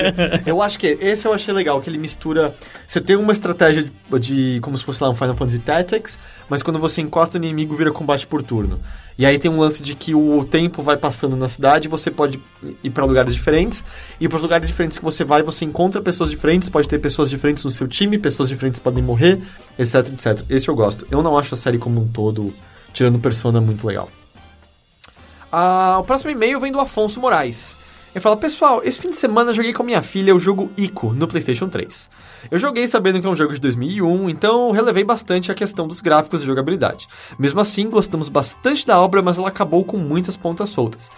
Speaker 2: eu acho que esse eu achei legal, que ele mistura. Você tem uma estratégia de, de- como se fosse lá um Final Fantasy Tactics, mas quando você encosta o inimigo vira combate por turno. E aí tem um lance de que o tempo vai passando na cidade, você pode ir pra lugares diferentes, e para os lugares diferentes que você vai, você encontra pessoas diferentes, pode ter pessoas diferentes no seu time, pessoas diferentes podem morrer, etc, etc. Esse eu gosto. Eu não acho a série como um todo, tirando Persona, muito legal. Ah, o próximo e-mail vem do Afonso Moraes. Ele fala, pessoal, esse fim de semana eu joguei com a minha filha o jogo Ico no PlayStation 3. Eu joguei sabendo que é um jogo de 2001, então eu relevei bastante a questão dos gráficos e jogabilidade. Mesmo assim, gostamos bastante da obra, mas ela acabou com muitas pontas soltas.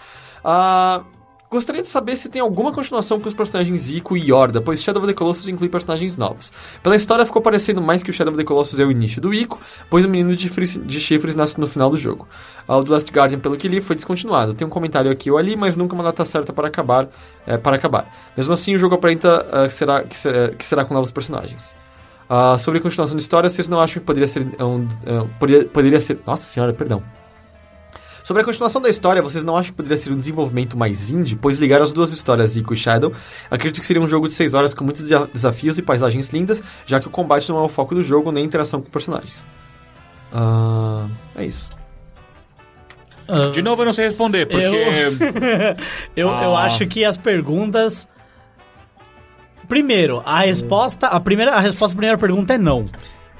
Speaker 2: Ah, gostaria de saber se tem alguma continuação com os personagens Ico e Yorda, pois Shadow of the Colossus inclui personagens novos. Pela história ficou parecendo mais que o Shadow of the Colossus é o início do Ico, pois o menino de, fris- de chifres nasce no final do jogo. Ah, O The Last Guardian, pelo que li, foi descontinuado. Tem um comentário aqui ou ali, mas nunca uma data certa para acabar. é, para acabar. Mesmo assim, o jogo aparenta ah, que, será, que, será, que será com novos personagens. Ah, sobre a continuação de história, vocês não acham que poderia ser. é um- é, poderia, poderia ser. Nossa senhora, perdão. Sobre a continuação da história, vocês não acham que poderia ser um desenvolvimento mais indie? Pois ligar as duas histórias, Ico e Shadow, acredito que seria um jogo de 6 horas com muitos dia- desafios e paisagens lindas, já que o combate não é o foco do jogo nem a interação com personagens. Ah, é isso.
Speaker 3: De novo eu não sei responder, porque.
Speaker 4: Eu, eu
Speaker 3: Ah.
Speaker 4: acho que as perguntas. Primeiro, a resposta. A primeira, a resposta à primeira pergunta é não.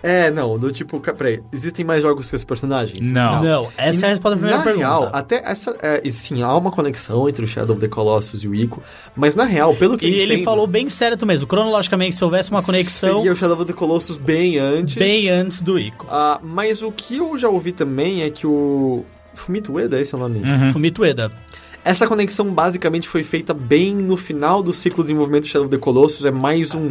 Speaker 2: É, não, do tipo, ca- peraí, existem mais jogos que os personagens?
Speaker 3: Não.
Speaker 4: Não, essa é a resposta à primeira
Speaker 2: na
Speaker 4: pergunta.
Speaker 2: real, até essa. é, e sim, há uma conexão entre o Shadow of the Colossus e o Ico, mas na real, pelo que
Speaker 4: E
Speaker 2: eu
Speaker 4: ele
Speaker 2: entendo,
Speaker 4: falou bem certo mesmo. Cronologicamente, se houvesse uma conexão
Speaker 2: Seria o Shadow of the Colossus bem antes.
Speaker 4: bem antes do Ico.
Speaker 2: Ah, mas o que eu já ouvi também é que o. Fumito Ueda, esse é o nome?
Speaker 4: Hum.
Speaker 3: Uhum.
Speaker 4: Fumito Ueda.
Speaker 2: Essa conexão basicamente foi feita bem no final do ciclo de desenvolvimento do Shadow of the Colossus. É mais um.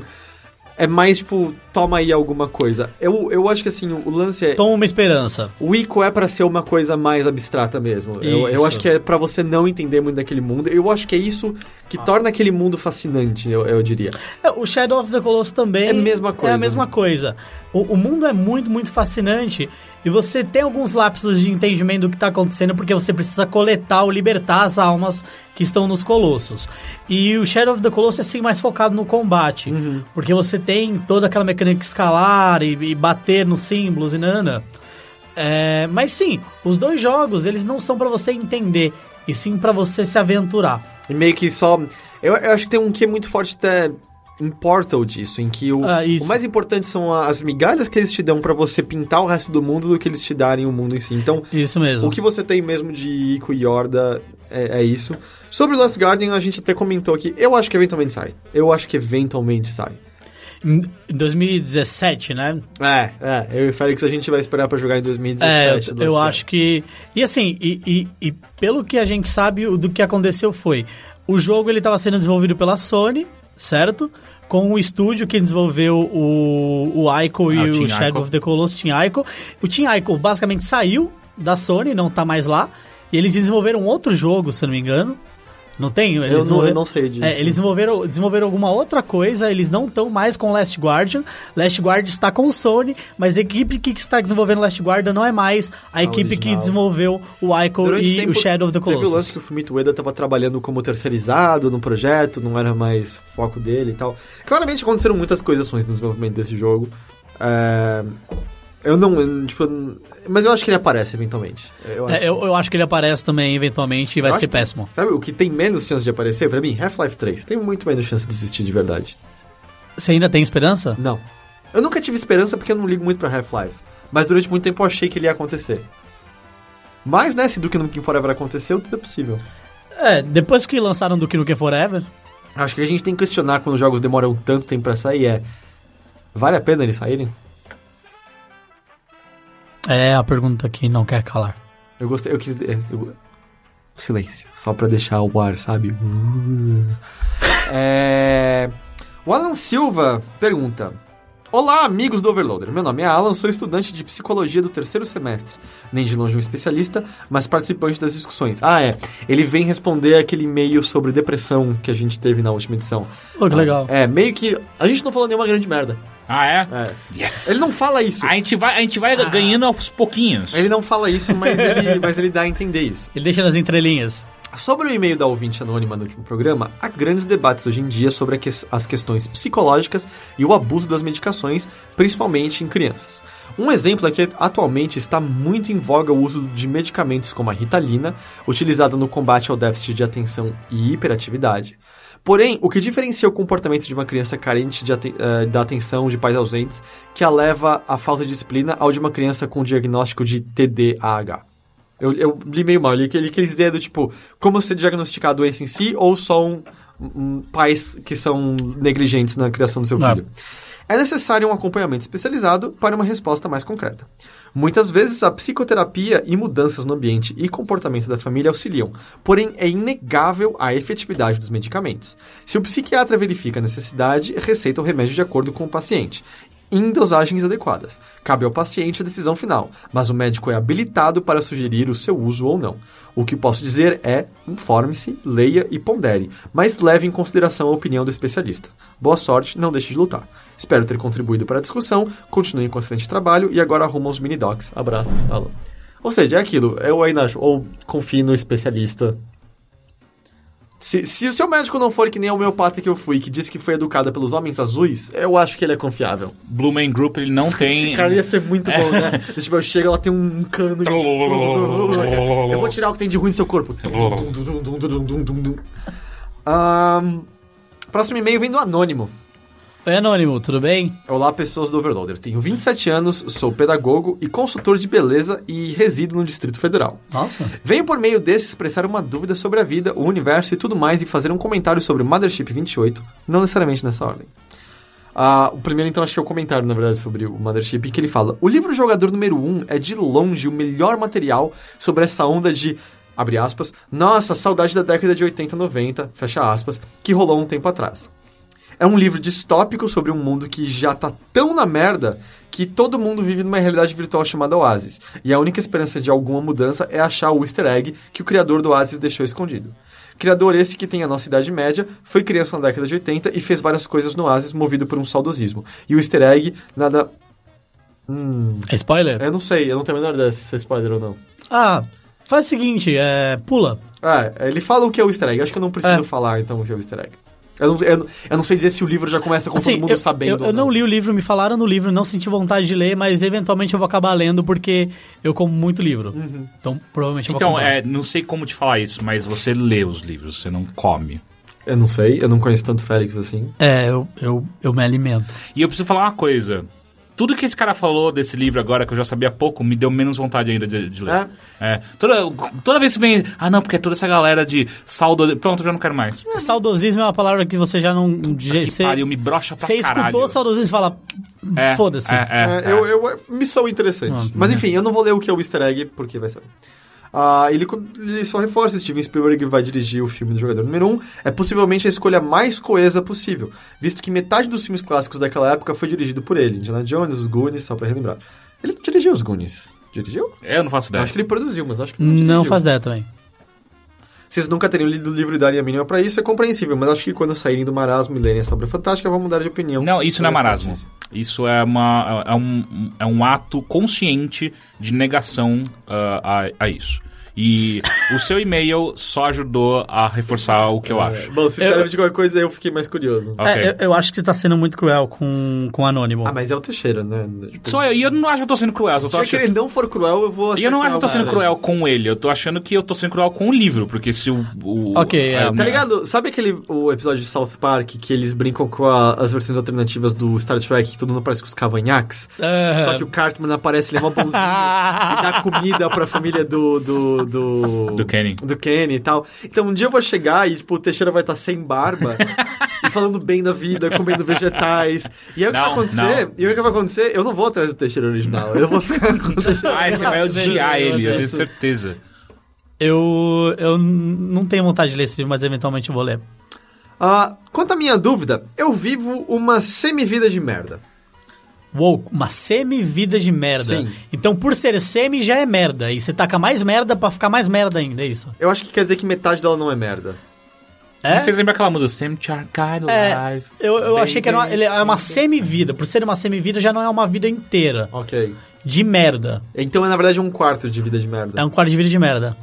Speaker 2: É mais tipo, toma aí alguma coisa. Eu, eu acho que assim, o lance é.
Speaker 4: Toma uma esperança.
Speaker 2: O Ico é pra ser uma coisa mais abstrata mesmo. Eu, eu
Speaker 4: Isso.
Speaker 2: acho que é pra você não entender muito daquele mundo. Eu acho que é isso que torna aquele mundo fascinante, eu, eu diria.
Speaker 4: É, O Shadow of the Colossus também
Speaker 2: É a mesma
Speaker 4: É
Speaker 2: coisa.
Speaker 4: a mesma coisa. O, o mundo é muito, muito fascinante. E você tem alguns lapsos de entendimento do que está acontecendo, porque você precisa coletar ou libertar as almas que estão nos colossos. E o Shadow of the Colossus é assim mais focado no combate.
Speaker 2: Uhum.
Speaker 4: Porque você tem toda aquela mecânica escalar e, e bater nos símbolos e nananã. É, mas sim, os dois jogos, eles não são para você entender, e sim para você se aventurar.
Speaker 2: E meio que só. Eu, eu acho que tem um que é muito forte até em Portal disso, em que o,
Speaker 4: Ah, isso.
Speaker 2: o mais importante são a- as migalhas que eles te dão pra você pintar o resto do mundo do que eles te darem o mundo em si. Então,
Speaker 4: Isso mesmo.
Speaker 2: O que você tem mesmo de Ico e Yorda é, é isso. Sobre o Last Guardian, a gente até comentou aqui. Eu acho que eventualmente sai. Eu acho que eventualmente sai.
Speaker 4: Em 2017, né?
Speaker 2: É, é. Eu e o Félix a gente vai esperar pra jogar em 2017.
Speaker 4: é, eu-
Speaker 2: Last
Speaker 4: eu
Speaker 2: Guardian.
Speaker 4: acho que. E assim, e, e- e pelo que a gente sabe, o do que aconteceu foi: o jogo ele estava sendo desenvolvido pela Sony, certo? Com o estúdio que desenvolveu o, o Ico
Speaker 3: Ah,
Speaker 4: e
Speaker 3: o Team
Speaker 4: o Shadow
Speaker 3: Ico.
Speaker 4: of the Colossus, Team Ico. O Team Ico basicamente um saiu da Sony, não tá mais lá. E eles desenvolveram outro jogo, se eu não me engano. Não tem? Eles
Speaker 2: não- eu
Speaker 4: desenvolveram-
Speaker 2: não sei disso.
Speaker 4: É, eles desenvolveram, desenvolveram alguma outra coisa, eles não estão mais com Last Guardian. Last Guardian está com o Sony, mas a equipe que está desenvolvendo Last Guardian não é mais a, equipe que
Speaker 2: Ah, original.
Speaker 4: desenvolveu o Ico e o Shadow of the
Speaker 2: teve o lance
Speaker 4: Colossus.
Speaker 2: que o Fumito Ueda tava trabalhando como terceirizado no projeto, não era mais foco dele e tal. Claramente aconteceram muitas coisas ruins no desenvolvimento desse jogo. É, Eu não, eu, tipo, mas eu acho que ele aparece eventualmente. Eu acho
Speaker 4: É, eu, eu acho que ele aparece também eventualmente e vai
Speaker 2: Eu
Speaker 4: ser
Speaker 2: acho que-
Speaker 4: péssimo.
Speaker 2: Sabe o que tem menos chance de aparecer pra mim? Half-Life 3. Tem muito menos chance de existir de verdade.
Speaker 4: Você ainda tem esperança?
Speaker 2: Não. Eu nunca tive esperança porque eu não ligo muito pra Half-Life. Mas durante muito tempo eu achei que ele ia acontecer. Mas, né, se Duke Nukem Forever aconteceu, tudo é possível.
Speaker 4: É, depois que lançaram do Nukem Forever,
Speaker 2: Acho que a gente tem que questionar quando os jogos demoram tanto tempo pra sair, é... Vale a pena eles saírem?
Speaker 4: é a pergunta que não quer calar.
Speaker 2: Eu gostei, eu quis... é, eu- Silêncio. Só pra deixar o ar, sabe? Uh. É... O Alan Silva pergunta... Olá, amigos do Overloader. Meu nome é Alan, sou estudante de psicologia do terceiro semestre. Nem de longe um especialista, mas participante das discussões. Ah, é. Ele vem responder aquele e-mail sobre depressão que a gente teve na última edição.
Speaker 4: Oh, que legal.
Speaker 2: É, meio que. A gente não falou nenhuma grande merda.
Speaker 3: Ah, é?
Speaker 2: É.
Speaker 3: Yes!
Speaker 2: Ele não fala isso.
Speaker 3: A gente vai, a gente vai ganhando aos pouquinhos.
Speaker 2: Ele não fala isso, mas ele, mas ele dá a entender isso.
Speaker 4: Ele deixa nas entrelinhas.
Speaker 2: Sobre o e-mail da ouvinte anônima no último programa, há grandes debates hoje em dia sobre a ques- as questões psicológicas e o abuso das medicações, principalmente em crianças. Um exemplo é que atualmente está muito em voga o uso de medicamentos como a ritalina, utilizada no combate ao déficit de atenção e hiperatividade. Porém, o que diferencia o comportamento de uma criança carente de aten- eh, da atenção de pais ausentes, que a leva à falta de disciplina, ao de uma criança com diagnóstico de TDAH? Eu, eu li meio mal, eu li aquele- aqueles dedos, tipo, como você diagnosticar a doença em si ou só um, um- pais que são negligentes na criação do seu
Speaker 4: Ah.
Speaker 2: filho. É necessário um acompanhamento especializado para uma resposta mais concreta. Muitas vezes, a psicoterapia e mudanças no ambiente e comportamento da família auxiliam, porém é inegável a efetividade dos medicamentos. Se o psiquiatra verifica a necessidade, receita o remédio de acordo com o paciente, em dosagens adequadas. Cabe ao paciente a decisão final, mas o médico é habilitado para sugerir o seu uso ou não. O que posso dizer é: informe-se, leia e pondere, mas leve em consideração a opinião do especialista. Boa sorte, não deixe de lutar. Espero ter contribuído para a discussão, continuem com o excelente trabalho e agora arruma os mini-docs. Abraços, alô. Ou seja, é aquilo, eu ainda acho, ou confio no especialista. Se, se o seu médico não for que nem a homeopata que eu fui, que disse que foi educada pelos homens azuis, eu acho que ele é confiável.
Speaker 3: Blue Man Group, ele não tem...
Speaker 2: Cara, ia ser muito bom, né? tipo, eu chego, ela tem um cano. e- eu vou tirar o que tem de ruim do seu corpo. Ahn, próximo e-mail vem do Anônimo.
Speaker 4: Oi, Anônimo, tudo bem?
Speaker 2: Olá, pessoas do Overloader. Tenho 27 anos, sou pedagogo e consultor de beleza e resido no Distrito Federal.
Speaker 4: Nossa.
Speaker 2: Venho por meio desse expressar uma dúvida sobre a vida, o universo e tudo mais e fazer um comentário sobre Mothership 28, não necessariamente nessa ordem. Ah, o primeiro, então, acho que é o comentário, na verdade, sobre o Mothership, em que ele fala: O livro Jogador número 1 é de longe o melhor material sobre essa onda de. Abre aspas, nossa, saudade da década de 80, 90, fecha aspas, que rolou um tempo atrás. É um livro distópico sobre um mundo que já tá tão na merda que todo mundo vive numa realidade virtual chamada Oasis. E a única esperança de alguma mudança é achar o easter egg que o criador do Oasis deixou escondido. Criador esse que tem a nossa idade média, foi criança na década de 80 e fez várias coisas no Oasis movido por um saudosismo. E o easter egg, nada... Hum,
Speaker 4: É spoiler?
Speaker 2: Eu não sei, eu não tenho a menor ideia se isso é spoiler ou não.
Speaker 4: Ah, faz o seguinte, é, pula.
Speaker 2: É, ele fala o que é o easter egg. Acho que eu não preciso
Speaker 4: É.
Speaker 2: falar, então, o que é o easter egg. Eu não, eu não- eu não sei dizer se o livro já começa com Tá todo mundo
Speaker 4: Assim, eu,
Speaker 2: sabendo né?
Speaker 4: eu,
Speaker 2: ou
Speaker 4: eu não li o livro, me falaram no livro, não senti vontade de ler, mas eventualmente eu vou acabar lendo porque eu como muito livro.
Speaker 2: Uhum.
Speaker 4: Então, provavelmente eu vou
Speaker 3: Então,
Speaker 4: comprar.
Speaker 3: é, não sei como te falar isso, mas você lê os livros, você não come.
Speaker 2: Eu não sei, eu não conheço tanto Félix assim.
Speaker 4: É, eu, eu, eu me alimento.
Speaker 3: E eu preciso falar uma coisa. Tudo que esse cara falou desse livro agora, que eu já sabia há pouco, me deu menos vontade ainda de, de ler. É. toda, toda vez que vem. Ah, não, porque toda essa galera de saudoso. Pronto, eu já não quero mais.
Speaker 2: Uhum.
Speaker 4: Saudosismo é uma palavra que você já não... de-
Speaker 3: Que
Speaker 4: Você
Speaker 3: pariu, me brocha pra
Speaker 4: você
Speaker 3: caralho.
Speaker 4: escutou saudosismo e fala,
Speaker 3: É,
Speaker 4: foda-se.
Speaker 3: É, é, né?
Speaker 2: É, Eu, eu, me soa interessante. Mas enfim, eu não vou ler o que é o easter egg, porque vai saber. Ah, ele, co- ele só reforça, Steven Spielberg vai dirigir o filme do Jogador Número 1, é possivelmente a escolha mais coesa possível, visto que metade dos filmes clássicos daquela época foi dirigido por ele, Indiana Jones, os Goonies, só pra relembrar. Ele não dirigiu os Goonies. Dirigiu?
Speaker 3: Eu não faço ideia.
Speaker 2: Acho que ele produziu, mas acho que não dirigiu.
Speaker 4: Não faz ideia também.
Speaker 2: Vocês nunca teriam lido o livro e darem a mínima pra isso, é compreensível, mas acho que quando saírem do marasmo e lerem essa obra fantástica, vão mudar de opinião.
Speaker 3: Não, isso não é
Speaker 2: Sobre essa
Speaker 3: marasmo.
Speaker 2: notícia.
Speaker 3: Isso é, uma, é, um, é um ato consciente de negação ah, a, a isso. E o seu e-mail só ajudou a reforçar o que eu acho.
Speaker 2: Bom, sinceramente, qualquer coisa eu fiquei mais curioso.
Speaker 3: Ok.
Speaker 4: É, eu, eu acho que você tá sendo muito cruel com, com o Anônimo.
Speaker 2: Ah, mas é o Teixeira, né? Tipo,
Speaker 3: Só eu, e eu não acho que eu tô sendo cruel, eu só tô
Speaker 2: se
Speaker 3: achando...
Speaker 2: ele não for cruel, eu vou achar
Speaker 3: E eu não acho que eu tô
Speaker 2: é
Speaker 3: sendo
Speaker 2: uma-
Speaker 3: cruel com ele, eu tô achando que eu tô sendo cruel com o livro, porque se o. o-
Speaker 4: Ok, é,
Speaker 2: Tá ligado? Sabe aquele o episódio de South Park que eles brincam com a- as versões alternativas do Star Trek que todo mundo parece com os cavanhaques?
Speaker 4: Aham.
Speaker 2: Só que o Cartman aparece, ele é uma bonzinho e dá comida pra família do. Do, do,
Speaker 3: Do Kenny.
Speaker 2: Do Kenny e tal. Então um dia eu vou chegar e, tipo, o Teixeira vai estar sem barba e falando bem da vida, comendo vegetais. E aí o que vai
Speaker 3: Não,
Speaker 2: acontecer?
Speaker 3: não.
Speaker 2: E aí o que vai acontecer? Eu não vou atrás do Teixeira original. Eu vou ficar com o Teixeira
Speaker 3: Ah, você vai odiar ele, eu tenho certeza.
Speaker 4: Eu, eu n- não tenho vontade de ler esse livro, mas eventualmente eu vou ler.
Speaker 2: Ah, quanto à minha dúvida, eu vivo uma semivida de merda.
Speaker 4: Uou, uma semi-vida de merda.
Speaker 2: Sim.
Speaker 4: Então, por ser semi, já é merda. E você taca mais merda pra ficar mais merda ainda, é isso?
Speaker 2: Eu acho que quer dizer que metade dela não é merda.
Speaker 4: É?
Speaker 3: Me fez lembrar aquela música, Sam Charkai
Speaker 4: É,
Speaker 3: Live.
Speaker 4: eu, eu achei que era uma, ele é uma semi-vida. Por ser uma semi-vida, já não é uma vida inteira.
Speaker 2: Ok.
Speaker 4: De merda.
Speaker 2: Então é na verdade um quarto de vida de
Speaker 4: É
Speaker 2: merda.
Speaker 4: um quarto de vida de merda.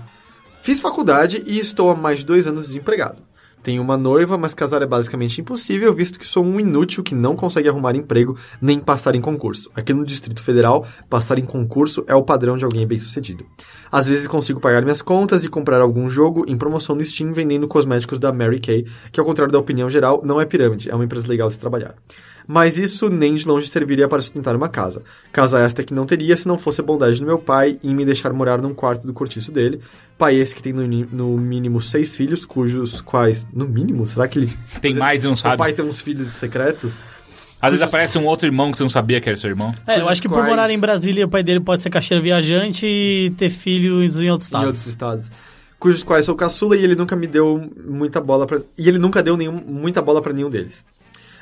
Speaker 2: Fiz faculdade e estou há mais de dois anos desempregado. Tenho uma noiva, mas casar é basicamente impossível, visto que sou um inútil que não consegue arrumar emprego nem passar em concurso. Aqui no Distrito Federal, passar em concurso é o padrão de alguém bem-sucedido. Às vezes consigo pagar minhas contas e comprar algum jogo em promoção no Steam vendendo cosméticos da Mary Kay, que ao contrário da opinião geral, não é pirâmide, é uma empresa legal de se trabalhar. Mas isso nem de longe serviria para sustentar uma casa. Casa esta que não teria se não fosse a bondade do meu pai em me deixar morar num quarto do cortiço dele. Pai esse que tem no, ni- no mínimo seis filhos, cujos quais... No mínimo? Será que ele...
Speaker 3: Tem mais e não
Speaker 2: Seu
Speaker 3: sabe.
Speaker 2: pai tem uns filhos secretos?
Speaker 3: Às vezes aparece um outro irmão que você não sabia que era seu irmão.
Speaker 4: É, eu
Speaker 2: Coisas
Speaker 4: acho que por
Speaker 2: quais-
Speaker 4: morar em Brasília, o pai dele pode ser caixeiro viajante e ter filhos em outros
Speaker 2: em
Speaker 4: estados.
Speaker 2: outros estados. Cujos quais sou caçula e ele nunca me deu muita bola pra. E ele nunca deu nenhum, muita bola pra nenhum deles.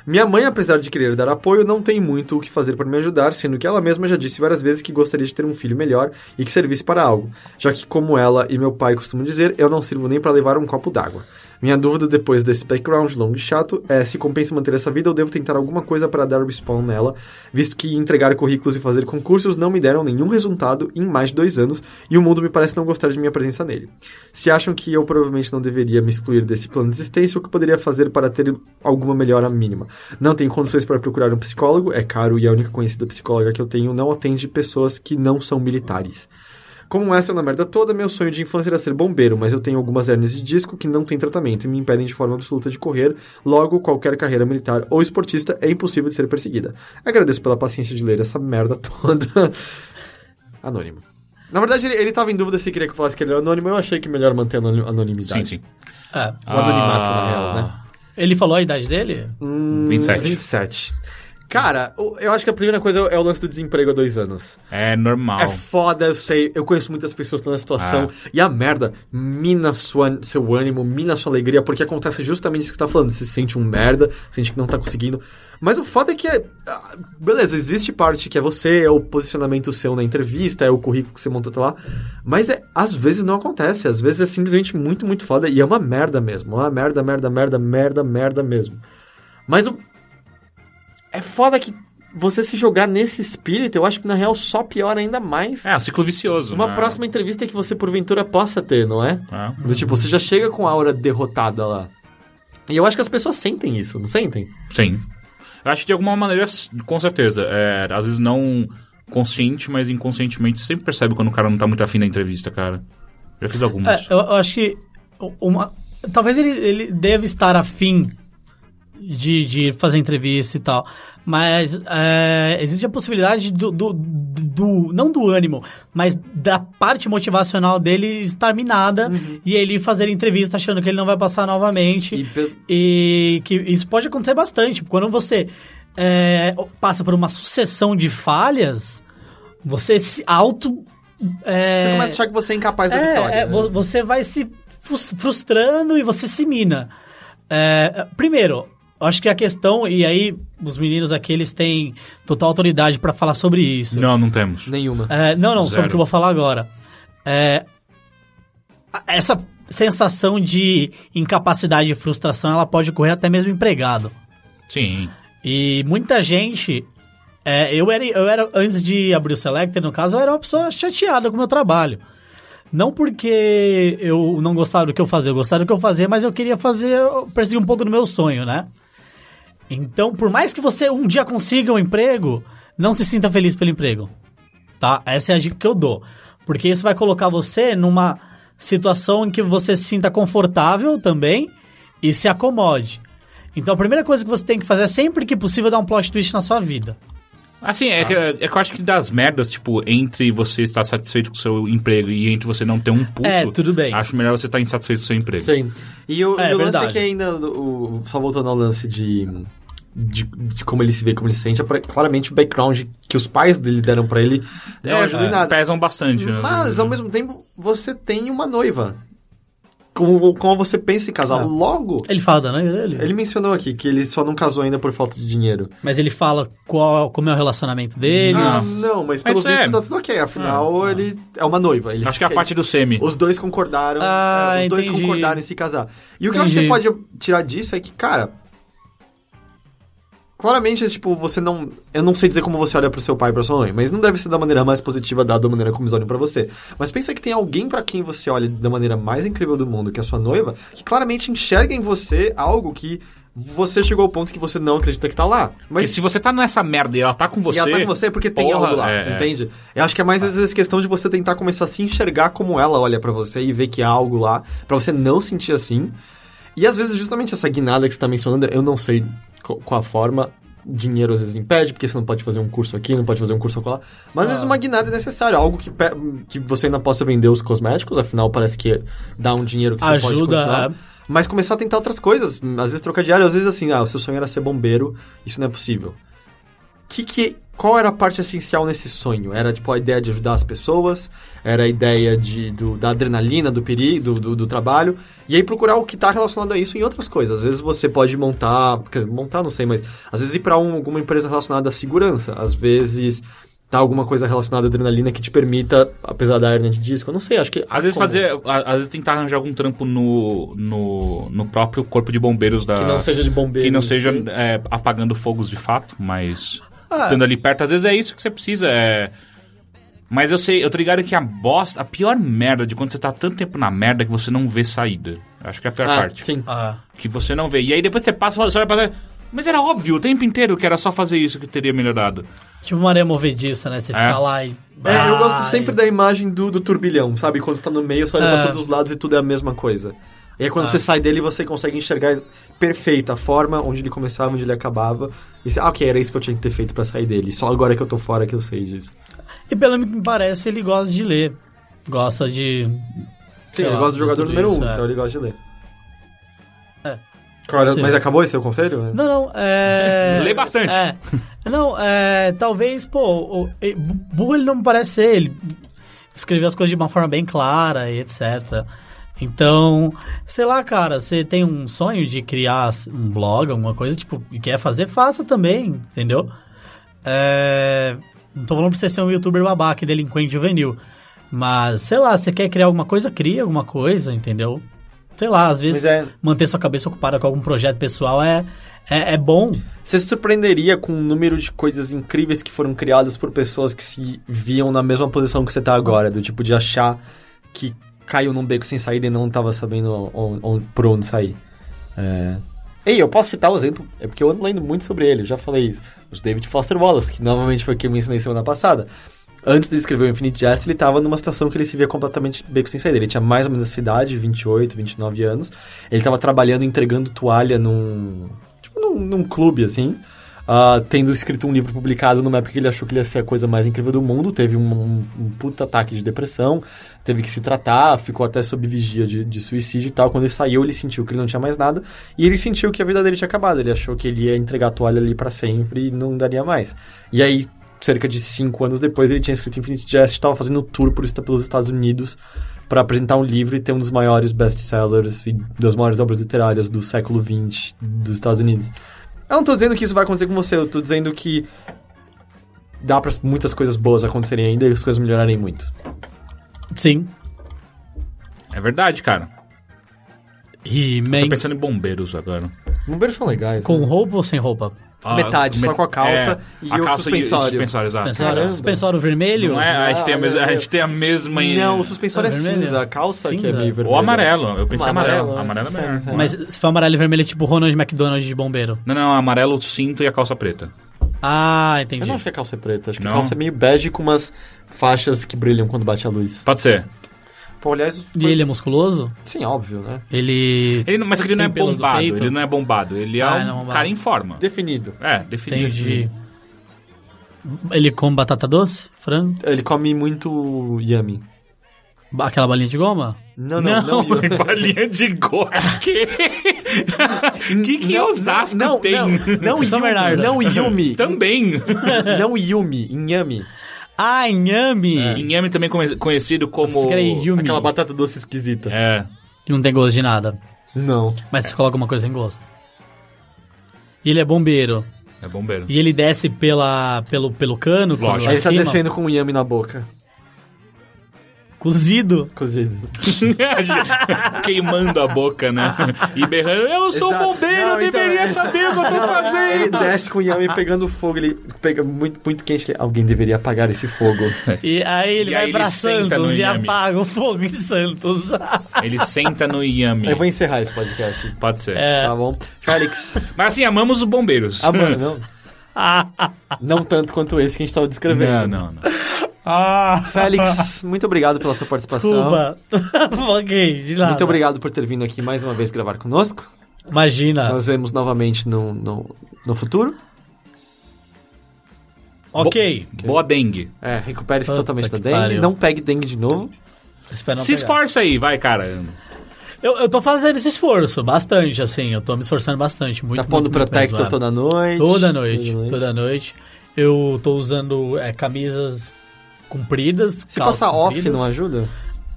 Speaker 2: Minha mãe, apesar de querer dar apoio, não tem muito o que fazer para me ajudar, sendo que ela mesma já disse várias vezes que gostaria de ter um filho melhor e que servisse para algo, já que, como ela e meu pai costumam dizer, eu não sirvo nem para levar um copo d'água. Minha dúvida depois desse background longo e chato é se compensa manter essa vida ou devo tentar alguma coisa para dar respawn nela, visto que entregar currículos e fazer concursos não me deram nenhum resultado em mais de dois anos e o mundo me parece não gostar de minha presença nele. Se acham que eu provavelmente não deveria me excluir desse plano de existência, o que poderia fazer para ter alguma melhora mínima? Não tenho condições para procurar um psicólogo, é caro e a única conhecida psicóloga que eu tenho não atende pessoas que não são militares. Como essa na merda toda, meu sonho de infância era ser bombeiro, mas eu tenho algumas hernias de disco que não têm tratamento e me impedem de forma absoluta de correr, logo qualquer carreira militar ou esportista é impossível de ser perseguida. Agradeço pela paciência de ler essa merda toda. Anônimo. Na verdade, ele, ele tava em dúvida se queria que eu falasse que ele era anônimo, eu achei que melhor manter a anoni- anonimidade.
Speaker 3: Sim, sim.
Speaker 4: É.
Speaker 2: O anonimato, na
Speaker 3: Ah.
Speaker 2: real, né?
Speaker 4: Ele falou a idade dele?
Speaker 3: 27.
Speaker 2: 27. Cara, o- eu acho que a primeira coisa é o lance do desemprego há dois anos.
Speaker 3: É
Speaker 2: É
Speaker 3: normal.
Speaker 2: foda, eu sei. Eu conheço muitas pessoas que estão na situação. E a merda mina sua, seu ânimo, mina sua alegria, porque acontece justamente isso que você tá falando. Você se sente um merda, sente que não tá conseguindo. Mas o foda é que. é- ah, beleza, existe parte que é você, é o posicionamento seu na entrevista, é o currículo que você monta até lá. Mas é, às vezes não acontece. Às vezes é simplesmente muito, muito foda. E é uma merda mesmo. É uma merda, merda, merda, merda, merda mesmo. Mas o. É foda que. Você se jogar nesse espírito, eu acho que na real só piora ainda mais.
Speaker 3: É, um ciclo vicioso.
Speaker 2: Uma
Speaker 3: né?
Speaker 2: próxima entrevista que você porventura possa ter, não é?
Speaker 3: É.
Speaker 2: Do tipo, você já chega com a aura derrotada lá. E eu acho que as pessoas sentem isso, não sentem?
Speaker 3: Sim. Eu acho que de alguma maneira, s- com certeza. É, às vezes não consciente, mas inconscientemente você sempre percebe quando o cara não tá muito afim da entrevista, cara. Já fiz
Speaker 4: É,
Speaker 3: algumas.
Speaker 4: eu, eu acho que uma, talvez ele, ele deve estar afim de, de fazer entrevista e tal, mas é, existe a possibilidade do, do, do- não do ânimo, mas da parte motivacional dele estar minada
Speaker 2: Uhum.
Speaker 4: e ele fazer entrevista achando que ele não vai passar novamente.
Speaker 2: E pe-
Speaker 4: E que isso pode acontecer bastante. Quando você é, passa por uma sucessão de falhas, você se auto. é,
Speaker 2: Você começa a achar que você é incapaz da
Speaker 4: é,
Speaker 2: vitória.
Speaker 4: é,
Speaker 2: né?
Speaker 4: vo- você vai se frus- frustrando e você se mina. É, primeiro, eu acho que a questão, e aí os meninos aqui eles têm total autoridade pra falar sobre isso.
Speaker 3: Não, não temos.
Speaker 2: Nenhuma.
Speaker 4: É, não, não, sobre
Speaker 3: Zero.
Speaker 4: o que eu vou falar agora. É, a- essa sensação de incapacidade e frustração ela pode ocorrer até mesmo empregado.
Speaker 3: Sim.
Speaker 4: E muita gente. é, eu, era, eu era, antes de abrir o Selector, no caso, eu era uma pessoa chateada com o meu trabalho. Não porque eu não gostava do que eu fazia, eu gostava do que eu fazia, mas eu queria fazer, eu perseguir um pouco do meu sonho, né? Então, por mais que você um dia consiga um emprego, não se sinta feliz pelo emprego, tá? Essa é a dica que eu dou. Porque isso vai colocar você numa situação em que você se sinta confortável também e se acomode. Então, a primeira coisa que você tem que fazer é sempre que possível dar um plot twist na sua vida.
Speaker 3: Assim, é, que, é que eu acho que das merdas, tipo, entre você estar satisfeito com o seu emprego e entre você não ter um puto...
Speaker 4: É, tudo bem.
Speaker 3: Acho melhor você estar insatisfeito com o seu emprego.
Speaker 2: Sim. E o,
Speaker 4: É,
Speaker 2: e o lance é
Speaker 4: verdade.
Speaker 2: que ainda, o, só voltando ao lance de, de, de como ele se vê, como ele se sente, é pra- claramente o background que os pais dele deram pra ele não ajuda em nada.
Speaker 3: É, pesam bastante. né?
Speaker 2: Mas, ao mesmo tempo, você tem uma noiva. Como, como você pensa em casar. Logo,
Speaker 4: Ele fala da noiva dele?
Speaker 2: ele mencionou aqui que ele só não casou ainda por falta de dinheiro.
Speaker 4: Mas ele fala qual, como é o relacionamento dele.
Speaker 2: Ah, não, mas pelo
Speaker 3: Mas
Speaker 2: visto
Speaker 3: é. Ah,
Speaker 2: tá tudo ok. Afinal, ele é uma noiva. Ele
Speaker 3: Acho que é a
Speaker 2: quer
Speaker 3: parte do semi.
Speaker 2: Os dois concordaram.
Speaker 4: Ah,
Speaker 2: é, os dois
Speaker 4: entendi.
Speaker 2: concordaram em se casar. E o que eu acho que você
Speaker 4: Entendi.
Speaker 2: pode tirar disso é que, cara. Claramente, é tipo, você não. Eu não sei dizer como você olha pro seu pai e pra sua mãe, mas não deve ser da maneira mais positiva dada a maneira como eles olham pra você. Mas pensa que tem alguém pra quem você olha da maneira mais incrível do mundo, que é a sua noiva, que claramente enxerga em você algo que você chegou ao ponto que você não acredita que tá lá.
Speaker 3: Porque
Speaker 2: Mas
Speaker 3: se você tá nessa merda e ela tá com você...
Speaker 2: e ela tá com você porque tem
Speaker 3: porra,
Speaker 2: algo lá,
Speaker 3: é, é.
Speaker 2: entende? Eu acho que é mais às vezes questão de você tentar começar a se enxergar como ela olha pra você e ver que há algo lá, pra você não sentir assim. E às vezes justamente essa guinada que você tá mencionando, eu não sei co- qual a forma, dinheiro às vezes impede, porque você não pode fazer um curso aqui, não pode fazer um curso acolá, mas
Speaker 3: Ah.
Speaker 2: às vezes uma guinada é necessária, algo que, pe- que você ainda possa vender os cosméticos, afinal parece que dá um dinheiro que você pode
Speaker 4: Ajuda
Speaker 2: continuar.
Speaker 4: a-
Speaker 2: Mas começar a tentar outras coisas, às vezes trocar de área, às vezes assim, ah, o seu sonho era ser bombeiro, isso não é possível que que qual era a parte essencial nesse sonho? Era tipo a ideia de ajudar as pessoas, era a ideia de, do- da adrenalina, do perigo, do, do, do trabalho, e aí procurar o que está relacionado a isso em outras coisas. Às vezes você pode montar, quer dizer, montar não sei, mas às vezes ir para alguma empresa relacionada à segurança, às vezes tá alguma coisa relacionada à adrenalina que te permita, apesar da hernia de disco, eu não sei, acho que
Speaker 3: Às vezes
Speaker 2: como?
Speaker 3: fazer... a- Às vezes tentar arranjar algum trampo no, no, no próprio corpo de bombeiros da...
Speaker 2: que não seja de bombeiro,
Speaker 3: Que não seja
Speaker 2: sim.
Speaker 3: é, apagando fogos de fato, mas
Speaker 2: Ah.
Speaker 3: estando ali perto, às vezes é isso que você precisa. é. Mas eu sei, eu tô ligado que a bosta, a pior merda de quando você tá tanto tempo na merda que você não vê saída. Acho que é a pior
Speaker 2: Ah,
Speaker 3: parte.
Speaker 2: sim.
Speaker 4: Ah.
Speaker 3: Que você não vê. E aí depois você passa, você olha pra trás, Mas era óbvio o tempo inteiro que era só fazer isso que teria melhorado.
Speaker 4: Tipo maré movediça, né? Você fica lá e.
Speaker 2: É, eu gosto
Speaker 4: Ai.
Speaker 2: sempre da imagem do, do turbilhão, sabe? Quando você tá no meio, você olha pra todos os lados e tudo é a mesma coisa. E aí quando
Speaker 4: Ah.
Speaker 2: você sai dele, você consegue enxergar perfeita a forma, onde ele começava, onde ele acabava. E você, ah, ok, era isso que eu tinha que ter feito pra sair dele. Só agora que eu tô fora que eu sei disso.
Speaker 4: E pelo que me parece, ele gosta de ler. Gosta de.
Speaker 2: Sim,
Speaker 4: Sei
Speaker 2: ele
Speaker 4: lá,
Speaker 2: gosta do
Speaker 4: de
Speaker 2: jogador
Speaker 4: tudo
Speaker 2: número
Speaker 4: isso,
Speaker 2: um,
Speaker 4: é.
Speaker 2: então ele gosta de ler.
Speaker 4: É.
Speaker 2: Cara,
Speaker 4: Sim.
Speaker 2: mas acabou esse seu conselho?
Speaker 4: Não, não, é.
Speaker 3: Lê bastante.
Speaker 4: É. Não, é. Talvez, pô, o- e- bu- burro ele não me parece ser. Ele escreveu as coisas de uma forma bem clara e etc. Então, sei lá, cara, você tem um sonho de criar um blog, alguma coisa, tipo, e quer fazer, faça também, entendeu? É, Não tô falando pra você ser um youtuber babaca e delinquente juvenil. Mas, sei lá, você quer criar alguma coisa, cria alguma coisa, entendeu? Sei lá, às vezes
Speaker 2: Mas é-
Speaker 4: manter sua cabeça ocupada com algum projeto pessoal é, é, é bom.
Speaker 2: Você se surpreenderia com o número de coisas incríveis que foram criadas por pessoas que se viam na mesma posição que você tá agora, do tipo de achar que caiu num beco sem saída e não tava sabendo on- on- por onde sair. É. Ei, eu posso citar o exemplo, é porque eu ando lendo muito sobre ele, eu já falei isso. Os David Foster Wallace, que novamente foi o que eu mencionei semana passada. Antes de escrever o Infinite Jest, ele estava numa situação que ele se via completamente beco sem saída. Ele tinha mais ou menos essa idade, 28, 29 anos. Ele estava trabalhando, entregando toalha num. Tipo, num, num clube, assim. ah, tendo escrito um livro publicado numa época que ele achou que ele ia ser a coisa mais incrível do mundo. Teve um, um, um puta ataque de depressão, teve que se tratar, ficou até sob vigia de, de suicídio e tal. Quando ele saiu, ele sentiu que ele não tinha mais nada. E ele sentiu que a vida dele tinha acabado. Ele achou que ele ia entregar a toalha ali pra sempre e não daria mais. E aí, cerca de cinco anos depois, ele tinha escrito Infinite Jest, estava fazendo um tour por, est- pelos Estados Unidos para apresentar um livro e ter um dos maiores best-sellers e das maiores obras literárias do século XX dos Estados Unidos. Eu não tô dizendo que isso vai acontecer com você, eu tô dizendo que dá para muitas coisas boas acontecerem ainda e as coisas melhorarem muito.
Speaker 4: Sim.
Speaker 3: É verdade, cara. Tô
Speaker 4: He-Man
Speaker 3: pensando em bombeiros agora.
Speaker 2: Bombeiros são legais.
Speaker 4: com um
Speaker 2: né?
Speaker 4: roupa ou sem roupa?
Speaker 3: Ah,
Speaker 2: Metade, só com a calça e
Speaker 3: é, a
Speaker 2: o
Speaker 3: calça
Speaker 2: suspensório.
Speaker 3: E o suspensório, exato.
Speaker 4: Suspensório,
Speaker 2: Caramba.
Speaker 4: suspensório vermelho?
Speaker 3: Tá. Não é? A gente tem a
Speaker 2: Ah,
Speaker 3: mesma.
Speaker 2: meu
Speaker 3: A
Speaker 2: Deus.
Speaker 3: gente tem a mesma em-
Speaker 2: Não, o suspensório é,
Speaker 4: É vermelho?
Speaker 2: cinza, a calça que é
Speaker 4: Cinza?
Speaker 2: meio
Speaker 4: Ou
Speaker 2: vermelha.
Speaker 3: Ou amarelo. Eu pensei
Speaker 2: Uma
Speaker 3: amarelo.
Speaker 2: amarela,
Speaker 3: Amarelo é
Speaker 2: certo,
Speaker 3: melhor.
Speaker 2: certo.
Speaker 4: Mas se for amarelo e vermelho é tipo Ronald McDonald de bombeiro.
Speaker 3: Não, não, amarelo, cinto e a calça preta.
Speaker 4: Ah, entendi.
Speaker 2: Eu não acho que a calça é preta, acho que
Speaker 3: Não?
Speaker 2: a calça é meio bege com umas faixas que brilham quando bate a luz.
Speaker 3: Pode ser.
Speaker 2: Pô, aliás,
Speaker 4: E ele é musculoso?
Speaker 2: sim, óbvio, né?
Speaker 4: Ele...
Speaker 3: Ele, não- mas ele não é
Speaker 4: Tem pelos no
Speaker 3: bombado.
Speaker 4: peito?
Speaker 3: Ele não é bombado. Ele é
Speaker 4: Ah,
Speaker 3: um
Speaker 4: ele não é bombado.
Speaker 3: cara em forma.
Speaker 2: Definido.
Speaker 3: É, definido.
Speaker 4: Entendi. Ele come batata doce? Frango?
Speaker 2: Ele come muito yummy.
Speaker 4: Aquela balinha de goma?
Speaker 2: Não, não, não.
Speaker 4: Não,
Speaker 2: yummy.
Speaker 3: Balinha de gol. Que que, que
Speaker 2: Não,
Speaker 3: Osasco
Speaker 2: não,
Speaker 3: tem?
Speaker 2: Não, não,
Speaker 4: São
Speaker 2: yumi,
Speaker 4: Bernardo.
Speaker 2: não yumi.
Speaker 3: Também.
Speaker 2: não yumi, inhame.
Speaker 4: Ah, inhame!
Speaker 2: É.
Speaker 3: Inhame também come- conhecido como...
Speaker 4: Esse cara é yumi.
Speaker 2: Aquela batata doce esquisita.
Speaker 3: É.
Speaker 4: Que não tem gosto de nada.
Speaker 2: Não.
Speaker 4: Mas você coloca uma coisa sem gosto. E ele é bombeiro.
Speaker 3: É bombeiro.
Speaker 4: E ele desce pela, pelo, pelo cano? quando
Speaker 3: Lógico.
Speaker 4: lá
Speaker 2: Aí
Speaker 4: em
Speaker 2: ele tá
Speaker 4: cima?
Speaker 2: descendo com o yami na boca.
Speaker 4: Cozido.
Speaker 2: Cozido.
Speaker 3: Queimando a boca, né? E berrando, eu sou
Speaker 2: Exato.
Speaker 3: bombeiro,
Speaker 2: Não,
Speaker 3: eu
Speaker 2: então,
Speaker 3: deveria
Speaker 2: é-
Speaker 3: saber o que eu tô
Speaker 2: Ele
Speaker 3: fazendo.
Speaker 2: desce com o Yami pegando fogo, ele pega muito, muito quente. ele- Alguém deveria apagar esse fogo.
Speaker 4: E aí ele
Speaker 3: E
Speaker 4: vai
Speaker 3: aí
Speaker 4: pra
Speaker 3: ele senta
Speaker 4: Santos
Speaker 3: no
Speaker 4: e
Speaker 3: inhame.
Speaker 4: apaga o fogo em Santos.
Speaker 3: Ele senta no Inhame.
Speaker 2: Eu vou encerrar esse podcast.
Speaker 3: Pode ser.
Speaker 4: É.
Speaker 2: Tá bom? Félix,
Speaker 3: Mas assim, amamos os bombeiros.
Speaker 2: ah, mano, não. Não tanto quanto esse que a gente tava
Speaker 3: Não,
Speaker 2: descrevendo.
Speaker 3: não, não.
Speaker 2: Félix, muito obrigado pela sua participação.
Speaker 4: Desculpa. ok, de nada.
Speaker 2: Muito obrigado por ter vindo aqui mais uma vez gravar conosco.
Speaker 4: Imagina.
Speaker 2: Nós vemos novamente no, no, no futuro.
Speaker 4: Ok.
Speaker 3: Boa dengue.
Speaker 2: É, recupere-se
Speaker 4: Puta
Speaker 2: totalmente da
Speaker 4: que
Speaker 2: dengue.
Speaker 4: pariu.
Speaker 2: Não pegue dengue de novo.
Speaker 4: Espero não
Speaker 3: Se
Speaker 4: pegar.
Speaker 3: esforça aí, vai, cara.
Speaker 4: Eu, eu tô fazendo esse esforço, bastante, assim. Eu tô me esforçando bastante. Muito,
Speaker 2: tá pondo
Speaker 4: muito, muito mesmo,
Speaker 2: protector
Speaker 4: é.
Speaker 2: toda noite.
Speaker 4: Toda noite, toda noite. Eu tô usando é, camisas compridas.
Speaker 2: Se
Speaker 4: calças
Speaker 2: passar off,
Speaker 4: compridas.
Speaker 2: não ajuda?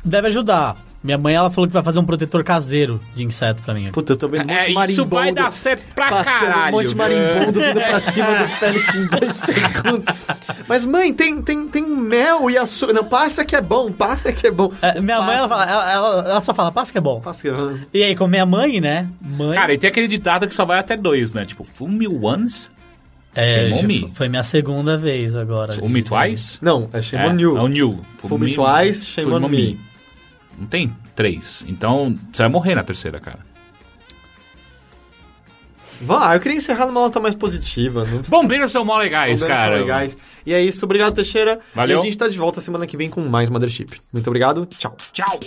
Speaker 4: Deve ajudar. Minha mãe, ela falou que vai fazer um protetor caseiro de inseto pra mim.
Speaker 2: Puta, eu tomei muito
Speaker 3: É, isso
Speaker 2: marimbondo.
Speaker 3: vai dar certo pra
Speaker 2: Passando
Speaker 3: caralho. É.
Speaker 2: um monte de marimbondo vindo pra cima do Félix em dois segundos. Mas, mãe, tem, tem, tem um mel e açúcar. Não, passa que é bom, passa que é bom.
Speaker 4: É, minha mãe, ela, fala, ela, ela- ela só fala, passa que é bom.
Speaker 2: Passa que é bom.
Speaker 4: E aí, com minha mãe, né? Mãe.
Speaker 3: Cara, e tem aquele ditado que só vai até dois, né? Tipo, fool me once,
Speaker 4: é,
Speaker 3: chamou
Speaker 4: já
Speaker 3: me?
Speaker 4: foi- Foi minha segunda vez agora.
Speaker 3: fool
Speaker 2: Uhum.
Speaker 3: me twice.
Speaker 2: Não, é shame
Speaker 3: É,
Speaker 2: on you.
Speaker 3: É o new.
Speaker 2: Fool me twice, shame
Speaker 3: fool
Speaker 2: on me.
Speaker 3: Não tem três. Então, você vai morrer na terceira, cara.
Speaker 2: Vá, eu queria encerrar numa nota mais positiva. Não precisa
Speaker 3: Bombeiros são mó legais,
Speaker 2: Bombeiros
Speaker 3: É cara.
Speaker 2: são legais. E é isso, obrigado, Teixeira.
Speaker 3: Valeu.
Speaker 2: E a gente tá de volta semana que vem com mais Mothership. Muito obrigado, tchau.
Speaker 3: Tchau.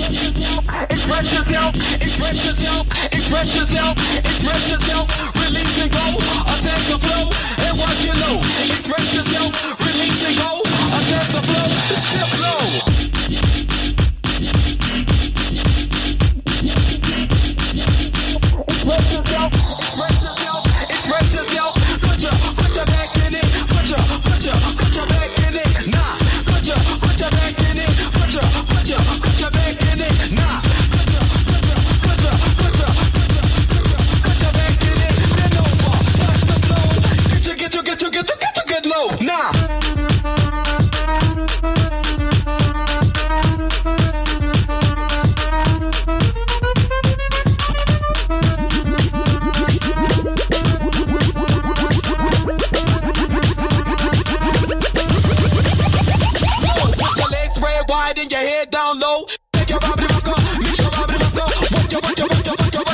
Speaker 7: Express yourself, express yourself, express yourself, express yourself, release and go, attack the flow, and what you know, express yourself, release and go, attack the flow, step low. Express yourself, express yourself, express yourself, put your, put your back in it, put your, put your, put your back in it, nah, put your, put your back in it, put your, put your, put your back in it, nah, put your, put your, put your, put your, put your, put your, put your back in it, bend over, watch the flow, get your, get your, get your, get your, get your, get low, nah. Put your legs spread wide and your head down low. Take your robbery rock up, make your robbery rock up. Work your, work your, work your, work your, work